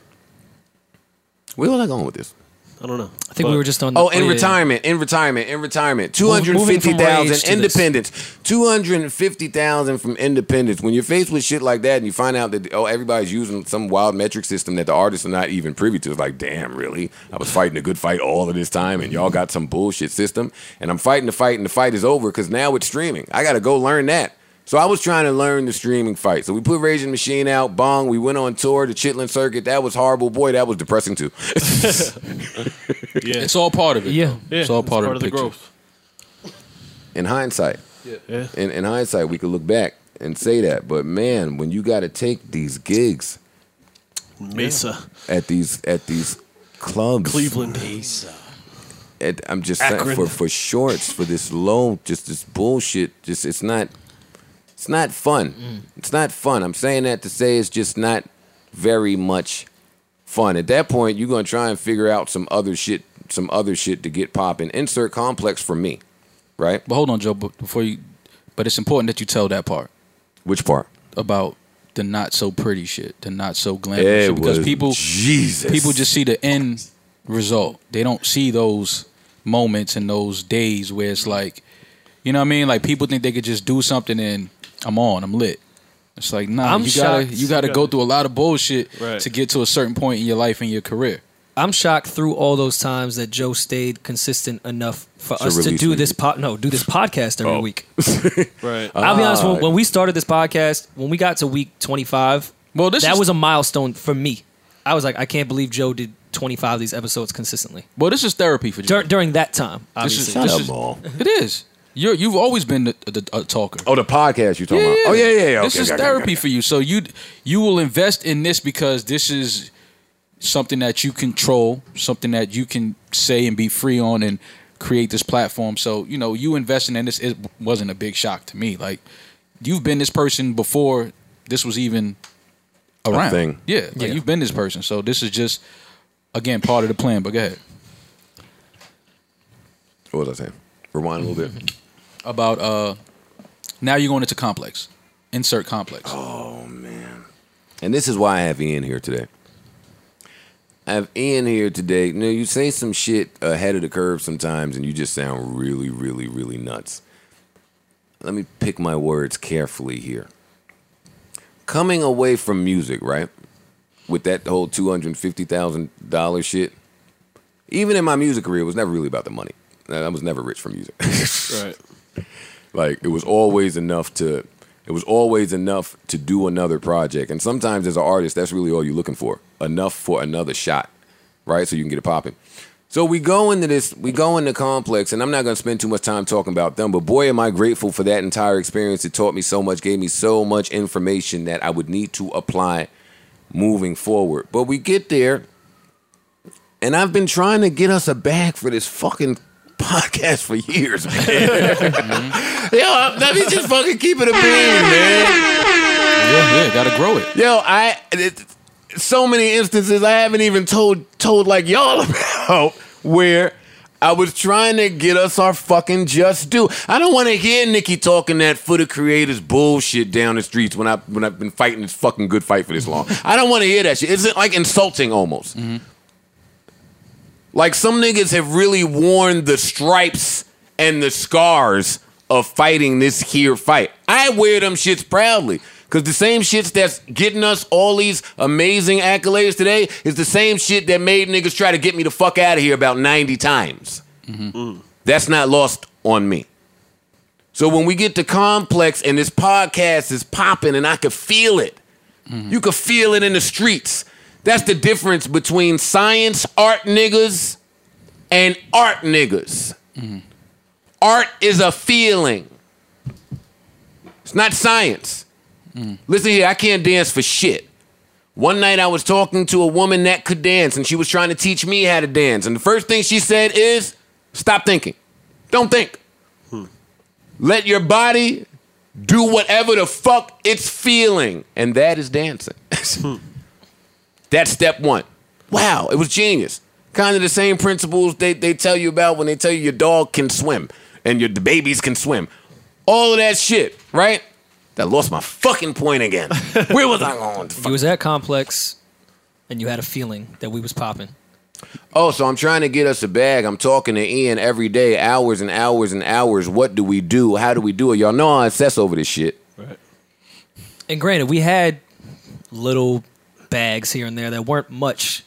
Speaker 1: Where was I going with this?
Speaker 3: I don't know.
Speaker 4: I think we were just on.
Speaker 1: Oh, in retirement, in retirement, in retirement. Two hundred fifty
Speaker 4: Moving
Speaker 1: thousand
Speaker 4: from rage to
Speaker 1: independence. Two hundred fifty thousand from independence. When you're faced with shit like that, and you find out that oh, everybody's using some wild metric system that the artists are not even privy to. It's like, damn, really? I was fighting a good fight all of this time, and y'all got some bullshit system. And I'm fighting the fight, and the fight is over because now it's streaming. I got to go learn that. So I was trying to learn the streaming fight. So we put Raging Machine out, bong. We went on tour, the Chitlin Circuit. That was horrible. Boy, that was depressing too.
Speaker 2: Yeah. It's all part of it. Yeah. It's all part, of, the picture.
Speaker 3: growth.
Speaker 1: in hindsight.
Speaker 3: Yeah. Yeah.
Speaker 1: In, in hindsight, we could look back and say that. But man, when you got to take these gigs
Speaker 3: Mesa,
Speaker 1: at these at these clubs,
Speaker 3: Cleveland, Mesa.
Speaker 1: At, I'm just saying
Speaker 3: Akron.
Speaker 1: for for shorts for this low, just this bullshit. Just it's not it's not fun.
Speaker 3: Mm.
Speaker 1: It's not fun. I'm saying that to say it's just not very much fun. At that point, you're gonna try and figure out some other shit, some other shit to get popping. Insert complex for me, right?
Speaker 2: But hold on, Joe. But before you, but it's important that you tell that part.
Speaker 1: Which part?
Speaker 2: About the not so pretty shit, the not so glamorous
Speaker 1: It
Speaker 2: shit, because
Speaker 1: was-
Speaker 2: people,
Speaker 1: Jesus.
Speaker 2: people just see the end result. They don't see those moments and those days where it's like, you know what I mean? Like people think they could just do something and I'm on, I'm lit. It's like nah,
Speaker 4: I'm
Speaker 2: you gotta
Speaker 4: shocked.
Speaker 2: you gotta
Speaker 4: Yeah.
Speaker 2: go through a lot of bullshit
Speaker 4: Right.
Speaker 2: to get to a certain point in your life and your career.
Speaker 4: I'm shocked through all those times that Joe stayed consistent enough for
Speaker 2: To
Speaker 4: us to
Speaker 2: release
Speaker 4: do
Speaker 2: music.
Speaker 4: this pod. No, do this podcast every
Speaker 2: Oh. Ah.
Speaker 4: week.
Speaker 3: right.
Speaker 4: I'll be honest. When, when we started this podcast, when we got to week 25,
Speaker 2: well, this
Speaker 4: that
Speaker 2: is-
Speaker 4: was a milestone for me. I was like, I can't believe Joe did 25 of these episodes consistently.
Speaker 2: Well, this is therapy for
Speaker 4: Dur- during that time.
Speaker 2: This is-
Speaker 4: Obviously,
Speaker 2: this is- It is. You're, you've always been the, the, a talker.
Speaker 1: Oh, the podcast you talking
Speaker 2: yeah,
Speaker 1: about? Oh yeah, yeah, yeah.
Speaker 2: this
Speaker 1: Okay,
Speaker 2: is
Speaker 1: okay, okay,
Speaker 2: therapy
Speaker 1: okay.
Speaker 2: for you. So you you will invest in this because this is something that you control, something that you can say and be free on, and create this platform. So you know you investing in this it wasn't a big shock to me. Like you've been this person before this was even
Speaker 1: A
Speaker 2: around.
Speaker 1: thing.
Speaker 2: Yeah, like you've been this person. So this is just again part of the plan. But go ahead.
Speaker 1: What was I saying? Rewind a little bit.
Speaker 2: about uh now you're going into complex. Insert complex.
Speaker 1: Oh man. And this is why I have Ian here today. I have Ian here today. You know, you say some shit ahead of the curve sometimes and you just sound really, really, really nuts. Let me pick my words carefully here. Coming away from music, right? With that whole $250,000 shit, even in my music career, it was never really about the money. I was never rich from music.
Speaker 3: Right.
Speaker 1: Like it was always enough to it was always enough to do another project. And sometimes as an artist, that's really all you're looking for. Enough for another shot. Right? So you can get it popping. So we go into this, we go into complex, and I'm not gonna spend too much time talking about them, but boy am I grateful for that entire experience. It taught me so much, gave me so much information that I would need to apply moving forward. But we get there, and I've been trying to get us a bag for this fucking podcast for years, man. Yo, let me just fucking keep it a bean, man.
Speaker 2: Yeah, yeah, gotta grow it.
Speaker 1: Yo, I it, so many instances I haven't even told told like y'all about where I was trying to get us our fucking just due. I don't want to hear Nikki talking that for the creators bullshit down the streets when I when I've been fighting this fucking good fight for this long. I don't want to hear that shit. It's like insulting almost. Like some niggas have really worn the stripes and the scars of fighting this here fight. I wear them shits proudly. Cause the same shits that's getting us all these amazing accolades today is the same shit that made niggas try to get me the fuck out of here about 90 times.
Speaker 2: Mm-hmm.
Speaker 1: That's not lost on me. So when we get to complex and this podcast is popping and I could feel it. You could feel it in the streets. That's the difference between science art niggas and art niggas. Art is a feeling. It's not science. Listen here, I can't dance for shit. One night I was talking to a woman that could dance and she was trying to teach me how to dance. And the first thing she said is stop thinking. Don't think. Hmm. Let your body do whatever the fuck it's feeling. And that is dancing. That's step one. Wow, it was genius. Kind of the same principles they, they tell you about when they tell you your dog can swim and your the babies can swim. All of that shit, right? I lost my fucking point again. Where was I going?
Speaker 4: You was at Complex, and you had a feeling that we was popping.
Speaker 1: Oh, so I'm trying to get us a bag. I'm talking to Ian every day, hours and hours and hours. What do we do? How do we do it? Y'all know I obsess over this shit.
Speaker 4: And granted, we had little bags here and there that weren't much.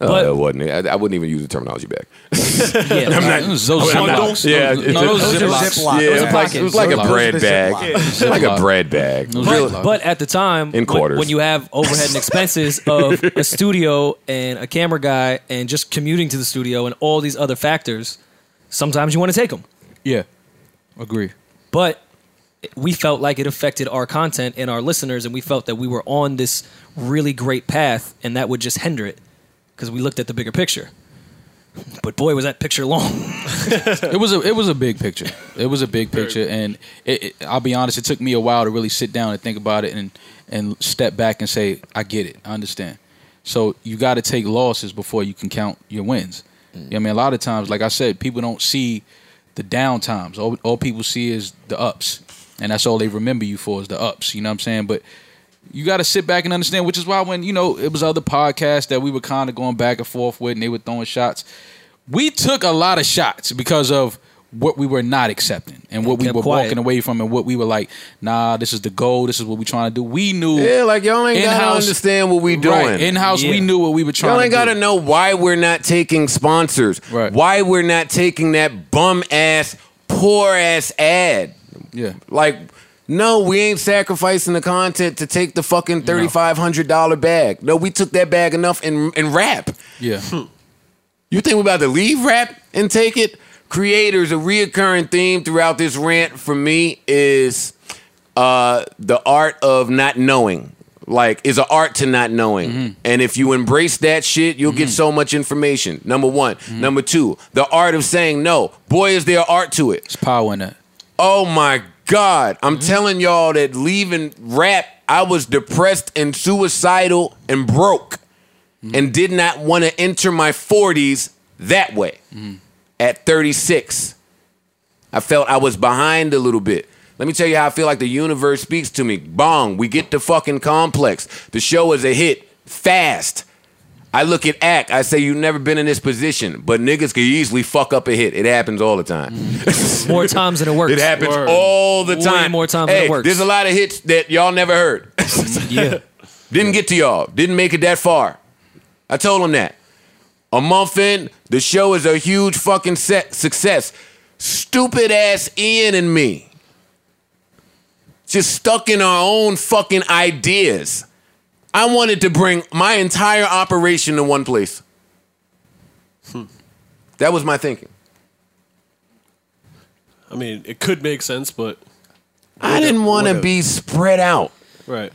Speaker 1: Oh,
Speaker 4: But-
Speaker 1: that wasn't it. I, I wouldn't even use the terminology back.
Speaker 4: Yeah,
Speaker 1: I'm not-
Speaker 4: Those Ziplocs.
Speaker 1: I'm not-
Speaker 4: Those-
Speaker 1: Yeah,
Speaker 4: those-
Speaker 1: it's
Speaker 4: no,
Speaker 1: a-
Speaker 4: those Those are Ziplocs.
Speaker 1: Yeah,
Speaker 4: Ziplocs. Those
Speaker 1: it
Speaker 4: are
Speaker 1: was like, it was like a
Speaker 4: pockets.
Speaker 1: bread
Speaker 4: Those are
Speaker 1: bag.
Speaker 4: Ziplocs.
Speaker 1: It was like a
Speaker 4: Ziplocs.
Speaker 1: bread bag.
Speaker 4: But, but at the time,
Speaker 1: In
Speaker 4: when-
Speaker 1: quarters.
Speaker 4: When, you have overhead and expenses of a studio and a camera guy and just commuting to the studio and all these other factors, sometimes you want to take them.
Speaker 2: Yeah, agree.
Speaker 4: But we felt like it affected our content and our listeners, and we felt that we were on this really great path, and that would just hinder it because we looked at the bigger picture. But boy, was that picture long.
Speaker 2: it was a it was a big picture. It was a big picture, and it, it, I'll be honest, it took me a while to really sit down and think about it and and step back and say, I get it, I understand. So you got to take losses before you can count your wins. You know what I mean, a lot of times, like I said, people don't see the down times. All, all people see is the ups, and that's all they remember you for is the ups. You know what I'm saying? But you got to sit back and understand, which is why when you know it was other podcasts that we were kind of going back and forth with, and they were throwing shots. We took a lot of shots because of what we were not accepting and what we
Speaker 4: Kept
Speaker 2: were
Speaker 4: quiet.
Speaker 2: walking away from, and what we were like, nah, this is the goal. This is what we trying to do. We knew,
Speaker 1: Yeah, like y'all ain't gotta
Speaker 2: In-house-
Speaker 1: understand what we doing.
Speaker 2: Right, in-house, we knew what we were trying
Speaker 1: Y'all
Speaker 2: to
Speaker 1: ain't gotta
Speaker 2: do.
Speaker 1: know why we're not taking sponsors. Right. Why we're not taking that bum ass, poor ass ad.
Speaker 2: Yeah.
Speaker 1: Like, no, we ain't sacrificing the content to take the fucking thirty five hundred dollar bag. No, we took that bag enough and and rap.
Speaker 2: yeah.
Speaker 1: You think we about to leave rap and take it? Creators, a reoccurring theme throughout this rant for me is uh, the art of not knowing. Like, is an art to not knowing.
Speaker 2: Mm-hmm.
Speaker 1: And if you embrace that shit, you'll get so much information. Number one.
Speaker 2: Mm-hmm.
Speaker 1: Number two, the art of saying no. Boy, is there art to it. It's
Speaker 2: power in it. Mm-hmm.
Speaker 1: Oh my God. I'm telling y'all that leaving rap, I was depressed and suicidal and broke and did not want to enter my 40s that way.
Speaker 4: Mm-hmm.
Speaker 1: At 36, I felt I was behind a little bit. Let me tell you how I feel like the universe speaks to me. Bong, we get the fucking complex. The show is a hit fast. I look at act. I say you've never been in this position, but niggas could easily fuck up a hit. It happens all the time.
Speaker 4: more times than it works.
Speaker 1: It happens all the
Speaker 4: Way
Speaker 1: time.
Speaker 4: more times
Speaker 1: hey,
Speaker 4: than it works.
Speaker 1: There's a lot of hits that y'all never heard.
Speaker 4: yeah.
Speaker 1: Didn't get to y'all. Didn't make it that far. I told him that. A month in, the show is a huge fucking set success. Stupid ass Ian and me. Just stuck in our own fucking ideas. I wanted to bring my entire operation to one place.
Speaker 4: Hmm.
Speaker 1: That was my thinking.
Speaker 3: I mean, it could make sense, but
Speaker 1: I didn't want to be spread out.
Speaker 3: right.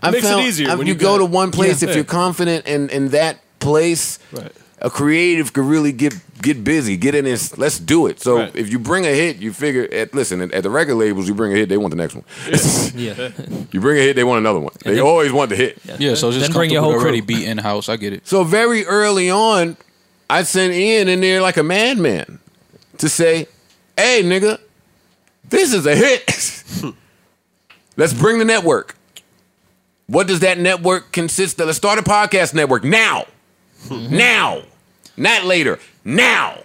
Speaker 1: I
Speaker 3: Makes it
Speaker 1: felt-
Speaker 3: easier
Speaker 1: If
Speaker 3: when
Speaker 1: you
Speaker 3: you
Speaker 1: go
Speaker 3: got-
Speaker 1: to one place,
Speaker 3: Yeah.
Speaker 1: if you're confident in, in that place,
Speaker 3: Right.
Speaker 1: a creative could really get get busy, get in this. Let's do it. So if you bring a hit, you figure. At, listen, at, at the record labels, you bring a hit, they want the next one.
Speaker 4: Yeah.
Speaker 1: you bring a hit, they want another one. They always want the hit.
Speaker 2: Yeah, so just bring your whole already be in house. I get it.
Speaker 1: So very early on, I sent Ian in there like a madman to say, "Hey, nigga, this is a hit. Let's bring the network. What does that network consist of? Let's start a podcast network now, now, not later, now."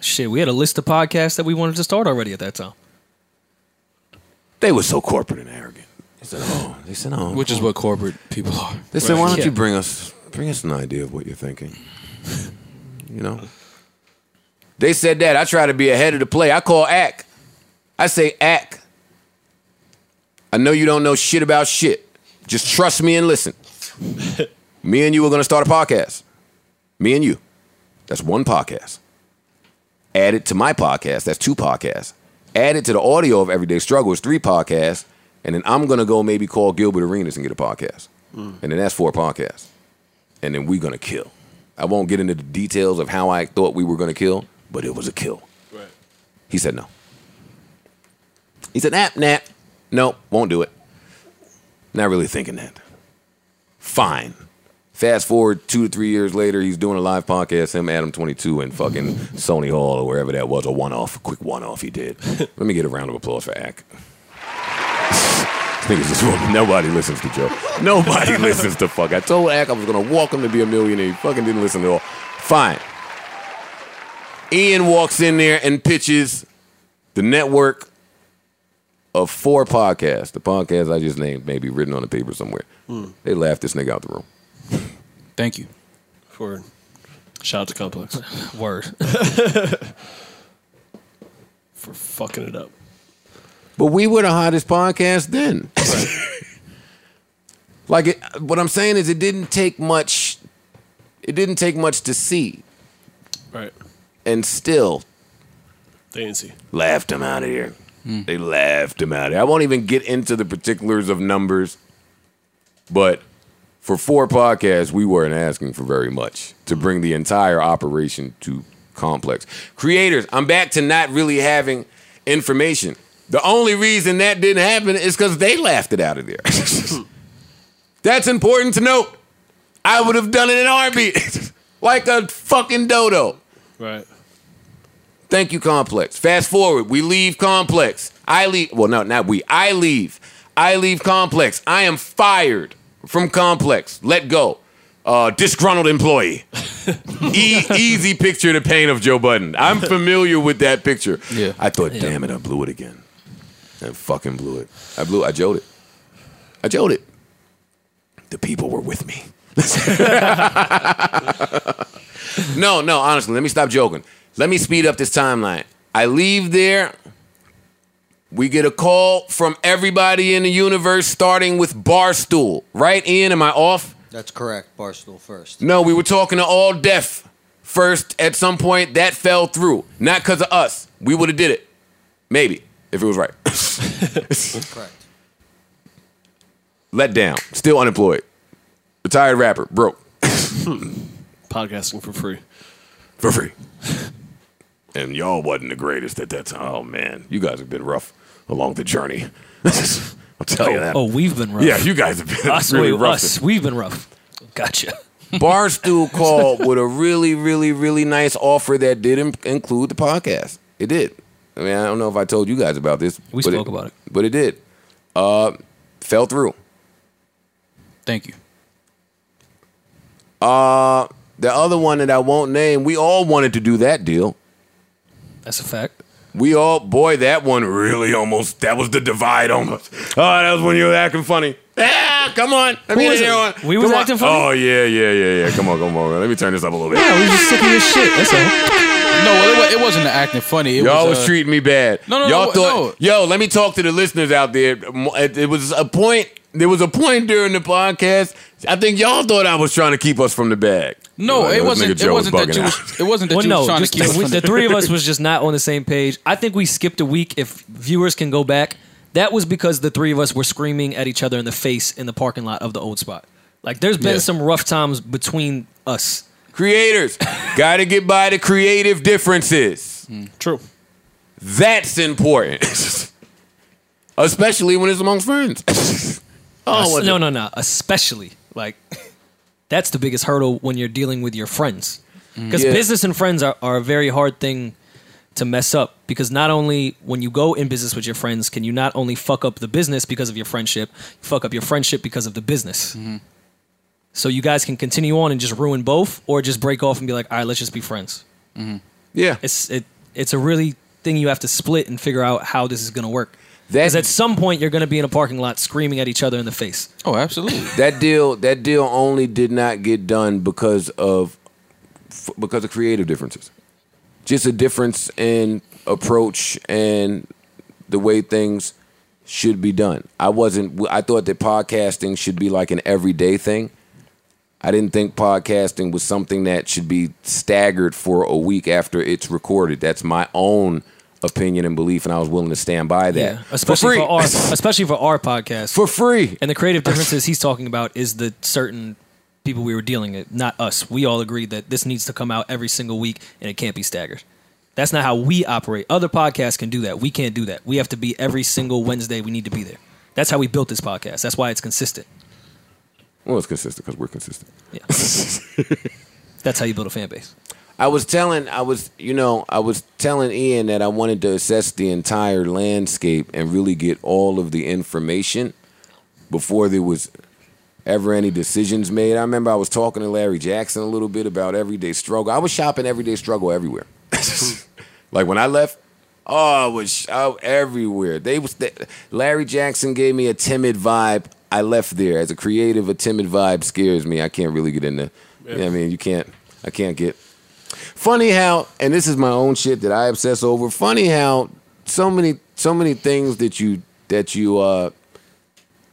Speaker 4: Shit, we had a list of podcasts that we wanted to start already at that time.
Speaker 1: They were so corporate and arrogant. They said, "Oh, they said, oh,
Speaker 2: Which is what corporate people are.
Speaker 1: They said, "Why don't
Speaker 2: Yeah.
Speaker 1: you bring us bring us an idea of what you're thinking?" You know. They said that. I try to be ahead of the play. I call Ack. I say, Ack. I know you don't know shit about shit. Just trust me and listen. me and you are gonna start a podcast. Me and you. That's one podcast. Add it to my podcast. That's two podcasts. Add it to the audio of Everyday Struggle. It's three podcasts. And then I'm gonna go maybe call Gilbert Arenas and get a podcast. And then that's four podcasts. And then we're gonna kill. I won't get into the details of how I thought we were gonna kill, but it was a kill.
Speaker 3: Right.
Speaker 1: He said no. He said, nap, nap. Nope, won't do it. Not really thinking that. Fine. Fast forward two to three years later, he's doing a live podcast, him, Adam 22, and fucking Sony Hall or wherever that was, a one off, a quick one off he did. Let me get a round of applause for Ack. Niggas is fucking. Nobody listens to Joe. Nobody listens to fuck. I told Ack I was gonna walk him to be a millionaire. He fucking didn't listen at all. Fine. Ian walks in there and pitches the network of four podcasts. The podcast I just named may be written on the paper somewhere.
Speaker 3: Hmm.
Speaker 1: They laughed this nigga out the room.
Speaker 2: Thank you.
Speaker 3: For shout out to Complex.
Speaker 4: Word.
Speaker 3: For fucking it up.
Speaker 1: But we were the hottest podcast then. like, it, what I'm saying is, it didn't take much. It didn't take much to see,
Speaker 3: Right.
Speaker 1: and still
Speaker 3: They didn't see.
Speaker 1: laughed him out of here. They laughed him out of here. I won't even get into the particulars of numbers, but for four podcasts, we weren't asking for very much to bring the entire operation to complex. Creators, I'm back to not really having information. The only reason that didn't happen is because they laughed it out of there. That's important to note. I would have done it in a heartbeat, like a fucking dodo.
Speaker 3: Right.
Speaker 1: Thank you, Complex. Fast forward, we leave Complex. I leave. Well, no, not we. I leave. I leave Complex. I am fired from Complex. Let go. Uh, disgruntled employee. e- easy picture to paint of Joe Budden. I'm familiar with that picture. Yeah. I thought, damn it, I blew it again. I fucking blew it. I blew. I joked it. I joked it. The people were with me. no, no, honestly, let me stop joking. Let me speed up this timeline. I leave there. We get a call from everybody in the universe, starting with Barstool. Right, Ian? Am I off?
Speaker 7: That's correct. Barstool first.
Speaker 1: No, we were talking to all deaf first at some point. That fell through. Not because of us. We would have did it. Maybe, if it was right.
Speaker 7: correct.
Speaker 1: Let down. Still unemployed. Retired rapper. Broke.
Speaker 3: Podcasting for free.
Speaker 1: for free. And y'all wasn't the greatest at that time. Oh man, you guys have been rough along the journey. I'll tell you that.
Speaker 4: Oh, we've been rough.
Speaker 1: Yeah, you guys have been
Speaker 4: us,
Speaker 1: really
Speaker 4: wait,
Speaker 1: rough.
Speaker 4: us. We've been rough. Gotcha.
Speaker 1: Barstool called with a really, really, really nice offer that did Im- include the podcast. It did. I mean, I don't know if I told you guys about this.
Speaker 2: We
Speaker 1: but
Speaker 2: spoke about it.
Speaker 1: but it did. Uh, fell through.
Speaker 2: Thank you.
Speaker 1: Uh, the other one that I won't name. We all wanted to do that deal.
Speaker 4: That's a fact.
Speaker 1: We all, boy, that one really almost. That was the divide almost. Oh, that was when you were acting funny. Ah, come on. Let me
Speaker 4: Who was
Speaker 1: hear
Speaker 4: it?
Speaker 1: one.
Speaker 4: We was
Speaker 1: Come on.
Speaker 4: acting funny?
Speaker 1: Oh yeah, yeah, yeah, yeah. Come on, come on. Let me turn this up a little bit.
Speaker 4: Yeah, we just sick of this shit. That's all.
Speaker 2: No, well, it, wa- it wasn't the acting funny. It
Speaker 1: Y'all was,
Speaker 2: was, uh,
Speaker 1: treating me bad.
Speaker 2: No, no,
Speaker 1: Y'all
Speaker 2: no,
Speaker 1: thought, yo, let me talk to the listeners out there. It it was a point. There was a point during the podcast. I think y'all thought I was trying to keep us from the bag.
Speaker 2: No,
Speaker 1: Like,
Speaker 2: it
Speaker 1: this
Speaker 2: wasn't.
Speaker 1: nigga
Speaker 2: It
Speaker 1: Joe
Speaker 2: wasn't that
Speaker 1: bugging
Speaker 2: you.
Speaker 1: out.
Speaker 2: Was, it wasn't that
Speaker 4: Well,
Speaker 2: you was
Speaker 4: no,
Speaker 2: trying to
Speaker 4: just
Speaker 2: keep
Speaker 4: the,
Speaker 2: us
Speaker 4: we,
Speaker 2: from
Speaker 4: the three of us was just not on the same page. I think we skipped a week. If viewers can go back, that was because the three of us were screaming at each other in the face in the parking lot of the old spot. Like, there's been
Speaker 1: Yeah.
Speaker 4: some rough times between us.
Speaker 1: Creators, got to get by the creative differences.
Speaker 2: Mm,
Speaker 3: True.
Speaker 1: That's important. Especially when it's amongst friends.
Speaker 4: Us-
Speaker 1: what
Speaker 4: no, no, no. Especially like that's the biggest hurdle when you're dealing with your friends, because
Speaker 1: Yeah.
Speaker 4: business and friends are, are a very hard thing to mess up. Because not only when you go in business with your friends, can you not only fuck up the business because of your friendship, fuck up your friendship because of the business. So you guys can continue on and just ruin both, or just break off and be like, all right, let's just be friends.
Speaker 3: Mm-hmm.
Speaker 1: Yeah,
Speaker 4: it's it it's a really thing you have to split and figure out how this is going to work. Because at some point you're going to be in a parking lot screaming at each other in the face.
Speaker 2: Oh, absolutely.
Speaker 1: that deal that deal only did not get done because of f- because of creative differences just a difference in approach and the way things should be done i wasn't i thought that podcasting should be like an everyday thing i didn't think podcasting was something that should be staggered for a week after it's recorded that's my own opinion and belief and i was willing to stand by that
Speaker 4: especially
Speaker 1: for free
Speaker 4: our especially for our podcast
Speaker 1: for free.
Speaker 4: And the creative differences he's talking about is the certain people we were dealing with, not us. We all agreed that this needs to come out every single week and it can't be staggered. That's not how we operate. Other podcasts can do that. We can't do that. We have to be every single Wednesday. We need to be there. That's how we built this podcast. That's why it's consistent.
Speaker 1: well it's consistent because we're consistent
Speaker 4: That's how you build a fan base.
Speaker 1: I was telling I was you know I was telling Ian that I wanted to assess the entire landscape and really get all of the information before there was ever any decisions made. I remember I was talking to Larry Jackson a little bit about everyday struggle. I was shopping everyday struggle everywhere. like when I left, oh, I was out everywhere. They was they, Larry Jackson gave me a timid vibe. I left there as a creative. A timid vibe scares me. I can't really get in there. You know what I mean, you can't. I can't get. Funny how, and this is my own shit that I obsess over. Funny how so many so many things that you that you uh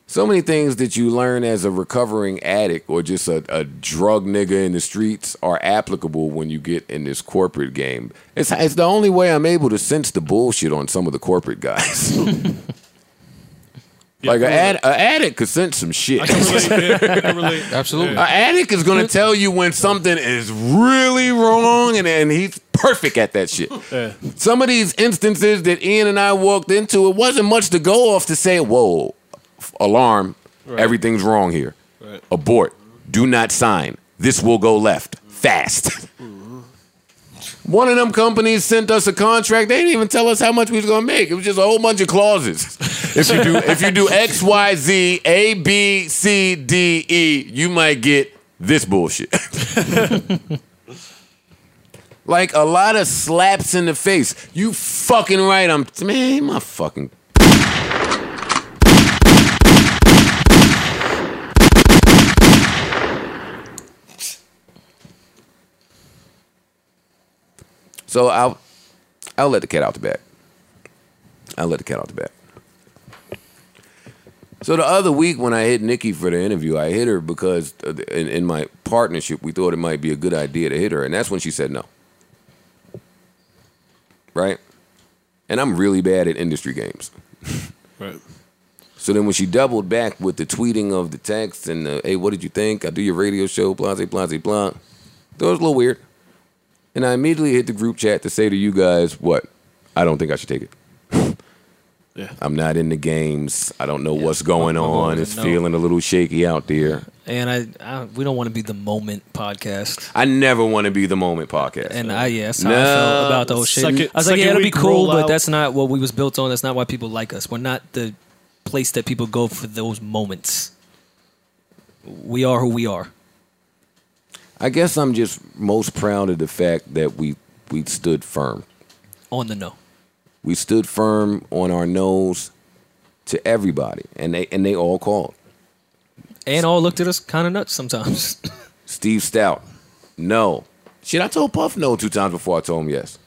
Speaker 1: so many things that you learn as a recovering addict or just a, a drug nigga in the streets are applicable when you get in this corporate game. It's, it's the only way I'm able to sense the bullshit on some of the corporate guys. like an ad, a addict could sense some shit.
Speaker 2: Absolutely.
Speaker 1: An addict is going to tell you when something is really wrong and, and he's perfect at that shit.
Speaker 3: Yeah.
Speaker 1: Some of these instances that Ian and I walked into, it wasn't much to go off to say, whoa, f- alarm, everything's wrong here.
Speaker 3: Right.
Speaker 1: Abort, do not sign. This will go left fast. One of them companies sent us a contract. They didn't even tell us how much we was gonna make. It was just a whole bunch of clauses. If you do if you do X, Y, Z, A, B, C, D, E, you might get this bullshit. like a lot of slaps in the face. You fucking right. I'm man, my fucking So I'll I'll let the cat out the bag. I'll let the cat out the bag. So the other week when I hit Nikki for the interview, I hit her because uh, in, in my partnership we thought it might be a good idea to hit her, and that's when she said no. Right? And I'm really bad at industry games.
Speaker 3: Right.
Speaker 1: So then when she doubled back with the tweeting of the text and the, hey, what did you think? I do your radio show, blah, blah, blah, blah. That was a little weird. And I immediately hit the group chat to say to you guys, what? I don't think I should take it.
Speaker 3: Yeah.
Speaker 1: I'm not in the games. I don't know what's going on. It's
Speaker 4: no.
Speaker 1: feeling a little shaky out there.
Speaker 4: And I, I we don't want to be the moment podcast.
Speaker 1: I never want to be the moment podcast.
Speaker 4: And I, yeah, that's how I felt about the whole shit.
Speaker 1: second-
Speaker 4: I was like,
Speaker 1: second
Speaker 4: yeah, it'll be
Speaker 1: week
Speaker 4: cool, but
Speaker 1: rollout.
Speaker 4: that's not what we was built on. That's not why people like us. We're not the place that people go for those moments. We are who we are.
Speaker 1: I guess I'm just most proud of the fact that we we stood firm.
Speaker 4: On the no.
Speaker 1: We stood firm on our nose to everybody, and they and they all called.
Speaker 4: And all looked at us kind of nuts sometimes.
Speaker 1: Steve Stout, no. Shit, I told Puff no two times before I told him yes.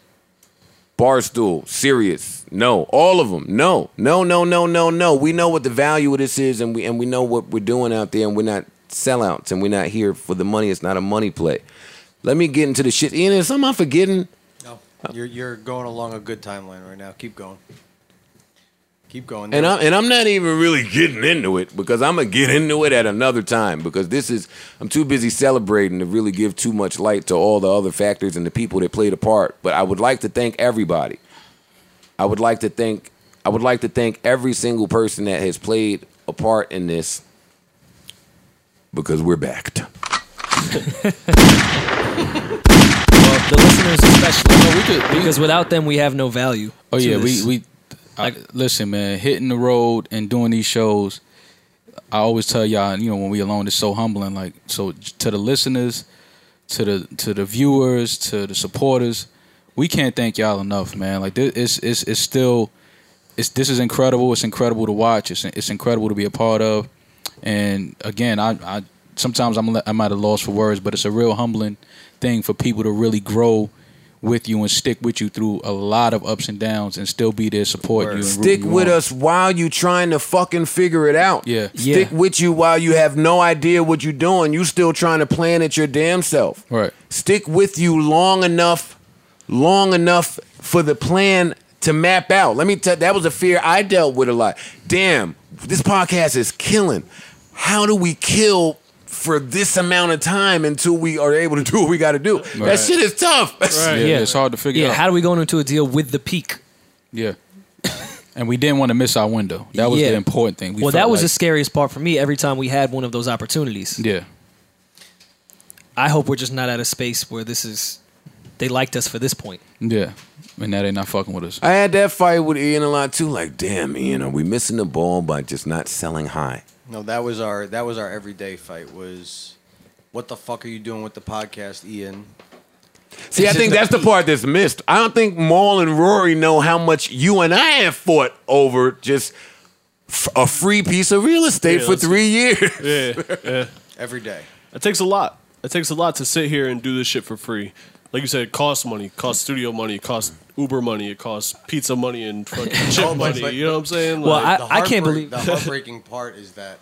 Speaker 1: Barstool, Sirius, no. All of them, no, no, no, no, no, no. We know what the value of this is, and we and we know what we're doing out there, and we're not sellouts, and we're not here for the money. It's not a money play. Let me get into the shit. Ian, is something I'm forgetting?
Speaker 7: No,
Speaker 1: Oh.
Speaker 7: you're you're going along a good timeline right now. Keep going. Keep going.
Speaker 1: And I'm and I'm not even really getting into it because I'm gonna get into it at another time because this is I'm too busy celebrating to really give too much light to all the other factors and the people that played a part. But I would like to thank everybody. I would like to thank I would like to thank every single person that has played a part in this because we're backed.
Speaker 4: well, the listeners especially. because without them, we have no value.
Speaker 2: Oh
Speaker 4: to
Speaker 2: yeah,
Speaker 4: this.
Speaker 2: we we I, listen, man. Hitting the road and doing these shows, I always tell y'all, and, you know, when we alone, it's so humbling. Like, so to the listeners, to the to the viewers, to the supporters, we can't thank y'all enough, man. Like, this, it's it's it's still, it's this is incredible. It's incredible to watch. It's it's incredible to be a part of. And again, I, I sometimes I'm I'm at a loss for words, but it's a real humbling thing for people to really grow with you and stick with you through a lot of ups and downs and still be there support you and
Speaker 1: Stick with us while you trying to fucking figure it out.
Speaker 2: Yeah.
Speaker 1: Stick with you while you have no idea what you're doing. You still trying to plan it your damn self.
Speaker 2: Right.
Speaker 1: Stick with you long enough, long enough for the plan to map out. Let me tell that was a fear I dealt with a lot. Damn, this podcast is killing. How do we kill for this amount of time until we are able to do what we got to do? That
Speaker 2: Right.
Speaker 1: shit is tough.
Speaker 2: Yeah, it's hard to figure
Speaker 4: yeah,
Speaker 2: out.
Speaker 4: how do we go into a deal with the peak?
Speaker 2: yeah. and we didn't want to miss our window. That was
Speaker 4: Yeah.
Speaker 2: the important thing. We
Speaker 4: well,
Speaker 2: felt
Speaker 4: that was the
Speaker 2: like,
Speaker 4: scariest part for me every time we had one of those opportunities.
Speaker 2: Yeah.
Speaker 4: I hope we're just not at a space where this is, they liked us for this point.
Speaker 2: yeah. And now they're not fucking with us.
Speaker 1: I had that fight with Ian a lot too. Like, damn, Ian, are we missing the ball by just not selling high?
Speaker 7: No, that was our that was our everyday fight. Was what the fuck are you doing with the podcast, Ian?
Speaker 1: See, I think that's the part that's missed. I don't think Maul and Rory know how much you and I have fought over just f- a free piece of real estate
Speaker 3: Yeah,
Speaker 1: for
Speaker 3: that's-
Speaker 1: three years.
Speaker 3: Yeah, yeah.
Speaker 7: Every day.
Speaker 3: It takes a lot. It takes a lot to sit here and do this shit for free. Like you said, it costs money, it costs studio money, it costs Uber money, it costs pizza money and fucking chip
Speaker 7: Oh, but-
Speaker 3: money.
Speaker 7: but-
Speaker 3: you know what I'm saying?
Speaker 4: Well,
Speaker 3: Like-
Speaker 4: I- I can't believe-
Speaker 7: the heartbreaking part is that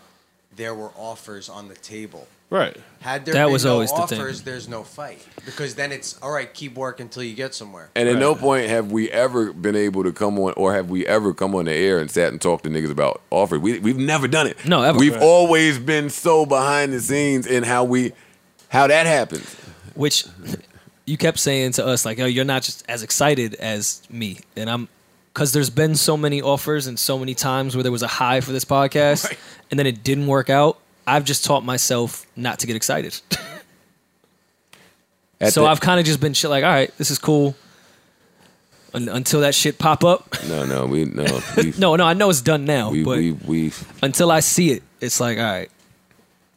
Speaker 7: there were offers on the table.
Speaker 3: Right.
Speaker 7: Had there
Speaker 4: That
Speaker 7: been
Speaker 4: was
Speaker 7: no
Speaker 4: always the thing.
Speaker 7: offers, there's no fight because then it's all right. Keep working until you get somewhere.
Speaker 1: And at no point have we ever been able to come on, or have we ever come on the air and sat and talked to niggas about offers. We, we've never done it.
Speaker 4: No, ever.
Speaker 1: We've
Speaker 4: Right.
Speaker 1: always been so behind the scenes in how we, how that happens.
Speaker 4: which you kept saying to us like oh you're not just as excited as me and i'm because there's been so many offers and so many times where there was a high for this podcast and then it didn't work out i've just taught myself not to get excited
Speaker 1: At
Speaker 4: so
Speaker 1: the-
Speaker 4: i've kind of just been shit like all right this is cool Un- until that shit pop up
Speaker 1: No, no, we no, we,
Speaker 4: no no i know it's done now
Speaker 1: we,
Speaker 4: but
Speaker 1: we, we
Speaker 4: until i see it it's like all right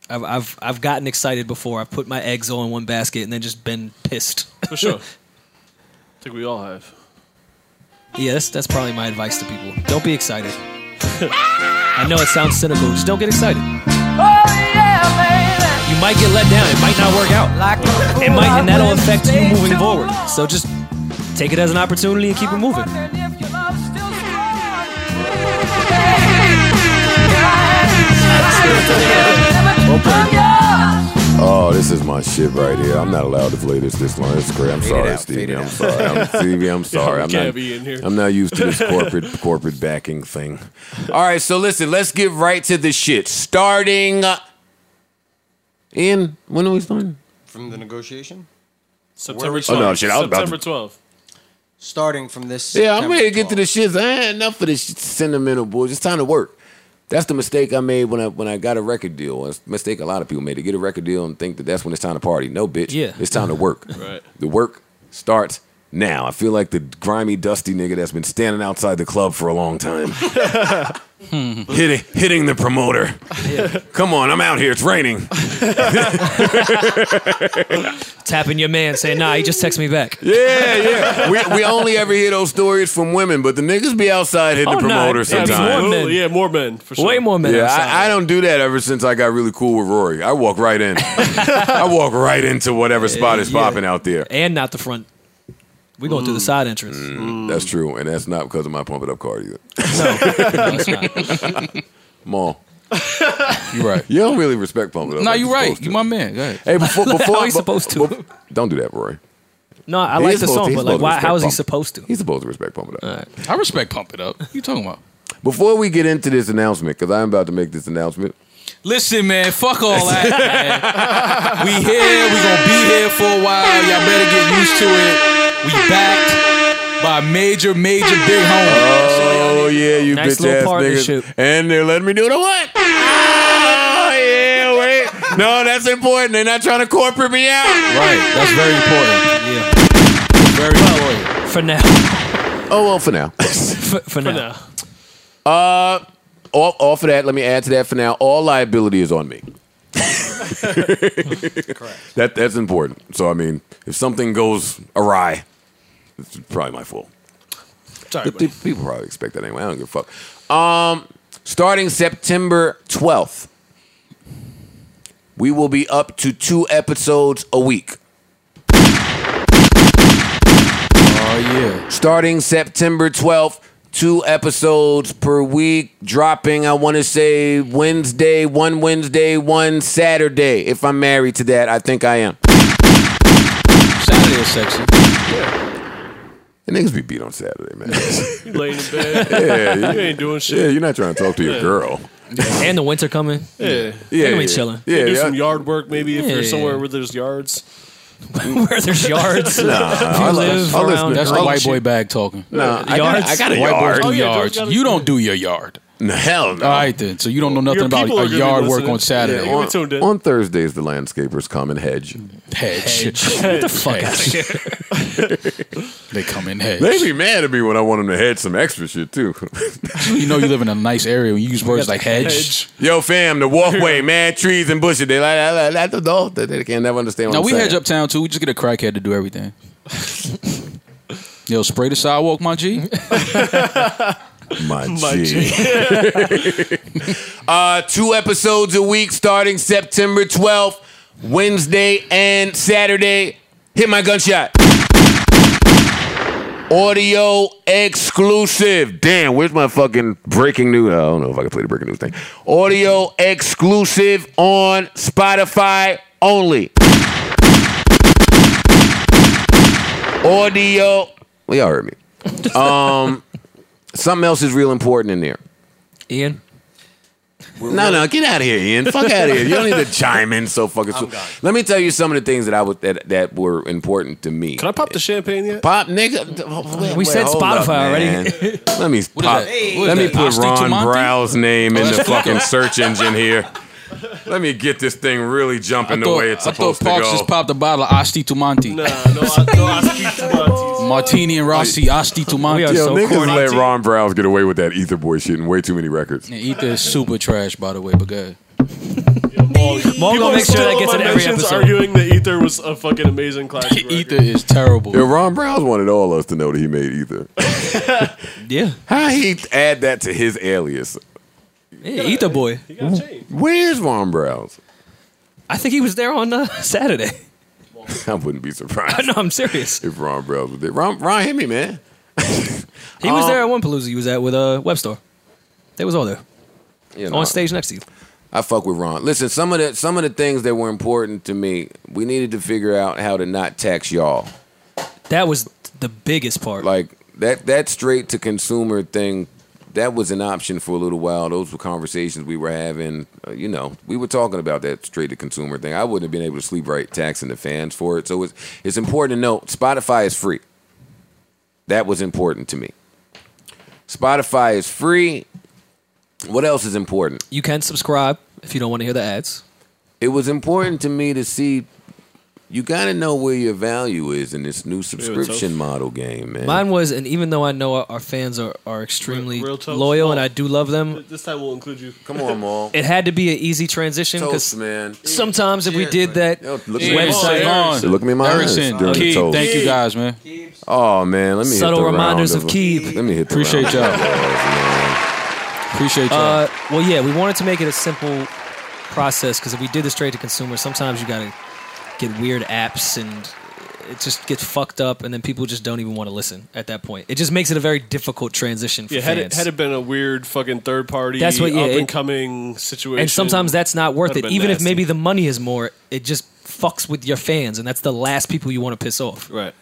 Speaker 4: I've, I've I've gotten excited before. I've put my eggs all in one basket and then just been pissed.
Speaker 3: For sure. I think we all have.
Speaker 4: Yeah, that's, that's probably my advice to people. Don't be excited. I know it sounds cynical. Just don't get excited. You might get let down. It might not work out. It might, and that'll affect you moving forward. So just take it as an opportunity and keep it moving.
Speaker 1: Oh, this is my shit right here. I'm not allowed to play this this long. It's great. I'm sorry, Stevie. I'm sorry. I'm, Stevie, I'm sorry. I'm
Speaker 3: can't
Speaker 1: not,
Speaker 3: be in here.
Speaker 1: I'm not used to this corporate corporate backing thing. All right, so listen, let's get right to the shit. Starting. uh, Ian, when are we starting?
Speaker 7: From the negotiation,
Speaker 3: September 12th.
Speaker 1: Oh, no, shit, I was about to-
Speaker 3: September 12th.
Speaker 7: starting from this.
Speaker 1: Yeah, I'm
Speaker 7: September
Speaker 1: ready to get to
Speaker 7: 12th.
Speaker 1: the shits. I ain't enough for this sentimental bullshit. It's time to work. That's the mistake I made when I when I got a record deal. It's a mistake a lot of people made. They get a record deal and think that that's when it's time to party. No, bitch.
Speaker 4: Yeah.
Speaker 1: It's time to work.
Speaker 3: Right.
Speaker 1: The work starts now. I feel like the grimy, dusty nigga that's been standing outside the club for a long time. hitting, hitting the promoter. Come on, I'm out here. It's raining.
Speaker 4: Tapping your man, saying, "Nah, he just texted me back."
Speaker 1: Yeah, yeah. We, we only ever hear those stories from women, but the niggas be outside hitting
Speaker 4: Oh,
Speaker 1: the
Speaker 4: no,
Speaker 1: promoter
Speaker 4: it's more
Speaker 1: sometimes.
Speaker 4: men.
Speaker 3: Absolutely, yeah, more men, for sure.
Speaker 4: Way more men.
Speaker 1: Yeah,
Speaker 4: outside.
Speaker 1: I, I don't do that ever since I got really cool with Rory. I walk right in. I walk right into whatever spot is
Speaker 4: yeah.
Speaker 1: popping out there.
Speaker 4: and not the front. We going through the side entrance.
Speaker 1: Mm, That's true, and that's not because of my pump it up card either.
Speaker 4: No, it's not.
Speaker 1: Maul,
Speaker 2: You're right.
Speaker 1: you don't really respect pump it up.
Speaker 2: No,
Speaker 1: like
Speaker 2: you're
Speaker 1: supposed
Speaker 2: right.
Speaker 1: to.
Speaker 2: You my man. Go ahead.
Speaker 1: Hey, before
Speaker 4: How
Speaker 1: before
Speaker 4: he supposed to?
Speaker 1: bef- don't do that, Rory.
Speaker 4: No, I
Speaker 1: He
Speaker 4: like
Speaker 1: is
Speaker 4: the
Speaker 1: supposed to-
Speaker 4: song,
Speaker 1: he's
Speaker 4: but like,
Speaker 1: supposed to
Speaker 4: why,
Speaker 1: respect
Speaker 4: how is he
Speaker 1: pump.
Speaker 4: supposed to?
Speaker 1: He's supposed to respect pump it up.
Speaker 2: I respect Pump It Up. What you talking about?
Speaker 1: Before we get into this announcement, because I'm about to make this announcement.
Speaker 2: Listen, man, fuck all that. Man. We here. We gonna be here for a while. Y'all better get used to it. We backed by major, major big homies.
Speaker 1: Oh yeah, you
Speaker 4: Nice
Speaker 1: bitch
Speaker 4: little
Speaker 1: ass
Speaker 4: partnership.
Speaker 1: niggas. And they're letting me do the what? Oh yeah, wait. No, that's important. They're not trying to corporate me out.
Speaker 2: Right. That's very important.
Speaker 4: Yeah.
Speaker 2: Very important.
Speaker 4: For now.
Speaker 1: Oh well, for now.
Speaker 4: For, for now.
Speaker 3: No.
Speaker 1: Uh, all, all for that. Let me add to that for now. All liability is on me. That that's important. So I mean, if something goes awry, it's probably my fault.
Speaker 3: Sorry,
Speaker 1: But pe-
Speaker 3: buddy.
Speaker 1: people probably expect that anyway. I don't give a fuck. Um, starting September twelfth, we will be up to two episodes a week.
Speaker 2: Oh yeah.
Speaker 1: Starting September 12th, two episodes per week dropping. I want to say Wednesday, one Wednesday, one Saturday. If I'm married to that, I think I am.
Speaker 2: Saturday is sexy.
Speaker 1: The niggas be beat on Saturday, man.
Speaker 3: You laying in bed.
Speaker 1: yeah,
Speaker 3: you
Speaker 1: you,
Speaker 3: ain't doing
Speaker 1: yeah,
Speaker 3: shit.
Speaker 1: you're not trying to talk to your girl.
Speaker 4: And the winter coming.
Speaker 3: Yeah.
Speaker 1: Yeah,
Speaker 4: Nigga be
Speaker 1: yeah.
Speaker 4: chilling.
Speaker 1: Yeah,
Speaker 3: do
Speaker 1: yeah.
Speaker 3: some yard work maybe if
Speaker 4: Yeah.
Speaker 3: you're somewhere where there's yards.
Speaker 4: Where there's yards.
Speaker 1: Nah, Uh, I
Speaker 4: live
Speaker 1: listen- I listen
Speaker 4: around-
Speaker 1: to
Speaker 2: That's
Speaker 1: girls.
Speaker 2: the white boy bag talking.
Speaker 1: Nah, I got,
Speaker 4: Yards?
Speaker 1: I got a
Speaker 2: White boys
Speaker 1: yard.
Speaker 2: do
Speaker 3: Oh, yeah, girls
Speaker 2: yards.
Speaker 3: gotta-
Speaker 2: You don't do your yard.
Speaker 1: No, hell no.
Speaker 2: All right then. So you don't know nothing
Speaker 1: Your
Speaker 2: about
Speaker 1: people
Speaker 2: a
Speaker 1: are gonna be
Speaker 2: yard work
Speaker 1: listening.
Speaker 2: on Saturday.
Speaker 1: Yeah, on, on Thursdays, the landscapers come and hedge.
Speaker 2: Hedge. Get the fuck out here. they come in hedge.
Speaker 1: They be mad at me when I want them to hedge some extra shit too.
Speaker 2: you know you live in a nice area when you use words like hedge.
Speaker 1: Yo, fam, the walkway, man, trees and bushes. They like "Ah, that's the dog. They can't never understand. What
Speaker 2: Now
Speaker 1: I'm
Speaker 2: we
Speaker 1: saying.
Speaker 2: hedge uptown too. We just get a crackhead to do everything. Yo, spray the sidewalk, my G.
Speaker 1: My
Speaker 2: My
Speaker 1: G.
Speaker 2: G.
Speaker 1: uh, two episodes a week starting September 12th, Wednesday and Saturday. Hit my gunshot. Audio exclusive. Damn, where's my fucking breaking news? I don't know if I can play the breaking news thing. Audio exclusive on Spotify only. Audio. Well, y'all heard me. Um, something else is real important in there.
Speaker 4: Ian?
Speaker 1: No, no, get out of here, Ian. Fuck out of here. You don't need to chime in so fucking soon. Let me tell you some of the things that I was that, that were important to me.
Speaker 3: Can I pop the champagne yet?
Speaker 1: Pop, nigga.
Speaker 3: We
Speaker 1: Wait, hold up, man. Let me
Speaker 3: What is
Speaker 1: pop.
Speaker 3: that? Hey,
Speaker 1: let
Speaker 3: what
Speaker 1: me
Speaker 3: is that?
Speaker 1: put
Speaker 3: Asti
Speaker 1: Ron
Speaker 3: Tamonte?
Speaker 1: Brow's name
Speaker 2: Oh,
Speaker 1: in the
Speaker 2: that's-
Speaker 1: fucking search engine here. Let me get this thing really jumping the way it's
Speaker 2: I thought
Speaker 1: supposed to
Speaker 2: Parks
Speaker 1: go.
Speaker 2: just popped a bottle of Asti Tumanti. Nah, no, Martini and Rossi, Asti Tumanti.
Speaker 1: Yo, niggas let Ron Browse get away with that Ether Boy shit and way too many records.
Speaker 2: Yeah, Ether is super trash, by the way, but good.
Speaker 3: People
Speaker 2: gonna
Speaker 3: are
Speaker 2: make sure
Speaker 3: still
Speaker 2: that gets
Speaker 3: on
Speaker 2: in
Speaker 3: my
Speaker 2: every
Speaker 3: mentions
Speaker 2: episode.
Speaker 3: Arguing that Ether was a fucking amazing classic.
Speaker 2: Ether is terrible.
Speaker 1: Yo, Ron Browse wanted all us to know that he made Ether.
Speaker 4: yeah.
Speaker 1: How he add that to his alias?
Speaker 4: Yeah, Ether Boy.
Speaker 1: Where's Ron Browse?
Speaker 4: I think he was there on uh, Saturday.
Speaker 1: I wouldn't be surprised.
Speaker 4: no, I'm serious.
Speaker 1: If Ron Browse was there. Ron, Ron hit me, man.
Speaker 4: He was there at one palooza he was at with uh, Webstar. They was all there.
Speaker 1: You know.
Speaker 4: on stage next to you.
Speaker 1: I fuck with Ron. Listen, some of the some of the things that were important to me, we needed to figure out how to not tax y'all.
Speaker 4: That was the biggest part.
Speaker 1: Like that that straight to consumer thing, that was an option for a little while. Those were conversations we were having. Uh, you know, we were talking about that straight to consumer thing. I wouldn't have been able to sleep right taxing the fans for it. So it's it's important to note Spotify is free. That was important to me. Spotify is free. What else is important?
Speaker 4: You can subscribe if you don't want to hear the ads.
Speaker 1: It was important to me to see. You got to know where your value is in this new subscription model game, man.
Speaker 4: Mine was, and even though I know our, our fans are, are extremely loyal and I do love them,
Speaker 3: This time we'll include you.
Speaker 1: Come on, Maul.
Speaker 4: it had to be an easy transition
Speaker 1: Toast,
Speaker 4: because
Speaker 1: man.
Speaker 4: sometimes if we did that,
Speaker 1: look at me.
Speaker 4: website,
Speaker 1: Look me in my eyes
Speaker 2: Erickson,
Speaker 1: during the
Speaker 2: Keith,
Speaker 1: toast.
Speaker 2: thank you guys, man.
Speaker 1: Oh man, let me
Speaker 4: Subtle
Speaker 1: hit the
Speaker 4: reminders
Speaker 1: round
Speaker 4: of Keeb.
Speaker 1: Let me hit. The
Speaker 2: Appreciate
Speaker 1: round
Speaker 2: y'all.
Speaker 1: Of applause,
Speaker 2: Appreciate y'all.
Speaker 4: Uh, well, yeah, we wanted to make it a simple process because if we did this straight to consumer, sometimes you gotta get weird apps and it just gets fucked up, and then people just don't even want to listen at that point. It just makes it a very difficult transition for
Speaker 3: Yeah, had it,
Speaker 4: fans.
Speaker 3: had it been a weird fucking third party,
Speaker 4: That's what- yeah,
Speaker 3: up
Speaker 4: it-
Speaker 3: and coming situation.
Speaker 4: and sometimes that's not worth it,
Speaker 3: that'd have been
Speaker 4: even if
Speaker 3: nasty.
Speaker 4: maybe the money is more. It just fucks with your fans, and that's the last people you want to piss off.
Speaker 3: Right.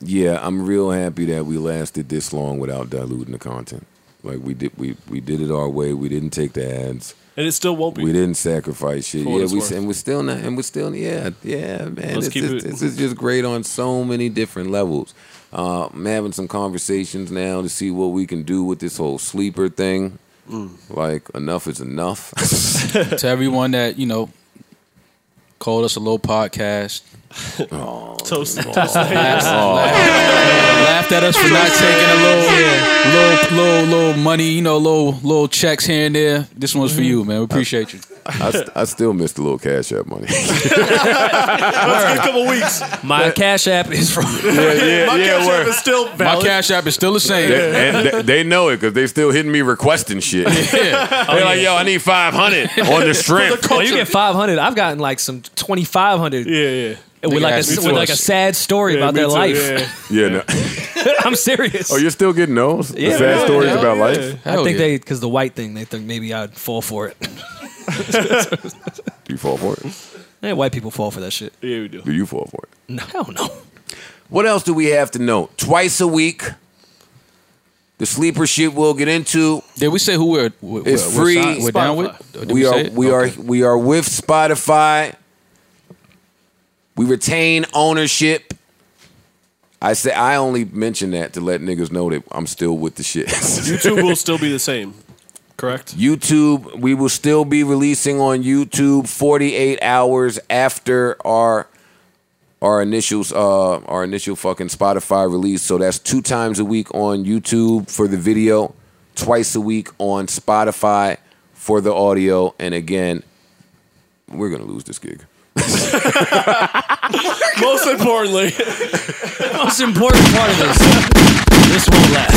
Speaker 1: Yeah, I'm real happy that we lasted this long without diluting the content. Like we did, we we did it our way. We didn't take the ads.
Speaker 3: And it still won't be.
Speaker 1: We didn't sacrifice shit.
Speaker 3: For what
Speaker 1: Yeah,
Speaker 3: it's
Speaker 1: we
Speaker 3: worth.
Speaker 1: and we're still not. And we're still yeah yeah man.
Speaker 3: Let's
Speaker 1: it's
Speaker 3: keep
Speaker 1: just,
Speaker 3: it-
Speaker 1: This is just great on so many different levels. Uh, I'm having some conversations now to see what we can do with this whole sleeper thing. Like enough is enough.
Speaker 2: to everyone that you know called us a low podcast.
Speaker 3: Toast. Toast.
Speaker 2: Laughed, laughed at us for not taking a little, little, little, little money, you know, little, little checks here and there. This one's for you, man. We appreciate you.
Speaker 1: I, st- I still missed a little cash app money.
Speaker 3: Let's get a couple weeks.
Speaker 4: My cash app is from.
Speaker 1: Yeah, yeah,
Speaker 3: My
Speaker 1: yeah,
Speaker 3: cash app
Speaker 1: word.
Speaker 3: is still
Speaker 2: My
Speaker 3: valid.
Speaker 2: cash app is still the same.
Speaker 1: They, and they, they know it because they still hitting me requesting shit.
Speaker 2: Yeah.
Speaker 1: They're like, yo, I need 500 on Oh, the strength.
Speaker 4: Oh, you get five hundred. I've gotten like some twenty five hundred.
Speaker 3: Yeah, yeah.
Speaker 4: With
Speaker 1: Nigga
Speaker 4: like a
Speaker 1: asked me
Speaker 4: with like a
Speaker 1: twice.
Speaker 4: sad story
Speaker 1: Yeah,
Speaker 4: about
Speaker 1: me
Speaker 4: their
Speaker 1: too,
Speaker 4: life.
Speaker 1: yeah. Yeah, no.
Speaker 4: I'm serious.
Speaker 1: Oh, you're still getting those? The
Speaker 4: Yeah,
Speaker 1: sad
Speaker 4: yeah,
Speaker 1: stories
Speaker 4: yeah.
Speaker 1: about
Speaker 4: Hell
Speaker 1: life?
Speaker 4: I think they because the white thing they think maybe I'd fall for it.
Speaker 1: Do you fall for it?
Speaker 4: yeah, white people fall for that shit.
Speaker 3: Yeah, we do.
Speaker 1: Do you fall for it?
Speaker 4: No, hell no.
Speaker 1: What else do we have to know? Twice a week, the sleeper shit we'll get into.
Speaker 2: Did we say who we're, we're,
Speaker 1: It's
Speaker 2: we're
Speaker 1: free.
Speaker 2: si- we're down with? Did
Speaker 1: We
Speaker 2: say
Speaker 1: are
Speaker 2: it?
Speaker 1: we are we are with Spotify. We retain ownership. I say I only mention that to let niggas know that I'm still with the shit.
Speaker 3: YouTube will still be the same. Correct.
Speaker 1: YouTube, we will still be releasing on YouTube 48 hours after our our initials uh our initial fucking Spotify release. So that's two times a week on YouTube for the video, twice a week on Spotify for the audio, and again, we're going to lose this gig.
Speaker 3: Most importantly,
Speaker 4: most important part of this. This won't last.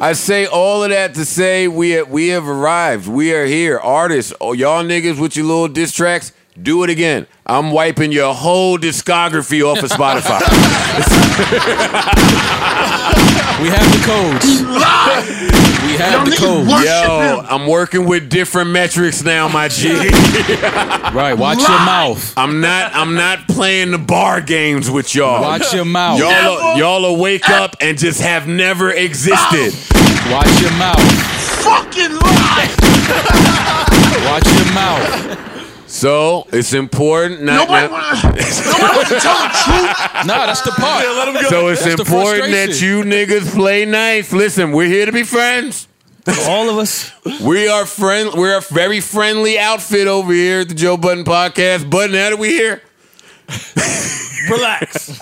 Speaker 1: I say all of that to say we we have arrived. We are here. Artists, oh, y'all niggas with your little diss tracks, do it again. I'm wiping your whole discography off of Spotify.
Speaker 2: we have the codes. We have the codes.
Speaker 1: Yo, I'm working with different metrics now, my G.
Speaker 2: right, watch your mouth.
Speaker 1: I'm not I'm not playing the bar games with y'all.
Speaker 2: Watch your mouth.
Speaker 1: Y'all are- y'all are wake up and just have never existed.
Speaker 2: Watch your mouth.
Speaker 5: Fucking lie.
Speaker 2: Watch your mouth.
Speaker 1: So it's important not,
Speaker 5: Nobody
Speaker 1: not
Speaker 5: wanna, nobody wanna tell the truth.
Speaker 2: Nah, that's the part.
Speaker 1: So it's
Speaker 2: That's the
Speaker 1: important that
Speaker 2: frustration.
Speaker 1: you niggas play nice. Listen, we're here to be friends.
Speaker 4: All of us.
Speaker 1: We are friend. We're a very friendly outfit over here at the Joe Button Podcast. But now that we here,
Speaker 3: relax.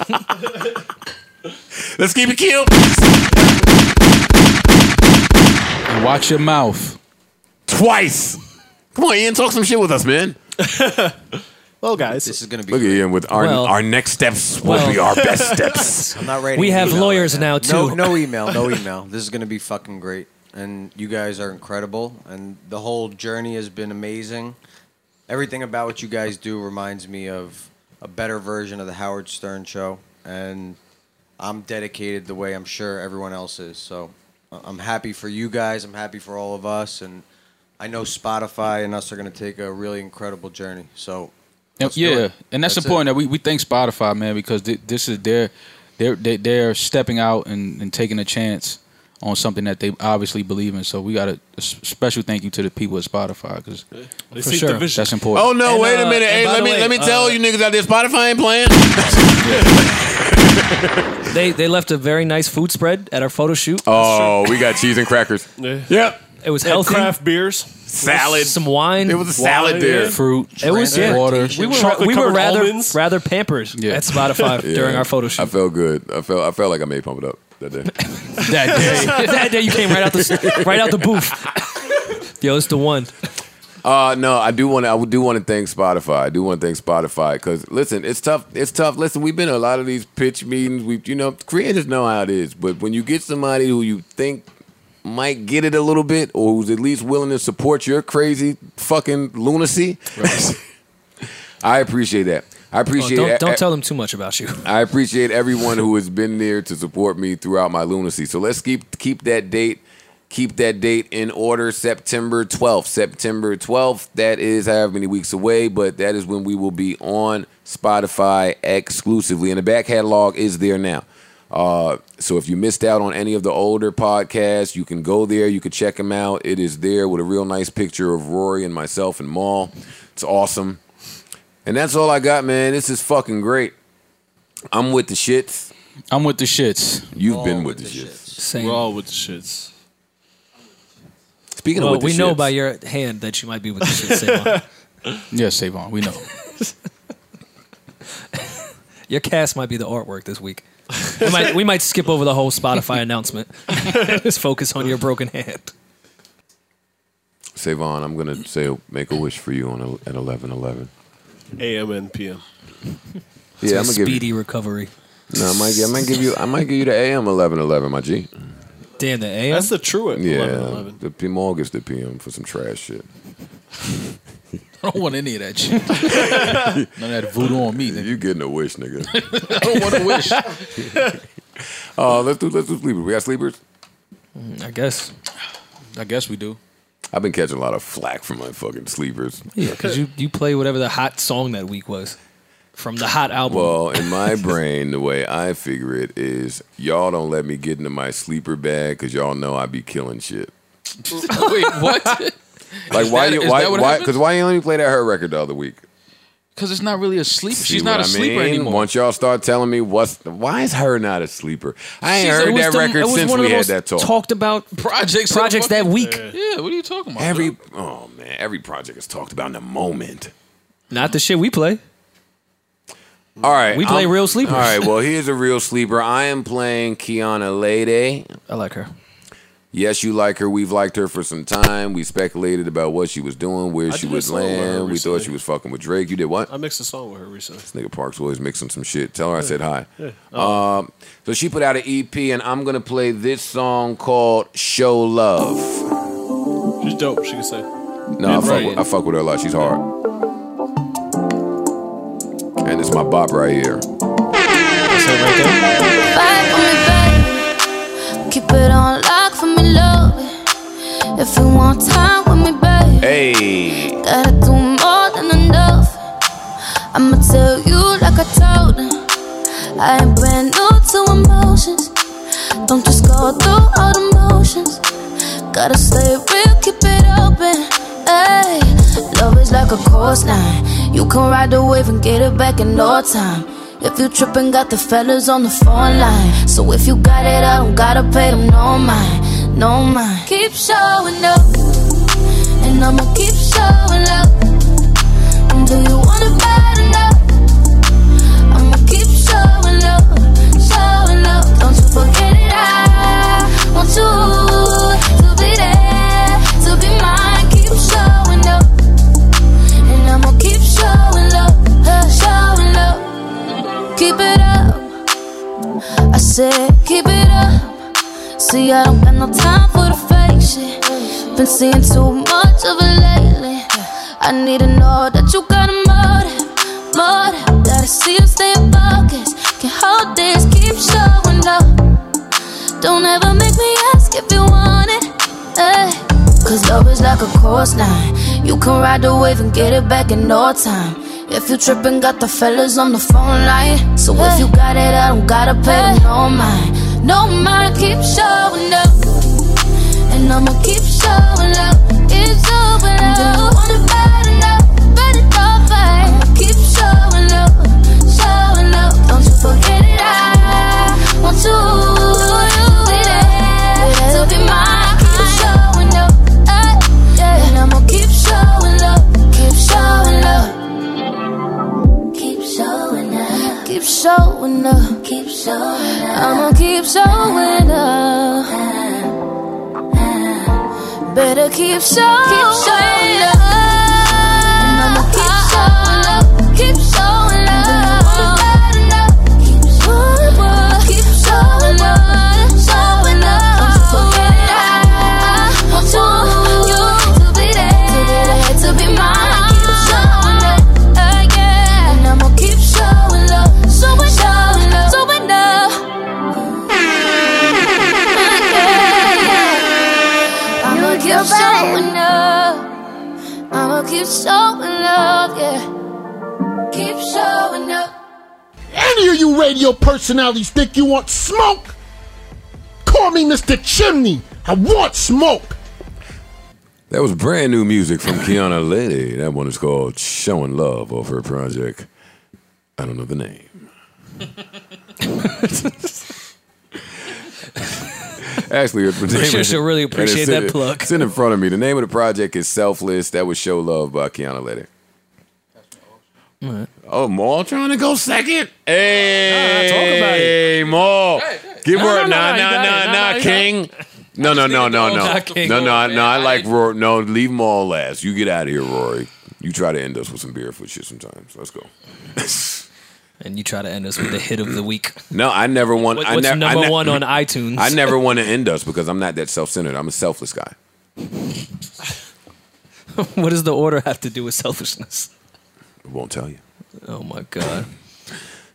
Speaker 1: let's keep it cute.
Speaker 2: Watch your mouth.
Speaker 1: Twice. Come on, Ian, talk some shit with us, man.
Speaker 7: Well, guys, this is gonna be.
Speaker 1: Look at Ian with our
Speaker 4: Well-
Speaker 1: our next steps will
Speaker 4: well-
Speaker 1: be our best steps.
Speaker 7: I'm not ready.
Speaker 4: We
Speaker 7: to
Speaker 4: have
Speaker 7: email
Speaker 4: lawyers now,
Speaker 7: No,
Speaker 4: too.
Speaker 7: no email, no email. This is gonna be fucking great, and you guys are incredible, and the whole journey has been amazing. Everything about what you guys do reminds me of a better version of the Howard Stern show, and I'm dedicated the way I'm sure everyone else is. So I- I'm happy for you guys. I'm happy for all of us, and I know Spotify and us are gonna take a really incredible journey. So Let's do
Speaker 2: yeah,
Speaker 7: it.
Speaker 2: and that's,
Speaker 7: That's
Speaker 2: important
Speaker 7: it.
Speaker 2: that we, we thank Spotify, man, because thi- this is their they're they- they're stepping out and, and taking a chance on something that they obviously believe in. So we got a, a s- special thank you to the people at Spotify because
Speaker 3: They
Speaker 4: For
Speaker 3: see
Speaker 4: sure.
Speaker 3: the vision.
Speaker 2: that's important.
Speaker 1: Oh no!
Speaker 4: And,
Speaker 1: wait a
Speaker 4: uh,
Speaker 1: minute.
Speaker 4: and
Speaker 1: Hey,
Speaker 4: by
Speaker 1: let
Speaker 4: the
Speaker 1: me
Speaker 4: way,
Speaker 1: let me tell
Speaker 4: uh,
Speaker 1: you niggas out there. Spotify ain't playing.
Speaker 4: They they left a very nice food spread at our photo shoot.
Speaker 1: Oh, we got cheese and crackers,
Speaker 3: Yeah.
Speaker 1: Yep.
Speaker 4: it was
Speaker 3: They had
Speaker 4: healthy.
Speaker 3: craft beers.
Speaker 1: salad.
Speaker 4: Some wine.
Speaker 1: It was a salad
Speaker 3: Wine,
Speaker 1: there.
Speaker 3: yeah.
Speaker 2: fruit,
Speaker 4: It was yeah.
Speaker 2: water.
Speaker 4: We were
Speaker 3: Chocolate
Speaker 4: we were
Speaker 3: covered
Speaker 4: rather
Speaker 3: almonds.
Speaker 4: rather pampered
Speaker 2: Yeah.
Speaker 4: at Spotify during
Speaker 1: Yeah.
Speaker 4: our photo shoot.
Speaker 1: I felt good. I felt I felt like I made pump it up that day.
Speaker 2: that day.
Speaker 4: that day you came right out the right out the booth. Yo, it's the one.
Speaker 1: Uh, no, I do want to. I do want to thank Spotify. I do want to thank Spotify because listen, it's tough. It's tough. Listen, we've been to a lot of these pitch meetings. We, you know, creators know how it is. But when you get somebody who you think might get it a little bit, or who's at least willing to support your crazy fucking lunacy, I appreciate that. I
Speaker 4: Oh,
Speaker 1: appreciate.
Speaker 4: don't
Speaker 1: it.
Speaker 4: don't tell them too much about you.
Speaker 1: I appreciate everyone who has been there to support me throughout my lunacy. So let's keep keep that date keep that date in order September 12th. September 12th, that is however many weeks away, but that is when we will be on Spotify exclusively. And the back catalog is there now. Uh, so if you missed out on any of the older podcasts, you can go there. You can check them out. It is there with a real nice picture of Rory and myself and Maul. It's awesome. And that's all I got, man. This is fucking great. I'm with the shits.
Speaker 2: I'm with the shits.
Speaker 1: You've
Speaker 7: all
Speaker 1: been with, the, shits.
Speaker 4: Same.
Speaker 3: We're all with the shits.
Speaker 1: Speaking
Speaker 4: well,
Speaker 1: of with
Speaker 4: we
Speaker 1: the
Speaker 4: know
Speaker 1: shits,
Speaker 4: by your hand that you might be with the shit. Savon.
Speaker 2: Yeah, Savon, we know.
Speaker 4: Your cast might be the artwork this week. We might, we might skip over the whole Spotify announcement. Just focus on your broken hand.
Speaker 1: Savon, I'm gonna say make a wish for you on a, at 11:11.
Speaker 3: AM and PM.
Speaker 1: Yeah, I'm
Speaker 4: a
Speaker 1: gonna give
Speaker 4: speedy
Speaker 1: you.
Speaker 4: recovery.
Speaker 1: No, I might, gi- I might give you. I might give you the AM 11:11, my G.
Speaker 4: Damn the AM.
Speaker 3: That's the true
Speaker 1: Yeah,
Speaker 3: 11
Speaker 1: the P- Maul gets the PM for some trash shit.
Speaker 2: I don't want any of that shit. None of that voodoo on me. nigga.
Speaker 1: You getting a wish, nigga?
Speaker 2: I don't want to wish.
Speaker 1: uh, let's do let's do sleepers. We got sleepers.
Speaker 4: I guess.
Speaker 2: Mm, I guess we do.
Speaker 1: I've been catching a lot of flack from my fucking sleepers.
Speaker 4: Yeah, because you, you play whatever the hot song that week was from the hot album.
Speaker 1: Well, in my brain, the way I figure it is, y'all don't let me get into my sleeper bag because y'all know I be killing shit.
Speaker 2: Wait, what?
Speaker 1: Like why
Speaker 2: that-
Speaker 1: you
Speaker 2: is
Speaker 1: why
Speaker 2: that what
Speaker 1: why
Speaker 2: happened?
Speaker 1: because why you let me play that her record the other week?
Speaker 2: Because it's not really a sleep.
Speaker 1: See
Speaker 2: She's not a
Speaker 1: what I
Speaker 2: sleeper
Speaker 1: mean?
Speaker 2: anymore.
Speaker 1: Once y'all start telling me what's why is her not a sleeper? I ain't
Speaker 2: She's- it
Speaker 1: heard
Speaker 2: was
Speaker 1: that
Speaker 2: the-
Speaker 1: record
Speaker 2: it was
Speaker 1: since
Speaker 2: one of
Speaker 1: we
Speaker 2: the
Speaker 1: had
Speaker 2: most
Speaker 1: that talk.
Speaker 4: talked about
Speaker 2: projects
Speaker 4: projects that week.
Speaker 2: Yeah, what are you talking about?
Speaker 1: Every oh man, every project is talked about in a moment.
Speaker 4: Not the shit we play.
Speaker 1: All right,
Speaker 4: We play real sleepers.
Speaker 1: All right, well Oh, here's a real sleeper. I am playing Kiana Lede.
Speaker 4: I like her.
Speaker 1: Yes, you like her. We've liked her for some time. We speculated about what she was doing, where
Speaker 3: I
Speaker 1: she
Speaker 3: did a
Speaker 1: would
Speaker 3: song with her
Speaker 1: land. We thought
Speaker 3: recently.
Speaker 1: she was fucking with Drake. You did what?
Speaker 3: I mixed a song with her recently.
Speaker 1: This nigga Parks always mixing some shit. Tell her I said hi.
Speaker 3: Yeah.
Speaker 1: Um, so she put out an EP, and I'm gonna play this song called "Show Love."
Speaker 3: She's dope. She can say.
Speaker 1: No, I fuck, with, I fuck with her a lot. She's hard. And it's my bop right here.
Speaker 14: Fight for me, babe. Keep it on lock for me, love. If you want time with me, babe,
Speaker 1: Hey,
Speaker 14: gotta do more than enough. I'ma tell you like I told her. I ain't brand new to emotions. Don't just go through all the motions. Gotta stay real, keep it open. Hey, love is like a course line. You can ride the wave and get it back in no time. If you trippin', got the fellas on the phone line. So if you got it, I don't gotta pay them no mind, no mind. Keep showing up, and I'ma keep showing up. And do you want it bad enough? I'ma keep showing love, showing love. Don't you forget it. I want you to be there, to be mine. Keep showing up, and I'ma keep showing love, uh, showing love. Keep it up. I said, keep it up. See, I don't got no time for the fake shit. Been seeing too much of it lately. I need to know that you got a motive blood. Gotta see you stay focused. Can't hold this, keep showing up. Don't ever make me ask if you want it. Ay. Cause love is like a course line. You can ride the wave and get it back in no time. If you trippin', got the fellas on the phone line. So if you got it, I don't gotta pay no mind. No mind, keep showing up. And I'ma keep showing up. It's over. Do you want it bad enough? Better enough, I'ma keep showing up, showing up. Don't you forget it. I want you, you be there to be mine. Keep showing up, eh, yeah. And I'ma keep showing up, keep showing up. Keep showing up. Keep showing up. Keep showing up. I'ma keep showing up. Better Uh, keep showing, keep showing up. And I'ma keep showing up. Keep showing up. Bad enough. Keep showing up. Keep showing up. Showing up. Don't you forget it. I want you, you to be there. To be there, to be mine. Keep showing up. Uh, yeah. And I'ma keep showing up. Showing up. Showing up. I'ma keep showing up. I'ma keep showing up, yeah. Keep showing up.
Speaker 15: Any of you radio personalities think you want smoke? Call me Mr. Chimney. I want smoke.
Speaker 1: That was brand new music from Kiana Lede. That one is called "Showing Love" off her project. I don't know the name. Actually, the name
Speaker 4: Sure,
Speaker 1: is-
Speaker 4: sure, really
Speaker 1: and it's
Speaker 4: appreciate
Speaker 1: in-
Speaker 4: that plug.
Speaker 1: It's in front of me. The name of the project is "Selfless." That was "Show Love" by Kiana Lede. Oh, Maul trying to go second. Hey,
Speaker 5: talk about it.
Speaker 1: Hey, Maul, give
Speaker 5: No,
Speaker 1: her
Speaker 5: no, no,
Speaker 1: nah,
Speaker 5: no, you
Speaker 1: nah,
Speaker 5: got it.
Speaker 1: nah,
Speaker 5: No,
Speaker 1: nah,
Speaker 5: no, you
Speaker 1: King. No, no, no, no, no,
Speaker 5: King.
Speaker 1: no, no, I-
Speaker 5: Man,
Speaker 1: no.
Speaker 4: Oh,
Speaker 1: I like Rory. No, leave Maul last. You get out of here, Rory. You try to end us with some barefoot shit sometimes. Let's go.
Speaker 4: And you try to end us with the hit of the week.
Speaker 1: No, I never want.
Speaker 4: What-
Speaker 1: I
Speaker 4: what's
Speaker 1: never,
Speaker 4: number one on iTunes?
Speaker 1: I never want to end us because I'm not that self-centered. I'm a selfless guy.
Speaker 4: what does the order have to do with selfishness?
Speaker 1: I won't tell you.
Speaker 4: Oh my god.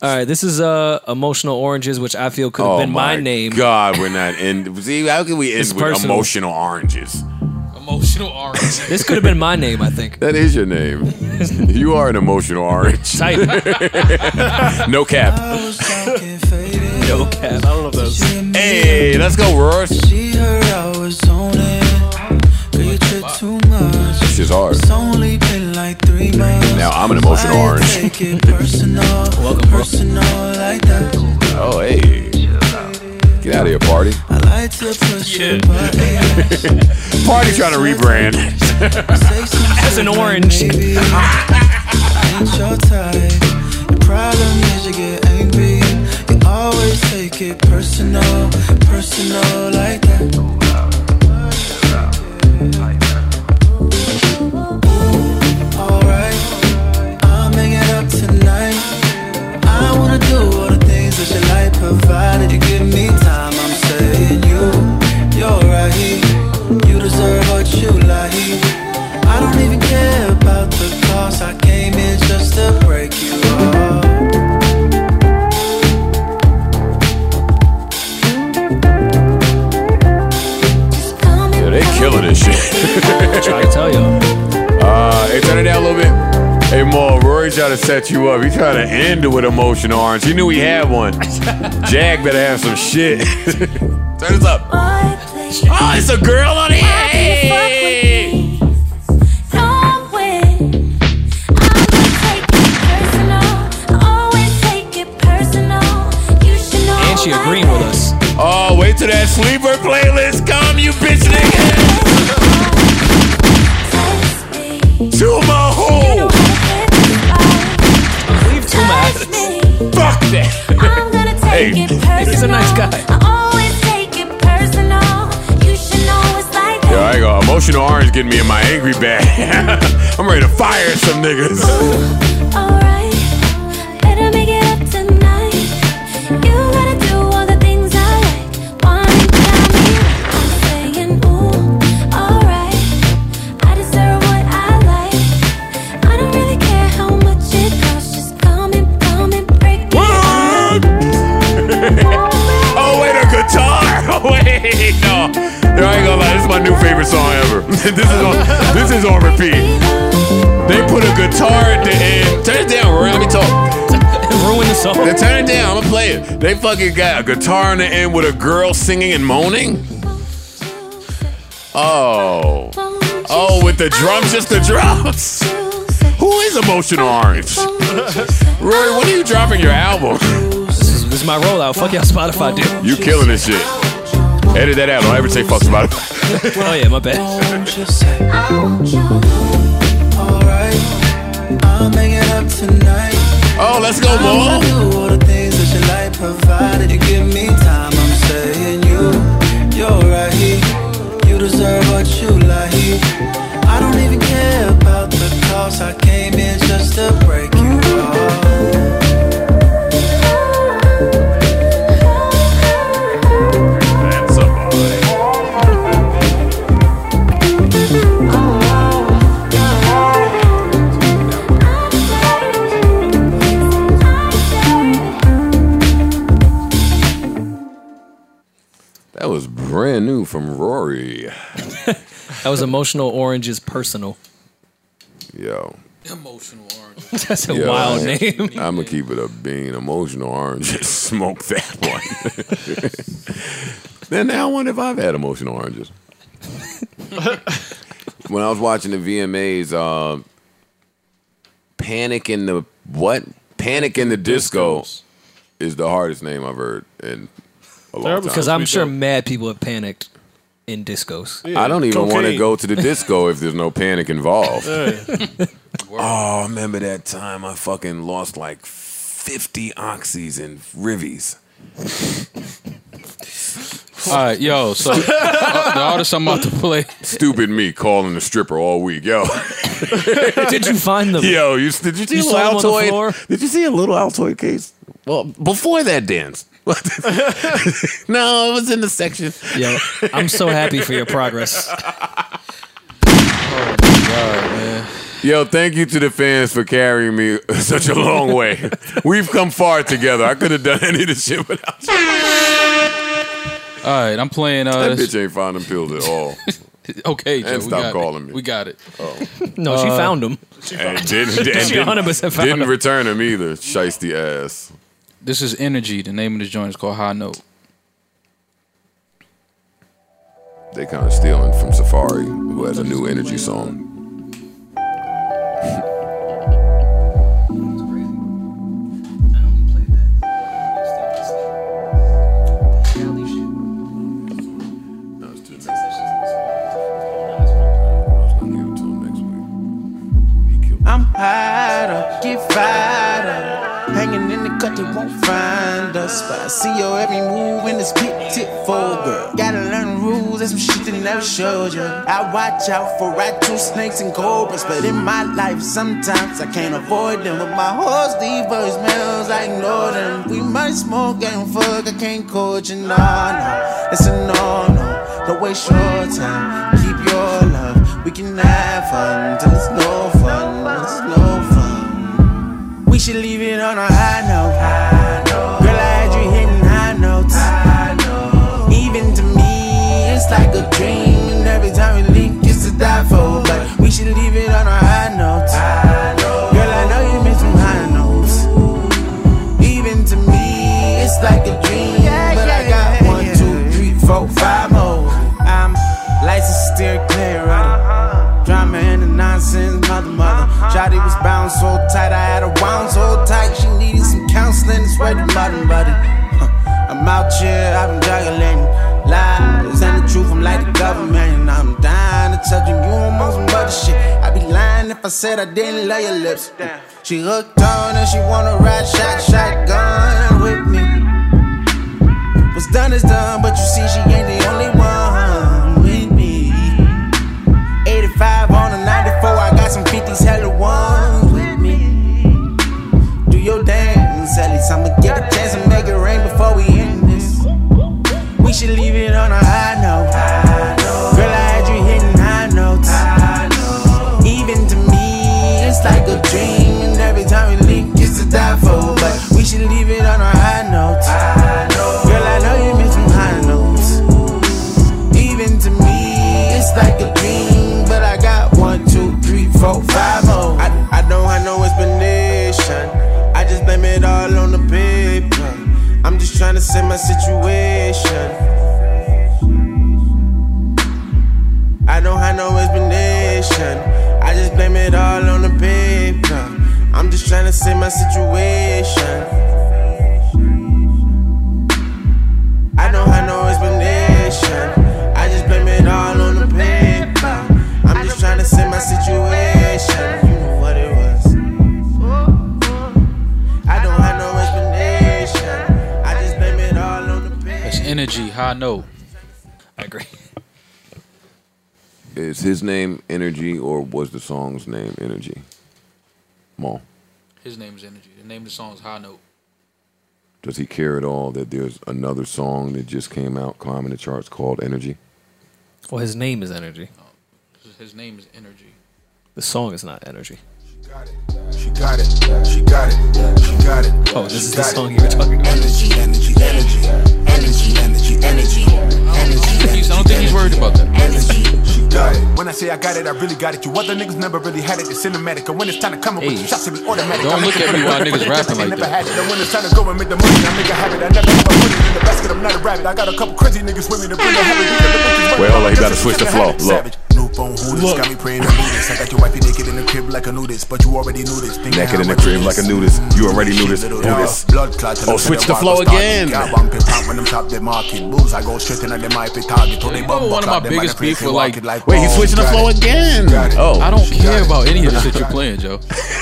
Speaker 4: All right, this is uh, emotional oranges, which I feel could have
Speaker 1: oh
Speaker 4: been my,
Speaker 1: my
Speaker 4: name.
Speaker 1: God, we're not end. See, how can we end
Speaker 4: It's
Speaker 1: with
Speaker 4: personal.
Speaker 1: emotional oranges?
Speaker 2: Emotional orange.
Speaker 4: This could have been my name, I think.
Speaker 1: That is your name. you are an emotional orange.
Speaker 4: Type.
Speaker 1: no cap.
Speaker 4: No cap.
Speaker 3: I don't know if that's.
Speaker 1: Hey, let's go, Ross.
Speaker 16: See her, I was on it. But you took too much.
Speaker 1: This shit's hard.
Speaker 16: It's only been like three months.
Speaker 8: now. I'm an emotional orange.
Speaker 17: Take it personal, personal like that.
Speaker 8: Oh, hey. Get out of here, party.
Speaker 17: I like to push your button.
Speaker 8: Party trying to rebrand.
Speaker 17: As an orange. Ain't your type. Your problem is you get angry. You always take it personal, personal like that. Alright, I'll make it up tonight. I wanna do all the things that you like, provided you give me time. I'm saying you, you're right. You deserve what you like. I don't even care about the cost. I came in just to break you off.
Speaker 8: Yeah, they killing this shit.
Speaker 4: Try to tell you.
Speaker 8: Uh, hey, turn it down a little bit. Hey, Maul, Rory trying to set you up. He trying to end it with emotional orange. He knew he had one. Jag better have some shit. turn this up. Oh, it's a girl on here. Hey!
Speaker 4: And she agreeing with us.
Speaker 8: Oh, wait till that sleeper playlist come, you bitch nigga. Tuma ho!
Speaker 4: Leave Tuma
Speaker 8: Fuck that. Hey.
Speaker 4: He's a nice guy.
Speaker 8: Yo, I go. Emotional orange getting me in my angry bag. I'm ready to fire some niggas. Oh, wait, a guitar. Oh, Wait, no. Yo, I ain't gonna lie. This is my new favorite song ever. this is on. This is on repeat. They put a guitar at the end. Turn it down, Rory. Let me talk.
Speaker 4: Ruin the song.
Speaker 8: They turn it down. I'm gonna play it. They fucking got a guitar in the end with a girl singing and moaning. Oh. Oh, with the drums, just the
Speaker 4: Ah.
Speaker 8: drums. Who is emotional orange? Rory, when are you dropping your album?
Speaker 4: This is, this is my rollout. Fuck y'all, Spotify, dude.
Speaker 8: You killing this shit. Edit that out. Don't ever say fuck about it.
Speaker 4: Oh yeah, my bad.
Speaker 17: Won't you say? Alright, I'll make it up tonight.
Speaker 8: Oh, let's go,
Speaker 17: I wanna
Speaker 8: Mo.
Speaker 17: do all the things that you like, provided you give me time. I'm saying you, you're right. You deserve what you like. I don't even care about the cost. I came in just to break you off.
Speaker 8: That's a boy. That was brand new from Rory.
Speaker 4: That was emotional. Orange is personal.
Speaker 8: Yo.
Speaker 2: Emotional orange.
Speaker 4: That's a
Speaker 8: Yo,
Speaker 4: wild
Speaker 8: I-
Speaker 4: name.
Speaker 8: I'm gonna keep it a bean, emotional orange. Smoke that one. then now I wonder if I've had emotional oranges. when I was watching the VMAs, uh, Panic in the what? Panic in the Disco is the hardest name I've heard in a long time.
Speaker 4: Because I'm sure mad people have panicked in discos.
Speaker 8: I don't even want to
Speaker 1: cocaine.
Speaker 8: go to the disco if there's no panic involved.
Speaker 1: Hey,
Speaker 8: Oh, I remember that time I fucking lost like 50 oxys and rivies.
Speaker 2: All right, yo. So uh, the artist I'm about to play.
Speaker 8: Stupid me calling the stripper all week. Yo,
Speaker 4: Did you find them?
Speaker 8: yo, you, did you see
Speaker 4: You
Speaker 8: a
Speaker 4: saw
Speaker 8: little
Speaker 4: him on the
Speaker 8: Altoid?
Speaker 4: floor?
Speaker 8: Did you see a little Altoid case? Well, before that dance. no, it was in the section.
Speaker 4: Yo, I'm so happy for your progress.
Speaker 2: Oh,
Speaker 8: Yo, thank you to the fans for carrying me such a long way. We've come far together. I could have done any of this shit without you.
Speaker 2: All right, I'm playing. Uh,
Speaker 8: That bitch ain't found them pills at all.
Speaker 2: okay, Joe,
Speaker 8: And
Speaker 2: we
Speaker 8: stop
Speaker 2: got
Speaker 8: calling
Speaker 2: it.
Speaker 8: me. Oh.
Speaker 2: We got it.
Speaker 4: No, she found him.
Speaker 8: And didn't, and
Speaker 4: She
Speaker 8: didn't,
Speaker 4: 100% found
Speaker 8: didn't
Speaker 4: him.
Speaker 8: return them either. Shiesty ass.
Speaker 2: This is Energy. The name of this joint is called High Note.
Speaker 8: They kind of stealing from Safari, who has a new energy song.
Speaker 16: get fired up. Hanging in the cut, they won't find us. But I see your every move in this big tit for girl. Gotta learn rules, there's some shit they never showed you. I watch out for rat two snakes and cobras, but in my life sometimes I can't avoid them. But my hoes leave voicemails, I ignore them. We might smoke and fuck, I can't coach you, nah, nah. It's a no, no. Don't waste your time. Keep your love. We can have fun till it's no fun. till It's no fun. We should leave it on a high note. Girl, I had you hitting high notes. Even to me, it's like a dream. And every time we link, it's a die for. But we should leave it on a high note. Girl, I know you miss some high notes. Even to me, it's like a dream. but I got one, two, three, four, five more. I'm licensed to steer clear of the drama and the nonsense, mother, mother. Shotty was bound so tight, I had her wound so tight. She needed some counseling, it's where the modern buddy. Huh. I'm out here, I've been juggling lies and the truth. I'm like the government. I'm dying to tell you, you almost some other shit. I'd be lying if I said I didn't love your lips. She hooked on and she wanna ride shot, shotgun with me. What's done is done, but you see she ain't the only one with me. 85 on a 94, I got some 50s, hella ones with me. Do your dance, at least I'ma get a chance to make it rain before we end this. We should leave it on a high note. Girl, I had you hitting high notes. Even to me, it's like a dream, and every time we link, it's a die for. But we should leave it on a high note. Girl, I know you miss some high notes. Even to me, it's like a dream, but I got one, two, three, four, five more. I, I don't have no explanation. I just blame it all on the paper. I'm just trying to set my situation. I don't have no explanation. I just blame it all on the paper. I'm just trying to set my situation. I don't have no explanation. I just blame it all on the paper. I'm just trying to set my situation. You know what it was. I don't have no explanation. I just blame it all on the paper.
Speaker 2: That's energy, high note. I agree.
Speaker 1: Is his name Energy or was the song's name Energy? Maul.
Speaker 2: His name is Energy. The name of the song is High Note.
Speaker 1: Does he care at all that there's another song that just came out climbing the charts called Energy?
Speaker 4: Well, his name is Energy.
Speaker 2: Um, His name is Energy.
Speaker 4: The song is not Energy.
Speaker 8: She got it, she got it, she got it.
Speaker 4: Oh, this is the
Speaker 8: got
Speaker 4: song you were talking about.
Speaker 8: Energy, energy, energy, energy, energy, energy, energy.
Speaker 2: I don't think he's worried about that.
Speaker 8: Energy, she got it. When I say I got it, I really got it. You other niggas never really had it. It's cinematic, and when it's time to come up with the
Speaker 2: Hey,
Speaker 8: shots, it be automatic.
Speaker 2: don't
Speaker 8: I'm
Speaker 2: look
Speaker 8: looking
Speaker 2: at me
Speaker 8: for
Speaker 2: while
Speaker 8: the- for
Speaker 2: niggas
Speaker 8: the
Speaker 2: rapping
Speaker 8: justice,
Speaker 2: like
Speaker 8: never had
Speaker 2: that.
Speaker 8: it. And when it's time to go and make the money, I make a habit. I never ever put it in the basket. I'm not a rabbit. I got a couple crazy niggas with me to bring the habit. You never look at-
Speaker 9: Well, he better switch the flow. Look.
Speaker 8: New phone hooters got me praying to do this. I got your wifey naked in the crib like a nudist, but you already knew this. Thinking
Speaker 9: Naked
Speaker 8: how
Speaker 9: in the
Speaker 8: much
Speaker 9: crib
Speaker 8: it
Speaker 9: like a
Speaker 8: is.
Speaker 9: nudist. You already knew this.
Speaker 8: Little
Speaker 9: Knew
Speaker 8: dog,
Speaker 9: this.
Speaker 8: Blood clot till
Speaker 9: Oh,
Speaker 8: I feel
Speaker 9: switch
Speaker 8: the
Speaker 9: the
Speaker 8: vibe
Speaker 9: flow
Speaker 8: was dark.
Speaker 9: again.
Speaker 8: Got one pit top when them top their market. Bulls, I go straight in at them eye pit target. Till they
Speaker 2: You know
Speaker 8: bump
Speaker 2: one of
Speaker 8: clock,
Speaker 2: my
Speaker 8: them
Speaker 2: biggest
Speaker 8: other place
Speaker 2: beef with
Speaker 8: they
Speaker 2: like
Speaker 8: walk it like
Speaker 9: Wait, he's switching the flow again. Oh,
Speaker 2: I don't care about any of the shit you're playing, Joe.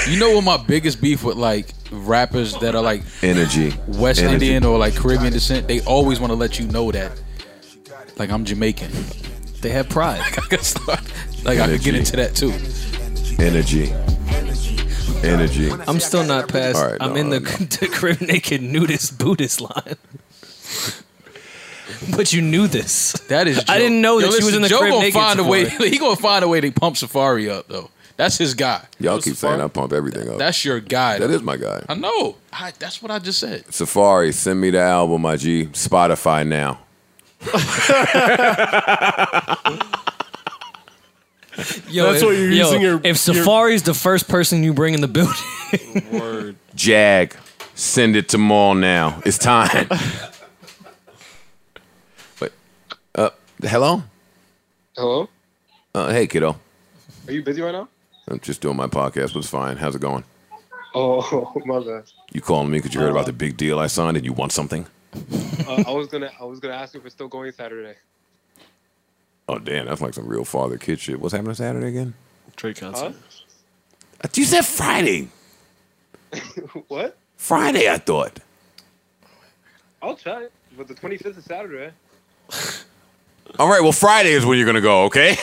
Speaker 2: You know what my biggest beef with like rappers that are like
Speaker 1: Energy.
Speaker 2: West
Speaker 1: Energy.
Speaker 2: Indian or like Caribbean descent, they always want to let you know that. Like I'm Jamaican.
Speaker 4: They have pride.
Speaker 2: like I could start, like I could get
Speaker 1: Energy.
Speaker 2: into that too.
Speaker 1: Energy. Energy.
Speaker 4: I'm still not past.
Speaker 1: All right,
Speaker 4: I'm
Speaker 1: no,
Speaker 4: in the,
Speaker 1: no.
Speaker 4: the crib naked nudist Buddhist line. but you knew this.
Speaker 2: That is.
Speaker 4: I didn't know
Speaker 2: Yo,
Speaker 4: that she was
Speaker 2: listen,
Speaker 4: in the
Speaker 2: Joe
Speaker 4: crib
Speaker 2: gonna
Speaker 4: naked.
Speaker 2: find a way.
Speaker 4: Safari.
Speaker 2: He gonna find a way to pump Safari up though. That's his guy.
Speaker 1: Y'all keep saying I pump everything up.
Speaker 2: That's your guy.
Speaker 1: That is my guy.
Speaker 2: I know. I, that's what I just said.
Speaker 1: Safari, send me the album, my G. Spotify now.
Speaker 4: Yo,
Speaker 3: That's
Speaker 4: if,
Speaker 3: what you're
Speaker 4: yo,
Speaker 3: using your-
Speaker 4: If Safari's the first person you bring in the building,
Speaker 3: Word.
Speaker 1: Jag, send it to Maul now. It's time. but, uh, hello?
Speaker 18: Hello?
Speaker 1: Uh, hey, kiddo.
Speaker 18: Are you busy right now?
Speaker 1: I'm just doing my podcast, but it's fine. How's it going?
Speaker 18: Oh, my bad.
Speaker 1: You calling me because you heard about the big deal I signed and you want something?
Speaker 18: Uh, I was gonna, I was gonna ask you if it's still going Saturday.
Speaker 1: Oh, damn, that's like some real father kid shit. What's happening Saturday again?
Speaker 3: Trey concert.
Speaker 1: You said Uh, Friday.
Speaker 18: what?
Speaker 1: Friday, I thought.
Speaker 18: I'll try. But the 25th is Saturday.
Speaker 1: All right, well, Friday is when you're gonna go, okay?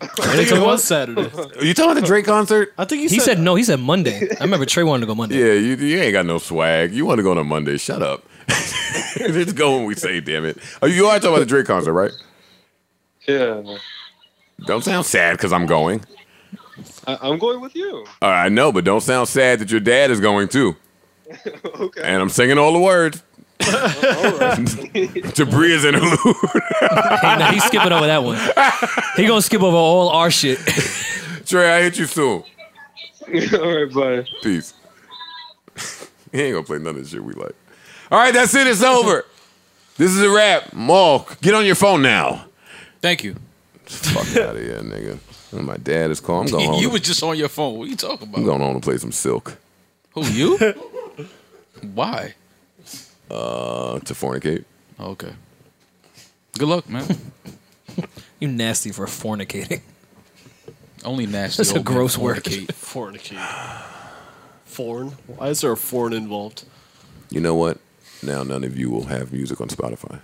Speaker 3: I think it was Saturday.
Speaker 1: Are you talking about the Drake concert?
Speaker 3: I think
Speaker 4: he, said, no. He said Monday. I remember Trey wanted to go Monday.
Speaker 1: Yeah, you, you ain't got no swag. You want to go on a Monday? Shut up. Just go when we say, damn it. Oh, you are talking about the Drake concert, right?
Speaker 18: Yeah.
Speaker 1: Don't sound sad because I'm going.
Speaker 18: I- I'm going with you.
Speaker 1: All right, I know, but don't sound sad that your dad is going too.
Speaker 18: okay.
Speaker 1: And I'm singing all the words.
Speaker 18: all right.
Speaker 1: Debris is in
Speaker 4: Hey, nah, he's skipping over that one. He gonna skip over all our shit.
Speaker 1: Trey, I hit you soon.
Speaker 18: all right, bye.
Speaker 1: Peace. he ain't gonna play none of this shit we like. All right, that's it. It's over. this is a wrap. Malk, get on your phone now.
Speaker 2: Thank you.
Speaker 1: Fuck out of here, nigga. My dad is calling. Oh, I'm going home.
Speaker 2: you
Speaker 1: to-
Speaker 2: was just on your phone. What are you talking about?
Speaker 1: I'm going home to play some silk.
Speaker 2: Who you? Why?
Speaker 1: Uh, to fornicate.
Speaker 2: Okay. Good luck, man.
Speaker 4: you nasty for fornicating.
Speaker 2: Only nasty.
Speaker 4: That's a
Speaker 2: old man
Speaker 4: gross word.
Speaker 2: fornicate.
Speaker 3: Fornicate. Foreign? Why is there a foreign involved?
Speaker 1: You know what? Now none of you will have music on Spotify.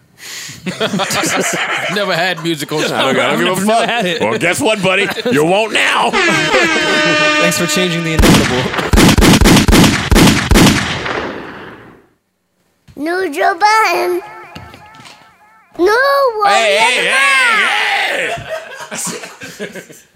Speaker 2: Never had music on.
Speaker 1: I don't, I don't give a fuck. Well, guess what, buddy? You won't now.
Speaker 4: Thanks for changing the inevitable.
Speaker 6: No Joe Biden. No one.
Speaker 1: Hey, hey, hey, hey!